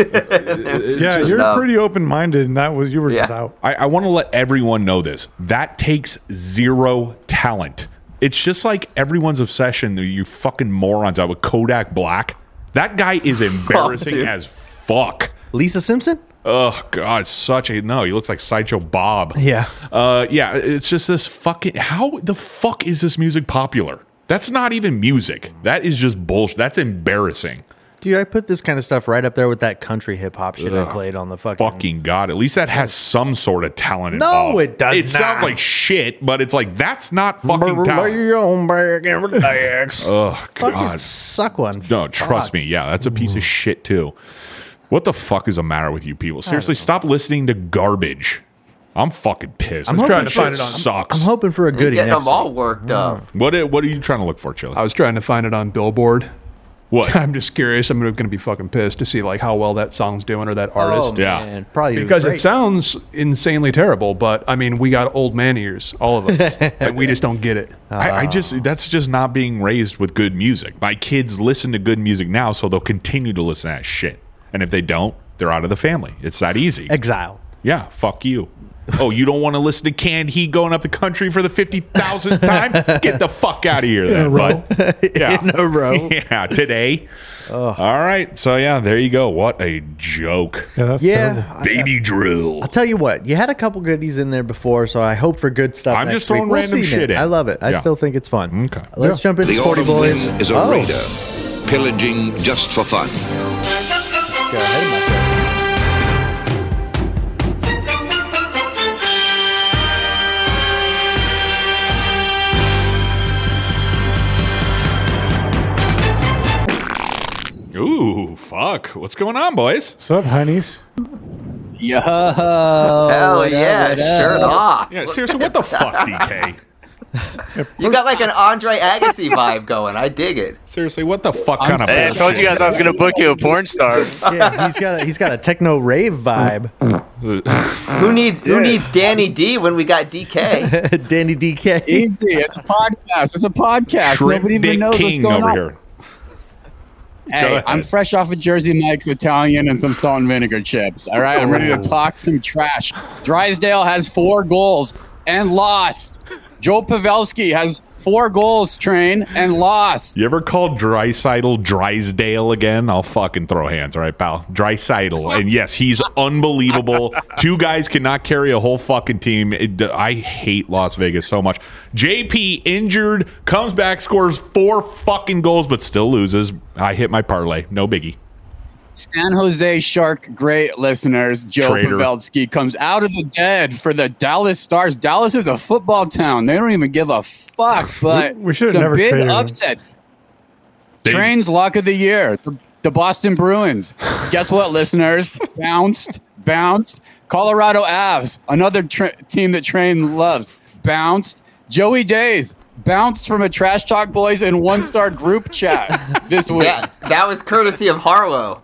Speaker 6: yeah,
Speaker 7: just
Speaker 6: you're
Speaker 7: dumb.
Speaker 6: pretty open minded, and that was you were just out.
Speaker 5: I, I want to let everyone know this. That takes zero talent. It's just like everyone's obsession. that You fucking morons out with Kodak Black. That guy is embarrassing
Speaker 3: dude.
Speaker 5: as fuck.
Speaker 3: Lisa Simpson?
Speaker 5: Oh God, such a no. He looks like Sideshow Bob.
Speaker 3: Yeah.
Speaker 5: Uh, yeah. It's just this fucking. How the fuck is this music popular? That's not even music. That is just bullshit. That's embarrassing.
Speaker 3: Dude, I put this kind of stuff right up there with that country hip hop shit I
Speaker 5: Ugh.
Speaker 3: played on the fucking.
Speaker 5: Fucking God. At least that has some sort of talent
Speaker 3: No,
Speaker 5: involved.
Speaker 3: it does
Speaker 5: It sounds
Speaker 3: not.
Speaker 5: like shit, but it's like, that's not fucking talent. Oh,
Speaker 3: Fucking
Speaker 5: God.
Speaker 3: suck one.
Speaker 5: No, trust
Speaker 3: Fuck.
Speaker 5: me. Yeah, that's a piece of shit, too. What the fuck is the matter with you people? Seriously, stop listening to garbage. I'm fucking pissed.
Speaker 8: I'm
Speaker 5: This
Speaker 8: trying to
Speaker 5: shit
Speaker 8: find it on-
Speaker 5: Sucks.
Speaker 3: I'm hoping for a goodie.
Speaker 7: Getting
Speaker 3: next
Speaker 7: them all worked up.
Speaker 5: Hmm. What i- What are you trying to look for, Chili?
Speaker 8: I was trying to find it on Billboard.
Speaker 5: What?
Speaker 8: I'm just curious. I'm going to be fucking pissed to see like how well that song's doing or that artist.
Speaker 5: Yeah.
Speaker 3: Oh, man. Probably doing
Speaker 8: because
Speaker 3: great.
Speaker 8: it sounds insanely terrible, but I mean, we got old man ears, all of us. like, we just don't get it.
Speaker 3: Ah. Uh,
Speaker 5: I, I just that's just not being raised with good music. My kids listen to good music now, so they'll continue to listen to that shit. And if they don't, they're out of the family. It's that easy.
Speaker 3: Exile.
Speaker 5: Yeah, fuck you. Oh, you don't want to listen to Canned Heat going up the country for the fifty thousandth time? Get the fuck out of here,
Speaker 3: In a
Speaker 5: then,
Speaker 3: row.
Speaker 5: bud. Yeah.
Speaker 3: In a row.
Speaker 5: Yeah, today. All right. So yeah, there you go. What a joke.
Speaker 3: Yeah, terrible. I-
Speaker 5: baby drill.
Speaker 3: I'll tell you what, you had a couple goodies in there before, so I hope for good stuff.
Speaker 5: I'm
Speaker 3: next
Speaker 5: just throwing
Speaker 3: week. We'll
Speaker 5: random
Speaker 3: see, man.
Speaker 5: shit in.
Speaker 3: I love it. I
Speaker 5: Yeah.
Speaker 3: still think it's fun.
Speaker 5: Okay.
Speaker 3: Let's jump into
Speaker 17: the
Speaker 3: Sporty
Speaker 17: autumn
Speaker 3: Boys.
Speaker 17: wind is a
Speaker 3: Oh.
Speaker 17: raider, pillaging just for fun.
Speaker 3: Go ahead of myself.
Speaker 5: Ooh, fuck. What's going on, boys?
Speaker 6: What's up, honeys?
Speaker 18: Yo.
Speaker 5: Oh,
Speaker 7: Hell
Speaker 18: what
Speaker 7: yeah,
Speaker 18: up, what
Speaker 7: shirt
Speaker 18: up?
Speaker 7: off.
Speaker 5: Yeah, seriously, what the fuck, DK?
Speaker 7: You got like an Andre Agassi vibe going. I dig it.
Speaker 5: Seriously, what the fuck
Speaker 18: kind of Hey, I told you guys I was gonna book you a porn star.
Speaker 3: yeah, he's got a, he's got a techno rave vibe.
Speaker 7: who needs who needs Danny D when we got DK?
Speaker 3: Danny DK?
Speaker 18: Easy. It's a podcast. It's a podcast.
Speaker 7: Shrimp
Speaker 18: Nobody
Speaker 7: Dick
Speaker 18: even knows
Speaker 7: King
Speaker 18: what's going
Speaker 7: over
Speaker 18: on.
Speaker 7: here.
Speaker 5: Go
Speaker 18: Hey,
Speaker 5: ahead.
Speaker 18: I'm fresh off of Jersey Mike's Italian and some salt and vinegar chips. All right, I'm ready to talk some trash. Drysdale has four goals and lost. Joe Pavelski has four goals, train, and lost.
Speaker 5: You ever call Drysidle Drysdale again? I'll fucking throw hands, all right, pal? Drysidle. And yes, he's unbelievable. Two guys cannot carry a whole fucking team. It- I hate Las Vegas so much. JP injured, comes back, scores four fucking goals, but still loses. I hit my parlay. No biggie.
Speaker 18: San Jose Shark, great listeners. Joe
Speaker 5: Traitor.
Speaker 18: Pavelski comes out of the dead for the Dallas Stars. Dallas is a football town. They don't even give a fuck. But
Speaker 6: we should've
Speaker 18: some
Speaker 6: never
Speaker 18: big
Speaker 6: traded him.
Speaker 18: upsets. Trains lock of the year. The, the Boston Bruins. Guess what, listeners? Bounced, bounced. Colorado Avs, another tra- team that Train loves. Bounced. Joey Days bounced from a Trash Talk Boys and One Star group chat this week.
Speaker 7: That, that was courtesy of Harlow.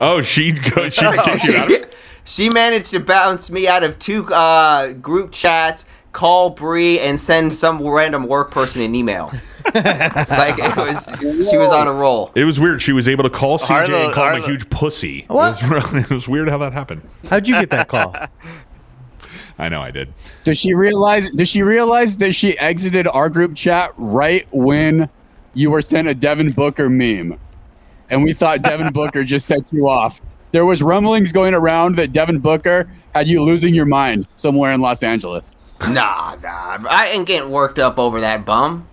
Speaker 5: Oh, she go, she kicked you out. Of it?
Speaker 7: she managed to bounce me out of two uh, group chats, call Bree, and send some random work person an email. like it was, she was on a roll.
Speaker 5: It was weird. She was able to call CJ
Speaker 7: Arlo-
Speaker 5: and call him a
Speaker 7: Arlo-
Speaker 5: huge pussy. It
Speaker 7: What?
Speaker 5: was- It was weird how that happened.
Speaker 3: How'd you get that call?
Speaker 5: I know I did.
Speaker 18: Does she realize? Does she realize that she exited our group chat right when you were sent a Devin Booker meme, and we thought Devin Booker just set you off? There was rumblings going around that Devin Booker had you losing your mind somewhere in Los Angeles.
Speaker 7: Nah, nah, I ain't getting worked up over that bum.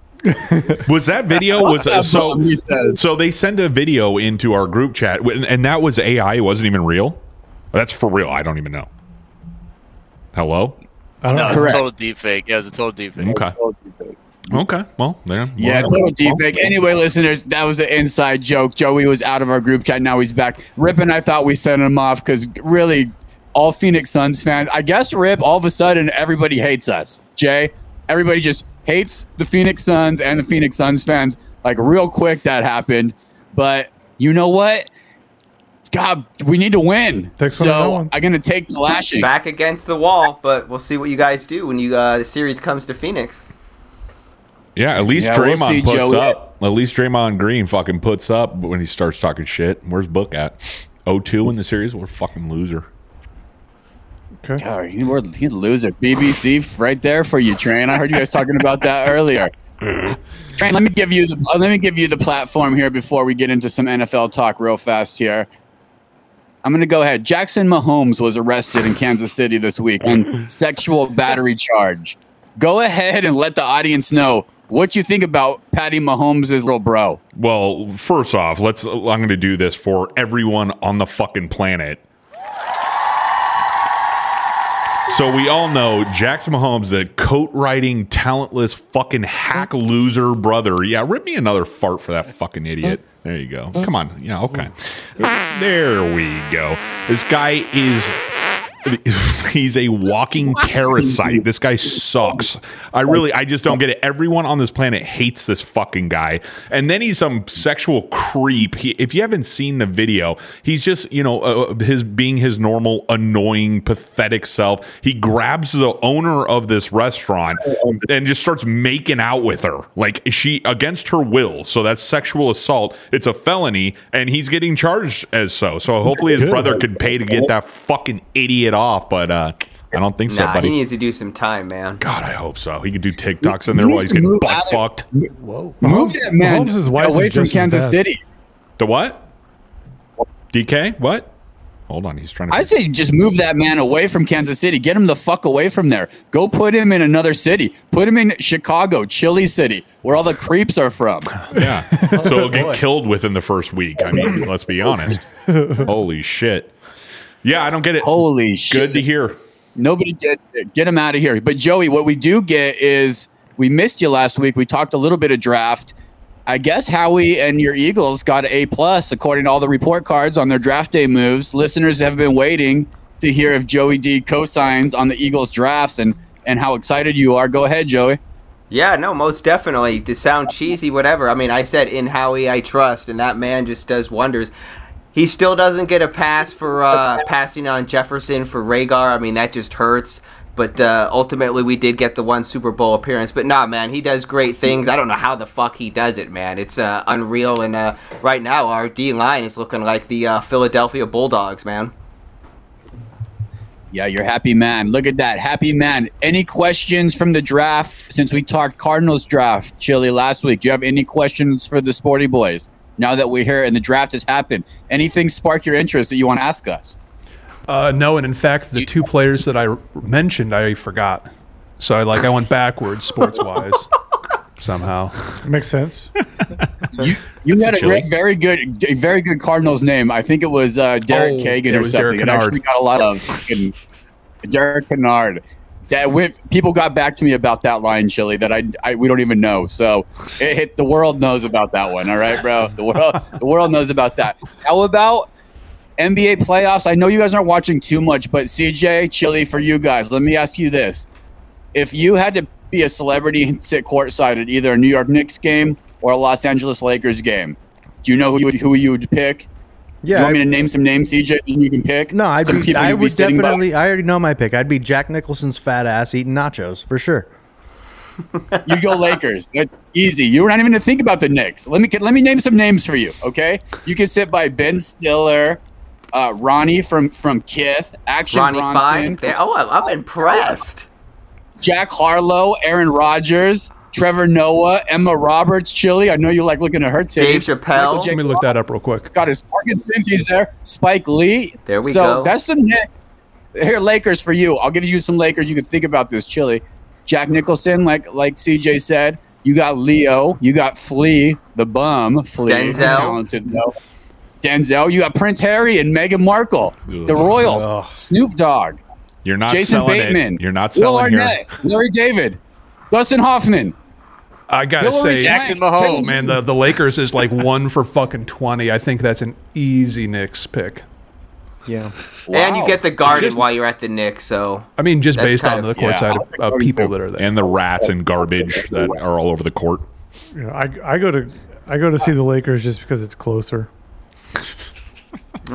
Speaker 5: Was that video was uh,
Speaker 7: That's
Speaker 5: so
Speaker 7: what
Speaker 5: so they send a video into our group chat and and that was AI. It wasn't even real. That's for real. I don't even know. Hello.
Speaker 19: no, it's a total deep fake. Yeah, it's a total deep fake.
Speaker 5: Okay. Okay. Well, there.
Speaker 18: Yeah,
Speaker 5: Well,
Speaker 18: total deepfake. Anyway, listeners, that was an inside joke. Joey was out of our group chat. Now he's back. Rip and I thought we sent him off because really, all Phoenix Suns fans. I guess Rip. All of a sudden, everybody hates us. Jay, everybody just hates the Phoenix Suns and the Phoenix Suns fans. Like real quick, that happened. But you know what? God, we need to win. so I'm gonna take the lashing.
Speaker 7: Back against the wall, but we'll see what you guys do when you uh, the series comes to Phoenix.
Speaker 5: Yeah, at least
Speaker 7: Yeah, we'll
Speaker 5: Draymond
Speaker 7: see,
Speaker 5: puts
Speaker 7: Joey.
Speaker 5: up. At least Draymond Green fucking puts up when he starts talking shit. Where's Book at? 0-2 in the series. We're a fucking loser.
Speaker 6: Okay.
Speaker 18: God, you were you loser. BBC right there for you, Train. I heard you guys talking about that earlier.
Speaker 5: Mm-hmm.
Speaker 18: Train, let me give you the uh, let me give you the platform here before we get into some NFL talk real fast here. I'm going to go ahead. Jackson Mahomes was arrested in Kansas City this week on sexual battery charge. Go ahead and let the audience know what you think about Patty Mahomes' little bro.
Speaker 5: Well, first off, let's. I'm going to do this for everyone on the fucking planet. So we all know Jackson Mahomes, the coat riding, talentless, fucking hack loser brother. Yeah, rip me another fart for that fucking idiot. There you go. Come on. Yeah, okay. There we go. This guy is. He's a walking parasite. This guy sucks. I really, I just don't get it. Everyone on this planet hates this fucking guy. And then he's some sexual creep. He, if you haven't seen the video, he's just, you know, uh, his being his normal, annoying, pathetic self. He grabs the owner of this restaurant and just starts making out with her. Like she, against her will. So that's sexual assault. It's a felony. And he's getting charged as so. So hopefully his
Speaker 7: Good.
Speaker 5: brother could pay to get that fucking idiot off. But uh, I don't think so,
Speaker 7: Nah,
Speaker 5: buddy.
Speaker 7: he needs to do some time, man.
Speaker 5: God, I hope so. He could do TikToks in there while he's getting butt fucked.
Speaker 18: Whoa. Move that man
Speaker 5: Mahomes' wife
Speaker 18: away
Speaker 5: is
Speaker 18: from
Speaker 5: just as
Speaker 18: Kansas
Speaker 5: bad.
Speaker 18: City.
Speaker 5: The what? DK? What? Hold on, he's trying to.
Speaker 18: I say just move that man away from Kansas City. Get him the fuck away from there. Go put him in another city. Put him in Chicago, Chili City, where all the creeps are from.
Speaker 5: Yeah. so he'll get killed within the first week. I mean, let's be honest. Holy shit. Yeah, I don't get it.
Speaker 18: Holy shit.
Speaker 5: Good to hear.
Speaker 18: Nobody did it. Get him out of here. But Joey, what we do get is we missed you last week. We talked a little bit of draft. I guess Howie and your Eagles got an A plus according to all the report cards on their draft day moves. Listeners have been waiting to hear if Joey D cosigns on the Eagles drafts and and how excited you are. Go ahead, Joey.
Speaker 7: Yeah, no, most definitely. To sound cheesy, whatever. I mean, I said in Howie I trust, and that man just does wonders. He still doesn't get a pass for uh, passing on Jefferson for Rhaegar. I mean, that just hurts. But uh, ultimately, we did get the one Super Bowl appearance. But nah, man, he does great things. I don't know how the fuck he does it, man. It's uh, unreal. And uh, right now, our D line is looking like the uh, Philadelphia Bulldogs, man.
Speaker 18: Yeah, you're happy man. Look at that. Happy man. Any questions from the draft since we talked Cardinals draft, Chili, last week? Do you have any questions for the Sporty Boys now that we're here and the draft has happened? Anything spark your interest that you want to ask us?
Speaker 8: Uh, no, and in fact, the two players that I r- mentioned, I forgot. So I like I went backwards sports wise somehow.
Speaker 6: Makes sense.
Speaker 18: You, you
Speaker 8: That's
Speaker 18: had a
Speaker 8: chilly.
Speaker 18: great, very good, a very good Cardinals name. I think it was uh, Derek
Speaker 8: Oh,
Speaker 18: Kagan
Speaker 8: it
Speaker 18: or
Speaker 8: was
Speaker 18: something.
Speaker 8: Derek
Speaker 18: it actually
Speaker 8: Kennard.
Speaker 18: got a lot of fucking Derek Kennard. That went, people got back to me about that line, Chili. That I, I we don't even know. So it hit the world knows about that one. All right, bro. The world the world knows about that. How about NBA playoffs? I know you guys aren't watching too much, but CJ, Chili, for you guys, let me ask you this if you had to be a celebrity and sit courtside at either a New York Knicks game or a Los Angeles Lakers game, do you know who you would, who you would pick?
Speaker 3: Yeah,
Speaker 18: you want
Speaker 3: I-
Speaker 18: me to name some names, CJ? Then you can pick.
Speaker 3: No, I'd
Speaker 18: Some
Speaker 3: be,
Speaker 18: people
Speaker 3: I
Speaker 18: you'd be
Speaker 3: would
Speaker 18: sitting by?
Speaker 3: definitely. I already know my pick. I'd be Jack Nicholson's fat ass eating nachos for sure.
Speaker 18: you go Lakers. That's easy. You were not even to think about the Knicks. Let me let me name some names for you. Okay, you can sit by Ben Stiller, uh, Ronnie from from Kith, Action
Speaker 7: Ronnie
Speaker 18: Bronson.
Speaker 7: Fine. There- Oh, I'm, I'm impressed.
Speaker 18: Jack Harlow, Aaron Rodgers, Trevor Noah, Emma Roberts, Chili. I know you like looking at her titties.
Speaker 7: Dave Chappelle.
Speaker 18: Michael J.
Speaker 7: Let me
Speaker 8: look that up real quick.
Speaker 18: Got his Parkinson's. He's there. Spike Lee.
Speaker 7: There we
Speaker 18: so
Speaker 7: go.
Speaker 18: That's some Nick. Here, Lakers for you. I'll give you some Lakers. You can think about this, Chili. Jack Nicholson, like like CJ said. You got Leo. You got Flea, the bum. Flea,
Speaker 7: Denzel.
Speaker 18: talented though. Denzel. You got Prince Harry and Meghan Markle, the Royals. Snoop Dogg.
Speaker 5: You're not
Speaker 18: Jason
Speaker 5: selling it.
Speaker 18: Bateman.
Speaker 5: You're not
Speaker 18: Will
Speaker 5: selling here.
Speaker 18: Arnett, Larry David, Dustin Hoffman.
Speaker 8: I gotta
Speaker 18: Hillary
Speaker 8: say,
Speaker 18: Swank, Jackson Mahomes.
Speaker 8: Oh, man, the, the Lakers is like one for fucking twenty. I think that's an easy Knicks pick.
Speaker 3: Yeah,
Speaker 7: And you
Speaker 8: Wow.
Speaker 7: get the garden
Speaker 8: Just-
Speaker 7: while you're at the Knicks, so
Speaker 8: I mean, just
Speaker 7: That's
Speaker 8: based
Speaker 7: kind
Speaker 8: on
Speaker 7: of-
Speaker 8: the court
Speaker 7: yeah.
Speaker 8: side of, of people that are there.
Speaker 5: And the rats and garbage that are all over the court.
Speaker 6: You know, I, I go to I go to see the Lakers just because it's closer.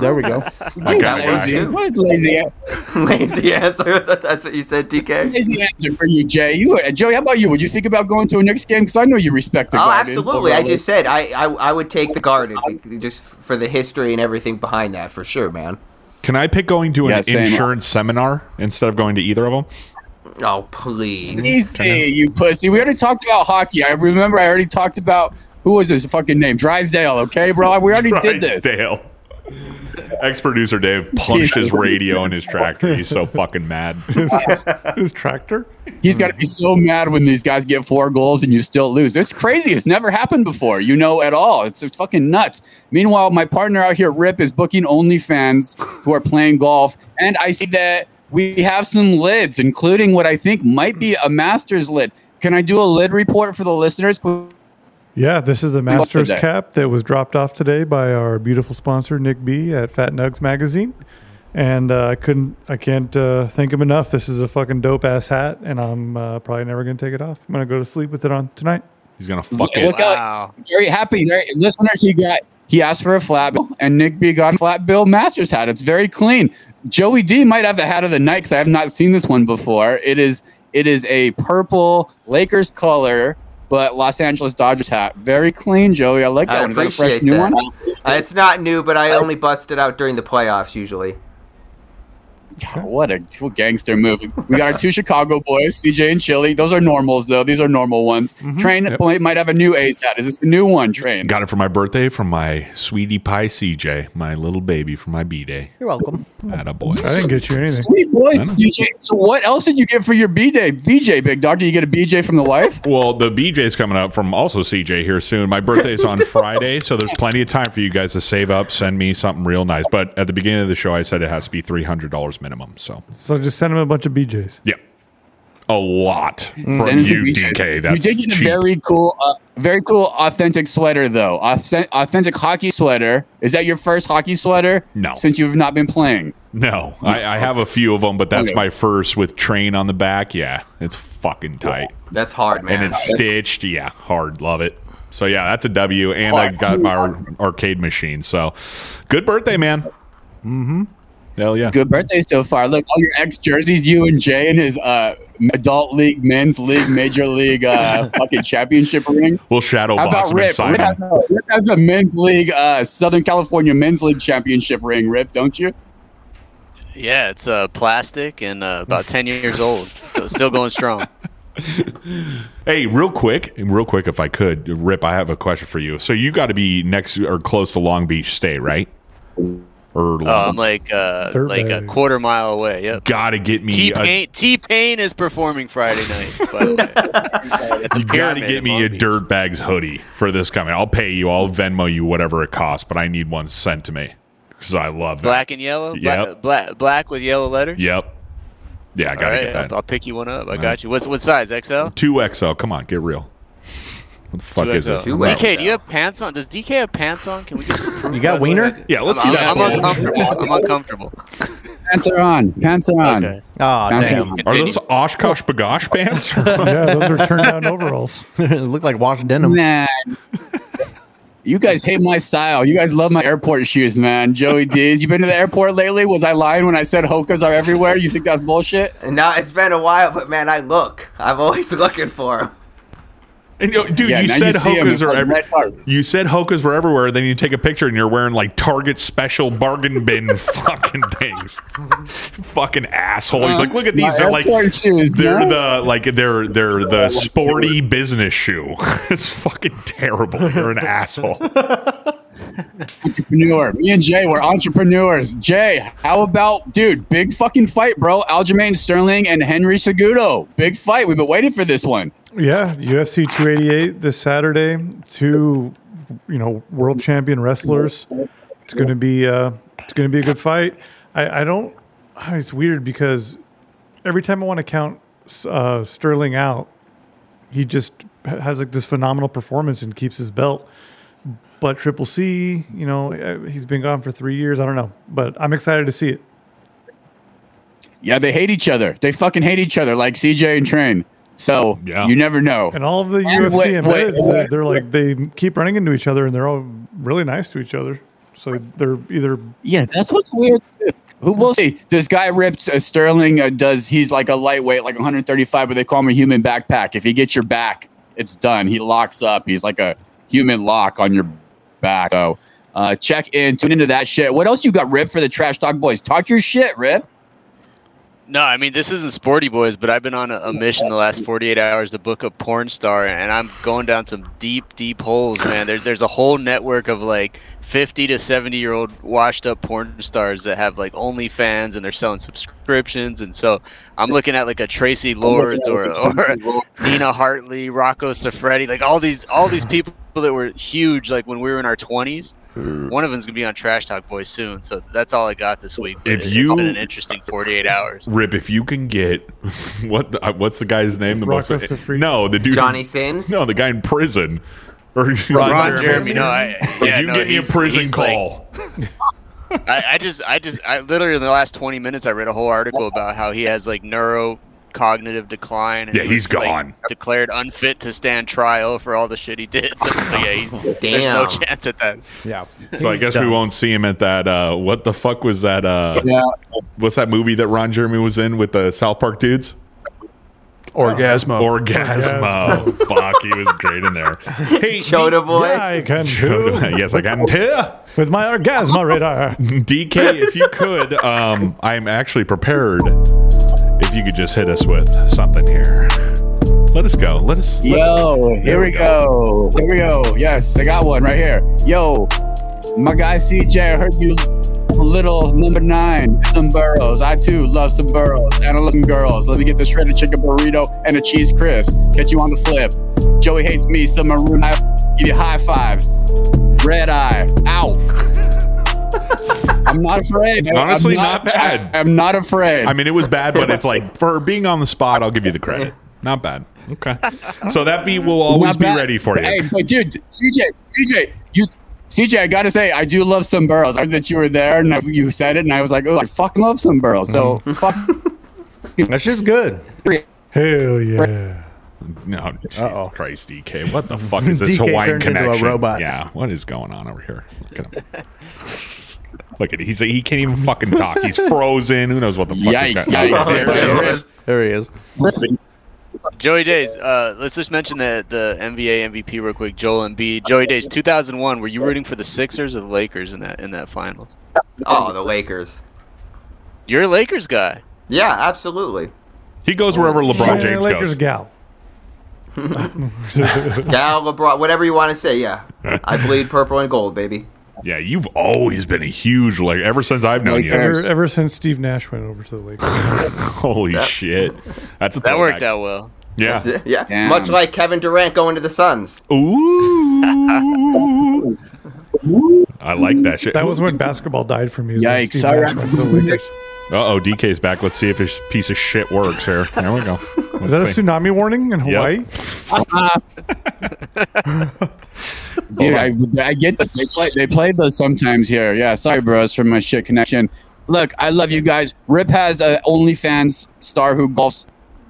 Speaker 3: There we go.
Speaker 5: I got
Speaker 18: lazy,
Speaker 5: it.
Speaker 18: what lazy,
Speaker 7: lazy answer. That's what you said, DK.
Speaker 18: lazy answer for you, Jay. You, Joey, how about you? Would you think about going to a Knicks game? Because I know you respect the
Speaker 7: Oh,
Speaker 18: Garden
Speaker 7: absolutely. I
Speaker 18: overall.
Speaker 7: just said I, I I would take the garden be- just for the history and everything behind that for sure, man.
Speaker 5: Can I pick going to an
Speaker 7: Yeah, same.
Speaker 5: insurance seminar instead of going to either of them?
Speaker 7: Oh, please.
Speaker 18: Easy, you pussy. We already talked about hockey. I remember I already talked about who was his fucking name? Drysdale, okay, bro? We already did this.
Speaker 5: Drysdale. Ex producer Dave punched his radio in his tractor. He's so fucking mad.
Speaker 6: His tractor?
Speaker 18: He's got to be so mad when these guys get four goals and you still lose. It's crazy. It's never happened before, you know, at all. It's, it's fucking nuts. Meanwhile, my partner out here, Rip, is booking OnlyFans who are playing golf. And I see that we have some lids, including what I think might be a master's lid. Can I do a lid report for the listeners?
Speaker 6: Yeah, this is a
Speaker 18: What's
Speaker 6: Masters
Speaker 18: today?
Speaker 6: cap that was dropped off today by our beautiful sponsor Nick B at Fat Nugs Magazine, and uh, I couldn't, I can't uh, thank him enough. This is a fucking dope ass hat, and I'm uh, probably never gonna take it off. I'm gonna go to sleep with it on tonight.
Speaker 5: He's gonna fuck
Speaker 18: Look out. Very happy. Very, listeners, he got he asked for a flat bill, and Nick B got a flat bill Masters hat. It's very clean. Joey D might have the hat of the night because I have not seen this one before. It is it is a purple Lakers color, but Los Angeles Dodgers hat. Very clean, Joey. I like that
Speaker 7: I
Speaker 18: one. Is that a
Speaker 7: appreciate
Speaker 18: fresh new
Speaker 7: that.
Speaker 18: one?
Speaker 7: Uh, it's not new, but I only bust it out during the playoffs usually.
Speaker 18: What a what gangster move. We got our two Chicago boys, CJ and Chili. Those are normals, though. These are normal ones. Train might have a new A's hat. Is this a new one, Train?
Speaker 5: Mm-hmm. Got it for my birthday from my sweetie pie CJ, my little baby from my B day.
Speaker 3: You're welcome.
Speaker 5: At a boy.
Speaker 6: I didn't get you anything.
Speaker 18: Sweet boy, CJ. So what else did you get for your B day? BJ, big dog. Did you get a BJ from the wife?
Speaker 5: Well, the BJ's coming up from also CJ here soon. My birthday's on Friday, so there's plenty of time for you guys to save up, send me something real nice. But at the beginning of the show, I said it has to be $300 minimum. So,
Speaker 6: So just send him a bunch of BJ's.
Speaker 5: yeah. A lot from
Speaker 18: Mm. Send us a
Speaker 5: you,
Speaker 18: BJ.
Speaker 5: DK. That's
Speaker 18: you did get
Speaker 5: cheap.
Speaker 18: a very cool, uh, very cool authentic sweater though. Authentic, authentic hockey sweater. Is that your first hockey sweater?
Speaker 5: No.
Speaker 18: Since you've not been playing.
Speaker 5: No, I, I have a few of them, but that's
Speaker 18: Okay.
Speaker 5: my first with train on the back. Yeah, it's fucking tight.
Speaker 7: That's hard, man.
Speaker 5: And it's stitched. Yeah, hard. Love it. So yeah, that's a W. And I got my ar- arcade machine. So good birthday, man. Mm-hmm. Hell yeah.
Speaker 18: Good birthday so far. Look, all your ex jerseys, you and Jay and his uh, adult league, men's league, major league, uh, fucking championship ring.
Speaker 5: We'll shadow
Speaker 18: How about
Speaker 5: box him and
Speaker 18: Rip?
Speaker 5: sign
Speaker 18: Rip
Speaker 5: him.
Speaker 18: has, a, Rip has a men's league, uh, Southern California men's league championship ring. Rip, don't you?
Speaker 19: Yeah, it's uh, plastic and uh, about 10 years old. Still, still going strong.
Speaker 5: Hey, real quick, real quick, if I could, Rip, I have a question for you. So you got to be next or close to Long Beach State, right? or
Speaker 19: Oh, I'm like uh,
Speaker 5: Dirt
Speaker 19: like a
Speaker 5: bag.
Speaker 19: quarter mile away. Yep.
Speaker 5: gotta get me
Speaker 19: T
Speaker 5: a-
Speaker 19: Pain T Pain is performing Friday night. By the way, At the
Speaker 5: you gotta
Speaker 19: Pyramid
Speaker 5: get
Speaker 19: in
Speaker 5: me
Speaker 19: Long
Speaker 5: a
Speaker 19: Beach.
Speaker 5: dirtbags hoodie for this coming. I'll pay you. I'll Venmo you whatever it costs, but I need one sent to me because I love that.
Speaker 19: black and yellow.
Speaker 5: Yep.
Speaker 19: Black, uh, black, black with yellow letters.
Speaker 5: Yep. Yeah, I gotta
Speaker 19: All right,
Speaker 5: get that.
Speaker 19: I'll, I'll pick you one up. I
Speaker 5: All right.
Speaker 19: got you. What's what size? XL.
Speaker 5: Two XL. Come on, get real. What the fuck
Speaker 19: Two
Speaker 5: is
Speaker 19: XL.
Speaker 5: this?
Speaker 19: DK, do you have pants on? Does DK have pants on? Can we get some proof?
Speaker 3: You got wiener?
Speaker 5: Yeah, let's
Speaker 19: I'm,
Speaker 5: see that
Speaker 19: I'm
Speaker 5: bulge.
Speaker 19: uncomfortable. I'm uncomfortable.
Speaker 18: Pants are on. Pants are on.
Speaker 19: Okay.
Speaker 3: Oh,
Speaker 18: Pants
Speaker 3: damn.
Speaker 18: are on.
Speaker 5: Are those Oshkosh Bagosh pants?
Speaker 6: yeah, those are turned down overalls.
Speaker 3: look like washed denim.
Speaker 18: Man. You guys hate my style. You guys love my airport shoes, man. Joey D's. You been to the airport lately? Was I lying when I said hokas are everywhere? You think that's bullshit?
Speaker 7: No, it's been a while, but man, I look. I'm always looking for him.
Speaker 5: And, you know, dude,
Speaker 7: Yeah,
Speaker 5: you
Speaker 7: now
Speaker 5: said
Speaker 7: you see 'em,
Speaker 5: hokas
Speaker 7: it's
Speaker 5: are
Speaker 7: like
Speaker 5: every-
Speaker 7: red carpet.
Speaker 5: You said hokas were everywhere. Then you take a picture and you're wearing like Target special bargain bin fucking things. fucking asshole. He's like, look at
Speaker 18: My
Speaker 5: these. They're like
Speaker 18: airport shoes,
Speaker 5: they're
Speaker 18: man.
Speaker 5: the like they're they're the sporty business shoe. it's fucking terrible. You're an asshole.
Speaker 18: entrepreneur. Me and Jay, we're entrepreneurs. Jay, how about dude? Big fucking fight, bro. Aljamain Sterling and Henry Segudo. Big fight. We've been waiting for this one.
Speaker 6: Yeah, UFC 288 this Saturday. Two, you know, world champion wrestlers. It's gonna be uh, it's gonna be a good fight. I, I don't. It's weird because every time I want to count uh, Sterling out, he just ha- has like this phenomenal performance and keeps his belt. But Triple C, you know, uh, he's been gone for three years. I don't know, but I'm excited to see it.
Speaker 18: Yeah, they hate each other. They fucking hate each other, like CJ and Train. So you never know.
Speaker 6: And all of the
Speaker 18: And
Speaker 6: UFC
Speaker 18: wait,
Speaker 6: and
Speaker 18: wait,
Speaker 6: Vids, they're,
Speaker 18: wait.
Speaker 6: they're like they keep running into each other, and they're all really nice to each other. So they're either
Speaker 18: Yeah, that's what's weird. too. Who will see? This guy ripped uh, Sterling. Uh, does he's like a lightweight, like 135, but they call him a human backpack. If he gets your back, it's done. He locks up. He's like a human lock on your back. So uh, check in, tune into that shit. What else you got, Rip, for the Trash Talk Boys? Talk your shit, Rip.
Speaker 19: No, I mean this isn't sporty boys, but I've been on a, a mission the last 48 hours to book a porn star, and I'm going down some deep, deep holes, man. There, there's a whole network of like 50 to 70 year old washed up porn stars that have like OnlyFans, and they're selling subscriptions, and so I'm looking at like a Tracy Lords or or Nina Hartley, Rocco Siffredi, like all these all these people that were huge like when we were in our 20s. One of them's gonna be on Trash Talk Boys soon, so that's all I got this week. but
Speaker 5: If
Speaker 19: it-
Speaker 5: you-
Speaker 19: it's been an interesting 48 hours.
Speaker 5: Rip, if you can get what the, uh, what's the guy's name? The
Speaker 19: Rocco
Speaker 5: most
Speaker 19: Siffredi.
Speaker 5: no, the dude
Speaker 7: Johnny Sins.
Speaker 5: No, the guy in prison. Or
Speaker 19: Ron, Jeremy. No, I,
Speaker 5: If
Speaker 19: yeah,
Speaker 5: you
Speaker 19: no,
Speaker 5: get me a
Speaker 19: he's-
Speaker 5: prison
Speaker 19: he's like-
Speaker 5: call.
Speaker 19: I, I just, I just, I literally in the last 20 minutes, I read a whole article about how he has like neurocognitive decline. And
Speaker 5: Yeah,
Speaker 19: he
Speaker 5: he's
Speaker 19: was, like,
Speaker 5: gone.
Speaker 19: declared unfit to stand trial for all the shit he did. So yeah, he's, there's no
Speaker 7: Damn.
Speaker 19: chance at that.
Speaker 3: Yeah.
Speaker 5: so I guess we won't see him at that. Uh, what the fuck was that? Uh,
Speaker 18: Yeah.
Speaker 5: What's that movie that Ron Jeremy was in with the South Park dudes?
Speaker 8: Orgasmo.
Speaker 5: Orgasmo. Fuck, he was great in there. Hey,
Speaker 7: Chota boy.
Speaker 6: Yeah, I can
Speaker 5: Chota-
Speaker 6: too.
Speaker 5: yes, I can too.
Speaker 6: with my orgasma radar.
Speaker 5: DK, if you could, um, I'm actually prepared. If you could just hit us with something here, let us go. Let us. let-
Speaker 18: Yo,
Speaker 5: There
Speaker 18: here we go. Here we go. Yes, I got one right here. Yo, my guy CJ, I heard you little number nine, some burros. I too love some burros and I love some girls. Let me get the shredded chicken burrito and a cheese crisp. Catch you on the flip. Joey hates me, so maroon I give you high fives. Red eye. Ow. I'm not afraid. man. I'm
Speaker 5: Honestly, not bad.
Speaker 18: I, am not afraid.
Speaker 5: I mean, it was bad, but it's like for being on the spot, I'll give you the credit. Not bad. Okay. So that beat will always
Speaker 18: Not
Speaker 5: be
Speaker 18: bad.
Speaker 5: ready for you.
Speaker 18: Hey, but dude, CJ, CJ, you, CJ, I gotta say, I do love some burrows. I heard that you were there and I, you said it, and I was like, oh, I fucking love some burrows. So
Speaker 5: Mm-hmm.
Speaker 18: fuck.
Speaker 3: That's just good.
Speaker 6: Hell yeah.
Speaker 5: No, oh Christ, DK, what the fuck is this
Speaker 3: DK
Speaker 5: Hawaiian
Speaker 3: turned into a
Speaker 5: connection?
Speaker 3: robot.
Speaker 5: Yeah, what is going on over here? Look at him. Look at he's he can't even fucking talk. He's frozen. Who knows what the fuck is
Speaker 18: Yikes,
Speaker 5: going
Speaker 18: yikes,
Speaker 5: on?
Speaker 18: there it is.
Speaker 3: There he is.
Speaker 19: Joey Days, uh, let's just mention the, the NBA MVP real quick. Joel Embiid, Joey Days, 2001. Were you rooting for the Sixers or the Lakers in that in that finals?
Speaker 7: Oh, the Lakers.
Speaker 19: You're a Lakers guy.
Speaker 7: Yeah, absolutely.
Speaker 5: He goes wherever LeBron James
Speaker 6: Lakers
Speaker 5: goes.
Speaker 6: gal.
Speaker 7: Gal, LeBron, whatever you want to say. Yeah, I bleed purple and gold, baby.
Speaker 5: Yeah, you've always been a huge like ever since I've known you.
Speaker 6: Ever, ever since Steve Nash went over to the Lakers.
Speaker 5: Holy shit, that's a
Speaker 19: That worked
Speaker 5: throwback.
Speaker 19: out well.
Speaker 5: Yeah,
Speaker 7: That's it. Yeah. Much like Kevin Durant going to the Suns.
Speaker 5: Ooh. I like that shit.
Speaker 6: that was when basketball died for me. is when
Speaker 5: Yikes,
Speaker 6: Steve
Speaker 5: sorry,
Speaker 6: Nash went to the Lakers.
Speaker 5: Uh oh, DK's back. Let's see if his piece of shit works here. There we go.
Speaker 6: Is that a
Speaker 5: Let's see.
Speaker 6: tsunami warning in Hawaii?
Speaker 18: Dude, I, I get this. They play, they play those sometimes here. Yeah, sorry, bros, for my shit connection. Look, I love you guys. Rip has a OnlyFans star who golfs,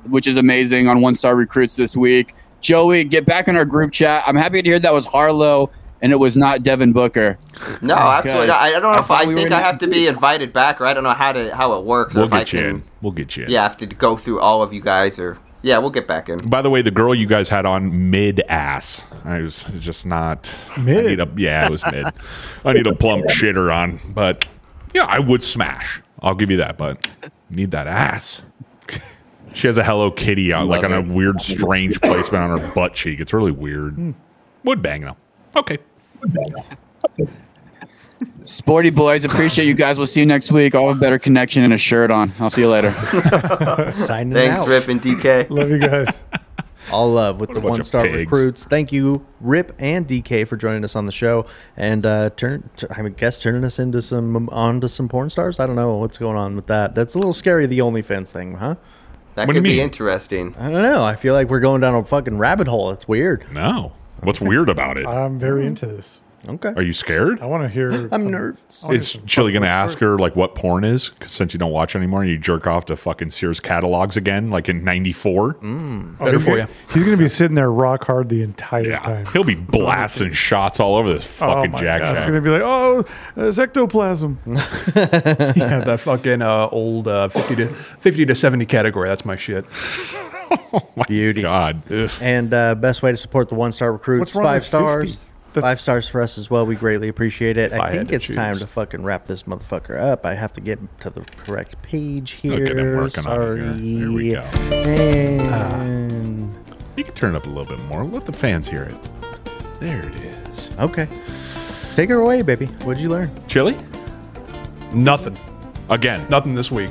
Speaker 18: which is amazing on One Star Recruits this week. Joey, get back in our group chat. I'm happy to hear that was Harlow and it was not Devin Booker.
Speaker 7: No, absolutely.
Speaker 18: Because
Speaker 7: Not. I don't know if
Speaker 18: thought
Speaker 7: I
Speaker 18: we were
Speaker 7: think
Speaker 18: in
Speaker 7: I
Speaker 18: that
Speaker 7: have to be invited back, or I don't know how to how it works. or
Speaker 5: We'll
Speaker 7: if I
Speaker 5: get you
Speaker 7: can-
Speaker 5: in. We'll get you in.
Speaker 7: Yeah, I have to go through all of you guys, or yeah, we'll get back in.
Speaker 5: By the way, the girl you guys had on mid ass. I was just not
Speaker 6: mid.
Speaker 5: I need a, yeah, it was mid. I need a plump shitter on, but yeah, I would smash. I'll give you that, but need that ass. She has a Hello Kitty out, like on a weird, strange placement on her butt cheek. It's really weird.
Speaker 6: Hmm.
Speaker 5: Would bang though. Okay.
Speaker 18: Sporty boys, appreciate you guys. We'll see you next week. I'll have a better connection and a shirt on. I'll see you later.
Speaker 3: Signing
Speaker 7: Thanks,
Speaker 3: out.
Speaker 7: Rip and DK.
Speaker 6: Love you guys.
Speaker 3: All love with the
Speaker 7: bunch
Speaker 3: one
Speaker 7: of
Speaker 3: star
Speaker 7: pigs.
Speaker 3: recruits. Thank you, Rip and DK, for joining us on the show and uh, turn. T- I guess turning us into some onto some porn stars. I don't know what's going on with that. That's a little scary. The OnlyFans thing, huh?
Speaker 7: That
Speaker 3: What do
Speaker 7: could
Speaker 3: you
Speaker 7: be
Speaker 3: mean?
Speaker 7: interesting.
Speaker 3: I don't know. I feel like we're going down a fucking rabbit hole. It's weird.
Speaker 5: No. What's weird about it?
Speaker 6: I'm very into this.
Speaker 3: Okay.
Speaker 5: Are you scared?
Speaker 6: I want to hear.
Speaker 3: I'm nervous.
Speaker 5: Is Chili going to ask her like what porn is? 'Cause since you don't watch anymore, you jerk off to fucking Sears catalogs again, like in '94. Mm. Better
Speaker 6: Oh, he's
Speaker 5: for you.
Speaker 6: gonna- He's going to be sitting there rock hard the entire time.
Speaker 5: He'll be Oh blasting shots all over this fucking jack
Speaker 6: It's
Speaker 5: shack.
Speaker 6: going to be like, oh, it's ectoplasm.
Speaker 8: yeah, that fucking uh, old uh, 50 to 50 to 70 category. That's my shit.
Speaker 3: Beauty.
Speaker 5: Oh God.
Speaker 3: And uh, best way to support the one star recruits
Speaker 6: What's wrong
Speaker 3: five
Speaker 6: with
Speaker 3: stars.
Speaker 6: 50?
Speaker 3: Five stars for us as well. We greatly appreciate it.
Speaker 6: If I
Speaker 3: I
Speaker 6: had
Speaker 3: think
Speaker 6: to
Speaker 3: it's time
Speaker 6: choose.
Speaker 3: to fucking wrap this motherfucker up. I have to get to the correct page
Speaker 5: Look
Speaker 3: here.
Speaker 5: at him working
Speaker 3: Sorry.
Speaker 5: on it here. Here we go.
Speaker 3: And
Speaker 5: Ah. You can turn it up a little bit more. Let the fans hear it. There it is.
Speaker 3: okay, take her away, baby. What'd you learn?
Speaker 5: Chili? Nothing. Again.
Speaker 8: Nothing this week.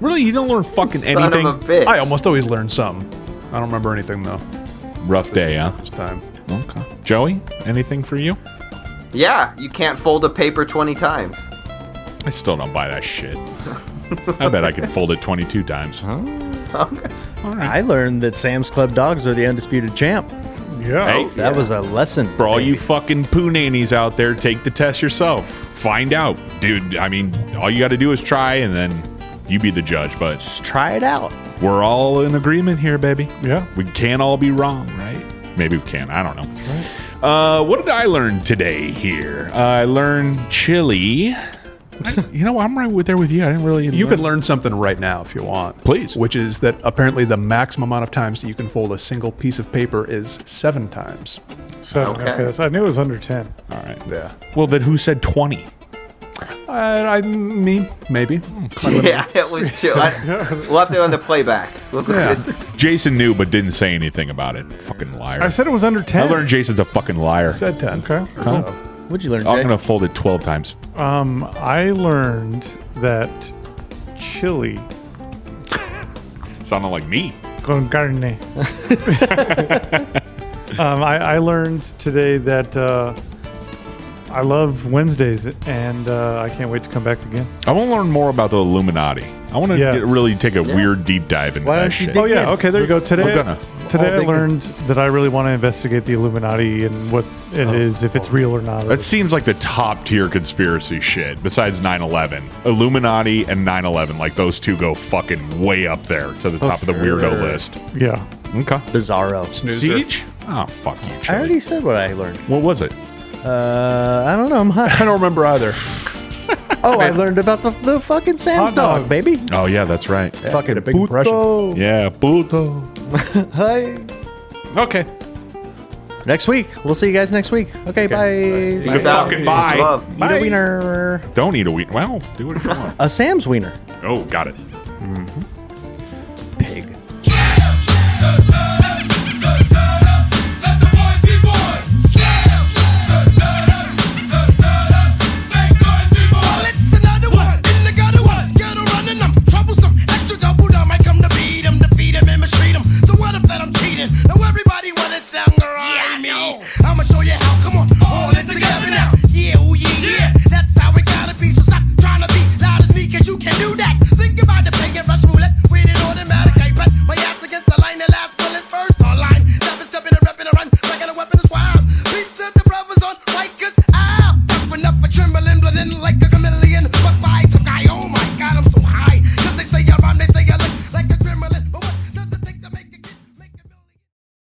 Speaker 5: Really, you don't learn fucking
Speaker 8: Son
Speaker 5: anything.
Speaker 8: Of a bitch. I almost always learn something. I don't remember anything though.
Speaker 5: Rough day, huh?
Speaker 8: This time.
Speaker 5: Okay. Joey, anything for you?
Speaker 7: Yeah, you can't fold a paper twenty times.
Speaker 5: I still don't buy that shit. I bet I could fold it 22 times. Huh?
Speaker 3: I learned that Sam's Club dogs are the undisputed champ.
Speaker 6: Yeah.
Speaker 5: Hey.
Speaker 3: that was a lesson.
Speaker 5: For all you fucking poo nannies out there, take the test yourself. Find out. Dude, I mean, all you got to do is try and then you be the judge, but just
Speaker 3: try it out.
Speaker 5: We're all in agreement here, baby.
Speaker 6: Yeah.
Speaker 5: We can't all be wrong, right? Maybe we can. I don't know. Uh, what did I learn today here? I learned chili. you know, I'm right with there with you. I didn't really.
Speaker 8: You could learn something right now if you want.
Speaker 5: Please.
Speaker 8: Which is that apparently the maximum amount of times that you can fold a single piece of paper is seven times.
Speaker 6: So, okay. so I knew it was under 10.
Speaker 5: All right.
Speaker 8: Yeah.
Speaker 5: Well, then who said 20?
Speaker 8: Uh, I me maybe.
Speaker 7: yeah, it was chill. I, we'll have to on the playback. We'll-
Speaker 5: Jason knew but didn't say anything about it. Fucking liar.
Speaker 6: I said it was under 10.
Speaker 5: I learned Jason's a fucking liar.
Speaker 8: Said 10.
Speaker 6: Okay.
Speaker 5: Huh?
Speaker 3: What'd you learn?
Speaker 5: I'm gonna fold it 12 times.
Speaker 6: Um, I learned that chili
Speaker 5: Sounded like me.
Speaker 6: con carne. um, I, I learned today that uh, I love Wednesdays, and uh, I can't wait to come back again.
Speaker 5: I want to learn more about the Illuminati. I want to
Speaker 6: Yeah.
Speaker 5: get, really take a weird deep dive into that shit.
Speaker 6: Oh yeah, okay, there you go. Today,
Speaker 5: We're gonna.
Speaker 6: today I
Speaker 5: All big-
Speaker 6: learned that I really want to investigate the Illuminati and what it
Speaker 5: Oh.
Speaker 6: is, if it's real or not.
Speaker 5: That seems like the top tier conspiracy shit besides 9 11. Illuminati and 9 11, like those two go fucking way up there to the
Speaker 6: Oh,
Speaker 5: top of the
Speaker 6: sure.
Speaker 5: weirdo list.
Speaker 6: Yeah.
Speaker 5: Okay.
Speaker 3: Bizarro.
Speaker 5: Siege? Oh, fuck you.
Speaker 3: I already said what I learned.
Speaker 5: What was it?
Speaker 3: Uh, I don't know. I'm high.
Speaker 8: I don't remember either.
Speaker 3: oh, I learned about the, the fucking Sam's
Speaker 8: Hot
Speaker 3: dog,
Speaker 8: dogs.
Speaker 3: baby.
Speaker 5: Oh, yeah, that's right.
Speaker 3: fucking
Speaker 8: made a big impression.
Speaker 6: Oh,
Speaker 3: puto.
Speaker 5: Yeah, puto.
Speaker 3: Hi.
Speaker 5: Okay.
Speaker 3: Next week. We'll see you guys next week. Okay, bye.
Speaker 5: Good fucking bye.
Speaker 3: Eat a wiener. Uh,
Speaker 5: Don't eat a wiener. Well, do what you want.
Speaker 3: A Sam's wiener.
Speaker 5: Oh, got it.
Speaker 2: oh oh